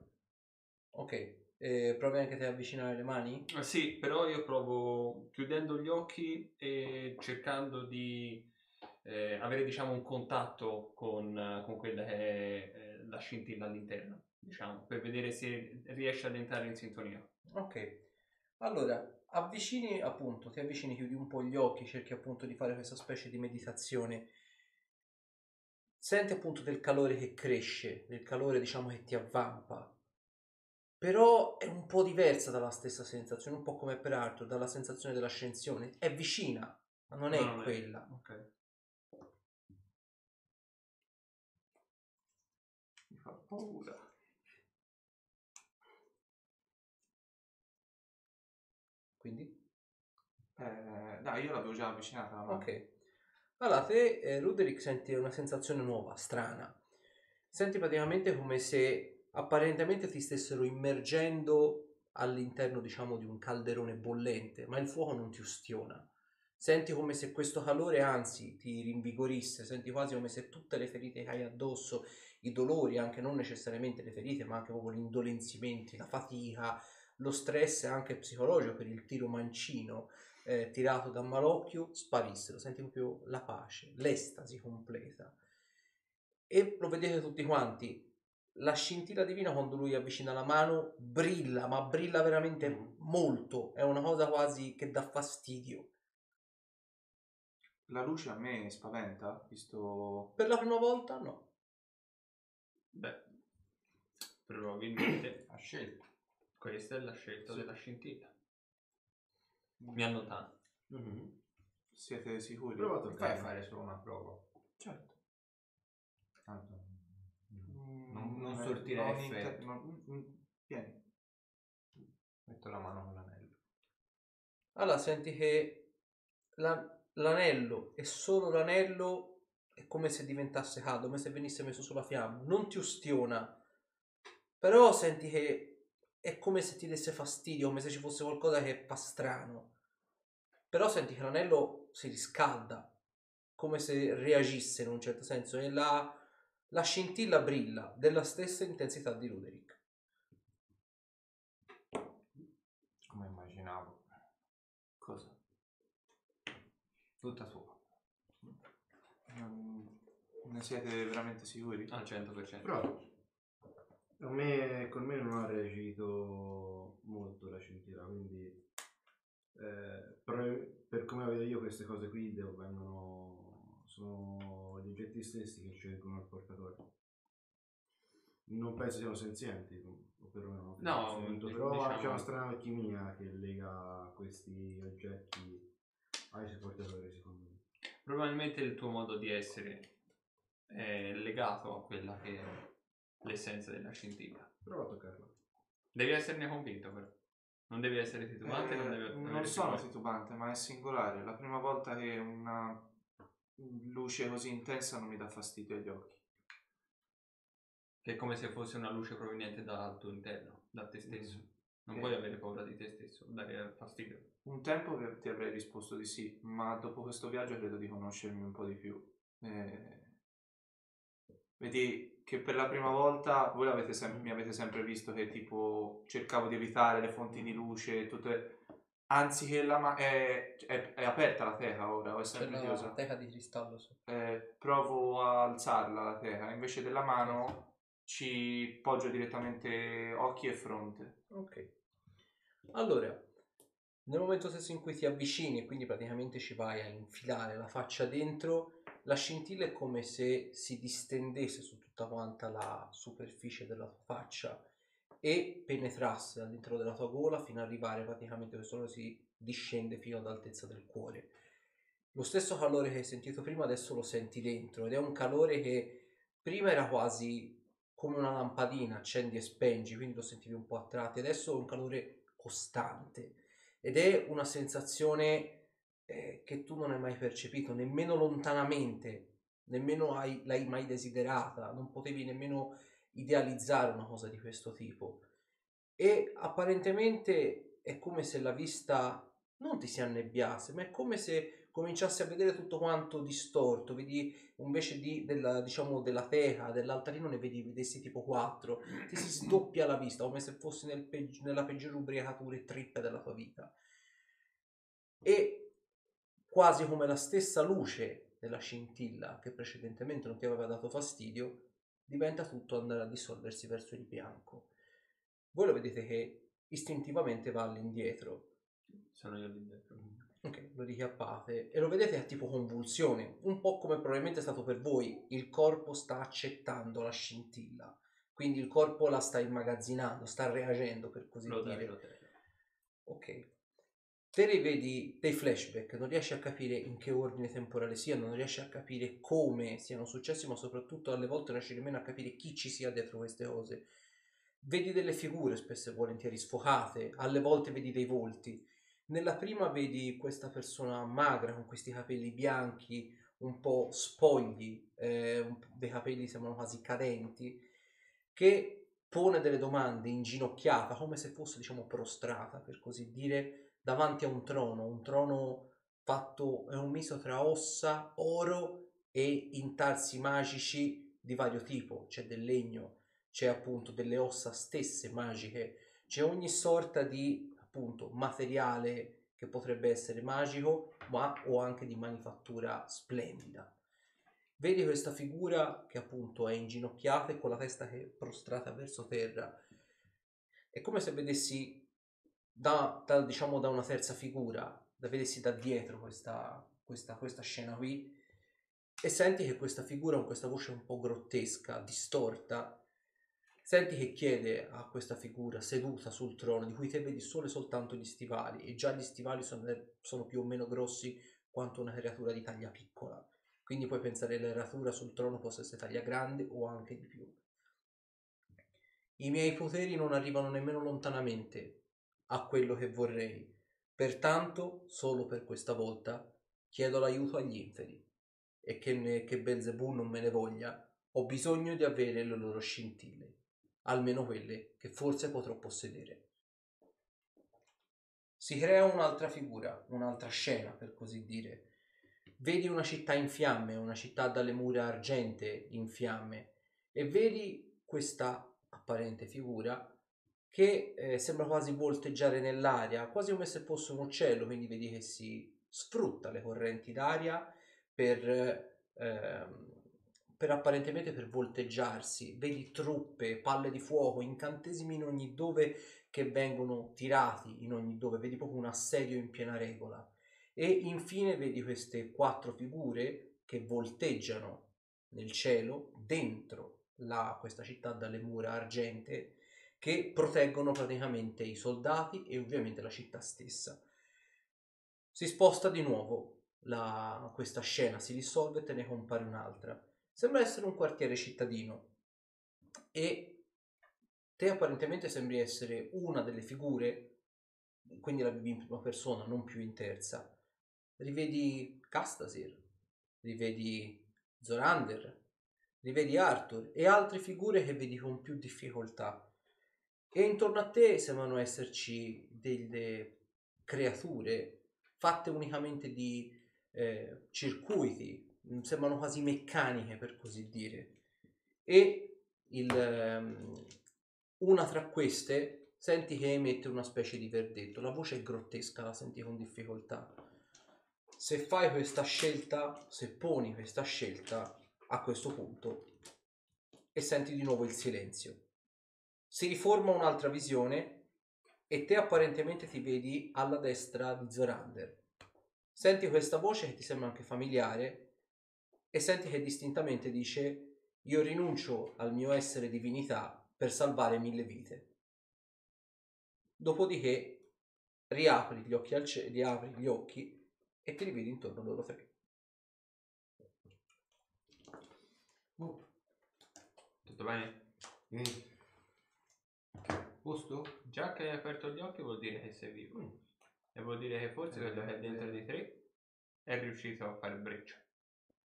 ok. Eh, provi anche te a avvicinare le mani?
Ah, Sì, però io provo chiudendo gli occhi e cercando di eh, avere diciamo un contatto con, eh, con quella che è eh, la scintilla all'interno, diciamo, per vedere se riesce ad entrare in sintonia.
Ok, allora avvicini appunto, ti avvicini, chiudi un po' gli occhi, cerchi appunto di fare questa specie di meditazione. Senti appunto del calore che cresce, del calore diciamo che ti avvampa, però è un po' diversa dalla stessa sensazione, un po' come per altro, dalla sensazione dell'ascensione. È vicina, ma non è
Ma non è-
quella.
Ok.
Mi fa paura.
Quindi,
Eh, dai, io l'avevo già avvicinata. ma-
ok. Allora, te, eh, Ruderick, senti una sensazione nuova, strana. Senti praticamente come se apparentemente ti stessero immergendo all'interno, diciamo, di un calderone bollente, ma il fuoco non ti ustiona. Senti come se questo calore, anzi, ti rinvigorisse, senti quasi come se tutte le ferite che hai addosso, i dolori, anche non necessariamente le ferite, ma anche proprio gli indolenzimenti, la fatica, lo stress anche psicologico per il tiro mancino, eh, tirato da Malocchio sparissero. Senti proprio la pace, l'estasi completa. E lo vedete tutti quanti. La scintilla divina quando lui avvicina la mano brilla, ma brilla veramente molto. È una cosa quasi che dà fastidio.
La luce a me spaventa, visto...
Per la prima volta no.
Beh,
[CLEARS THROAT]
probabilmente
A scelta.
questa è la scelta della scintilla.
Mm.
Mi hanno tanto.
Mhm. Siete sicuri? Eh,
Prova a
Mm. Fai
toccare.
fare solo una prova.
Certo.
Tanto.
Mm,
non
eh,
sortirà
non
effetto.
inter- non- mm, mm, Vieni.
Metto la mano con l'anello.
Allora senti che la- l'anello e solo l'anello è come se diventasse caldo, come se venisse messo sulla fiamma, non ti ustiona, però senti che è come se ti desse fastidio, come se ci fosse qualcosa che fa strano. Però senti che l'anello si riscalda, come se reagisse in un certo senso, e la, la scintilla brilla della stessa intensità di Ruderick.
Come immaginavo. Cosa? Tutta sua.
Mm, Ne siete veramente sicuri?
Al 100%.
Prova. A me, con me non ha reagito molto la scintilla, quindi eh, pro- per come la vedo io queste cose qui devo- vengono, Sono gli oggetti stessi che scelgono il portatore. Non penso siano senzienti, o perlomeno non
No,
penso, appunto,
d-
però
diciamo-
c'è una strana alchimia che lega questi oggetti ai suoi portatori, secondo me.
Probabilmente il tuo modo di essere è legato a quella che è l'essenza della scintilla.
Prova a toccarlo.
Devi esserne convinto però. Non devi essere titubante,
Eh,
non devi
non
avere
sono
timore.
titubante, ma è singolare. È la prima volta che una luce così intensa non mi dà fastidio agli occhi.
Che è come se fosse una luce proveniente dal tuo interno, da te stesso.
Mm,
Non
Sì.
puoi avere paura di te stesso, dare fastidio.
Un tempo che ti avrei risposto di sì, ma dopo questo viaggio credo di conoscermi un po' di più. Eh, Vedi che per la prima volta voi l'avete sem- mi avete sempre visto che tipo cercavo di evitare le fonti di luce, tutte... Anziché la... ma- è, è- è aperta la teca ora, o è
C'è
sempre
la
chiusa.
teca di cristallo sopra.
Eh, provo a alzarla la teca, invece della mano ci poggio direttamente occhi e fronte.
Ok. Allora, nel momento stesso in cui ti avvicini e quindi praticamente ci vai a infilare la faccia dentro, la scintilla è come se si distendesse su tutta quanta la superficie della tua faccia e penetrasse all'interno della tua gola fino ad arrivare praticamente questo oro si discende fino all'altezza del cuore. Lo stesso calore che hai sentito prima adesso lo senti dentro ed è un calore che prima era quasi come una lampadina, accendi e spengi, quindi lo sentivi un po' a tratti. Adesso è un calore costante ed è una sensazione eh, che tu non hai mai percepito, nemmeno lontanamente, nemmeno hai- l'hai mai desiderata, non potevi nemmeno idealizzare una cosa di questo tipo. E apparentemente è come se la vista non ti si annebbiasse, ma è come se cominciassi a vedere tutto quanto distorto, vedi invece di, della, diciamo, della teca, dell'altarino ne vedi, vedessi tipo 4, ti si sdoppia la vista come se fossi nel peggi- nella peggiore ubriacatura e trippa della tua vita. E quasi come la stessa luce della scintilla che precedentemente non ti aveva dato fastidio, diventa tutto andare a dissolversi verso il bianco. Voi lo vedete che istintivamente va all'indietro.
Sono io lì dentro.
Mm.
Ok, lo richiappate e lo vedete a tipo convulsione, un po' come probabilmente è stato per voi. Il corpo sta accettando la scintilla, quindi il corpo la sta immagazzinando, sta reagendo per così
Lo dai,
dire.
lo dai.
Ok. Te rivedi dei flashback, non riesci a capire in che ordine temporale siano, non riesci a capire come siano successi, ma soprattutto alle volte non riesci nemmeno a capire chi ci sia dietro queste cose. Vedi delle figure spesso e volentieri sfocate, alle volte vedi dei volti. Nella prima vedi questa persona magra con questi capelli bianchi, un po' spogli, eh, un po- dei capelli sembrano quasi cadenti, che pone delle domande inginocchiata, come se fosse, diciamo, prostrata, per così dire, davanti a un trono, un trono fatto, è un misto tra ossa, oro e intarsi magici di vario tipo, c'è del legno, c'è appunto delle ossa stesse magiche, c'è ogni sorta di, appunto, materiale che potrebbe essere magico, ma o anche di manifattura splendida. Vedi questa figura che appunto è inginocchiata e con la testa che è prostrata verso terra. È come se vedessi da, da- diciamo da una terza figura, da vedessi da dietro questa, questa, questa scena qui e senti che questa figura con questa voce un po' grottesca, distorta, senti che chiede a questa figura seduta sul trono di cui te vedi solo e soltanto gli stivali e già gli stivali sono, sono più o meno grossi quanto una creatura di taglia piccola. Quindi puoi pensare che l'eratura sul trono possa essere taglia grande o anche di più. I miei poteri non arrivano nemmeno lontanamente a quello che vorrei. Pertanto, solo per questa volta, chiedo l'aiuto agli inferi. E che, ne, che Belzebù non me ne voglia, ho bisogno di avere le loro scintille, almeno quelle che forse potrò possedere. Si crea un'altra figura, un'altra scena, per così dire. Vedi una città in fiamme, una città dalle mura argente in fiamme e vedi questa apparente figura che eh, sembra quasi volteggiare nell'aria, quasi come se fosse un uccello, quindi vedi che si sfrutta le correnti d'aria per, ehm, per apparentemente per volteggiarsi. Vedi truppe, palle di fuoco, incantesimi in ogni dove che vengono tirati in ogni dove, vedi proprio un assedio in piena regola e infine vedi queste quattro figure che volteggiano nel cielo dentro la- questa città dalle mura argente che proteggono praticamente i soldati e ovviamente la città stessa. Si sposta di nuovo la- questa scena, si dissolve e te ne compare un'altra. Sembra essere un quartiere cittadino e te apparentemente sembri essere una delle figure, quindi la vivi in prima persona, non più in terza. Rivedi Castasir, rivedi Zorander, rivedi Arthur e altre figure che vedi con più difficoltà. E intorno a te sembrano esserci delle creature fatte unicamente di eh, circuiti, mm, sembrano quasi meccaniche per così dire. E il, ehm, una tra queste senti che emette una specie di verdetto. La voce è grottesca, la senti con difficoltà. Se fai questa scelta, se poni questa scelta a questo punto e senti di nuovo il silenzio. Si riforma un'altra visione e te apparentemente ti vedi alla destra di Zorander. Senti questa voce che ti sembra anche familiare e senti che distintamente dice io rinuncio al mio essere divinità per salvare mille vite. Dopodiché riapri gli occhi, al ce- riapri gli occhi e ti rivedi intorno a loro tre.
Tutto bene?
Posto?
Già che hai aperto gli occhi vuol dire che sei vivo.
Mm.
E vuol dire che
Eh,
forse quello che è dentro di te è riuscito a fare breccia.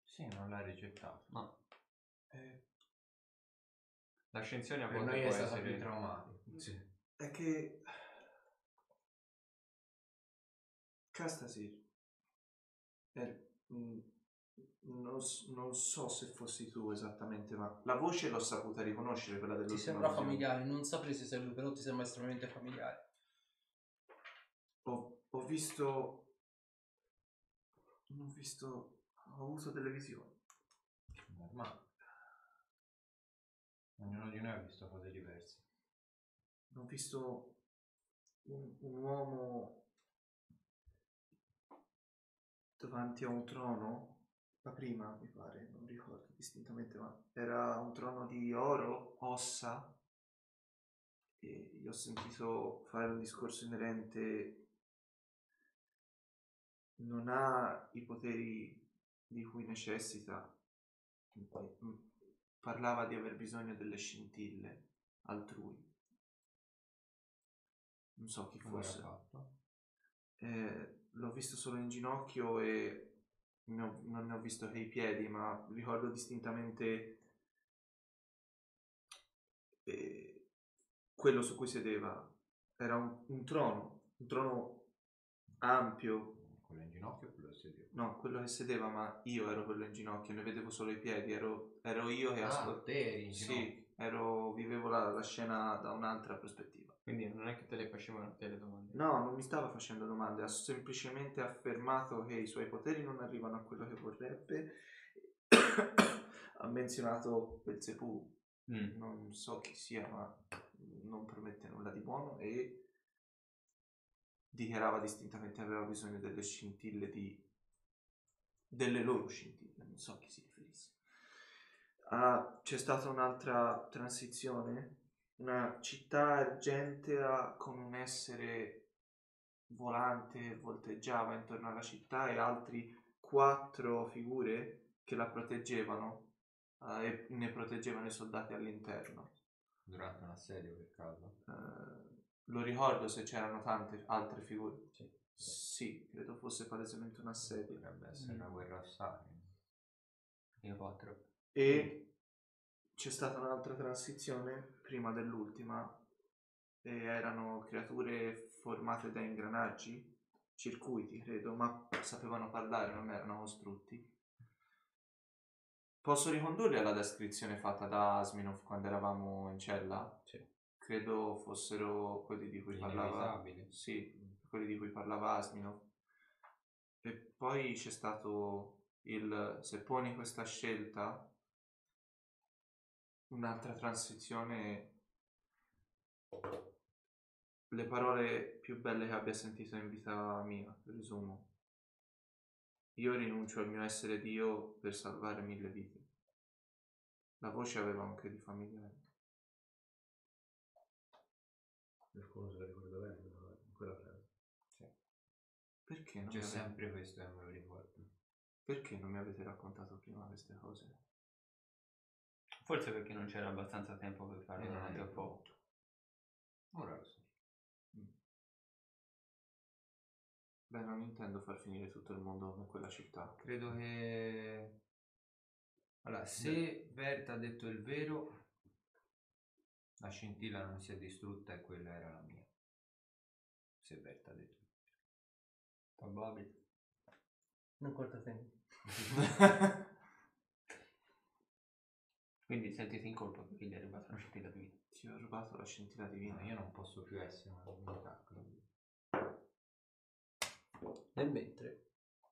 Sì, non l'ha rigettato.
No. L'ascensione a
Per
volte
noi
può
è stata
essere...
più traumatica.
Sì.
È che... Castasir. Eh, mh, non, s- non so se fossi tu esattamente, ma la voce l'ho saputa riconoscere, quella
Ti
dell'ultima
sembra
visione.
familiare, non saprei se sei lui, però ti sembra estremamente familiare.
Ho, ho visto... Ho visto... Ho avuto delle visioni.
Normale. Ognuno di noi ha visto cose diverse.
Ho visto un, un uomo davanti a un trono, la prima mi pare, non ricordo distintamente, ma era un trono di oro, ossa, e gli ho sentito fare un discorso inerente, non ha i poteri di cui necessita, mm, parlava di aver bisogno delle scintille altrui. Non so chi
Come
fosse.
era fatto?
Eh, l'ho visto solo in ginocchio e ne ho- non ne ho visto che i piedi, ma ricordo distintamente eh, quello su cui sedeva. Era un, un trono, un trono ampio.
Quello in ginocchio e quello in sedia.
No, quello che sedeva, ma io ero quello in ginocchio, ne vedevo solo i piedi, ero, ero io che
Ah,
ascoltavo.
te eri in ginocchio.
Sì, ero, vivevo la, la scena da un'altra prospettiva.
Quindi non è che te le facevano te le domande.
No, non mi stava facendo domande, ha semplicemente affermato che i suoi poteri non arrivano a quello che vorrebbe. [COUGHS] ha menzionato Belzebù,
Mm.
non so chi sia, ma non promette nulla di buono e dichiarava distintamente che aveva bisogno delle scintille di... delle loro scintille, non so a chi si riferisse. Ah, c'è stata un'altra transizione una città argentea con un essere volante che volteggiava intorno alla città e altri quattro figure che la proteggevano eh, e ne proteggevano i soldati all'interno.
Durante un assedio per caso.
Eh, lo ricordo se c'erano tante altre figure. Sì, credo fosse palesemente una serie.
Potrebbe
Mm.
essere una guerra assale.
Io quattro.
E c'è stata un'altra transizione prima dell'ultima, e erano creature formate da ingranaggi, circuiti credo, ma sapevano parlare, non erano costrutti. Posso ricondurli alla descrizione fatta da Asminov quando eravamo in cella?
Sì.
Credo fossero quelli di cui parlava.
Inevitabile.
Sì, quelli di cui parlava Asmino. E poi c'è stato il se poni questa scelta, un'altra transizione. Le parole più belle che abbia sentito in vita mia, presumo.
Io rinuncio al mio essere Dio per salvare mille vite. La voce aveva anche di familiare.
Qualcuno se la ricorda bene quella- quella frase.
Perché non,
C'è
mi avete,
sempre questo che me lo ricordo.
perché non mi avete raccontato prima queste cose?
Forse perché non c'era abbastanza tempo per farlo
Eh,
durante
eh.
il po'.
Ora lo so.
Beh, non intendo far finire tutto il mondo come quella città.
Credo che... Allora, se Bert ha detto il vero, la scintilla non si è distrutta e quella era la mia. Se Bert ha detto.
Probabile.
Non conta tempo.
Quindi sentiti in colpa perché gli è arrivata una scintilla di vita.
Ti ho rubato la scintilla divina.
No, io non posso più essere una comunità. quindi-
Nel mentre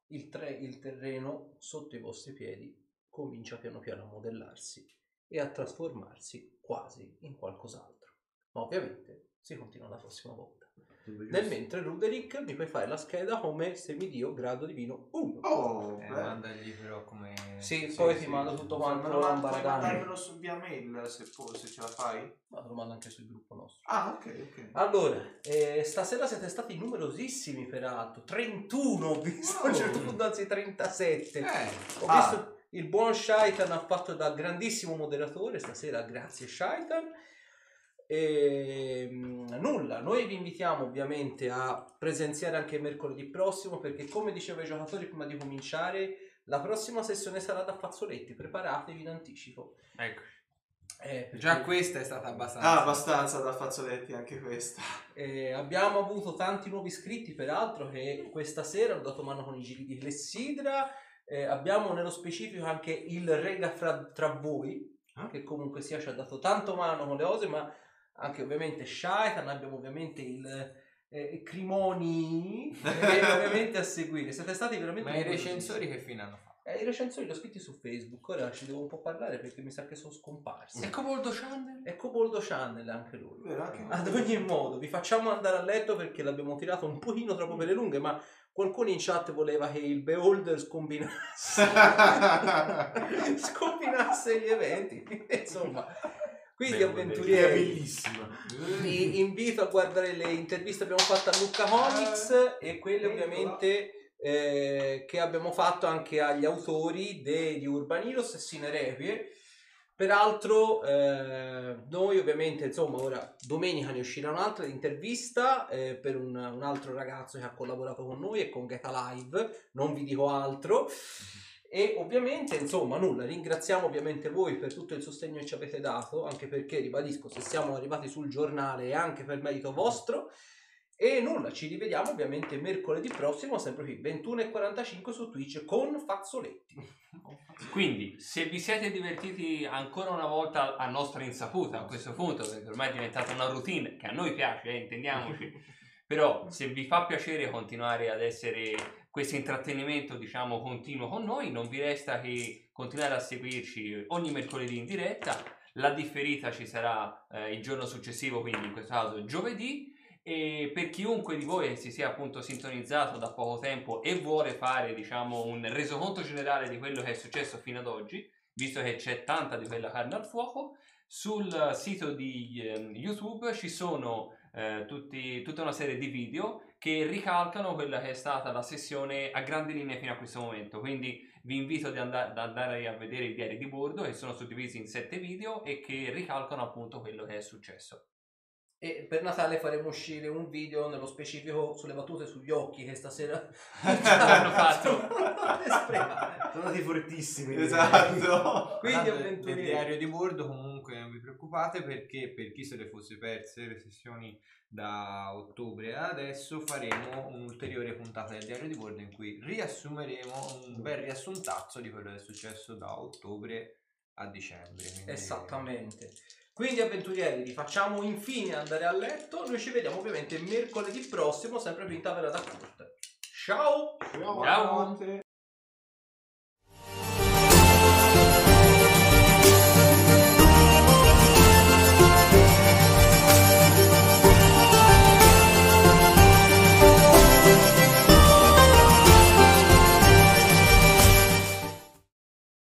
il, tre- il terreno sotto i vostri piedi comincia piano piano a modellarsi e a trasformarsi quasi in qualcos'altro. Ma ovviamente si continua la prossima volta. Nel mentre Ruderick mi puoi fare la scheda come semidio grado divino 1.
Oh,
Eh,
beh.
mandagli però come...
Eh, Sì, poi ti mando tutto quanto
Me lo
a
mand-
un
puoi
baradano.
mandarmelo su via mail se, pu- se ce la fai?
Ma lo mando anche sul gruppo nostro.
Ah, ok, ok.
Allora, eh, stasera siete stati numerosissimi peraltro, 31 ho visto, a un certo punto anzi 37. Ho
Ah.
visto il buon Shaitan ha fatto da grandissimo moderatore stasera, grazie Shaitan. E, mm, nulla, noi vi invitiamo ovviamente a presenziare anche mercoledì prossimo perché come dicevo ai giocatori prima di cominciare, la prossima sessione sarà da fazzoletti, preparatevi in anticipo.
Ecco.
Eh, perché-
Già questa è stata abbastanza.
Ah, abbastanza da fazzoletti anche questa.
Eh, abbiamo avuto tanti nuovi iscritti, peraltro, che questa sera hanno dato mano con i giri di Lessidra. Eh, abbiamo nello specifico anche il Rega fra- tra voi,
Ah.
che comunque sia ci ha dato tanto mano con le cose, ma anche ovviamente Shaitan, abbiamo ovviamente il eh, Crimoni,
[LAUGHS]
e ovviamente a seguire. Siete stati veramente...
Ma i
numerosi.
recensori che fine hanno fatto?
Eh, I recensori li ho scritti su Facebook, ora ci devo un po' parlare perché mi sa che sono scomparsi.
Ecco Voldo Chandler.
E Coboldo Channel anche lui.
Vero, anche
Ad ogni modo, vi facciamo andare a letto perché l'abbiamo tirato un pochino troppo per le lunghe, ma qualcuno in chat voleva che il Beholder
[LAUGHS]
[LAUGHS] scombinasse, scombinasse gli eventi. [LAUGHS] Insomma, quindi
Beholder.
avventurieri.
bellissima.
Vi invito a guardare le interviste che abbiamo fatto a Lucca Comics e quelle ovviamente eh, che abbiamo fatto anche agli autori de- di Urban Heroes e Sinerepie. Peraltro, eh, noi ovviamente, insomma, ora domenica ne uscirà un'altra intervista eh, per un, un altro ragazzo che ha collaborato con noi e con Geta Live, non vi dico altro. E ovviamente, insomma, nulla, ringraziamo ovviamente voi per tutto il sostegno che ci avete dato, anche perché, ribadisco, se siamo arrivati sul giornale è anche per merito vostro. E nulla, ci rivediamo ovviamente mercoledì prossimo, sempre qui, 21.45 su Twitch con Fazzoletti.
Quindi, se vi siete divertiti ancora una volta a nostra insaputa a questo punto, perché ormai è diventata una routine che a noi piace, eh, intendiamoci, però se vi fa piacere continuare ad essere questo intrattenimento, diciamo, continuo con noi, non vi resta che continuare a seguirci ogni mercoledì in diretta. La differita ci sarà eh, il giorno successivo, quindi in questo caso giovedì. E per chiunque di voi si sia appunto sintonizzato da poco tempo e vuole fare diciamo un resoconto generale di quello che è successo fino ad oggi, visto che c'è tanta di quella carne al fuoco, sul sito di ehm, YouTube ci sono eh, tutti- tutta una serie di video che ricalcano quella che è stata la sessione a grandi linee fino a questo momento. Quindi vi invito ad andare, ad andare a vedere i diari di bordo che sono suddivisi in sette video e che ricalcano appunto quello che è successo.
E per Natale faremo uscire un video nello specifico sulle battute sugli occhi che stasera [LAUGHS] hanno
Sono andati fortissimi.
Esatto.
Quindi
Guardate,
avventurieri.
Del diario di bordo comunque non vi preoccupate perché per chi se le fosse perse le sessioni da ottobre ad adesso faremo un'ulteriore puntata del diario di bordo in cui riassumeremo un bel riassuntazzo di quello che è successo da ottobre a dicembre. quindi-
Esattamente. Quindi avventurieri, vi facciamo infine andare a letto. Noi ci vediamo ovviamente mercoledì prossimo, sempre qui in Tavera da Corte. Ciao!
Ciao.
Buonanotte.